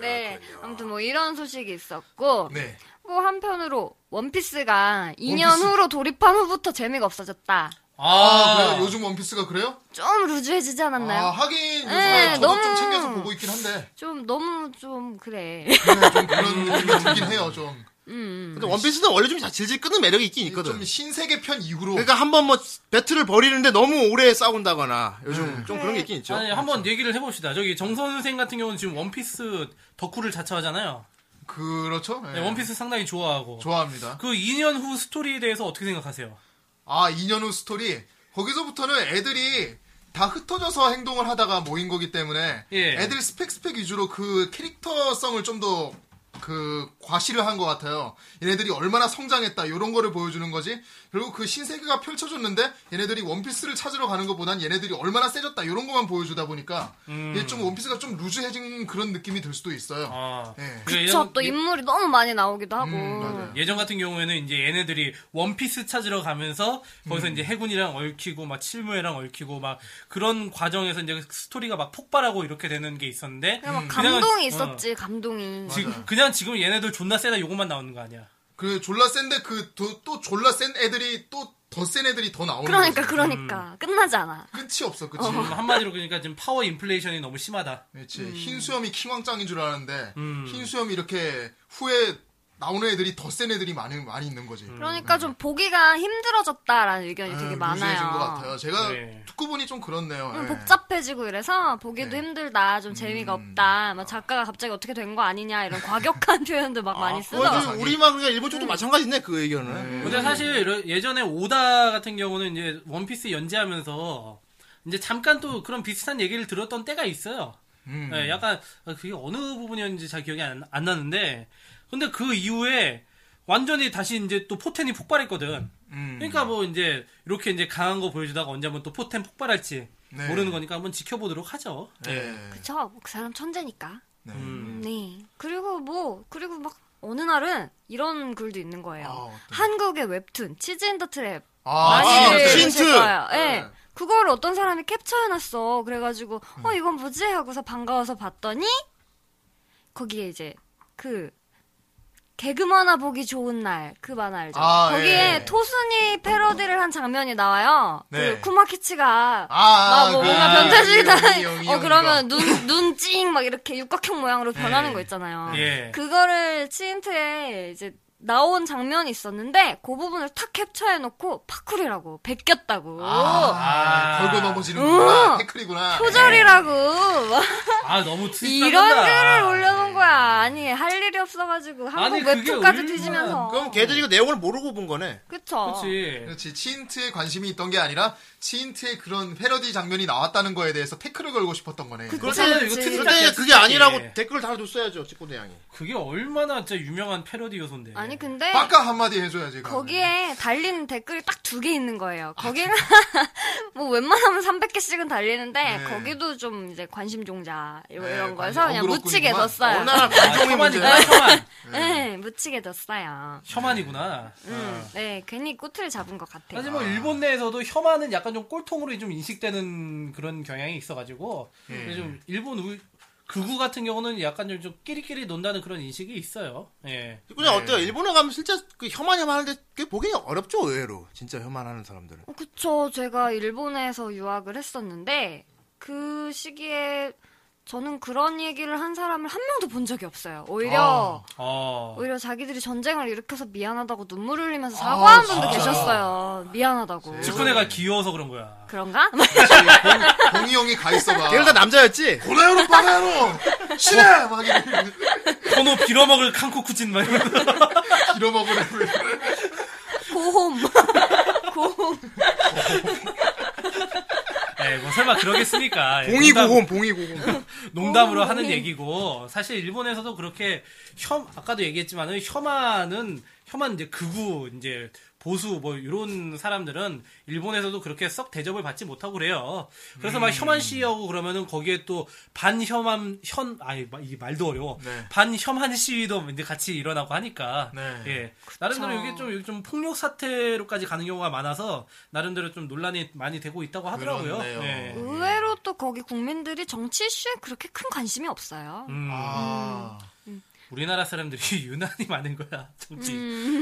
[SPEAKER 4] 네.
[SPEAKER 8] 그렇군요.
[SPEAKER 4] 아무튼 뭐 이런 소식이 있었고
[SPEAKER 3] 네.
[SPEAKER 4] 뭐 한편으로 원피스가 2년
[SPEAKER 3] 원피스.
[SPEAKER 4] 후로 돌입한 후부터 재미가 없어졌다.
[SPEAKER 3] 아,
[SPEAKER 2] 아,
[SPEAKER 3] 그래요? 요즘 원피스가 그래요?
[SPEAKER 4] 좀 루즈해지지 않았나요?
[SPEAKER 3] 아, 하긴 요즘에
[SPEAKER 4] 네,
[SPEAKER 3] 저도 좀
[SPEAKER 4] 너무-
[SPEAKER 3] 챙겨서 보고 있긴 한데.
[SPEAKER 4] 좀 너무 좀 그래.
[SPEAKER 3] 그래, 좀 그런 느낌이 들긴 해요, 좀.
[SPEAKER 4] 음.
[SPEAKER 8] 근데 원피스는 원래 좀 질질 끄는 매력이 있긴 있거든.
[SPEAKER 3] 좀 신세계 편 이후로.
[SPEAKER 8] 그러니까 한 번 뭐 배틀을 벌이는데 너무 오래 싸운다거나 요즘 좀 그런 게 있긴 있죠.
[SPEAKER 3] 그렇죠.
[SPEAKER 2] 아니 한번 얘기를 해봅시다. 저기 정 선생 같은 경우는 지금 원피스 덕후를 자처하잖아요.
[SPEAKER 3] 그렇죠? 예.
[SPEAKER 2] 네, 원피스 상당히 좋아하고.
[SPEAKER 3] 좋아합니다.
[SPEAKER 2] 그 2년 후 스토리에 대해서 어떻게 생각하세요?
[SPEAKER 3] 아, 2년 후 스토리. 거기서부터는 애들이 다 흩어져서 행동을 하다가 모인 거기 때문에
[SPEAKER 2] 예.
[SPEAKER 3] 애들 스펙 스펙 위주로 그 캐릭터성을 좀 더 그 과시를 한 것 같아요. 얘네들이 얼마나 성장했다 이런 거를 보여주는 거지. 그리고 그 신세계가 펼쳐졌는데 얘네들이 원피스를 찾으러 가는 것보단 얘네들이 얼마나 세졌다 이런 것만 보여주다 보니까 이게 좀 원피스가 좀 루즈해진 그런 느낌이 들 수도 있어요.
[SPEAKER 2] 음. 아,
[SPEAKER 3] 예.
[SPEAKER 2] 그러니까
[SPEAKER 4] 그쵸, 또
[SPEAKER 2] 예전-
[SPEAKER 4] 인물이 너무 많이 나오기도 하고.
[SPEAKER 3] 맞아요.
[SPEAKER 2] 예전 같은 경우에는 이제 얘네들이 원피스 찾으러 가면서 거기서
[SPEAKER 3] 음.
[SPEAKER 2] 이제 해군이랑 얽히고 막 칠무에랑 얽히고 막 그런 과정에서 이제 스토리가 막 폭발하고 이렇게 되는 게 있었는데
[SPEAKER 4] 그냥 막
[SPEAKER 2] 그냥-
[SPEAKER 4] 감동이
[SPEAKER 2] 어,
[SPEAKER 4] 있었지, 감동이.
[SPEAKER 2] 지금 그냥 지금 얘네들 존나 세다 요것만 나오는 거 아니야?
[SPEAKER 3] 그 졸라 센데 그 또 졸라 센 애들이 또 더 센 애들이 더 나오는
[SPEAKER 4] 그러니까,
[SPEAKER 3] 거지.
[SPEAKER 4] 그러니까. 끝나지 않아.
[SPEAKER 3] 끝이 없어, 그치?
[SPEAKER 2] 지금 한마디로 그러니까 지금 파워 인플레이션이 너무 심하다.
[SPEAKER 3] 그렇지. 흰 수염이 킹왕짱인 줄 알았는데
[SPEAKER 2] 음.
[SPEAKER 3] 흰 수염이 이렇게 후에 나오는 애들이 더 센 애들이 많이 많이 있는 거지.
[SPEAKER 4] 그러니까 좀 보기가 힘들어졌다라는 의견이
[SPEAKER 3] 예,
[SPEAKER 4] 되게
[SPEAKER 3] 루즈해진 음. 것 같아요.
[SPEAKER 4] 많아요.
[SPEAKER 3] 제가
[SPEAKER 2] 네.
[SPEAKER 3] 듣고 보니 좀 그렇네요.
[SPEAKER 4] 좀
[SPEAKER 3] 예.
[SPEAKER 4] 복잡해지고 이래서 보기도
[SPEAKER 3] 네. 음.
[SPEAKER 4] 힘들다, 좀 재미가 없다, 막 작가가 갑자기 어떻게 된 거 아니냐 이런 과격한 표현도 막
[SPEAKER 1] 아,
[SPEAKER 3] 아,
[SPEAKER 4] 많이
[SPEAKER 8] 그거
[SPEAKER 4] 쓰더라고요.
[SPEAKER 8] 지금 우리만 그러니까 일본
[SPEAKER 2] 음.
[SPEAKER 8] 쪽도 마찬가지네 그 의견은.
[SPEAKER 1] 음.
[SPEAKER 2] 근데 사실 이런- 예전에 오다 같은 경우는 이제 원피스 연재하면서 이제 잠깐 또 그런 비슷한 얘기를 들었던 때가 있어요. 예, 약간 그게 어느 부분이었는지 잘 기억이 안, 안 나는데 근데 그 이후에 완전히 다시 이제 또 포텐이 폭발했거든.
[SPEAKER 3] 음.
[SPEAKER 2] 그러니까 뭐 이제 이렇게 이제 강한 거 보여주다가 언제 한번 또 포텐 폭발할지
[SPEAKER 3] 네.
[SPEAKER 2] 모르는 거니까 한번 지켜보도록 하죠.
[SPEAKER 4] 음,
[SPEAKER 3] 예.
[SPEAKER 4] 그쵸? 뭐그 사람 천재니까.
[SPEAKER 3] 네.
[SPEAKER 2] 음.
[SPEAKER 4] 네. 그리고 뭐, 그리고 막 어느 날은 이런 글도 있는 거예요.
[SPEAKER 3] 아, 어떤-
[SPEAKER 4] 한국의 웹툰, 치즈 인 더 트랩.
[SPEAKER 3] 아,
[SPEAKER 4] 많이
[SPEAKER 3] 네.
[SPEAKER 4] 보실
[SPEAKER 8] 진트!
[SPEAKER 4] 거예요. 예. 그걸 어떤 사람이 캡처해놨어. 그래가지고,
[SPEAKER 3] 음.
[SPEAKER 4] 어, 이건 뭐지? 하고서 반가워서 봤더니, 거기에 이제, 그, 개그 만화 보기 좋은 날, 그 만화 알죠?
[SPEAKER 3] 아,
[SPEAKER 4] 거기에
[SPEAKER 3] 예.
[SPEAKER 4] 토순이 패러디를 한 장면이 나와요.
[SPEAKER 3] 네.
[SPEAKER 4] 그, 쿠마키치가,
[SPEAKER 3] 아,
[SPEAKER 4] 막뭐
[SPEAKER 3] 그-
[SPEAKER 4] 뭔가 변태식이다.
[SPEAKER 3] 이 형이, 이
[SPEAKER 4] 어
[SPEAKER 3] 형이가.
[SPEAKER 4] 그러면 눈 눈 음.
[SPEAKER 3] 네.
[SPEAKER 4] 찡 막 이렇게 육각형 모양으로 변하는 거 있잖아요.
[SPEAKER 2] 예.
[SPEAKER 4] 그거를 치인트에 이제 나온 장면이 있었는데 그 부분을 탁 캡처해놓고 파쿠리라고 베꼈다고
[SPEAKER 3] 아, 걸고 넘어지는구나.
[SPEAKER 4] 우와.
[SPEAKER 3] 태클이구나.
[SPEAKER 4] 표절이라고 막
[SPEAKER 3] 네.
[SPEAKER 2] 아 너무 트윗
[SPEAKER 4] 이런 글을 올려놓은 거야 아니 할 일이 없어가지고 한국
[SPEAKER 2] 아니, 그게
[SPEAKER 4] 웹툰까지
[SPEAKER 2] 얼마나-
[SPEAKER 4] 뒤지면서
[SPEAKER 1] 그럼
[SPEAKER 2] 음.
[SPEAKER 1] 걔들이 이거 내용을 모르고 본 거네.
[SPEAKER 2] 뭐
[SPEAKER 4] 그쵸
[SPEAKER 2] 그렇지.
[SPEAKER 3] 그렇지. 치인트에 관심이 있던 게 아니라 치인트의 그런 패러디 장면이 나왔다는 거에 대해서 태클을 걸고 싶었던 거네.
[SPEAKER 2] 그렇잖아요. 이거
[SPEAKER 4] 그치.
[SPEAKER 2] 트윗
[SPEAKER 1] 근데 그게
[SPEAKER 2] 예.
[SPEAKER 1] 아니라고 댓글 달아줬어야죠, 직구대 양이.
[SPEAKER 2] 그게 얼마나 진짜 유명한 패러디 요소인데.
[SPEAKER 4] 아니 근데
[SPEAKER 3] 아까 한마디 해줘야지. 그러면.
[SPEAKER 4] 거기에 달린 댓글이 딱 두 개 있는 거예요.
[SPEAKER 3] 아,
[SPEAKER 4] 거기가 뭐 웬만하면 300개씩은 달리는데
[SPEAKER 3] 네. 거기도
[SPEAKER 4] 거기도 좀 이제 관심 종자 이런,
[SPEAKER 3] 네, 이런 거에서
[SPEAKER 4] 거에서
[SPEAKER 3] 관심 그냥
[SPEAKER 4] 그냥
[SPEAKER 3] 어그로꾼이구만. 묻히게 뒀어요.
[SPEAKER 4] 묻히게 뒀어요.
[SPEAKER 1] 얼마나
[SPEAKER 2] 아,
[SPEAKER 1] 방송이 문제.
[SPEAKER 2] 혐한이구나. 혐한.
[SPEAKER 4] 네, 묻히게 뒀어요.
[SPEAKER 2] 혐한이구나. 아.
[SPEAKER 4] 음, 그러니까. 네, 괜히 꼬투를 잡은 것 같아요.
[SPEAKER 2] 사실 뭐 일본 내에서도 혐한은 약간 좀 꼴통으로 좀 인식되는 그런 경향이 있어가지고 근데 좀 일본 우- 극우 같은 경우는 약간 좀, 좀 끼리끼리 논다는 그런 인식이 있어요. 예.
[SPEAKER 1] 그냥
[SPEAKER 3] 네.
[SPEAKER 1] 어때요? 일본에 가면 실제 그 혐한 혐하는데 그게 보기 어렵죠, 의외로. 진짜 혐한하는 사람들은.
[SPEAKER 4] 어, 그쵸. 제가 일본에서 유학을 했었는데 그 시기에 저는 그런 얘기를 한 사람을 한 명도 본 적이 없어요. 오히려
[SPEAKER 2] 어.
[SPEAKER 4] 오히려 자기들이 전쟁을 일으켜서 미안하다고 눈물 흘리면서 사과한 분도
[SPEAKER 2] 진짜.
[SPEAKER 4] 계셨어요. 미안하다고.
[SPEAKER 2] 네. 직군애가 귀여워서 그런 거야.
[SPEAKER 4] 그런가?
[SPEAKER 3] 공이 형이 가 있어봐.
[SPEAKER 1] 걔들 다 남자였지?
[SPEAKER 3] 아.
[SPEAKER 1] 뭐.
[SPEAKER 3] 고래로 빠래로 신해 막 이러고
[SPEAKER 2] 코노 빌어먹을 칸코쿠진 말.
[SPEAKER 3] 빌어먹으라고.
[SPEAKER 4] 고홈. 고홈.
[SPEAKER 2] 예, 뭐 설마 그러겠습니까? 예, 농담-
[SPEAKER 1] 네,
[SPEAKER 2] 음.
[SPEAKER 1] 봉이고홈, 봉이고홈.
[SPEAKER 3] 어,
[SPEAKER 2] 농담으로
[SPEAKER 3] 네.
[SPEAKER 2] 하는 얘기고 사실 일본에서도 그렇게 혐 아까도 얘기했지만은 혐한은 혐한 이제 극우 이제 보수 뭐 이런 사람들은 일본에서도 그렇게 썩 대접을 받지 못하고 그래요. 그래서 막
[SPEAKER 3] 음.
[SPEAKER 2] 혐한 시위하고 그러면은 거기에 또 반혐한 현 아니 마- 이게 말도 어려워.
[SPEAKER 3] 네.
[SPEAKER 2] 반혐한 시위도 이제 같이 일어나고 하니까 예 나름대로 이게 좀 이게 좀 폭력 사태로까지 가는 경우가 많아서 나름대로 좀 논란이 많이 되고 있다고 하더라고요.
[SPEAKER 3] 그렇네요.
[SPEAKER 2] 예.
[SPEAKER 4] 의외로 또 거기 국민들이 정치 이슈에 그렇게 큰 관심이 없어요.
[SPEAKER 2] 음.
[SPEAKER 3] 아,
[SPEAKER 2] 우리나라 사람들이 유난히 많은 거야 정치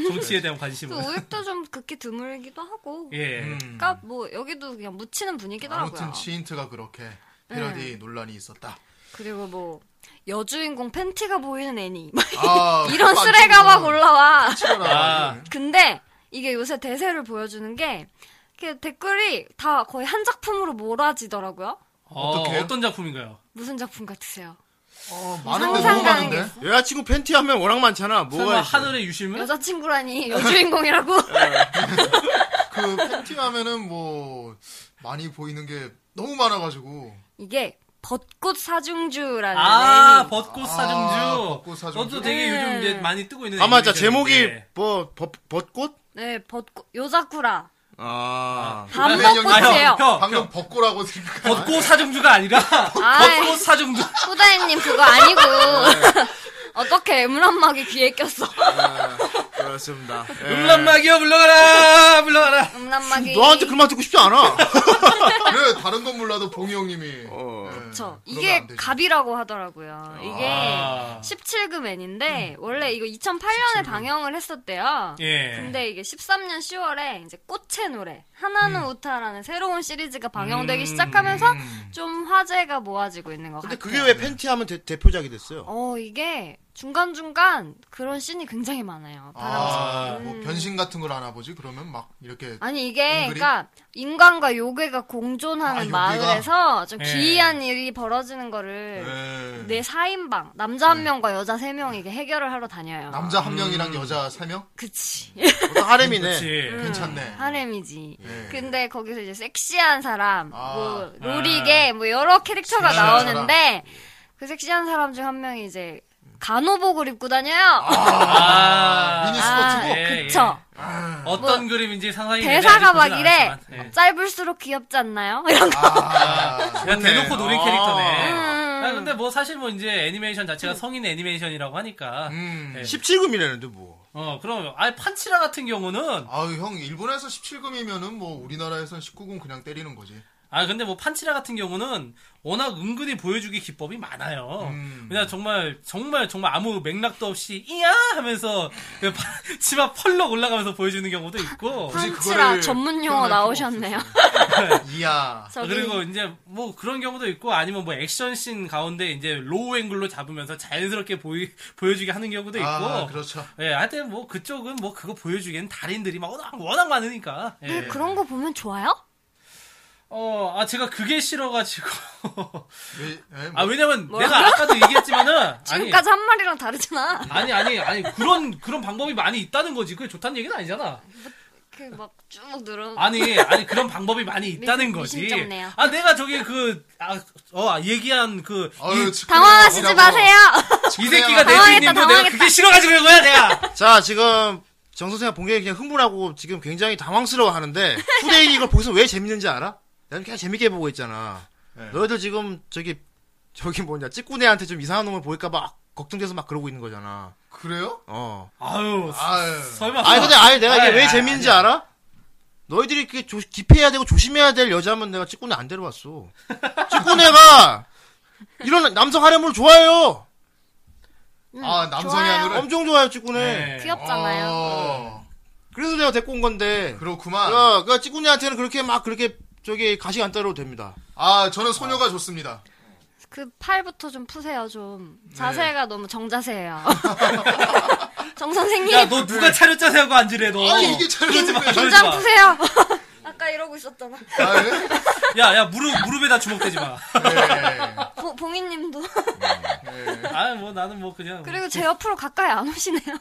[SPEAKER 2] 정치에 대한
[SPEAKER 4] 그
[SPEAKER 2] 관심은
[SPEAKER 4] 우익도 좀 극히 드물기도 하고.
[SPEAKER 2] 네. 예
[SPEAKER 1] 음.
[SPEAKER 3] 음.
[SPEAKER 4] 그러니까 뭐 여기도 그냥 묻히는 분위기더라고요.
[SPEAKER 3] 아무튼 치인트가 그렇게
[SPEAKER 4] 네.
[SPEAKER 2] 네.
[SPEAKER 3] 패러디 논란이 있었다.
[SPEAKER 4] 그리고 뭐 여주인공 팬티가 보이는 애니.
[SPEAKER 3] 아,
[SPEAKER 4] 이런 쓰레가 막 올라와.
[SPEAKER 2] 아.
[SPEAKER 3] 올라.
[SPEAKER 4] 근데 이게 요새 대세를 보여주는 게 이렇게 댓글이 다 거의 한 작품으로 몰아지더라고요.
[SPEAKER 2] 어,
[SPEAKER 3] 어떡해요?
[SPEAKER 2] 어떤 작품인가요?
[SPEAKER 4] 무슨 작품 같으세요?
[SPEAKER 3] 많은데 너무
[SPEAKER 4] 어, 상상
[SPEAKER 3] 많은데.
[SPEAKER 4] 가능했어.
[SPEAKER 1] 여자친구 팬티 하면 워낙 많잖아.
[SPEAKER 2] 설마
[SPEAKER 1] 뭐가 있어?
[SPEAKER 2] 하늘의 유실물?
[SPEAKER 4] 여자친구라니 여주인공이라고.
[SPEAKER 3] 그 팬티 하면은 뭐 많이 보이는 게 너무 많아가지고.
[SPEAKER 4] 이게 벚꽃 사중주라는
[SPEAKER 2] 아
[SPEAKER 4] 애니.
[SPEAKER 2] 벚꽃
[SPEAKER 3] 아,
[SPEAKER 2] 사정주.
[SPEAKER 3] 벚꽃 사정주.
[SPEAKER 2] 그것도 되게
[SPEAKER 4] 네.
[SPEAKER 2] 요즘 이제 많이 뜨고 있는.
[SPEAKER 1] 아마
[SPEAKER 2] 애니메이션인데.
[SPEAKER 1] 자
[SPEAKER 2] 예.
[SPEAKER 1] 제목이 뭐 벗, 벗꽃?
[SPEAKER 4] 네, 벚꽃 요자쿠라.
[SPEAKER 1] 아.
[SPEAKER 3] 근데 여기
[SPEAKER 4] 밤벚꽃이에요.
[SPEAKER 2] 형, 형,
[SPEAKER 3] 방금 벚꽃라고 생각.
[SPEAKER 2] 벚꽃 사정주가 아니라
[SPEAKER 4] 아이. 네.
[SPEAKER 2] 벚꽃 사정주.
[SPEAKER 4] 후다이님 그거 아니고 어떻게 음란막이 귀에 꼈어?
[SPEAKER 1] 그렇습니다. 예.
[SPEAKER 2] 음란마귀여 불러가라 불러가라.
[SPEAKER 4] 음란막이.
[SPEAKER 1] 너한테 그말 듣고 싶지 않아.
[SPEAKER 3] 그래 네, 다른 건 몰라도 봉이 형님이.
[SPEAKER 1] 어.
[SPEAKER 3] 네,
[SPEAKER 4] 그쵸.
[SPEAKER 3] 그러면
[SPEAKER 4] 이게
[SPEAKER 3] 안 되지.
[SPEAKER 4] 갑이라고 하더라고요. 이게
[SPEAKER 2] 아.
[SPEAKER 4] 17금 애인데 원래 이거 2008년에 방영을 했었대요.
[SPEAKER 2] 음. 예.
[SPEAKER 4] 근데 이게 13년 10월에 이제 꽃의 노래 하나는 우타라는 새로운 시리즈가 방영되기
[SPEAKER 2] 음.
[SPEAKER 4] 시작하면서 좀 화제가 모아지고 있는 것
[SPEAKER 1] 근데
[SPEAKER 4] 같아요.
[SPEAKER 1] 그게 왜 팬티 하면 대, 대표작이 됐어요?
[SPEAKER 4] 어 이게 중간 중간 그런 씬이 굉장히 많아요.
[SPEAKER 3] 아,
[SPEAKER 4] 바람처럼.
[SPEAKER 3] 뭐 변신 같은 걸 하나 보지? 그러면 막 이렇게
[SPEAKER 4] 아니 이게
[SPEAKER 3] 은근히?
[SPEAKER 4] 그러니까 인간과 요괴가 공존하는
[SPEAKER 3] 음, 아, 요괴가? 예.
[SPEAKER 4] 마을에서 좀
[SPEAKER 2] 예.
[SPEAKER 4] 기이한 일이 벌어지는 거를
[SPEAKER 3] 네. 음.
[SPEAKER 4] 내 4인방 남자 한 명과 여자 세 명이 이게 해결을 하러 다녀요.
[SPEAKER 3] 남자 한 명이랑 여자 세 명?
[SPEAKER 4] 그치.
[SPEAKER 1] 어떤 하렘이네.
[SPEAKER 2] 그렇지. 음.
[SPEAKER 3] 괜찮네.
[SPEAKER 4] 음. 아, 하렘이지.
[SPEAKER 3] 예.
[SPEAKER 4] 근데 거기서 이제 섹시한 사람,
[SPEAKER 3] 아.
[SPEAKER 4] 뭐 로리게 뭐 여러 캐릭터가
[SPEAKER 3] 섹시한
[SPEAKER 4] 나오는데 그 섹시한 사람 중 한 명이 이제 간호복을 입고 다녀요. 음. 네.
[SPEAKER 2] 아,
[SPEAKER 3] 미니스커트고
[SPEAKER 2] 예,
[SPEAKER 4] 그쵸.
[SPEAKER 2] 어떤 그림인지 상상이
[SPEAKER 4] 대사가
[SPEAKER 2] 되네, 아직
[SPEAKER 4] 막
[SPEAKER 2] 보진
[SPEAKER 4] 이래.
[SPEAKER 2] 않았지만. 예.
[SPEAKER 4] 짧을수록 귀엽지 않나요? 이런 거.
[SPEAKER 3] 아,
[SPEAKER 2] 그냥
[SPEAKER 3] 좋네.
[SPEAKER 2] 대놓고 노린 캐릭터네.
[SPEAKER 4] 음.
[SPEAKER 2] 아, 근데 뭐 사실 뭐 이제 애니메이션 자체가 성인 애니메이션이라고 하니까.
[SPEAKER 3] 음.
[SPEAKER 2] 예.
[SPEAKER 1] 17금이라는데 뭐.
[SPEAKER 2] 어, 그럼 아예 판치라 같은 경우는
[SPEAKER 3] 아유 형 일본에서 17금이면은 뭐 우리나라에선 19금 그냥 때리는 거지.
[SPEAKER 2] 아 근데 뭐 판치라 같은 경우는 워낙 은근히 보여주기 기법이 많아요.
[SPEAKER 3] 음.
[SPEAKER 2] 그냥 정말 정말 정말 아무 맥락도 없이 이야 하면서 그 파- 치마 펄럭 올라가면서 보여주는 경우도 있고
[SPEAKER 4] 판치라 아, 전문 용어 나오셨네요.
[SPEAKER 3] 아, 이야.
[SPEAKER 4] 저기
[SPEAKER 2] 그리고 이제 뭐 그런 경우도 있고 아니면 뭐 액션씬 가운데 이제 로우 앵글로 잡으면서 자연스럽게 보이, 보여주게 하는 경우도 있고
[SPEAKER 3] 아, 그렇죠.
[SPEAKER 2] 예, 하여튼 뭐 그쪽은 뭐 그거 보여주기엔 달인들이 막 워낙, 워낙 많으니까. 예.
[SPEAKER 4] 근데 뭐 그런 거 보면 좋아요?
[SPEAKER 2] 어, 아 제가 그게 싫어가지고.
[SPEAKER 3] 예, 뭐.
[SPEAKER 2] 아 왜냐면 내가 아까도 얘기했지만은 아니
[SPEAKER 4] 지금까지 한 말이랑 다르잖아.
[SPEAKER 2] 아니 아니 아니 그런 그런 방법이 많이 있다는 거지. 그게 좋다는 얘기는 아니잖아.
[SPEAKER 4] 그 막 쭉 늘어.
[SPEAKER 2] 아니 아니 그런 방법이 많이 있다는
[SPEAKER 4] 미심-
[SPEAKER 2] 거지.
[SPEAKER 4] 미심쩍네요.
[SPEAKER 2] 아 내가 저기 그아어 얘기한 그 이
[SPEAKER 3] 어휴, 축구나
[SPEAKER 4] 당황하시지
[SPEAKER 3] 이라고.
[SPEAKER 4] 마세요.
[SPEAKER 2] 새끼가 내
[SPEAKER 4] 당황했다,
[SPEAKER 2] 주인님도 내가
[SPEAKER 4] 당황했다.
[SPEAKER 2] 그게 싫어가지고 그런 거야 내가.
[SPEAKER 1] 아, 자, 지금 정 선생님 본 게 그냥 흥분하고 지금 굉장히 당황스러워 하는데 후대인이 이걸 보기서 왜 재밌는지 알아? 난 그냥 재밌게 보고 있잖아. 너희들 지금 저기 저기 뭐냐 찌꾸네한테 좀 이상한 놈을 보일까 봐 걱정돼서 막 그러고 있는 거잖아.
[SPEAKER 3] 그래요?
[SPEAKER 1] 어.
[SPEAKER 2] 아유
[SPEAKER 3] 아유.
[SPEAKER 2] 설마.
[SPEAKER 1] 아니 근데 아니 내가 이게
[SPEAKER 2] 아니,
[SPEAKER 1] 왜
[SPEAKER 2] 아니,
[SPEAKER 1] 재밌는지
[SPEAKER 2] 아니야.
[SPEAKER 1] 알아? 너희들이 그게 조- 기피해야 되고 조심해야 될 여자면 내가 찌꾸네 안 데려왔어. 찌꾸네가 이런 남성 하렘을 좋아해요.
[SPEAKER 4] 응,
[SPEAKER 3] 아, 남성향으로?
[SPEAKER 4] 좋아요.
[SPEAKER 1] 엄청 좋아해요 찌꾸네.
[SPEAKER 4] 귀엽잖아요. 네.
[SPEAKER 3] 어,
[SPEAKER 1] 그래서 내가 데리고 온 건데.
[SPEAKER 3] 그렇구만.
[SPEAKER 1] 야, 그 찌꾸니한테는 그렇게 막 그렇게 저기 가시 안 따려도 됩니다.
[SPEAKER 3] 아, 저는 소녀가 좋습니다.
[SPEAKER 4] 그 팔부터 좀 푸세요 좀.
[SPEAKER 3] 네.
[SPEAKER 4] 자세가 너무 정자세예요. 정 선생님
[SPEAKER 2] 야 너 누가 차렷 자세하고 앉으래
[SPEAKER 4] 어.
[SPEAKER 2] 너.
[SPEAKER 3] 아니, 이게 잘
[SPEAKER 2] 그러지 마. 그러지
[SPEAKER 4] 긴장
[SPEAKER 2] 마.
[SPEAKER 4] 푸세요. 아까 이러고 있었잖아.
[SPEAKER 3] 아, 예?
[SPEAKER 2] 야야 무릎 무릎에다 주먹대지 마.
[SPEAKER 3] 네.
[SPEAKER 4] 보- 봉이님도.
[SPEAKER 2] 아 뭐 나는 뭐 그냥.
[SPEAKER 4] 그리고 제 옆으로 가까이 안 오시네요.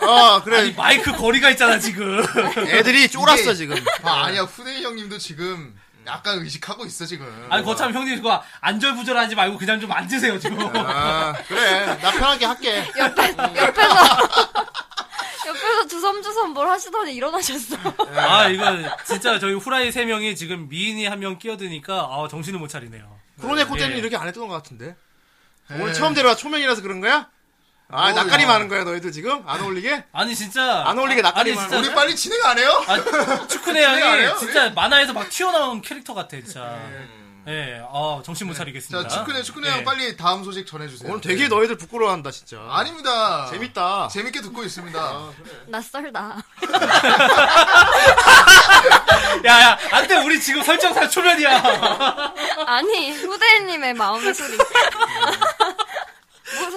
[SPEAKER 1] 아,
[SPEAKER 2] 아니
[SPEAKER 1] 그래.
[SPEAKER 2] 마이크 거리가 있잖아 지금.
[SPEAKER 1] 애들이 쫄았어,
[SPEAKER 3] 이게-
[SPEAKER 1] 지금.
[SPEAKER 3] 아, 아니야. 후대인 형님도 지금 약간 의식하고 있어, 지금.
[SPEAKER 2] 아니 거참 형님 그거 안절부절하지 말고 그냥 좀 앉으세요 지금.
[SPEAKER 1] 아, 그래. 나 편하게 할게.
[SPEAKER 4] 옆에
[SPEAKER 3] 음.
[SPEAKER 4] 옆에서 옆에서 주섬주섬 뭘 하시더니 일어나셨어.
[SPEAKER 2] 아 이거 진짜 저희 후라이 세 명이 지금 미인이 한 명 끼어드니까 아 정신을 못 차리네요.
[SPEAKER 1] 코로네코 때는
[SPEAKER 2] 예.
[SPEAKER 1] 이렇게 안 했던 것 같은데.
[SPEAKER 3] 예.
[SPEAKER 1] 오늘 처음 데려와 초면이라서 그런 거야? 아,
[SPEAKER 3] 오,
[SPEAKER 1] 낯가림
[SPEAKER 3] 야.
[SPEAKER 1] 하는 거야, 너희들 지금? 안 어울리게?
[SPEAKER 2] 아니 진짜
[SPEAKER 1] 안 어울리게 낯가리
[SPEAKER 2] 아니,
[SPEAKER 1] 말고.
[SPEAKER 3] 우리
[SPEAKER 2] 진짜
[SPEAKER 3] 빨리 진행 안 해요?
[SPEAKER 2] 아, 축구네
[SPEAKER 3] 안 해요?
[SPEAKER 2] 형이 진짜 만화에서 막 튀어나온 캐릭터 같아 진짜. 예, 아 정신 못 차리겠습니다.
[SPEAKER 3] 자, 네. 축구네, 축구네
[SPEAKER 2] 예.
[SPEAKER 3] 형 빨리 다음 소식
[SPEAKER 1] 네.
[SPEAKER 3] 전해주세요. 네.
[SPEAKER 1] 오늘 되게 너희들 부끄러워한다, 진짜.
[SPEAKER 3] 아닙니다.
[SPEAKER 1] 재밌다. 아.
[SPEAKER 3] 재밌게 듣고 있습니다.
[SPEAKER 4] 낯설다.
[SPEAKER 2] 야야, 안돼 우리 지금 설정상 초면이야.
[SPEAKER 4] 아니 후대님의 마음의 소리. 뭐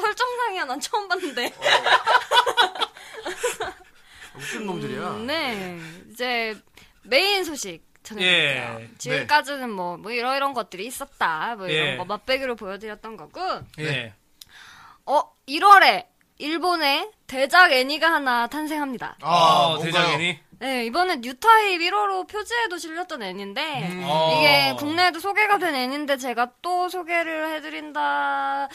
[SPEAKER 4] 설정상이야 난 처음 봤는데.
[SPEAKER 1] 무슨 놈들이야?
[SPEAKER 4] 네 이제 메인 소식 전해드릴게요.
[SPEAKER 2] 예.
[SPEAKER 4] 지금까지는 뭐, 뭐 이런 이런 것들이 있었다. 뭐 이런
[SPEAKER 2] 예.
[SPEAKER 4] 거 맛배기로 보여드렸던 거고.
[SPEAKER 3] 네.
[SPEAKER 2] 예.
[SPEAKER 4] 어 1월에 일본에 대작 애니가 하나 탄생합니다.
[SPEAKER 2] 아,
[SPEAKER 3] 뭔가요?
[SPEAKER 2] 대장인이.
[SPEAKER 4] 네, 이번엔 뉴타입 1호로 표지에도 실렸던 애니인데,
[SPEAKER 3] 음.
[SPEAKER 2] 아.
[SPEAKER 4] 이게 국내에도 소개가 된 애니인데, 제가 또 소개를 해드린다는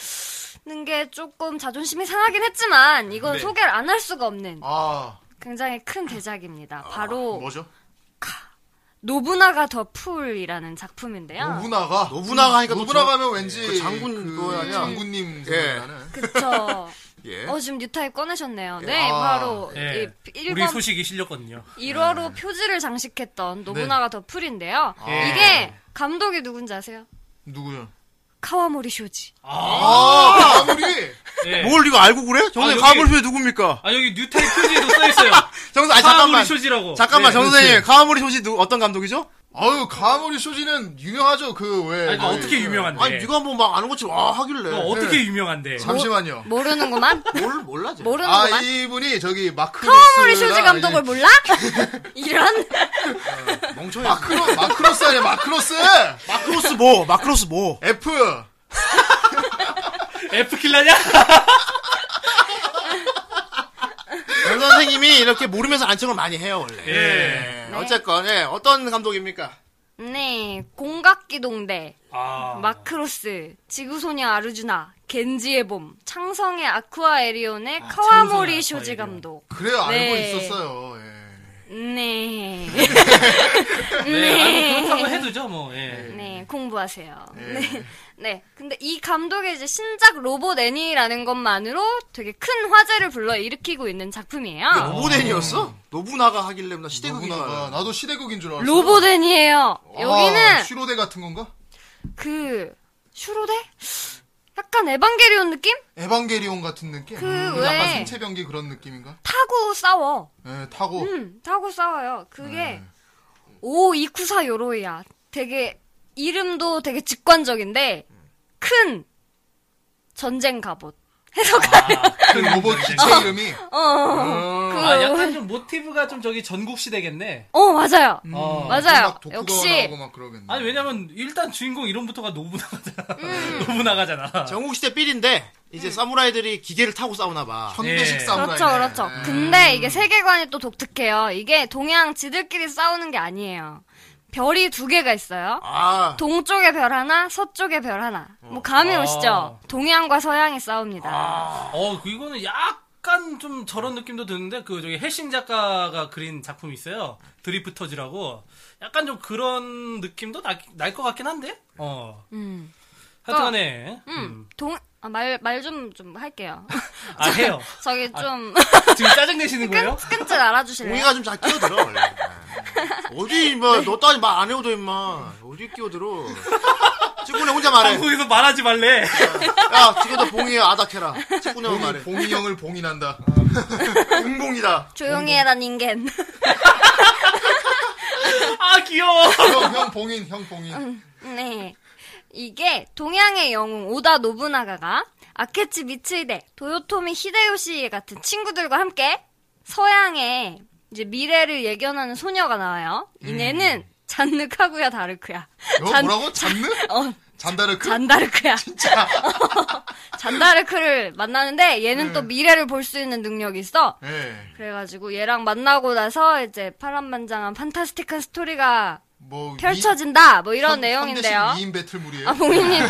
[SPEAKER 4] 게 조금 자존심이 상하긴 했지만, 이건
[SPEAKER 2] 네.
[SPEAKER 4] 소개를 안 할 수가 없는
[SPEAKER 3] 아,
[SPEAKER 4] 굉장히 큰 대작입니다. 바로,
[SPEAKER 3] 뭐죠?
[SPEAKER 4] 노부나가 더 풀이라는 작품인데요.
[SPEAKER 3] 노부나가.
[SPEAKER 1] 노부나가 하니까
[SPEAKER 2] 뭐
[SPEAKER 1] 또
[SPEAKER 3] 그러니까 노부나가 하면 왠지 예.
[SPEAKER 1] 그 장군 그거 아니야?
[SPEAKER 3] 장군님 생각나는.
[SPEAKER 4] 그쵸.
[SPEAKER 1] 예.
[SPEAKER 4] 어, 지금 뉴타입 꺼내셨네요. 네,
[SPEAKER 3] 아,
[SPEAKER 4] 바로,
[SPEAKER 2] 예.
[SPEAKER 4] 이
[SPEAKER 2] 우리
[SPEAKER 4] 1번
[SPEAKER 2] 소식이 실렸거든요.
[SPEAKER 3] 네.
[SPEAKER 4] 1화로 표지를 장식했던 노부나가 더 풀인데요.
[SPEAKER 2] 예.
[SPEAKER 4] 이게 감독이 누군지 아세요?
[SPEAKER 3] 아. 누구요?
[SPEAKER 4] 카와모리 쇼지.
[SPEAKER 3] 아, 아무리
[SPEAKER 2] 예.
[SPEAKER 1] 뭘 이거 알고 그래?
[SPEAKER 2] 아,
[SPEAKER 1] 정선
[SPEAKER 2] 여기-
[SPEAKER 1] 생 가물표에 누굽니까?
[SPEAKER 2] 아 여기 뉴타입 표지에도 써 있어요.
[SPEAKER 1] 정선, 아니,
[SPEAKER 2] 카와모리
[SPEAKER 1] 잠깐만.
[SPEAKER 2] 쇼지라고.
[SPEAKER 1] 잠깐만,
[SPEAKER 2] 네,
[SPEAKER 1] 정 선생님. 가물이 소시 누, 어떤 감독이죠?
[SPEAKER 3] 아유, 가모리 쇼지는 유명하죠. 그 왜?
[SPEAKER 2] 아니, 그러니까
[SPEAKER 3] 그-
[SPEAKER 2] 어떻게 유명한데?
[SPEAKER 1] 아니, 네. 네가 뭐 막 아는 것처럼 와 하길래.
[SPEAKER 2] 어, 어떻게 유명한데? 뭐?
[SPEAKER 3] 잠시만요.
[SPEAKER 4] 모르는구만?
[SPEAKER 1] 뭘 몰라 쟤.
[SPEAKER 4] 모르는구만?
[SPEAKER 3] 아, 이분이 저기 마크
[SPEAKER 4] 카와모리 쇼지 감독을 몰라? 이런?
[SPEAKER 1] 멍청이.
[SPEAKER 3] 마크로 마크로스 아니야 마크로스
[SPEAKER 1] 마크로스 뭐? 마크로스 뭐?
[SPEAKER 3] F
[SPEAKER 2] F 킬러냐?
[SPEAKER 1] 정 선생님이 이렇게 모르면서 안청을 많이 해요 원래.
[SPEAKER 2] 예.
[SPEAKER 1] 네. 어쨌건 예. 어떤 감독입니까?
[SPEAKER 4] 네, 공각기동대,
[SPEAKER 2] 아.
[SPEAKER 4] 마크로스, 지구소녀 아르주나, 겐지의 봄, 창성의 아쿠아 에리온의
[SPEAKER 2] 창성의 아쿠아
[SPEAKER 4] 카와모리 쇼지
[SPEAKER 2] 에리온.
[SPEAKER 4] 감독.
[SPEAKER 3] 그래요
[SPEAKER 4] 네.
[SPEAKER 3] 알고 있었어요. 예.
[SPEAKER 4] 네.
[SPEAKER 2] 네. 아니, 그렇다고 해도죠, 뭐. 예.
[SPEAKER 4] 네, 공부하세요. 네. 네. 근데 이 감독의 이제 신작 로봇 애니라는 것만으로 되게 큰 화제를 불러일으키고 있는 작품이에요.
[SPEAKER 8] 노부덴이었어? 노부나가 하길래 나 시대극인
[SPEAKER 2] 네.
[SPEAKER 8] 줄
[SPEAKER 3] 누구나
[SPEAKER 8] 알아.
[SPEAKER 3] 나도 시대극인 줄 알았어.
[SPEAKER 4] 로봇 애니예요.
[SPEAKER 3] 아,
[SPEAKER 4] 여기는
[SPEAKER 3] 슈로데 같은 건가?
[SPEAKER 4] 그 슈로데? 약간 에반게리온 느낌?
[SPEAKER 3] 에반게리온 같은 느낌?
[SPEAKER 4] 그
[SPEAKER 2] 음,
[SPEAKER 3] 약간
[SPEAKER 4] 왜?
[SPEAKER 3] 생체병기 그런 느낌인가?
[SPEAKER 4] 타고 싸워.
[SPEAKER 3] 예, 타고
[SPEAKER 4] 음, 타고 싸워요.
[SPEAKER 3] 네.
[SPEAKER 4] 그게 오 이쿠사 요로이야. 되게 이름도 되게 직관적인데 큰 전쟁 갑옷.
[SPEAKER 3] 그 로봇
[SPEAKER 2] 네.
[SPEAKER 3] 기체 이름이
[SPEAKER 4] 어, 어, 그,
[SPEAKER 2] 아, 약간 좀 모티브가 좀 저기 전국시대겠네.
[SPEAKER 4] 어 맞아요.
[SPEAKER 2] 어.
[SPEAKER 4] 맞아요.
[SPEAKER 3] 음. 막 독후가
[SPEAKER 4] 역시
[SPEAKER 3] 나오고 막 그러겠네.
[SPEAKER 2] 아니 왜냐면 일단 주인공 이름부터가 노부나가잖아.
[SPEAKER 4] 그-
[SPEAKER 2] 노부나가잖아.
[SPEAKER 8] 전국시대 삘인데 이제 사무라이들이 기계를 타고 싸우나 봐.
[SPEAKER 3] 현대식
[SPEAKER 2] 예.
[SPEAKER 3] 사무라이.
[SPEAKER 4] 음. 그렇죠, 그렇죠.
[SPEAKER 3] 음.
[SPEAKER 4] 근데 이게 세계관이 또 독특해요. 이게 동양 지들끼리 싸우는 게 아니에요. 별이 두 개가 있어요.
[SPEAKER 8] 아,
[SPEAKER 4] 동쪽의 별 하나, 서쪽의 별 하나. 뭐 감이
[SPEAKER 2] 아.
[SPEAKER 4] 오시죠? 동양과 서양이 싸웁니다.
[SPEAKER 3] 아.
[SPEAKER 2] 어, 그 이거는 약간 좀 저런 느낌도 드는데 그 저기 해신 작가가 그린 작품이 있어요. 드리프터즈라고. 약간 좀 그런 느낌도 날 것 같긴 한데. 어.
[SPEAKER 4] 음,
[SPEAKER 2] 하여튼간에
[SPEAKER 4] 음, 동말말 좀 좀 할게요.
[SPEAKER 2] 아 해요.
[SPEAKER 4] 저기 좀
[SPEAKER 2] 지금 짜증 내시는 거예요?
[SPEAKER 4] 끈끈 알아주실래요?
[SPEAKER 8] 동이가 좀 잘 끼어들어 원래. 네. 어디
[SPEAKER 4] 네.
[SPEAKER 8] 뭐너 따위 말 안 해도 임마 어디 끼어들어. 찌꾸네 혼자 말해.
[SPEAKER 2] 한국에서 말하지 말래.
[SPEAKER 8] 야 지금 너 봉이야 아닥해라. 찌꾸네
[SPEAKER 2] 그
[SPEAKER 3] 봉이-
[SPEAKER 8] 말해.
[SPEAKER 3] 봉이 형을 봉인한다.
[SPEAKER 8] 공봉이다.
[SPEAKER 4] 조용히 해라 닌겐.
[SPEAKER 2] 아 귀여워.
[SPEAKER 3] 형, 형 봉인, 형 봉인.
[SPEAKER 4] 네. 이게 동양의 영웅 오다 노부나가가 아케치 미츠이데, 도요토미 히데요시 같은 친구들과 함께 서양의 이제 미래를 예견하는 소녀가 나와요. 이내는 잔느 카구야 다르크야.
[SPEAKER 3] 이거
[SPEAKER 4] 잔-
[SPEAKER 3] 뭐라고? 잔느?
[SPEAKER 4] 어,
[SPEAKER 3] 잔다르크?
[SPEAKER 4] 잔다르크야. 진짜. 잔다르크를 만나는데 얘는 또 미래를 볼 수 있는 능력이 있어.
[SPEAKER 3] 예.
[SPEAKER 4] 그래가지고 얘랑 만나고 나서 이제 파란만장한 판타스틱한 스토리가
[SPEAKER 3] 뭐
[SPEAKER 4] 펼쳐진다. 뭐
[SPEAKER 3] 이-
[SPEAKER 4] 이런
[SPEAKER 3] 현-
[SPEAKER 4] 내용인데요.
[SPEAKER 3] 현대식 2인 배틀물이에요.
[SPEAKER 4] 아, 봉이님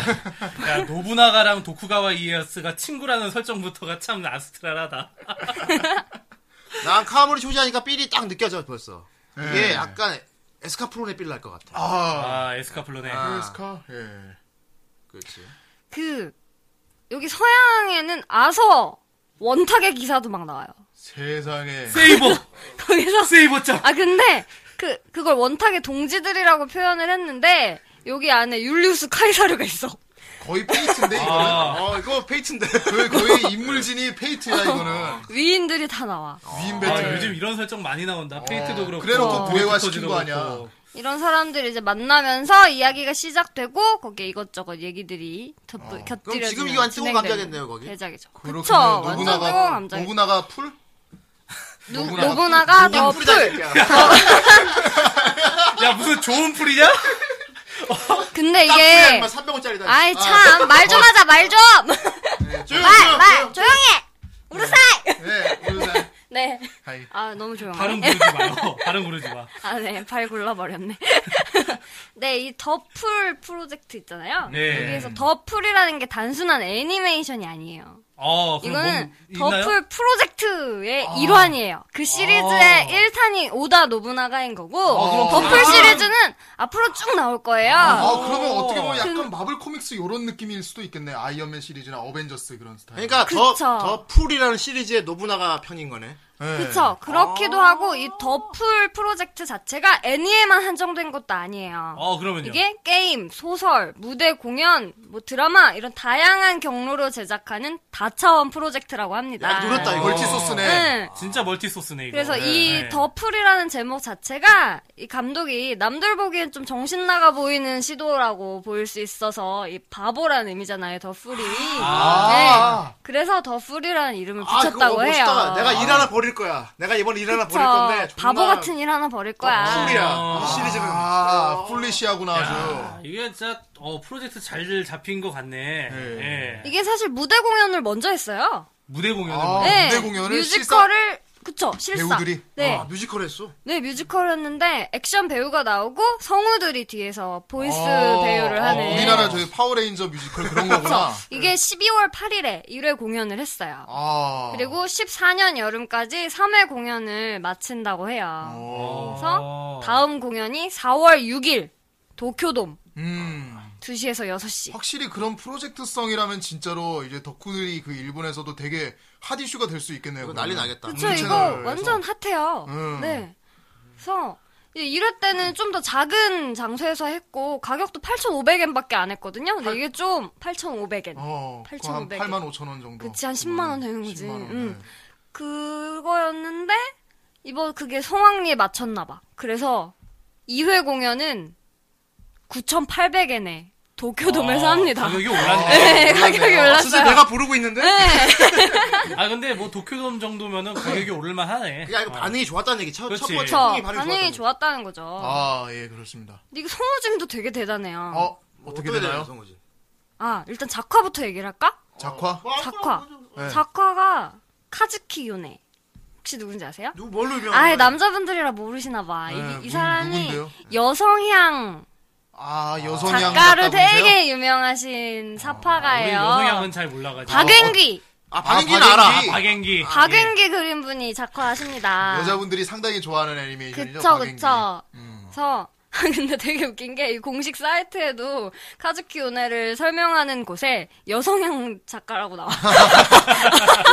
[SPEAKER 2] 야 노부나가랑 도쿠가와 이에야스가 친구라는 설정부터가 참 아스트랄하다.
[SPEAKER 8] 난 카무리 효자니까 삘이 딱 느껴져 벌써. 이게
[SPEAKER 3] 예.
[SPEAKER 8] 약간 에스카프론의 삘 날 것 같아.
[SPEAKER 3] 아.
[SPEAKER 2] 아 에스카플로네.
[SPEAKER 3] 스카. 예.
[SPEAKER 8] 그렇지.
[SPEAKER 4] 그 여기 서양에는 아서 원탁의 기사도 막 나와요.
[SPEAKER 3] 세상에.
[SPEAKER 2] 세이버.
[SPEAKER 4] 거기서
[SPEAKER 2] 세이버짱.
[SPEAKER 4] 아 근데 그 그걸 원탁의 동지들이라고 표현을 했는데 여기 안에 율리우스 카이사르가 있어.
[SPEAKER 3] 거의 페이트인데 이거는.
[SPEAKER 2] 아.
[SPEAKER 8] 어 이거 페이트인데.
[SPEAKER 3] 거의, 거의 인물진이 페이트야 이거는.
[SPEAKER 4] 위인들이 다 나와.
[SPEAKER 3] 위인
[SPEAKER 2] 아,
[SPEAKER 3] 배틀.
[SPEAKER 2] 요즘 이런 설정 많이 나온다. 페이트도 그렇고.
[SPEAKER 3] 그렇죠. 어. 그래놓고 부회화 시킨
[SPEAKER 2] 도쿠토지도
[SPEAKER 3] 거 아니야.
[SPEAKER 2] 그렇고.
[SPEAKER 4] 이런 사람들이 이제 만나면서 이야기가 시작되고 거기에 이것저것 얘기들이 곁들여.
[SPEAKER 8] 그럼 지금 이거 안 뜨거운 감자겠네요, 거기?
[SPEAKER 4] 대작이죠.
[SPEAKER 3] 그렇군요.
[SPEAKER 4] 그쵸. 완전 뜨거운
[SPEAKER 3] 노부나가
[SPEAKER 4] 감자.
[SPEAKER 3] 노부나가 풀?
[SPEAKER 4] 누-
[SPEAKER 3] 노부나가
[SPEAKER 4] 노부나가
[SPEAKER 8] 그냥
[SPEAKER 4] 더
[SPEAKER 8] 뿌리다,
[SPEAKER 4] 풀.
[SPEAKER 8] 새끼야.
[SPEAKER 2] 야 무슨 좋은 풀이냐?
[SPEAKER 4] 근데
[SPEAKER 8] 딱 뿌리야,
[SPEAKER 4] 이게
[SPEAKER 8] 임마. 300원짜리다.
[SPEAKER 4] 아이 참 말 좀
[SPEAKER 1] 어.
[SPEAKER 4] 하자 말 좀.
[SPEAKER 3] 조용.
[SPEAKER 4] 말 말 조용히 해. 우리 사이.
[SPEAKER 3] 네. 우르사.
[SPEAKER 4] 네.
[SPEAKER 3] 하이.
[SPEAKER 4] 아 너무 조용해.
[SPEAKER 2] 발음 부르지 마요. 발음 부르지 마.
[SPEAKER 4] 아, 네, 발 골라버렸네. 네, 이 더풀 프로젝트 있잖아요.
[SPEAKER 2] 네.
[SPEAKER 4] 여기에서 더풀이라는 게 단순한 애니메이션이 아니에요.
[SPEAKER 2] 어, 그럼
[SPEAKER 4] 이거는
[SPEAKER 2] 뭐 있나요?
[SPEAKER 4] 더풀 프로젝트의 일환이에요. 그 시리즈의
[SPEAKER 2] 아.
[SPEAKER 4] 1탄이 오다 노부나가인 거고,
[SPEAKER 3] 그럼
[SPEAKER 4] 더풀
[SPEAKER 3] 아.
[SPEAKER 4] 시리즈는 앞으로 쭉 나올 거예요.
[SPEAKER 3] 아 그러면 어떻게 보면 약간
[SPEAKER 4] 그-
[SPEAKER 3] 마블 코믹스 요런 느낌일 수도 있겠네. 아이언맨 시리즈나 어벤져스 그런 스타일.
[SPEAKER 8] 그러니까
[SPEAKER 4] 그쵸. 아.
[SPEAKER 8] 더더 풀이라는 시리즈의 노부나가 편인 거네.
[SPEAKER 3] 예.
[SPEAKER 4] 그쵸. 그렇기도 하고, 이 더풀 프로젝트 자체가 애니에만 한정된 것도 아니에요.
[SPEAKER 2] 어, 그러면요.
[SPEAKER 4] 이게 게임, 소설, 무대 공연, 뭐 드라마 이런 다양한 경로로 제작하는 다차원 프로젝트라고 합니다.
[SPEAKER 8] 야, 노렸다 이거.
[SPEAKER 3] 멀티 소스네.
[SPEAKER 4] 응.
[SPEAKER 2] 진짜 멀티소스네 이거.
[SPEAKER 4] 그래서
[SPEAKER 2] 네,
[SPEAKER 4] 이
[SPEAKER 2] 네.
[SPEAKER 4] 더풀이라는 제목 자체가 이 감독이 남들 보기엔 좀 정신 나가 보이는 시도라고 보일 수 있어서 이 바보라는 의미잖아요, 더풀이. 네. 그래서 더풀이라는 이름을
[SPEAKER 8] 아, 그거
[SPEAKER 4] 붙였다고 해요.
[SPEAKER 8] 멋있다. 내가 일 하나 버릴 거야. 내가 이번에 일 하나
[SPEAKER 4] 그쵸.
[SPEAKER 8] 버릴 건데. 존나
[SPEAKER 4] 바보 같은 일 하나 버릴 거야.
[SPEAKER 8] 풀이야.
[SPEAKER 2] 아.
[SPEAKER 8] 이 시리즈는.
[SPEAKER 3] 아, 플리시하구나
[SPEAKER 2] 아,
[SPEAKER 3] 아주.
[SPEAKER 2] 이게 진짜 어, 프로젝트 잘 잡힌 것 같네. 예.
[SPEAKER 4] 이게 사실 무대 공연을 먼저 했어요.
[SPEAKER 2] 무대 공연을
[SPEAKER 3] 아,
[SPEAKER 4] 네.
[SPEAKER 2] 먼저.
[SPEAKER 3] 무대 공연을
[SPEAKER 4] 뮤지컬을 그쵸, 실사.
[SPEAKER 3] 배우들이?
[SPEAKER 4] 네.
[SPEAKER 1] 아, 뮤지컬 했어?
[SPEAKER 4] 네, 뮤지컬이었는데 액션 배우가 나오고 성우들이 뒤에서 보이스
[SPEAKER 3] 아,
[SPEAKER 4] 배우를 하는.
[SPEAKER 3] 아, 우리나라 저기 파워레인저 뮤지컬 그런 거구나.
[SPEAKER 4] 이게 12월 8일에 1회 공연을 했어요.
[SPEAKER 3] 아.
[SPEAKER 4] 그리고 14년 여름까지 3회 공연을 마친다고 해요.
[SPEAKER 3] 오.
[SPEAKER 4] 그래서
[SPEAKER 2] 어.
[SPEAKER 4] 다음 공연이 4월 6일 도쿄돔
[SPEAKER 3] 음.
[SPEAKER 4] 2시에서 6시.
[SPEAKER 3] 확실히 그런 프로젝트성이라면 진짜로 이제 덕후들이 그 일본에서도 되게 핫 이슈가 될 수 있겠네요.
[SPEAKER 1] 이거
[SPEAKER 3] 그러면.
[SPEAKER 1] 난리 나겠다.
[SPEAKER 4] 그쵸,
[SPEAKER 3] 음,
[SPEAKER 4] 이거
[SPEAKER 3] 채널에서.
[SPEAKER 4] 완전 핫해요.
[SPEAKER 3] 음.
[SPEAKER 4] 네. 그래서 이제 이럴 때는 좀 더 작은 장소에서 했고 가격도 8,500엔 밖에 안 했거든요. 근데 이게 좀 8,500엔.
[SPEAKER 3] 어. 그거 한
[SPEAKER 4] 8,500 에.
[SPEAKER 3] 8만 5천 원 정도.
[SPEAKER 4] 그치, 한 10만 원 되는 거지.
[SPEAKER 3] 10만 원,
[SPEAKER 4] 음.
[SPEAKER 3] 네.
[SPEAKER 4] 그거였는데 이번 그게 성황리에 맞췄나 봐. 그래서 2회 공연은 9,800엔에 도쿄돔에서 합니다.
[SPEAKER 2] 아, 가격이 올랐네.
[SPEAKER 4] 네, 가격이
[SPEAKER 8] 아,
[SPEAKER 1] 진짜
[SPEAKER 4] 올랐어요.
[SPEAKER 1] 내가 부르고 있는데?
[SPEAKER 2] 아 근데 뭐 도쿄돔 정도면은 가격이 오를만 하네. 어.
[SPEAKER 1] 그게 아니고 반응이 좋았다는 얘기. 첫, 첫
[SPEAKER 2] 그렇지.
[SPEAKER 1] 번째
[SPEAKER 4] 그쵸.
[SPEAKER 1] 반응이 반응이
[SPEAKER 4] 반응이
[SPEAKER 1] 좋았다는
[SPEAKER 4] 좋았다는 거죠.
[SPEAKER 3] 아, 예, 그렇습니다.
[SPEAKER 4] 근데 이거 성우진도 되게 대단해요.
[SPEAKER 3] 어,
[SPEAKER 1] 거.
[SPEAKER 3] 어떻게 되나요?
[SPEAKER 1] 성우지?
[SPEAKER 4] 아, 일단 작화부터 얘기를 할까?
[SPEAKER 3] 작화?
[SPEAKER 1] 어.
[SPEAKER 4] 작화.
[SPEAKER 3] 네.
[SPEAKER 4] 작화가 카즈키 요네. 혹시 누군지 아세요?
[SPEAKER 1] 누구 뭘로 유명한
[SPEAKER 4] 아,
[SPEAKER 1] 거야?
[SPEAKER 4] 남자분들이라 모르시나 봐. 이,
[SPEAKER 3] 네,
[SPEAKER 4] 이
[SPEAKER 3] 누-
[SPEAKER 4] 사람이
[SPEAKER 3] 누군데요?
[SPEAKER 4] 여성향
[SPEAKER 3] 아, 여성향
[SPEAKER 4] 작가로
[SPEAKER 3] 작가분이세요?
[SPEAKER 4] 되게 유명하신
[SPEAKER 2] 우리
[SPEAKER 4] 사파가예요.
[SPEAKER 2] 여성향은 잘 몰라가지고.
[SPEAKER 4] 박앤귀,
[SPEAKER 1] 아,
[SPEAKER 3] 아,
[SPEAKER 1] 박인기는
[SPEAKER 3] 박연기.
[SPEAKER 1] 알아.
[SPEAKER 2] 박앤기.
[SPEAKER 4] 박앤귀 그린분이 작화하십니다.
[SPEAKER 3] 예. 여자분들이 상당히 좋아하는 애니메이션이죠.
[SPEAKER 4] 그쵸,
[SPEAKER 3] 박앤기.
[SPEAKER 4] 그쵸.
[SPEAKER 3] 음.
[SPEAKER 4] 그래서 근데 되게 웃긴 게 이 공식 사이트에도 카즈키 요네를 설명하는 곳에 여성향 작가라고 나와.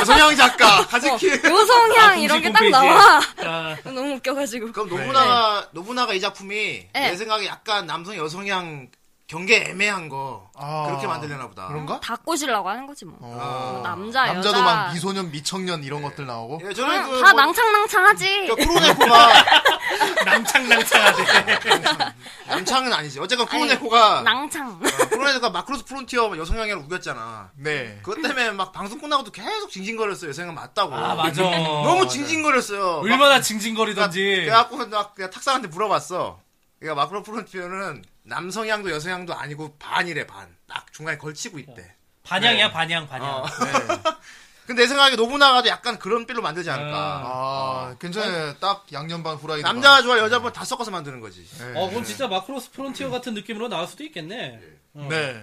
[SPEAKER 1] 여성향 작가, 가즈키.
[SPEAKER 4] 예, 여성향 이런 게 딱
[SPEAKER 2] 아, 공식
[SPEAKER 4] 나와.
[SPEAKER 2] 아,
[SPEAKER 4] 너무 웃겨가지고.
[SPEAKER 1] 그럼 노부나가,
[SPEAKER 3] 네.
[SPEAKER 1] 노부나가 이 작품이
[SPEAKER 4] 네.
[SPEAKER 1] 내 생각에 약간 남성 여성향 경계 애매한 거.
[SPEAKER 3] 아.
[SPEAKER 1] 그렇게 만들려나 보다.
[SPEAKER 3] 그런가?
[SPEAKER 4] 다 꼬시려고 하는 거지
[SPEAKER 1] 아.
[SPEAKER 4] 뭐.
[SPEAKER 3] 어.
[SPEAKER 4] 남자,
[SPEAKER 3] 남자도
[SPEAKER 4] 여자.
[SPEAKER 3] 막 미소년, 미청년 이런 것들 나오고.
[SPEAKER 1] 예,
[SPEAKER 4] 응,
[SPEAKER 1] 저는 그.
[SPEAKER 2] 어,
[SPEAKER 4] 다
[SPEAKER 1] 뭐,
[SPEAKER 4] 낭창낭창하지.
[SPEAKER 1] 저 쿠로네코가,
[SPEAKER 2] 낭창낭창하대.
[SPEAKER 1] 남창은 아니지. 어쨌건
[SPEAKER 4] 아니,
[SPEAKER 1] 쿠로네코가.
[SPEAKER 4] 낭창.
[SPEAKER 1] 어, 쿠로네코가 마크로스 프론티어 여성향이랑 우겼잖아.
[SPEAKER 3] 네.
[SPEAKER 1] 그것 때문에 막 방송 끝나고도 계속 징징거렸어요. 여성향 맞다고.
[SPEAKER 2] 아 맞아.
[SPEAKER 1] 너무 징징거렸어요. 막
[SPEAKER 2] 얼마나
[SPEAKER 1] 나-
[SPEAKER 2] 징징거리던지.
[SPEAKER 1] 그러니까 그래갖고 나 그냥 탁상한테 물어봤어. 그러니까 마크로 프론티어는 남성향도 여성향도 아니고 반이래 반. 딱 중간에 걸치고 있대.
[SPEAKER 2] 반향이야 반향 반향. 네.
[SPEAKER 1] 어. 근데 내 생각에 노부나가도 약간 그런 삘로 만들지 않을까.
[SPEAKER 3] 아, 괜찮아요. 딱 양념반 후라이.
[SPEAKER 1] 남자 좋아 여자 좋아 다 섞어서 만드는 거지.
[SPEAKER 2] 어 그럼 진짜 마크로스 프론티어 같은 느낌으로 나올 수도 있겠네.
[SPEAKER 1] 어.
[SPEAKER 3] 네.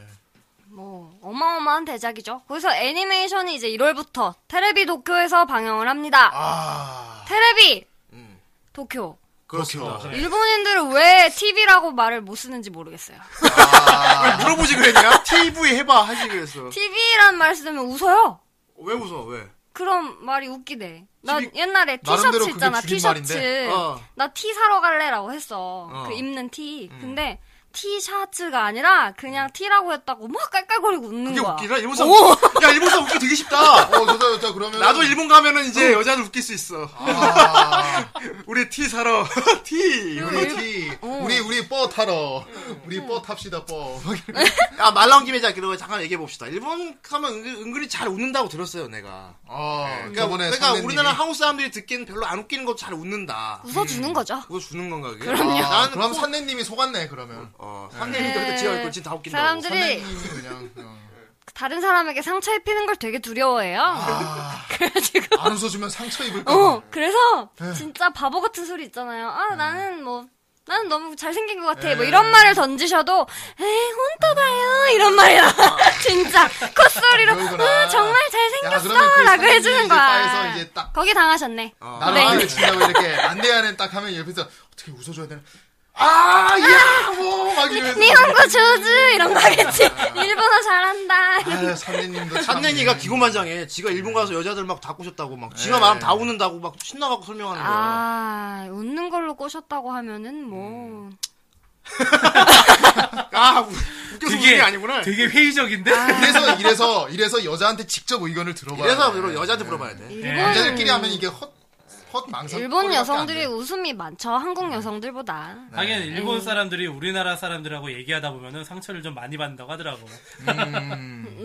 [SPEAKER 4] 뭐 어마어마한 대작이죠. 그래서 애니메이션이 이제 1월부터 테레비 도쿄에서 방영을 합니다.
[SPEAKER 3] 아.
[SPEAKER 4] 테레비
[SPEAKER 1] 음.
[SPEAKER 4] 도쿄.
[SPEAKER 2] 아,
[SPEAKER 1] 그렇습니다.
[SPEAKER 2] 예.
[SPEAKER 3] 도쿄.
[SPEAKER 4] 일본인들은 왜 TV라고 말을 못 쓰는지 모르겠어요.
[SPEAKER 3] 아.
[SPEAKER 1] 물어보지 그랬냐? TV 해봐 하지 그랬어.
[SPEAKER 4] TV란 말 쓰면 웃어요.
[SPEAKER 1] 왜 웃어 왜?
[SPEAKER 4] 음, 그럼 말이 웃기네. 나
[SPEAKER 1] TV
[SPEAKER 4] 옛날에
[SPEAKER 3] 나름대로
[SPEAKER 4] 티셔츠
[SPEAKER 3] 그게
[SPEAKER 4] 있잖아,
[SPEAKER 3] 줄임말인데.
[SPEAKER 4] 티셔츠.
[SPEAKER 1] 어.
[SPEAKER 4] 나 티 사러 갈래라고 했어. 그 입는 티.
[SPEAKER 3] 음.
[SPEAKER 4] 근데 티셔츠가 아니라 그냥 티라고 했다고 막 깔깔거리고 웃는
[SPEAKER 1] 그게
[SPEAKER 4] 거야.
[SPEAKER 1] 웃기나? 일본 사람. 야 일본 사람 웃기 되게 쉽다.
[SPEAKER 3] 어, 좋다, 좋다. 그러면.
[SPEAKER 1] 나도 일본 가면은 이제 여자들 웃길 수 있어.
[SPEAKER 3] 아.
[SPEAKER 1] 우리 티 사러 티.
[SPEAKER 3] 우리 티.
[SPEAKER 4] 어.
[SPEAKER 3] 우리, 우리 뻐 타러.
[SPEAKER 4] 음.
[SPEAKER 3] 우리 뻐 탑시다, 뻐.
[SPEAKER 1] 아, 야말 나온 김에 자 그러고 잠깐 얘기해 봅시다. 일본 가면 은근- 은근히 잘 웃는다고 들었어요 내가.
[SPEAKER 3] 아,
[SPEAKER 1] 그러니까,
[SPEAKER 3] 저번에.
[SPEAKER 1] 그러니까
[SPEAKER 3] 선배님이-
[SPEAKER 1] 우리나라 한국 사람들이 듣기엔 별로 안 웃기는 것도 잘 웃는다.
[SPEAKER 3] 음.
[SPEAKER 4] 웃어주는 거죠.
[SPEAKER 1] 그거 주는 건가 그게?
[SPEAKER 3] 아,
[SPEAKER 1] 나는
[SPEAKER 3] 그럼
[SPEAKER 4] 뭐.
[SPEAKER 1] 꼭-
[SPEAKER 3] 산내님이 속았네,
[SPEAKER 4] 음.
[SPEAKER 3] 그러면.
[SPEAKER 1] 어, 상대님들한테
[SPEAKER 4] 네.
[SPEAKER 1] 지어 있고 진다 웃긴다고.
[SPEAKER 4] 사람들이
[SPEAKER 3] 산내님이 그냥. 어.
[SPEAKER 4] 다른 사람에게 상처 입히는 걸 되게 두려워해요.
[SPEAKER 3] 아.
[SPEAKER 4] 그래가지고
[SPEAKER 3] 안 웃어주면 상처 입을까?
[SPEAKER 4] 어, 그래서
[SPEAKER 3] 네.
[SPEAKER 4] 진짜 바보 같은 소리 있잖아요. 아,
[SPEAKER 3] 음.
[SPEAKER 4] 나는 뭐 나는 너무 잘생긴 것 같아. 뭐
[SPEAKER 3] 네.
[SPEAKER 4] 이런 말을 던지셔도 에이 혼떠다요 이런 말이 나. 진짜 콧소리로
[SPEAKER 3] 음. 아. 그러구나.
[SPEAKER 4] 아, 정말
[SPEAKER 3] 야, 그러면 그
[SPEAKER 4] 잘생겼어라고 해주는
[SPEAKER 3] 선생님이 이제
[SPEAKER 4] 거야.
[SPEAKER 3] 바에서 이제 딱- 어.
[SPEAKER 4] 거기 당하셨네.
[SPEAKER 3] 나를
[SPEAKER 4] 네.
[SPEAKER 3] 화를 친다고 이렇게 안대하는 딱 하면 옆에서 어떻게 웃어줘야 되나? 아, 야, 뭐, 막 이러면서.
[SPEAKER 4] 니혼고 조즈 이런 거 하겠지. 일본어 잘한다.
[SPEAKER 3] 아, 선배님도 참.
[SPEAKER 1] 산내니가 기고만장해. 지가 일본 가서 여자들 막 다 꼬셨다고 막
[SPEAKER 3] 네.
[SPEAKER 1] 지가 말하면 다 웃는다고 막 신나갖고 설명하는 거야.
[SPEAKER 4] 아 웃는 걸로 꼬셨다고 하면은 뭐
[SPEAKER 3] 음.
[SPEAKER 1] 아, 웃- 웃겨서 웃는 게 아니구나.
[SPEAKER 2] 되게 회의적인데.
[SPEAKER 3] 이래서 이래서 이래서 여자한테 직접 의견을 들어봐.
[SPEAKER 1] 이래서
[SPEAKER 3] 네.
[SPEAKER 1] 여자한테 물어봐야 돼.
[SPEAKER 3] 남자들끼리 하면 이게 헛 헛망상.
[SPEAKER 4] 음. 일본
[SPEAKER 3] 꼴밖에 안
[SPEAKER 4] 여성들이
[SPEAKER 3] 돼.
[SPEAKER 4] 웃음이 많죠. 한국 여성들보다.
[SPEAKER 2] 하긴 일본 사람들이 우리나라 사람들하고 얘기하다 보면은 상처를 좀 많이 받는다고 하더라고.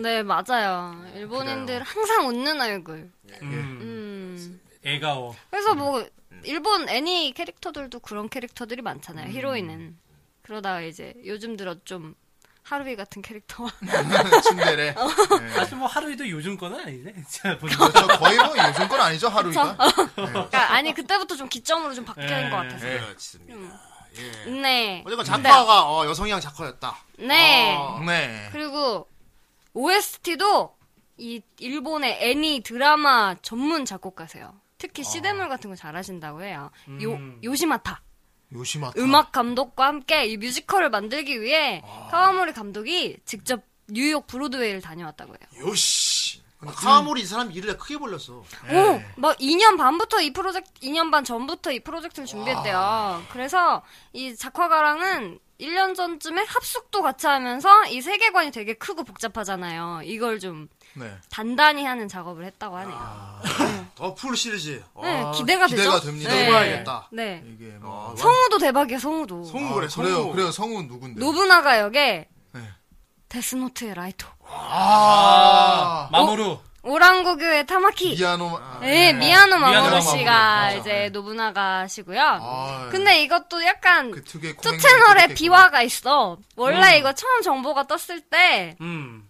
[SPEAKER 4] 네, 맞아요. 일본인들 항상 웃는 얼굴.
[SPEAKER 2] 음,
[SPEAKER 4] 음.
[SPEAKER 2] 애가워.
[SPEAKER 4] 그래서 뭐 일본 애니 캐릭터들도 그런 캐릭터들이 많잖아요. 히로인은. 그러다가 이제 요즘 들어 좀 하루이 같은 캐릭터와
[SPEAKER 3] 침대래.
[SPEAKER 2] 사실 뭐 하루에도 요즘 거는 아니네. 진짜 보니까.
[SPEAKER 3] 그렇죠. 거의 뭐 요즘 건 아니죠, 하루이가.
[SPEAKER 4] 그러니까 아니 그때부터 좀 기점으로 좀 바뀐
[SPEAKER 2] 예,
[SPEAKER 4] 것 같아서 음.
[SPEAKER 1] 그렇습니다. 예.
[SPEAKER 4] 네
[SPEAKER 1] 네, 어쨌건 작화가 어, 여성향 작화였다.
[SPEAKER 4] 네.
[SPEAKER 1] 어,
[SPEAKER 3] 네.
[SPEAKER 4] 그리고 OST도 이 일본의 애니 드라마 전문 작곡가세요. 특히 시대물 같은 거 잘하신다고 해요. 요 요시마타
[SPEAKER 3] 요시마타.
[SPEAKER 4] 음악 감독과 함께 이 뮤지컬을 만들기 위해 카와모리 감독이 직접 뉴욕 브로드웨이를 다녀왔다고 해요.
[SPEAKER 1] 요시. 근데 카와모리 이 사람 일을 크게 벌렸어.
[SPEAKER 3] 네.
[SPEAKER 4] 오, 막 2년 반부터 이 프로젝트, 2년 반 전부터 이 프로젝트를 준비했대요. 그래서 이 작화가랑은 1년 전쯤에 합숙도 같이 하면서 이 세계관이 되게 크고 복잡하잖아요. 이걸 좀
[SPEAKER 3] 네.
[SPEAKER 4] 단단히 하는 작업을 했다고 하네요.
[SPEAKER 1] 더풀 시리즈. 어,
[SPEAKER 4] 네, 기대가,
[SPEAKER 3] 기대가
[SPEAKER 4] 되죠?
[SPEAKER 3] 됩니다.
[SPEAKER 4] 네.
[SPEAKER 1] 해봐야겠다. 아,
[SPEAKER 4] 네.
[SPEAKER 3] 이게 뭐.
[SPEAKER 4] 성우도 대박이야, 성우도.
[SPEAKER 1] 성우 아, 그래. 성우.
[SPEAKER 3] 요 그래요. 성우 누군데?
[SPEAKER 4] 노부나가 역에
[SPEAKER 3] 네.
[SPEAKER 4] 데스노트의 라이토,
[SPEAKER 2] 어?
[SPEAKER 3] 아.
[SPEAKER 2] 마모루.
[SPEAKER 4] 오랑고교의 타마키,
[SPEAKER 3] 미아노. 아,
[SPEAKER 4] 네, 미야노
[SPEAKER 2] 미야노
[SPEAKER 4] 마모루
[SPEAKER 2] 마모루.
[SPEAKER 4] 씨가 이제 노부나가시고요.
[SPEAKER 3] 아,
[SPEAKER 4] 근데 이것도 약간
[SPEAKER 3] 그 특유의
[SPEAKER 4] 투
[SPEAKER 3] 코맹이
[SPEAKER 4] 채널에
[SPEAKER 3] 있겠구나.
[SPEAKER 4] 비화가 있어. 원래 이거 처음 정보가 떴을 때는
[SPEAKER 2] 음.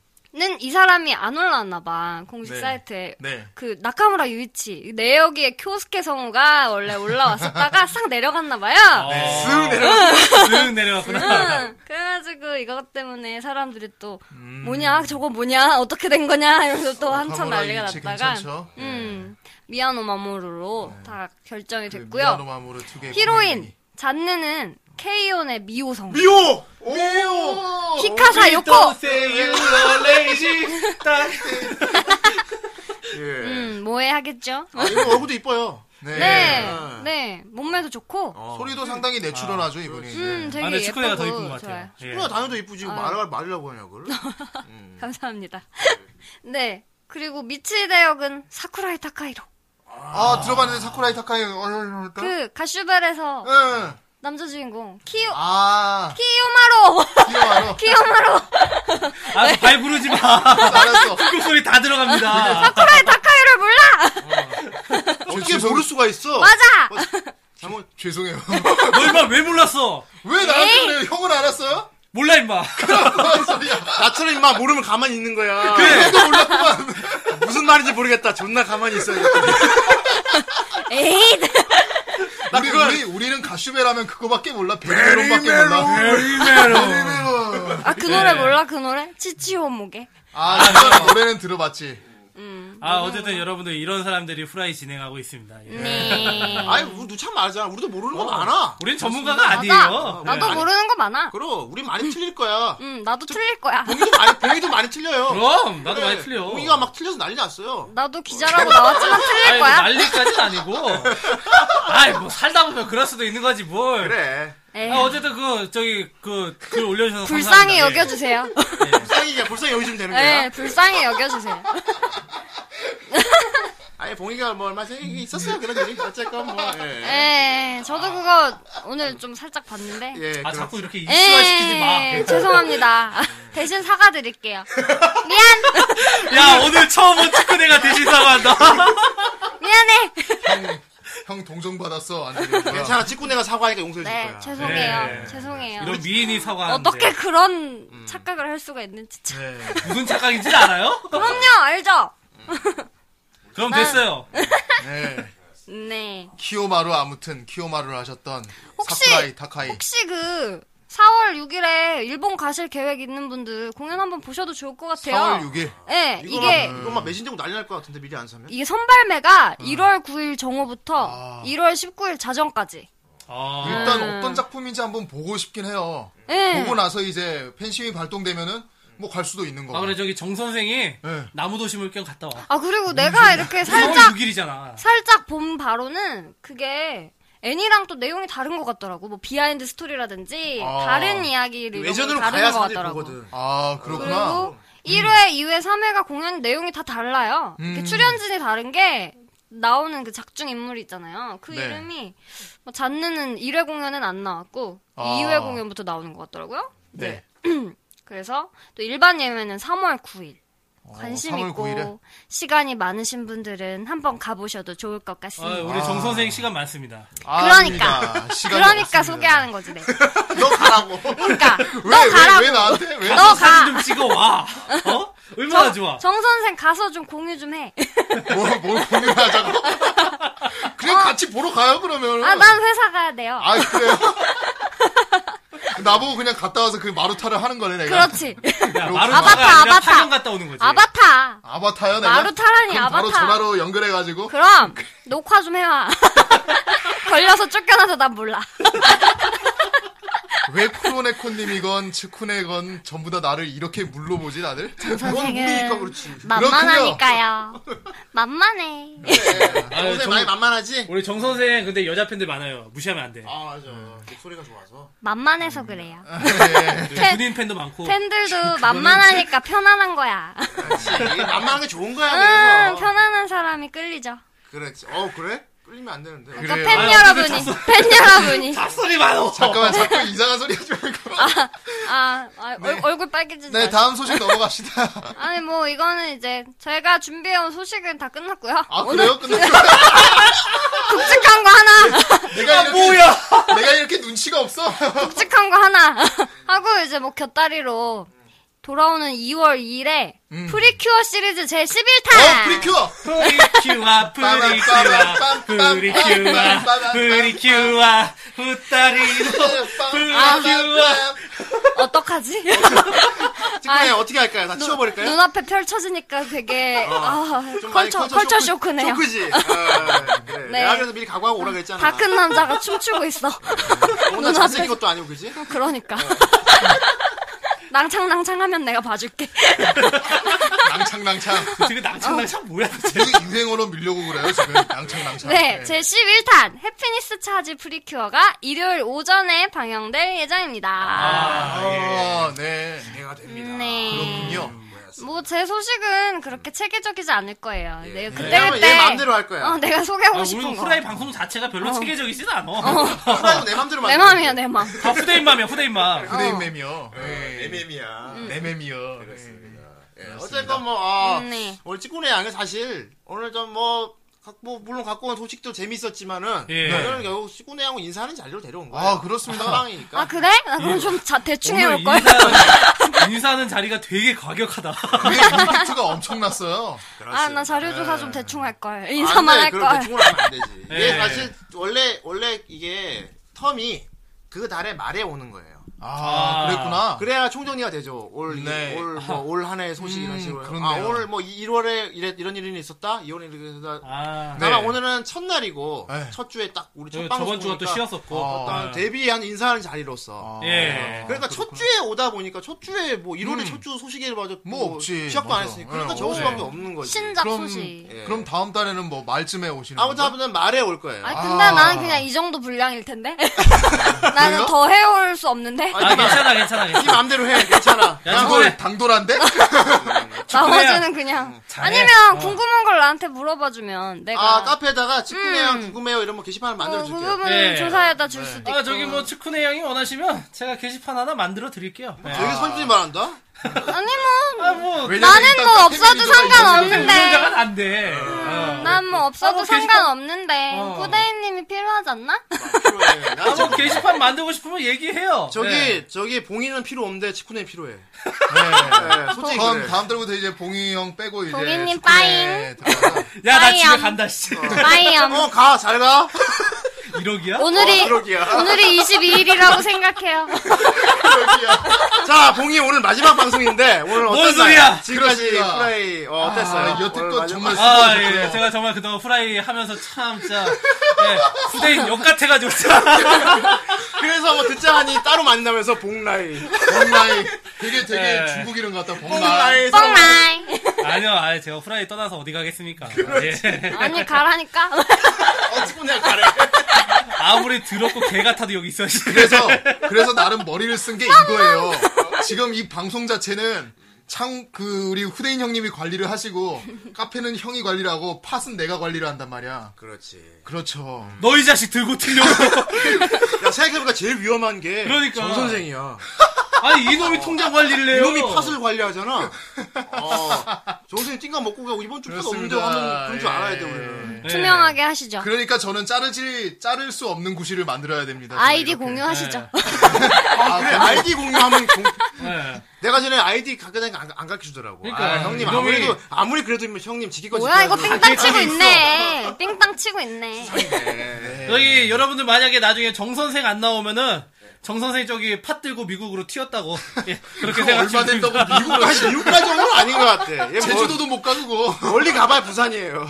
[SPEAKER 4] 이 사람이 안 올라왔나 봐. 공식
[SPEAKER 3] 네.
[SPEAKER 4] 사이트에.
[SPEAKER 3] 네.
[SPEAKER 4] 그 나카무라 유이치 내역의 쿄스케 성우가 원래 올라왔었다가 싹 내려갔나 봐요.
[SPEAKER 3] 아,
[SPEAKER 2] 쓱 아, 네. 어. 내려갔구나. 음. 쓱 내려갔구나.
[SPEAKER 4] 응.
[SPEAKER 3] 네.
[SPEAKER 4] 그래가지고 이것 때문에 사람들이 또 뭐냐 저거 뭐냐 어떻게 된 거냐 이러면서 또
[SPEAKER 3] 음.
[SPEAKER 4] 한참
[SPEAKER 3] 어, 카모라
[SPEAKER 4] 난리가
[SPEAKER 3] 유이치
[SPEAKER 4] 났다가
[SPEAKER 3] 괜찮죠? 예.
[SPEAKER 4] 음 미야노 마모루로 다 결정이
[SPEAKER 3] 그
[SPEAKER 4] 됐고요.
[SPEAKER 3] 미아노 마모르 특유의
[SPEAKER 4] 히로인
[SPEAKER 3] 코맹이.
[SPEAKER 4] 잔느는 케이온의 미호 성우
[SPEAKER 1] 미오.
[SPEAKER 4] 네,
[SPEAKER 1] 미오.
[SPEAKER 4] 히카사 요코
[SPEAKER 2] Don't say you are lazy. 딱.
[SPEAKER 1] 예.
[SPEAKER 4] 음, 뭐해 하겠죠?
[SPEAKER 1] 아, 이분 얼굴도 이뻐요.
[SPEAKER 3] 네.
[SPEAKER 4] 네, 네, 몸매도 좋고,
[SPEAKER 1] 어. 소리.
[SPEAKER 3] 소리도 상당히 내추럴하죠, 이분이.
[SPEAKER 4] 음, 되게
[SPEAKER 2] 아, 근데 치코네가
[SPEAKER 4] 예쁘고
[SPEAKER 2] 더 이쁜 것
[SPEAKER 4] 좋아요.
[SPEAKER 2] 같아요. 예.
[SPEAKER 1] 그래 네. 당연도 이쁘지. 말을 말이라고 하냐 네. 그걸.
[SPEAKER 4] 감사합니다. 음. 네, 그리고 미치대 역은 사쿠라이 타카이로.
[SPEAKER 3] 아, 들어봤는데 사쿠라이 타카이 얼얼얼 그...
[SPEAKER 4] 그 가슈벨에서
[SPEAKER 3] 응.
[SPEAKER 4] 남자 주인공 키요
[SPEAKER 3] 아,
[SPEAKER 4] 키요마로
[SPEAKER 3] 귀여워.
[SPEAKER 4] 키요마로
[SPEAKER 2] 아, 발 부르지 마.
[SPEAKER 1] 아,
[SPEAKER 3] 알았어.
[SPEAKER 2] 그 소리 다 들어갑니다.
[SPEAKER 4] 사쿠라이 타카이를 몰라?
[SPEAKER 1] 어떻게 모를 수가 있어?
[SPEAKER 4] 맞아.
[SPEAKER 1] 잘못.
[SPEAKER 3] 죄송해요.
[SPEAKER 2] 너 임마 왜 몰랐어?
[SPEAKER 3] 왜 나한테 그래요? 형을 알았어요?
[SPEAKER 2] 몰라 임마.
[SPEAKER 1] 나처럼 인마 모르면 가만히 있는 거야. 아, 그래. 도 몰랐구만. 무슨 말인지 모르겠다. 존나 가만히 있어야 돼.
[SPEAKER 4] 에이,
[SPEAKER 3] 나 우리, 우리, 우리는 가슈베라면 그거밖에 몰라. 베리베론밖에 몰라.
[SPEAKER 2] 메리메로.
[SPEAKER 4] 아그
[SPEAKER 2] 네.
[SPEAKER 4] 노래 몰라 그 노래? 치치오모게.
[SPEAKER 3] 아, 이건 노래는 들어봤지.
[SPEAKER 2] 아 어쨌든 여러분들 이런 사람들이 후라이 진행하고 있습니다. 예.
[SPEAKER 4] 네.
[SPEAKER 1] 아니, 우리 누참 말하잖아. 우리도 모르는 거 많아.
[SPEAKER 2] 우린 전문가가
[SPEAKER 4] 맞아.
[SPEAKER 2] 아니에요.
[SPEAKER 4] 나도 뭐
[SPEAKER 2] 네. 그
[SPEAKER 4] 모르는 거 많아.
[SPEAKER 1] 그럼 우리 많이 틀릴 거야.
[SPEAKER 4] 음, 나도 틀릴 거야.
[SPEAKER 2] 뭐?
[SPEAKER 1] 봉이도 많이 봉이도 많이 틀려요.
[SPEAKER 2] 그럼 나도
[SPEAKER 1] 네.
[SPEAKER 4] 예.
[SPEAKER 2] 많이 틀려.
[SPEAKER 1] 봉이가 막 틀려서 난리 났어요.
[SPEAKER 4] 나도 기자라고 나왔지만 틀릴
[SPEAKER 2] 아니, 뭐
[SPEAKER 4] 거야.
[SPEAKER 2] 난리까지는 아니고. 아이 뭐 살다 보면 그럴 수도 있는 거지 뭘.
[SPEAKER 1] 그래.
[SPEAKER 4] 에이,
[SPEAKER 2] 아, 어쨌든 그 저기 그 글 올려주셔서
[SPEAKER 4] 네. 불쌍히
[SPEAKER 2] 감사합니다. 예.
[SPEAKER 4] 여겨주세요.
[SPEAKER 1] 불쌍히 불쌍히 여기 좀 되는 거야.
[SPEAKER 4] 네, 불쌍히 여겨주세요.
[SPEAKER 1] 아니 봉이가 뭐 얼마 전에 있었어요 그런 일이 어쨌건 뭐.
[SPEAKER 2] 네.
[SPEAKER 1] 예.
[SPEAKER 4] 예, 저도 그거 오늘 좀 살짝 봤는데.
[SPEAKER 1] 예.
[SPEAKER 2] 아
[SPEAKER 1] 그럼-
[SPEAKER 2] 자꾸 이렇게 입수화시키지 마. 네.
[SPEAKER 4] 예, 죄송합니다. 대신 사과드릴게요. 미안,
[SPEAKER 2] 야 오늘 처음 온 축구대가 대신 사과한다.
[SPEAKER 4] 미안해.
[SPEAKER 3] 형 동정 받았어. 안 되는 거야.
[SPEAKER 1] 괜찮아. 직구내가 사과하니까 용서해 줄
[SPEAKER 4] 네,
[SPEAKER 1] 거야.
[SPEAKER 4] 죄송해요.
[SPEAKER 2] 네.
[SPEAKER 4] 죄송해요.
[SPEAKER 2] 이런 미인이 사과하는데 음. 네.
[SPEAKER 4] 어떻게 그- 그런 착각을 할 수가 있는지. 참.
[SPEAKER 2] 무슨 착각인지 알아요?
[SPEAKER 4] 그럼요, 알죠?
[SPEAKER 2] 그럼 됐어요.
[SPEAKER 3] 네.
[SPEAKER 4] 네.
[SPEAKER 3] 키오마루 아무튼 키오마루를 하셨던
[SPEAKER 4] 혹시-
[SPEAKER 3] 사쿠라이 타카이.
[SPEAKER 4] 혹시 그 4월 6일에 일본 가실 계획 있는 분들 공연 한번 보셔도 좋을 것 같아요.
[SPEAKER 3] 4월 6일.
[SPEAKER 4] 네,
[SPEAKER 1] 이거
[SPEAKER 4] 이게
[SPEAKER 1] 막, 이거 막 매진되고 난리 날 것 같은데 미리 안 사면.
[SPEAKER 4] 이게 선발매가
[SPEAKER 2] 음.
[SPEAKER 4] 1월 9일 정오부터 1월 19일 자정까지. 음.
[SPEAKER 2] 아,
[SPEAKER 3] 일단
[SPEAKER 4] 네.
[SPEAKER 3] 어떤 작품인지 한번 보고 싶긴 해요.
[SPEAKER 4] 예.
[SPEAKER 3] 보고 나서 이제 팬심이 발동되면은 뭐 갈 수도 있는 거고.
[SPEAKER 2] 아 그래 저기 정 선생이
[SPEAKER 3] 네.
[SPEAKER 2] 나무도 심을 겸 갔다 와.
[SPEAKER 4] 아 그리고 내가 이렇게 살짝
[SPEAKER 2] 6일이잖아.
[SPEAKER 4] 살짝 본 바로는 그게 애니랑 또 내용이 다른 것 같더라고. 뭐 비하인드 스토리라든지
[SPEAKER 3] 아.
[SPEAKER 4] 다른 이야기를
[SPEAKER 1] 외전으로
[SPEAKER 4] 다른
[SPEAKER 1] 가야
[SPEAKER 4] 것
[SPEAKER 1] 사람들이
[SPEAKER 4] 같더라고.
[SPEAKER 1] 보거든.
[SPEAKER 3] 아, 그렇구나.
[SPEAKER 4] 그리고 1회, 2회, 3회가 공연 내용이 다 달라요. 이렇게 출연진이 다른 게 나오는 그 작중 인물이 있잖아요. 그
[SPEAKER 3] 네.
[SPEAKER 4] 이름이 뭐 잔느는 1회 공연은 안 나왔고
[SPEAKER 3] 아.
[SPEAKER 4] 2회 네. 공연부터 나오는 것 같더라고요.
[SPEAKER 3] 네.
[SPEAKER 4] 그래서 또 일반 예매는 3월 9일.
[SPEAKER 3] 어,
[SPEAKER 4] 관심
[SPEAKER 3] 3월
[SPEAKER 4] 있고
[SPEAKER 3] 9일에
[SPEAKER 4] 시간이 많으신 분들은 한번 가보셔도 좋을 것
[SPEAKER 2] 아,
[SPEAKER 4] 같습니다.
[SPEAKER 2] 우리 정 선생 시간 많습니다.
[SPEAKER 4] 그러니까 그러니까 소개하는 거지 내가.
[SPEAKER 3] 너 가라고.
[SPEAKER 4] 그러니까 너
[SPEAKER 3] 왜, 왜,
[SPEAKER 4] 가라고.
[SPEAKER 3] 왜 나한테? 왜?
[SPEAKER 4] 너
[SPEAKER 2] 사진
[SPEAKER 4] 가.
[SPEAKER 2] 좀 찍어 와. 어? 얼마나 좋아.
[SPEAKER 4] 정 선생 가서 좀 공유 좀 해.
[SPEAKER 3] 뭘, 뭘 뭐, 고민하자고?
[SPEAKER 1] 그냥 같이 보러 가요 그러면.
[SPEAKER 4] 아 난 회사 가야 돼요.
[SPEAKER 3] 아, 그래요? 나보고 그냥 갔다 와서 그 마루타를 하는 거네, 내가.
[SPEAKER 4] 그렇지.
[SPEAKER 2] 야,
[SPEAKER 4] 아바타,
[SPEAKER 2] 마루타가 아니라
[SPEAKER 4] 아바타.
[SPEAKER 2] 파견 갔다 오는 거지.
[SPEAKER 4] 아바타.
[SPEAKER 3] 아바타요, 내가?
[SPEAKER 4] 마루타라니
[SPEAKER 3] 네. 그럼 바로
[SPEAKER 4] 아바타.
[SPEAKER 3] 전화로 연결해가지고.
[SPEAKER 4] 그럼 녹화 좀 해와. 걸려서 쫓겨나서 난 몰라.
[SPEAKER 3] 왜 쿠로네코님이건, 츠쿠네건 전부 다 나를 이렇게 물러보지, 다들?
[SPEAKER 4] 선생은
[SPEAKER 3] 그렇지.
[SPEAKER 4] 만만하니까요. 만만해.
[SPEAKER 2] 아유,
[SPEAKER 1] 평소에
[SPEAKER 2] 정-
[SPEAKER 1] 많이 만만하지?
[SPEAKER 2] 우리 정 선생 근데 여자 팬들 많아요. 무시하면 안 돼.
[SPEAKER 1] 아 맞아. 목소리가 좋아서.
[SPEAKER 4] 만만해서 그래요.
[SPEAKER 3] 예,
[SPEAKER 2] 네, 군인 팬도 많고.
[SPEAKER 4] 팬들도 만만하니까 편안한 거야.
[SPEAKER 1] 이게 만만한 게 좋은 거야.
[SPEAKER 4] 응,
[SPEAKER 1] 아, 그래서. 어.
[SPEAKER 4] 편안한 사람이 끌리죠.
[SPEAKER 1] 그렇지. 어 그래? 끌리면 안 되는데.
[SPEAKER 4] 그러니까
[SPEAKER 3] 그래요.
[SPEAKER 4] 팬
[SPEAKER 2] 아유,
[SPEAKER 4] 여러분이,
[SPEAKER 2] 근데
[SPEAKER 4] 팬 여러분이.
[SPEAKER 2] 소리 많어.
[SPEAKER 3] 잠깐만, 자꾸 이상한 소리 하지 말고.
[SPEAKER 4] 아, 아, 얼- 얼굴 빨개지지.
[SPEAKER 3] 네,
[SPEAKER 4] 마시고.
[SPEAKER 3] 다음 소식 넘어갑시다.
[SPEAKER 4] 아니, 뭐, 이거는 이제, 제가 준비해온 소식은 다 끝났고요.
[SPEAKER 3] 아,
[SPEAKER 4] 오늘
[SPEAKER 3] 그래요? 근데
[SPEAKER 4] 독특한 거 하나!
[SPEAKER 3] 내가 이렇게, 뭐야? 내가 이렇게 눈치가 없어?
[SPEAKER 4] 아. 독특한 거 하나! 하고, 이제 뭐, 곁다리로. 돌아오는 2월 2일에 프리큐어 시리즈 제11탄!
[SPEAKER 3] 어, 프리큐어!
[SPEAKER 2] 프리큐와 프리큐와 프리큐와 프리큐와 후따리노 프리큐와
[SPEAKER 4] 어떡하지?
[SPEAKER 1] 네, 어떻게 할까요? 다 치워버릴까요?
[SPEAKER 4] 눈앞에 펼쳐지니까 되게 아,
[SPEAKER 1] 좀 많이
[SPEAKER 4] 컬처 컬처 쇼크네요.
[SPEAKER 1] 쇼크지. 어, 그래.
[SPEAKER 4] 네.
[SPEAKER 1] 내가 그래서 미리 각오하고 오라 그랬잖아.
[SPEAKER 4] 다 큰 음, 남자가 춤추고 있어.
[SPEAKER 1] 오늘 잘생긴 것도 아니고 그지?
[SPEAKER 4] 그러니까. 낭창낭창하면 내가 봐줄게.
[SPEAKER 3] 낭창낭창.
[SPEAKER 2] 지금
[SPEAKER 4] 어.
[SPEAKER 2] 낭창낭창 뭐야 대체.
[SPEAKER 3] 유- 유행어로 밀려고 그래요, 지금. 낭창낭창.
[SPEAKER 4] 네, 제 11탄 해피니스 차지 프리큐어가 일요일 오전에 방영될 예정입니다. 어.
[SPEAKER 3] 아, 네.
[SPEAKER 1] 내가 됩니다.
[SPEAKER 4] 네.
[SPEAKER 3] 그렇군요.
[SPEAKER 4] 뭐 제 소식은 그렇게 체계적이지 않을 거예요. 내가 그때
[SPEAKER 1] 왜냐면
[SPEAKER 4] 그때
[SPEAKER 1] 얘 맘대로 할 거야.
[SPEAKER 4] 어, 내가 소개하고
[SPEAKER 2] 아, 우리
[SPEAKER 4] 싶은 거. 어.
[SPEAKER 2] 후라이 방송 자체가 별로 체계적이진 않아.
[SPEAKER 1] 하나도 내 맘대로 만들어.
[SPEAKER 4] 내 맘이야, 내 맘.
[SPEAKER 2] 다 후대인 맘이야 후대인 맘.
[SPEAKER 3] 그대인 맴이요. 네.
[SPEAKER 1] MM이야.
[SPEAKER 3] 맴이요. 네.
[SPEAKER 1] 어쨌건 뭐 아,
[SPEAKER 4] 네.
[SPEAKER 1] 오늘 찌꾸네 양은 사실 오늘 좀뭐 뭐 물론 갖고 온 소식도 재밌었지만은
[SPEAKER 2] 예.
[SPEAKER 1] 오늘 결국 찌꾸네 양은 인사하는 자리로 데려온 거야.
[SPEAKER 3] 아, 그렇습니다.
[SPEAKER 1] 사랑이니까.
[SPEAKER 4] 아, 그래? 나 그럼 좀 자, 대충
[SPEAKER 2] 오늘
[SPEAKER 4] 해올 걸.
[SPEAKER 2] 인사하는- 인사하는 자리가 되게 과격하다.
[SPEAKER 3] 그게 임팩트가 엄청났어요.
[SPEAKER 4] 아, 나 자료조사 좀 대충 할 걸. 인사만
[SPEAKER 1] 안돼
[SPEAKER 4] 할
[SPEAKER 1] 아, 네, 그럼
[SPEAKER 4] 걸.
[SPEAKER 1] 대충은 하면 안 되지. 이게
[SPEAKER 2] 예.
[SPEAKER 1] 사실 원래 원래 이게 텀이 그 달에 말에 오는 거예요.
[SPEAKER 2] 아.
[SPEAKER 3] 아, 그랬구나.
[SPEAKER 1] 그래야 총정리가 되죠. 올,
[SPEAKER 3] 네.
[SPEAKER 1] 올, 뭐, 올 한해의 소식 이런
[SPEAKER 3] 음,
[SPEAKER 1] 식으로. 아,
[SPEAKER 3] 그렇네요.
[SPEAKER 1] 오늘 뭐 1월에 이래, 이런 일이 있었다? 2월에 이런 일이 있었다?
[SPEAKER 2] 아,
[SPEAKER 1] 다만
[SPEAKER 3] 네.
[SPEAKER 1] 오늘은 첫날이고,
[SPEAKER 3] 네.
[SPEAKER 1] 첫 주에 딱 우리 첫
[SPEAKER 2] 저-
[SPEAKER 1] 방송. 어,
[SPEAKER 2] 저번 주가 또 쉬었었고.
[SPEAKER 3] 아,
[SPEAKER 2] 아.
[SPEAKER 1] 데뷔한 인사하는 자리로서.
[SPEAKER 2] 예.
[SPEAKER 1] 그러니까 첫 주에 오다 보니까 첫 주에 뭐 1월에 첫 주 소식을 봐도
[SPEAKER 3] 음. 뭐 없지.
[SPEAKER 1] 시작도 안
[SPEAKER 3] 맞아.
[SPEAKER 1] 했으니까.
[SPEAKER 3] 예,
[SPEAKER 1] 그러니까 저을
[SPEAKER 3] 없지.
[SPEAKER 1] 수밖에 없는 거지.
[SPEAKER 4] 신작
[SPEAKER 3] 그럼-
[SPEAKER 4] 소식.
[SPEAKER 1] 예.
[SPEAKER 3] 그럼 다음 달에는 뭐 말쯤에 오시는
[SPEAKER 1] 아무튼
[SPEAKER 3] 건가요?
[SPEAKER 1] 아무튼 말에 올 거예요.
[SPEAKER 4] 아니 근데
[SPEAKER 3] 아.
[SPEAKER 4] 나는 그냥 이 정도 분량일 텐데 나는 더 해올 수 없는데
[SPEAKER 2] 아, 괜찮아 괜찮아
[SPEAKER 1] 네
[SPEAKER 2] 괜찮아.
[SPEAKER 1] 맘대로 해. 괜찮아.
[SPEAKER 2] 야,
[SPEAKER 3] 당돌,
[SPEAKER 2] 그래.
[SPEAKER 3] 당돌한데?
[SPEAKER 4] 나머지는 그냥
[SPEAKER 2] 잘해.
[SPEAKER 4] 아니면
[SPEAKER 2] 어.
[SPEAKER 4] 궁금한 걸 나한테 물어봐주면 내가 음.
[SPEAKER 1] 아, 카페에다가 찌꾸네양 궁금해요. 이런 뭐 게시판을
[SPEAKER 4] 어,
[SPEAKER 1] 만들어줄게요.
[SPEAKER 4] 그 부분은
[SPEAKER 2] 예.
[SPEAKER 4] 조사에다 줄 수도 있고
[SPEAKER 2] 아 저기 뭐 측훈의 양이 원하시면 제가 게시판 하나 만들어 드릴게요. 네.
[SPEAKER 3] 아.
[SPEAKER 1] 여기 선진이 말한다?
[SPEAKER 4] 아니 뭐
[SPEAKER 2] 아뭐
[SPEAKER 4] 나는 뭐 없어도 상관없는데
[SPEAKER 2] 유전자가 안 돼.
[SPEAKER 1] 네.
[SPEAKER 2] 어.
[SPEAKER 4] 난 뭐
[SPEAKER 2] 아,
[SPEAKER 4] 없어도
[SPEAKER 2] 뭐 게시판-
[SPEAKER 4] 상관없는데
[SPEAKER 2] 어.
[SPEAKER 4] 후대인님이 필요하지 않나?
[SPEAKER 1] 필요해. 나
[SPEAKER 2] 뭐 게시판 만들고 싶으면 얘기해요.
[SPEAKER 1] 저기
[SPEAKER 2] 네.
[SPEAKER 1] 저기 봉이는 필요 없는데 치쿠네 필요해.
[SPEAKER 3] 네.
[SPEAKER 1] 네, 솔직히
[SPEAKER 3] 그럼
[SPEAKER 1] 그래.
[SPEAKER 3] 다음 달부터 이제 봉이 형 빼고 이제.
[SPEAKER 4] 봉이님
[SPEAKER 3] 축구에
[SPEAKER 4] 빠잉.
[SPEAKER 3] 들어가서.
[SPEAKER 2] 야 나 집에
[SPEAKER 4] 빠이염.
[SPEAKER 2] 간다 씨.
[SPEAKER 1] 어.
[SPEAKER 4] 마이엄
[SPEAKER 1] 어가 잘 가.
[SPEAKER 2] 1억이야?
[SPEAKER 4] 오늘이
[SPEAKER 1] 그러기야.
[SPEAKER 4] 오늘이 22일이라고 생각해요
[SPEAKER 1] 자 봉이 오늘 마지막 방송인데 오늘
[SPEAKER 2] 뭔
[SPEAKER 1] 어땠나요?
[SPEAKER 2] 소리야!
[SPEAKER 1] 지금까지
[SPEAKER 3] 그렇습니다.
[SPEAKER 1] 후라이 어, 어땠어요?
[SPEAKER 3] 아, 여태껏
[SPEAKER 1] 오늘 마지막-
[SPEAKER 3] 정말
[SPEAKER 2] 아,
[SPEAKER 3] 수고하셨고요.
[SPEAKER 1] 네.
[SPEAKER 2] 예, 제가 정말 그동안 후라이 하면서 참, 진짜, 예, 후대인 역 같아가지고, 진짜.
[SPEAKER 1] 그래서 뭐 듣자 하니 따로 만나면서 봉라이
[SPEAKER 3] 봉라이. 되게 되게
[SPEAKER 2] 네.
[SPEAKER 3] 중국 이름 같다,
[SPEAKER 1] 봉라이
[SPEAKER 3] 봉라이.
[SPEAKER 4] 뻥라이
[SPEAKER 2] 아니요, 아니, 제가 후라이 떠나서 어디 가겠습니까. 예.
[SPEAKER 4] 아니 가라니까
[SPEAKER 1] 어 치쿠네 가래.
[SPEAKER 2] 아무리 더럽고 개 같아도 여기 있어, 씨.
[SPEAKER 3] 그래서, 그래서 나름 머리를 쓴 게 이거예요. 지금 이 방송 자체는 창, 그, 우리 후대인 형님이 관리를 하시고, 카페는 형이 관리를 하고, 팟은 내가 관리를 한단 말이야.
[SPEAKER 1] 그렇지.
[SPEAKER 3] 그렇죠.
[SPEAKER 2] 너 이 자식 들고 틀려.
[SPEAKER 1] 야 생각해보니까 제일 위험한 게
[SPEAKER 2] 그러니까.
[SPEAKER 1] 정 선생이야.
[SPEAKER 2] 아니 이놈이 통장 관리를 해요.
[SPEAKER 1] 이놈이 팥을 관리하잖아. 어, 정선이 띵가 먹고 가고 이번 주 팥 없는데
[SPEAKER 3] 그렇습니다.
[SPEAKER 1] 하면 그런 줄 알아야 돼
[SPEAKER 3] 예.
[SPEAKER 1] 우리는.
[SPEAKER 2] 네.
[SPEAKER 4] 투명하게 하시죠.
[SPEAKER 3] 그러니까 저는 자르질 자를 수 없는 구실을 만들어야 됩니다. 저는
[SPEAKER 4] 아이디
[SPEAKER 3] 이렇게.
[SPEAKER 4] 공유하시죠.
[SPEAKER 1] 아, 그래 아이디 공유하면 공...
[SPEAKER 2] 네.
[SPEAKER 1] 내가 전에 아이디 가게 되니까 안, 안 가르쳐 주더라고.
[SPEAKER 2] 그러니까,
[SPEAKER 1] 아, 형님
[SPEAKER 2] 이놈이-
[SPEAKER 1] 아무래도 아무리 그래도 형님 지키고
[SPEAKER 4] 뭐야 이거
[SPEAKER 1] 지켜야지.
[SPEAKER 4] 삥땅 치고 아, 있네. 삥땅 치고 있네.
[SPEAKER 1] 예,
[SPEAKER 2] 저기 여러분들 만약에 나중에 정 선생 안 나오면은 정 선생 저기 팥 들고 미국으로 튀었다고 예, 그렇게
[SPEAKER 3] 얼마
[SPEAKER 2] 생각하시면
[SPEAKER 3] 된다고
[SPEAKER 2] 됩니다.
[SPEAKER 3] 미국으로 하시-
[SPEAKER 1] 미국까지 온건 아닌 것 같아. 얘
[SPEAKER 3] 제주도도 못 가고
[SPEAKER 1] 뭐, 멀리 가봐야 부산이에요.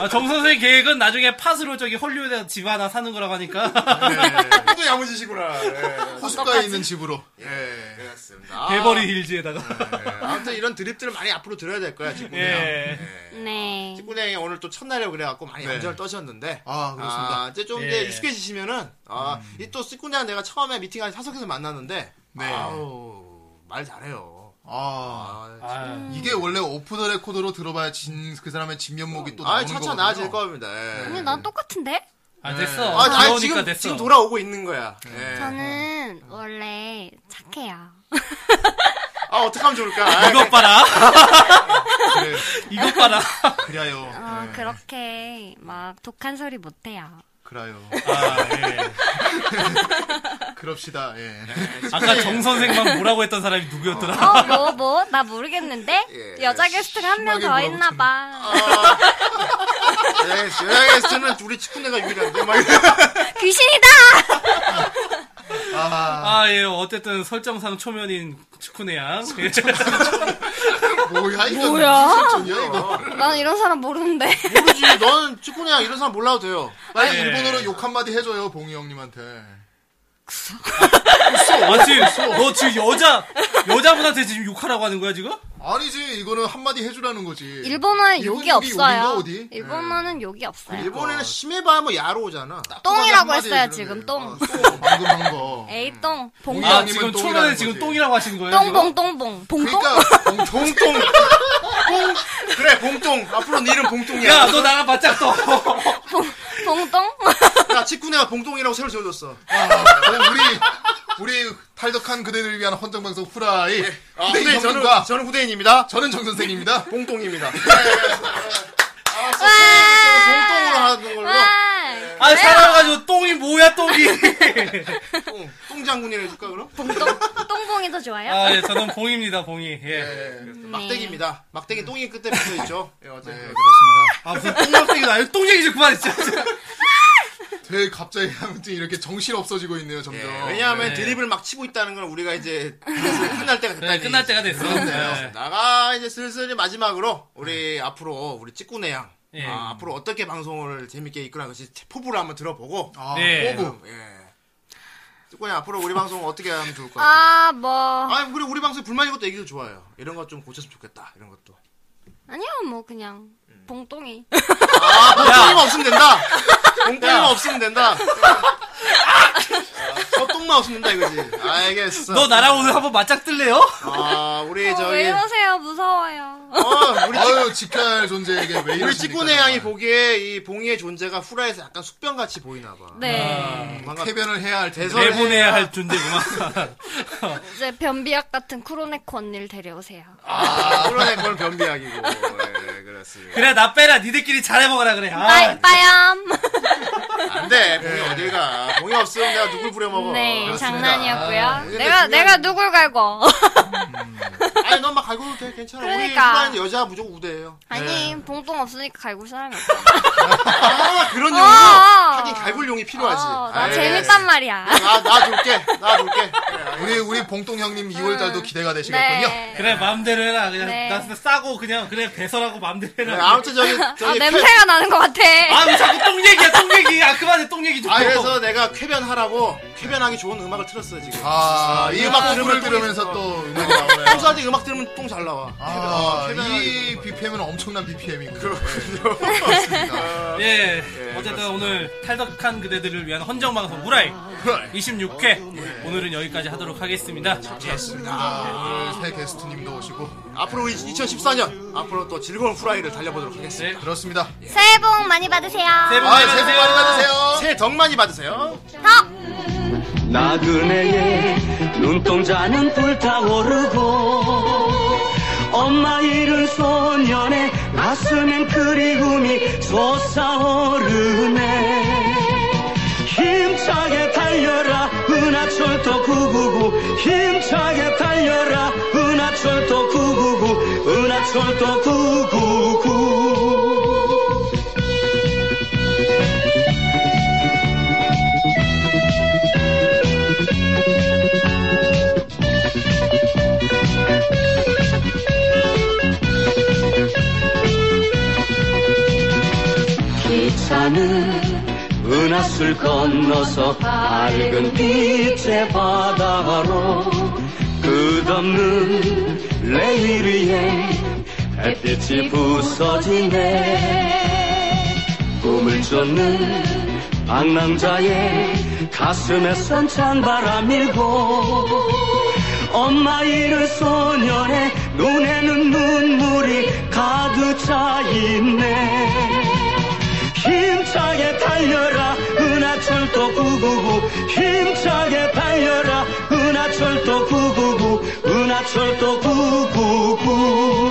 [SPEAKER 2] 아, 정 선생 계획은 나중에 팥으로 저기 헐리우드 집 하나 사는 거라고 하니까
[SPEAKER 1] 또 야무지시구나.
[SPEAKER 2] 네.
[SPEAKER 1] 예.
[SPEAKER 3] 호숫가에 있는 집으로.
[SPEAKER 1] 네. 예, 그렇습니다. 아,
[SPEAKER 2] 개버리 힐즈에다가
[SPEAKER 1] 예. 아무튼 이런 드립들을 많이 앞으로 들어야 될 거야, 직구이
[SPEAKER 2] 예.
[SPEAKER 4] 네.
[SPEAKER 1] 직구이 오늘 또 첫날이라고 그래갖고 많이
[SPEAKER 3] 네.
[SPEAKER 1] 연전을 떠셨는데.
[SPEAKER 3] 아 그렇습니다.
[SPEAKER 1] 아, 이제 좀
[SPEAKER 2] 예.
[SPEAKER 1] 이제 익숙해지시면은, 아, 이또 직구이랑 내가 처음에 미팅할 사석에서 만났는데,
[SPEAKER 3] 네.
[SPEAKER 1] 아우, 말 잘해요.
[SPEAKER 3] 아,
[SPEAKER 1] 아,
[SPEAKER 2] 아,
[SPEAKER 3] 이게 원래 오프 더 레코드로 들어봐야 진 그 사람의 진면목이 또
[SPEAKER 1] 아,
[SPEAKER 3] 나오는
[SPEAKER 1] 차차
[SPEAKER 3] 거거든요.
[SPEAKER 1] 나아질 겁니다. 예.
[SPEAKER 4] 근데 난 똑같은데?
[SPEAKER 2] 아 됐어
[SPEAKER 1] 아, 나
[SPEAKER 2] 귀여우니까
[SPEAKER 1] 지금,
[SPEAKER 2] 됐어
[SPEAKER 1] 지금 돌아오고 있는 거야. 예.
[SPEAKER 4] 네. 저는 원래 착해요.
[SPEAKER 1] 아, 어떡하면 좋을까?
[SPEAKER 2] 이것 봐라
[SPEAKER 3] 그래,
[SPEAKER 2] 이것 봐라
[SPEAKER 3] 그래요.
[SPEAKER 4] 어,
[SPEAKER 3] 네,
[SPEAKER 4] 그렇게 막 독한 소리 못해요.
[SPEAKER 3] 그래요.
[SPEAKER 2] 아, 예.
[SPEAKER 3] 그럽시다. 예.
[SPEAKER 2] 아까 정 선생만 뭐라고 했던 사람이 누구였더라
[SPEAKER 4] 어, 뭐, 뭐? 나 모르겠는데?
[SPEAKER 1] 예,
[SPEAKER 4] 여자 게스트가 한 명 더 있나봐.
[SPEAKER 1] 예, 여자 게스트는 우리 친구네가 유일한데, 막. 이래.
[SPEAKER 4] 아. 귀신이다!
[SPEAKER 2] 아예 어쨌든 설정상 초면인 축구네양 예.
[SPEAKER 3] 뭐야 이거?
[SPEAKER 4] 뭐야?
[SPEAKER 3] 무슨 소리야, 이거?
[SPEAKER 4] 난 이런 사람 모르는데.
[SPEAKER 1] 모르지. 넌 축구네야 이런 사람 몰라도 돼요.
[SPEAKER 3] 빨리
[SPEAKER 2] 예.
[SPEAKER 3] 일본어로 욕 한마디 해줘요 봉이 형님한테.
[SPEAKER 2] 아 지금 너 지금 여자 여자분한테 지금 욕하라고 하는 거야 지금
[SPEAKER 3] 아니지 이거는 한마디 해주라는 거지.
[SPEAKER 4] 일본어는
[SPEAKER 3] 일본
[SPEAKER 4] 욕이
[SPEAKER 3] 욕이 욕인가,
[SPEAKER 4] 없어요.
[SPEAKER 3] 어디?
[SPEAKER 4] 네. 그 일본어는 욕이 없어요.
[SPEAKER 1] 일본에는 심해봐야 뭐 야로잖아.
[SPEAKER 4] 똥이라고
[SPEAKER 3] 한마디
[SPEAKER 4] 했어요,
[SPEAKER 3] 해주라면.
[SPEAKER 4] 지금. 똥.
[SPEAKER 3] 아, 똥 방금 한 거.
[SPEAKER 4] 에이, 똥. 봉,
[SPEAKER 2] 아
[SPEAKER 3] 형님은
[SPEAKER 2] 지금
[SPEAKER 3] 똥이라는
[SPEAKER 2] 초면에 지금
[SPEAKER 3] 거지.
[SPEAKER 2] 똥이라고 하시는 거예요 지금?
[SPEAKER 4] 똥봉, 똥봉. 봉똥?
[SPEAKER 3] 그러니까 봉-
[SPEAKER 1] 봉똥. 봉. 그래, 봉똥. 앞으로 네 이름 봉똥이야.
[SPEAKER 2] 야, 너 나랑 바짝 떠.
[SPEAKER 4] 봉똥?
[SPEAKER 1] 나 축구네가 봉똥이라고 새로 지어줬어.
[SPEAKER 3] 아, 우리 우리 탈덕한 그대들을 위한 헌정방송 후라이
[SPEAKER 1] 아,
[SPEAKER 3] 후대인
[SPEAKER 1] 후대인, 저는,
[SPEAKER 3] 정과
[SPEAKER 1] 저는 후대인입니다. 네.
[SPEAKER 3] 저는 정 선생입니다.
[SPEAKER 1] 봉똥입니다. 아, 봉똥으로 하는 걸로.
[SPEAKER 4] 그러니까 와!
[SPEAKER 2] 아, 살아가지고 똥이 뭐야, 똥이.
[SPEAKER 1] 똥, 똥 장군이라 해줄까, 그럼?
[SPEAKER 4] 봉똥? 똥봉이 더 좋아요?
[SPEAKER 1] 네.
[SPEAKER 2] 아, 예, 저는 봉입니다, 봉이. 예.
[SPEAKER 4] 네.
[SPEAKER 1] 막대기입니다. 막대기 똥이 끝에 붙어 있죠. 예,
[SPEAKER 3] 네
[SPEAKER 1] 어쨌든.
[SPEAKER 3] 그렇습니다.
[SPEAKER 2] 아, 무슨 똥갑쟁이도 아니고 똥쟁이 좀 그만해, 진짜.
[SPEAKER 3] 되게 네, 갑자기 아무튼 이렇게 정신 없어지고 있네요 점점.
[SPEAKER 1] 예, 왜냐하면
[SPEAKER 2] 네.
[SPEAKER 1] 드립을 막 치고 있다는 건 우리가 이제 슬슬 끝날 때가 됐다.
[SPEAKER 2] 네, 끝날 때가 됐어. 네.
[SPEAKER 1] 나가 이제 슬슬 마지막으로 우리 앞으로 우리 찌꾸네양
[SPEAKER 2] 예.
[SPEAKER 1] 아, 앞으로 어떻게 방송을 재밌게 이끌어갈 것이 포부를 한번 들어보고
[SPEAKER 3] 아,
[SPEAKER 2] 네.
[SPEAKER 3] 호구.
[SPEAKER 1] 예. 찌꾸네 앞으로 우리 방송 어떻게 하면 좋을 것 같아요?
[SPEAKER 4] 아, 뭐.
[SPEAKER 1] 아, 그리고 우리 방송 불만인 것도 얘기도 좋아요. 이런 것 좀 고쳤으면 좋겠다. 이런 것도.
[SPEAKER 4] 아니요, 뭐, 그냥.
[SPEAKER 1] 음.
[SPEAKER 4] 봉똥이.
[SPEAKER 1] 아, 봉똥이만 없으면 된다. 봉똥이만 없으면 된다. 아, 똥만 없으면 된다 이거지. 알겠어.
[SPEAKER 2] 너 나랑 오늘 한번 맞짝 뜰래요?
[SPEAKER 1] 아, 우리
[SPEAKER 4] 어,
[SPEAKER 1] 저기
[SPEAKER 4] 왜 이러세요? 무서워요.
[SPEAKER 1] 어, 우리 찌-
[SPEAKER 3] 아유 지켜야 할 존재에게 왜
[SPEAKER 1] 우리
[SPEAKER 3] 이러십니까?
[SPEAKER 1] 찌꾸네 양이 보기에 이 봉이의 존재가 후라이에서 약간 숙병같이 보이나 봐. 음, 아.
[SPEAKER 3] 아,
[SPEAKER 4] 네.
[SPEAKER 1] 뭔가
[SPEAKER 3] 쾌변을 해야 할 텐데.
[SPEAKER 1] 대선-
[SPEAKER 2] 내보내야 할 존재구만.
[SPEAKER 4] 이제 변비약 같은 쿠로네코 언니를 데려오세요.
[SPEAKER 1] 아, 그러네 그건 변비약이고. 예, 그렇습니다.
[SPEAKER 2] 그래, 나 빼라. 니들끼리 잘해먹으라 그래. 아,
[SPEAKER 4] 빠이, 빠염!
[SPEAKER 1] 안 돼. 봉이
[SPEAKER 3] 네.
[SPEAKER 1] 어딜 가. 봉이 없으면 내가 누굴 부려먹어. 아,
[SPEAKER 4] 네, 장난이었고요.
[SPEAKER 1] 근데 네.
[SPEAKER 4] 내가,
[SPEAKER 1] 중요한-
[SPEAKER 4] 내가 누굴 갈고.
[SPEAKER 1] 아니, 넌 막 갈고도 돼. 괜찮아.
[SPEAKER 4] 그러니까.
[SPEAKER 1] 우리 후라이는 여자 무조건 우대예요.
[SPEAKER 4] 아니, 봉똥 없으니까 갈고 사람이 없어.
[SPEAKER 1] 아, 그런 용이로.
[SPEAKER 4] 어.
[SPEAKER 1] 하긴 갈굴 용이 필요하지.
[SPEAKER 4] 어, 나
[SPEAKER 1] 아, 예.
[SPEAKER 4] 재밌단 말이야.
[SPEAKER 1] 나, 나 줄게. 나 줄게.
[SPEAKER 3] 우리 우리 봉동 형님 2월 달도 기대가 되시겠군요.
[SPEAKER 4] 아. 네.
[SPEAKER 2] 그래, 맘대로 해라. 그냥,
[SPEAKER 4] 네.
[SPEAKER 2] 나 싸고, 그냥, 그래, 배설하고 맘대로
[SPEAKER 1] 네,
[SPEAKER 2] 해라.
[SPEAKER 1] 아무튼 저기,
[SPEAKER 4] 아,
[SPEAKER 1] 저기. 쾌-
[SPEAKER 4] 냄새가 나는 것 같아.
[SPEAKER 2] 아, 왜 자꾸 똥 얘기야, 똥 얘기. 아, 그만해, 똥 얘기 좀.
[SPEAKER 1] 아, 그래서 내가 쾌변하라고 쾌변하기 좋은 음악을 틀었어, 지금.
[SPEAKER 3] 아, 이 음악 부를
[SPEAKER 1] 들으면
[SPEAKER 3] 들으면서
[SPEAKER 1] 똥이
[SPEAKER 3] 또 음악이 나오네요.
[SPEAKER 1] 평소에 음악 들으면 똥 잘 나와.
[SPEAKER 3] 아,
[SPEAKER 1] 쾌변- 쾌변하기 좋은
[SPEAKER 3] 이
[SPEAKER 1] 음악.
[SPEAKER 3] BPM은 엄청난 네. BPM이고.
[SPEAKER 2] 예. 어쨌든 오늘 탈덕한 그대들을 위한 헌정방송 무라이 26회. 오늘은 여기까지 하도록 하겠습니다.
[SPEAKER 3] 아, 그렇습니다. 아, 새 게스트님도 오시고.
[SPEAKER 1] 앞으로 2014년 앞으로 또 즐거운 후라이를 달려보도록 하겠습니다.
[SPEAKER 2] 네.
[SPEAKER 3] 그렇습니다.
[SPEAKER 4] 새해 복 많이 받으세요.
[SPEAKER 2] 새해 복
[SPEAKER 3] 아,
[SPEAKER 2] 많이
[SPEAKER 3] 새해 복 많이
[SPEAKER 2] 받으세요.
[SPEAKER 3] 받으세요.
[SPEAKER 4] 어?
[SPEAKER 1] 새해 덕 많이 받으세요.
[SPEAKER 4] 덕!
[SPEAKER 9] 「
[SPEAKER 10] 나그네의 눈동자는 불타오르고 엄마 잃은 소년의 가슴엔 그리움이 솟아오르네 힘차게 달려라 은하철도 999 힘차게 달려라 은하철도 999 은하철도 999 기차는 은하수를 건너서 밝은 빛의 바다로 끝없는 레일 위에 햇빛이 부서지네 꿈을 쫓는 방랑자의 가슴에 선찬 바람 밀고 엄마 잃은 소년의 눈에는 눈물이 가득 차 있네 힘차게 달려라 은하철도 999 힘차게 달려라 은하철도 999 은하철도 999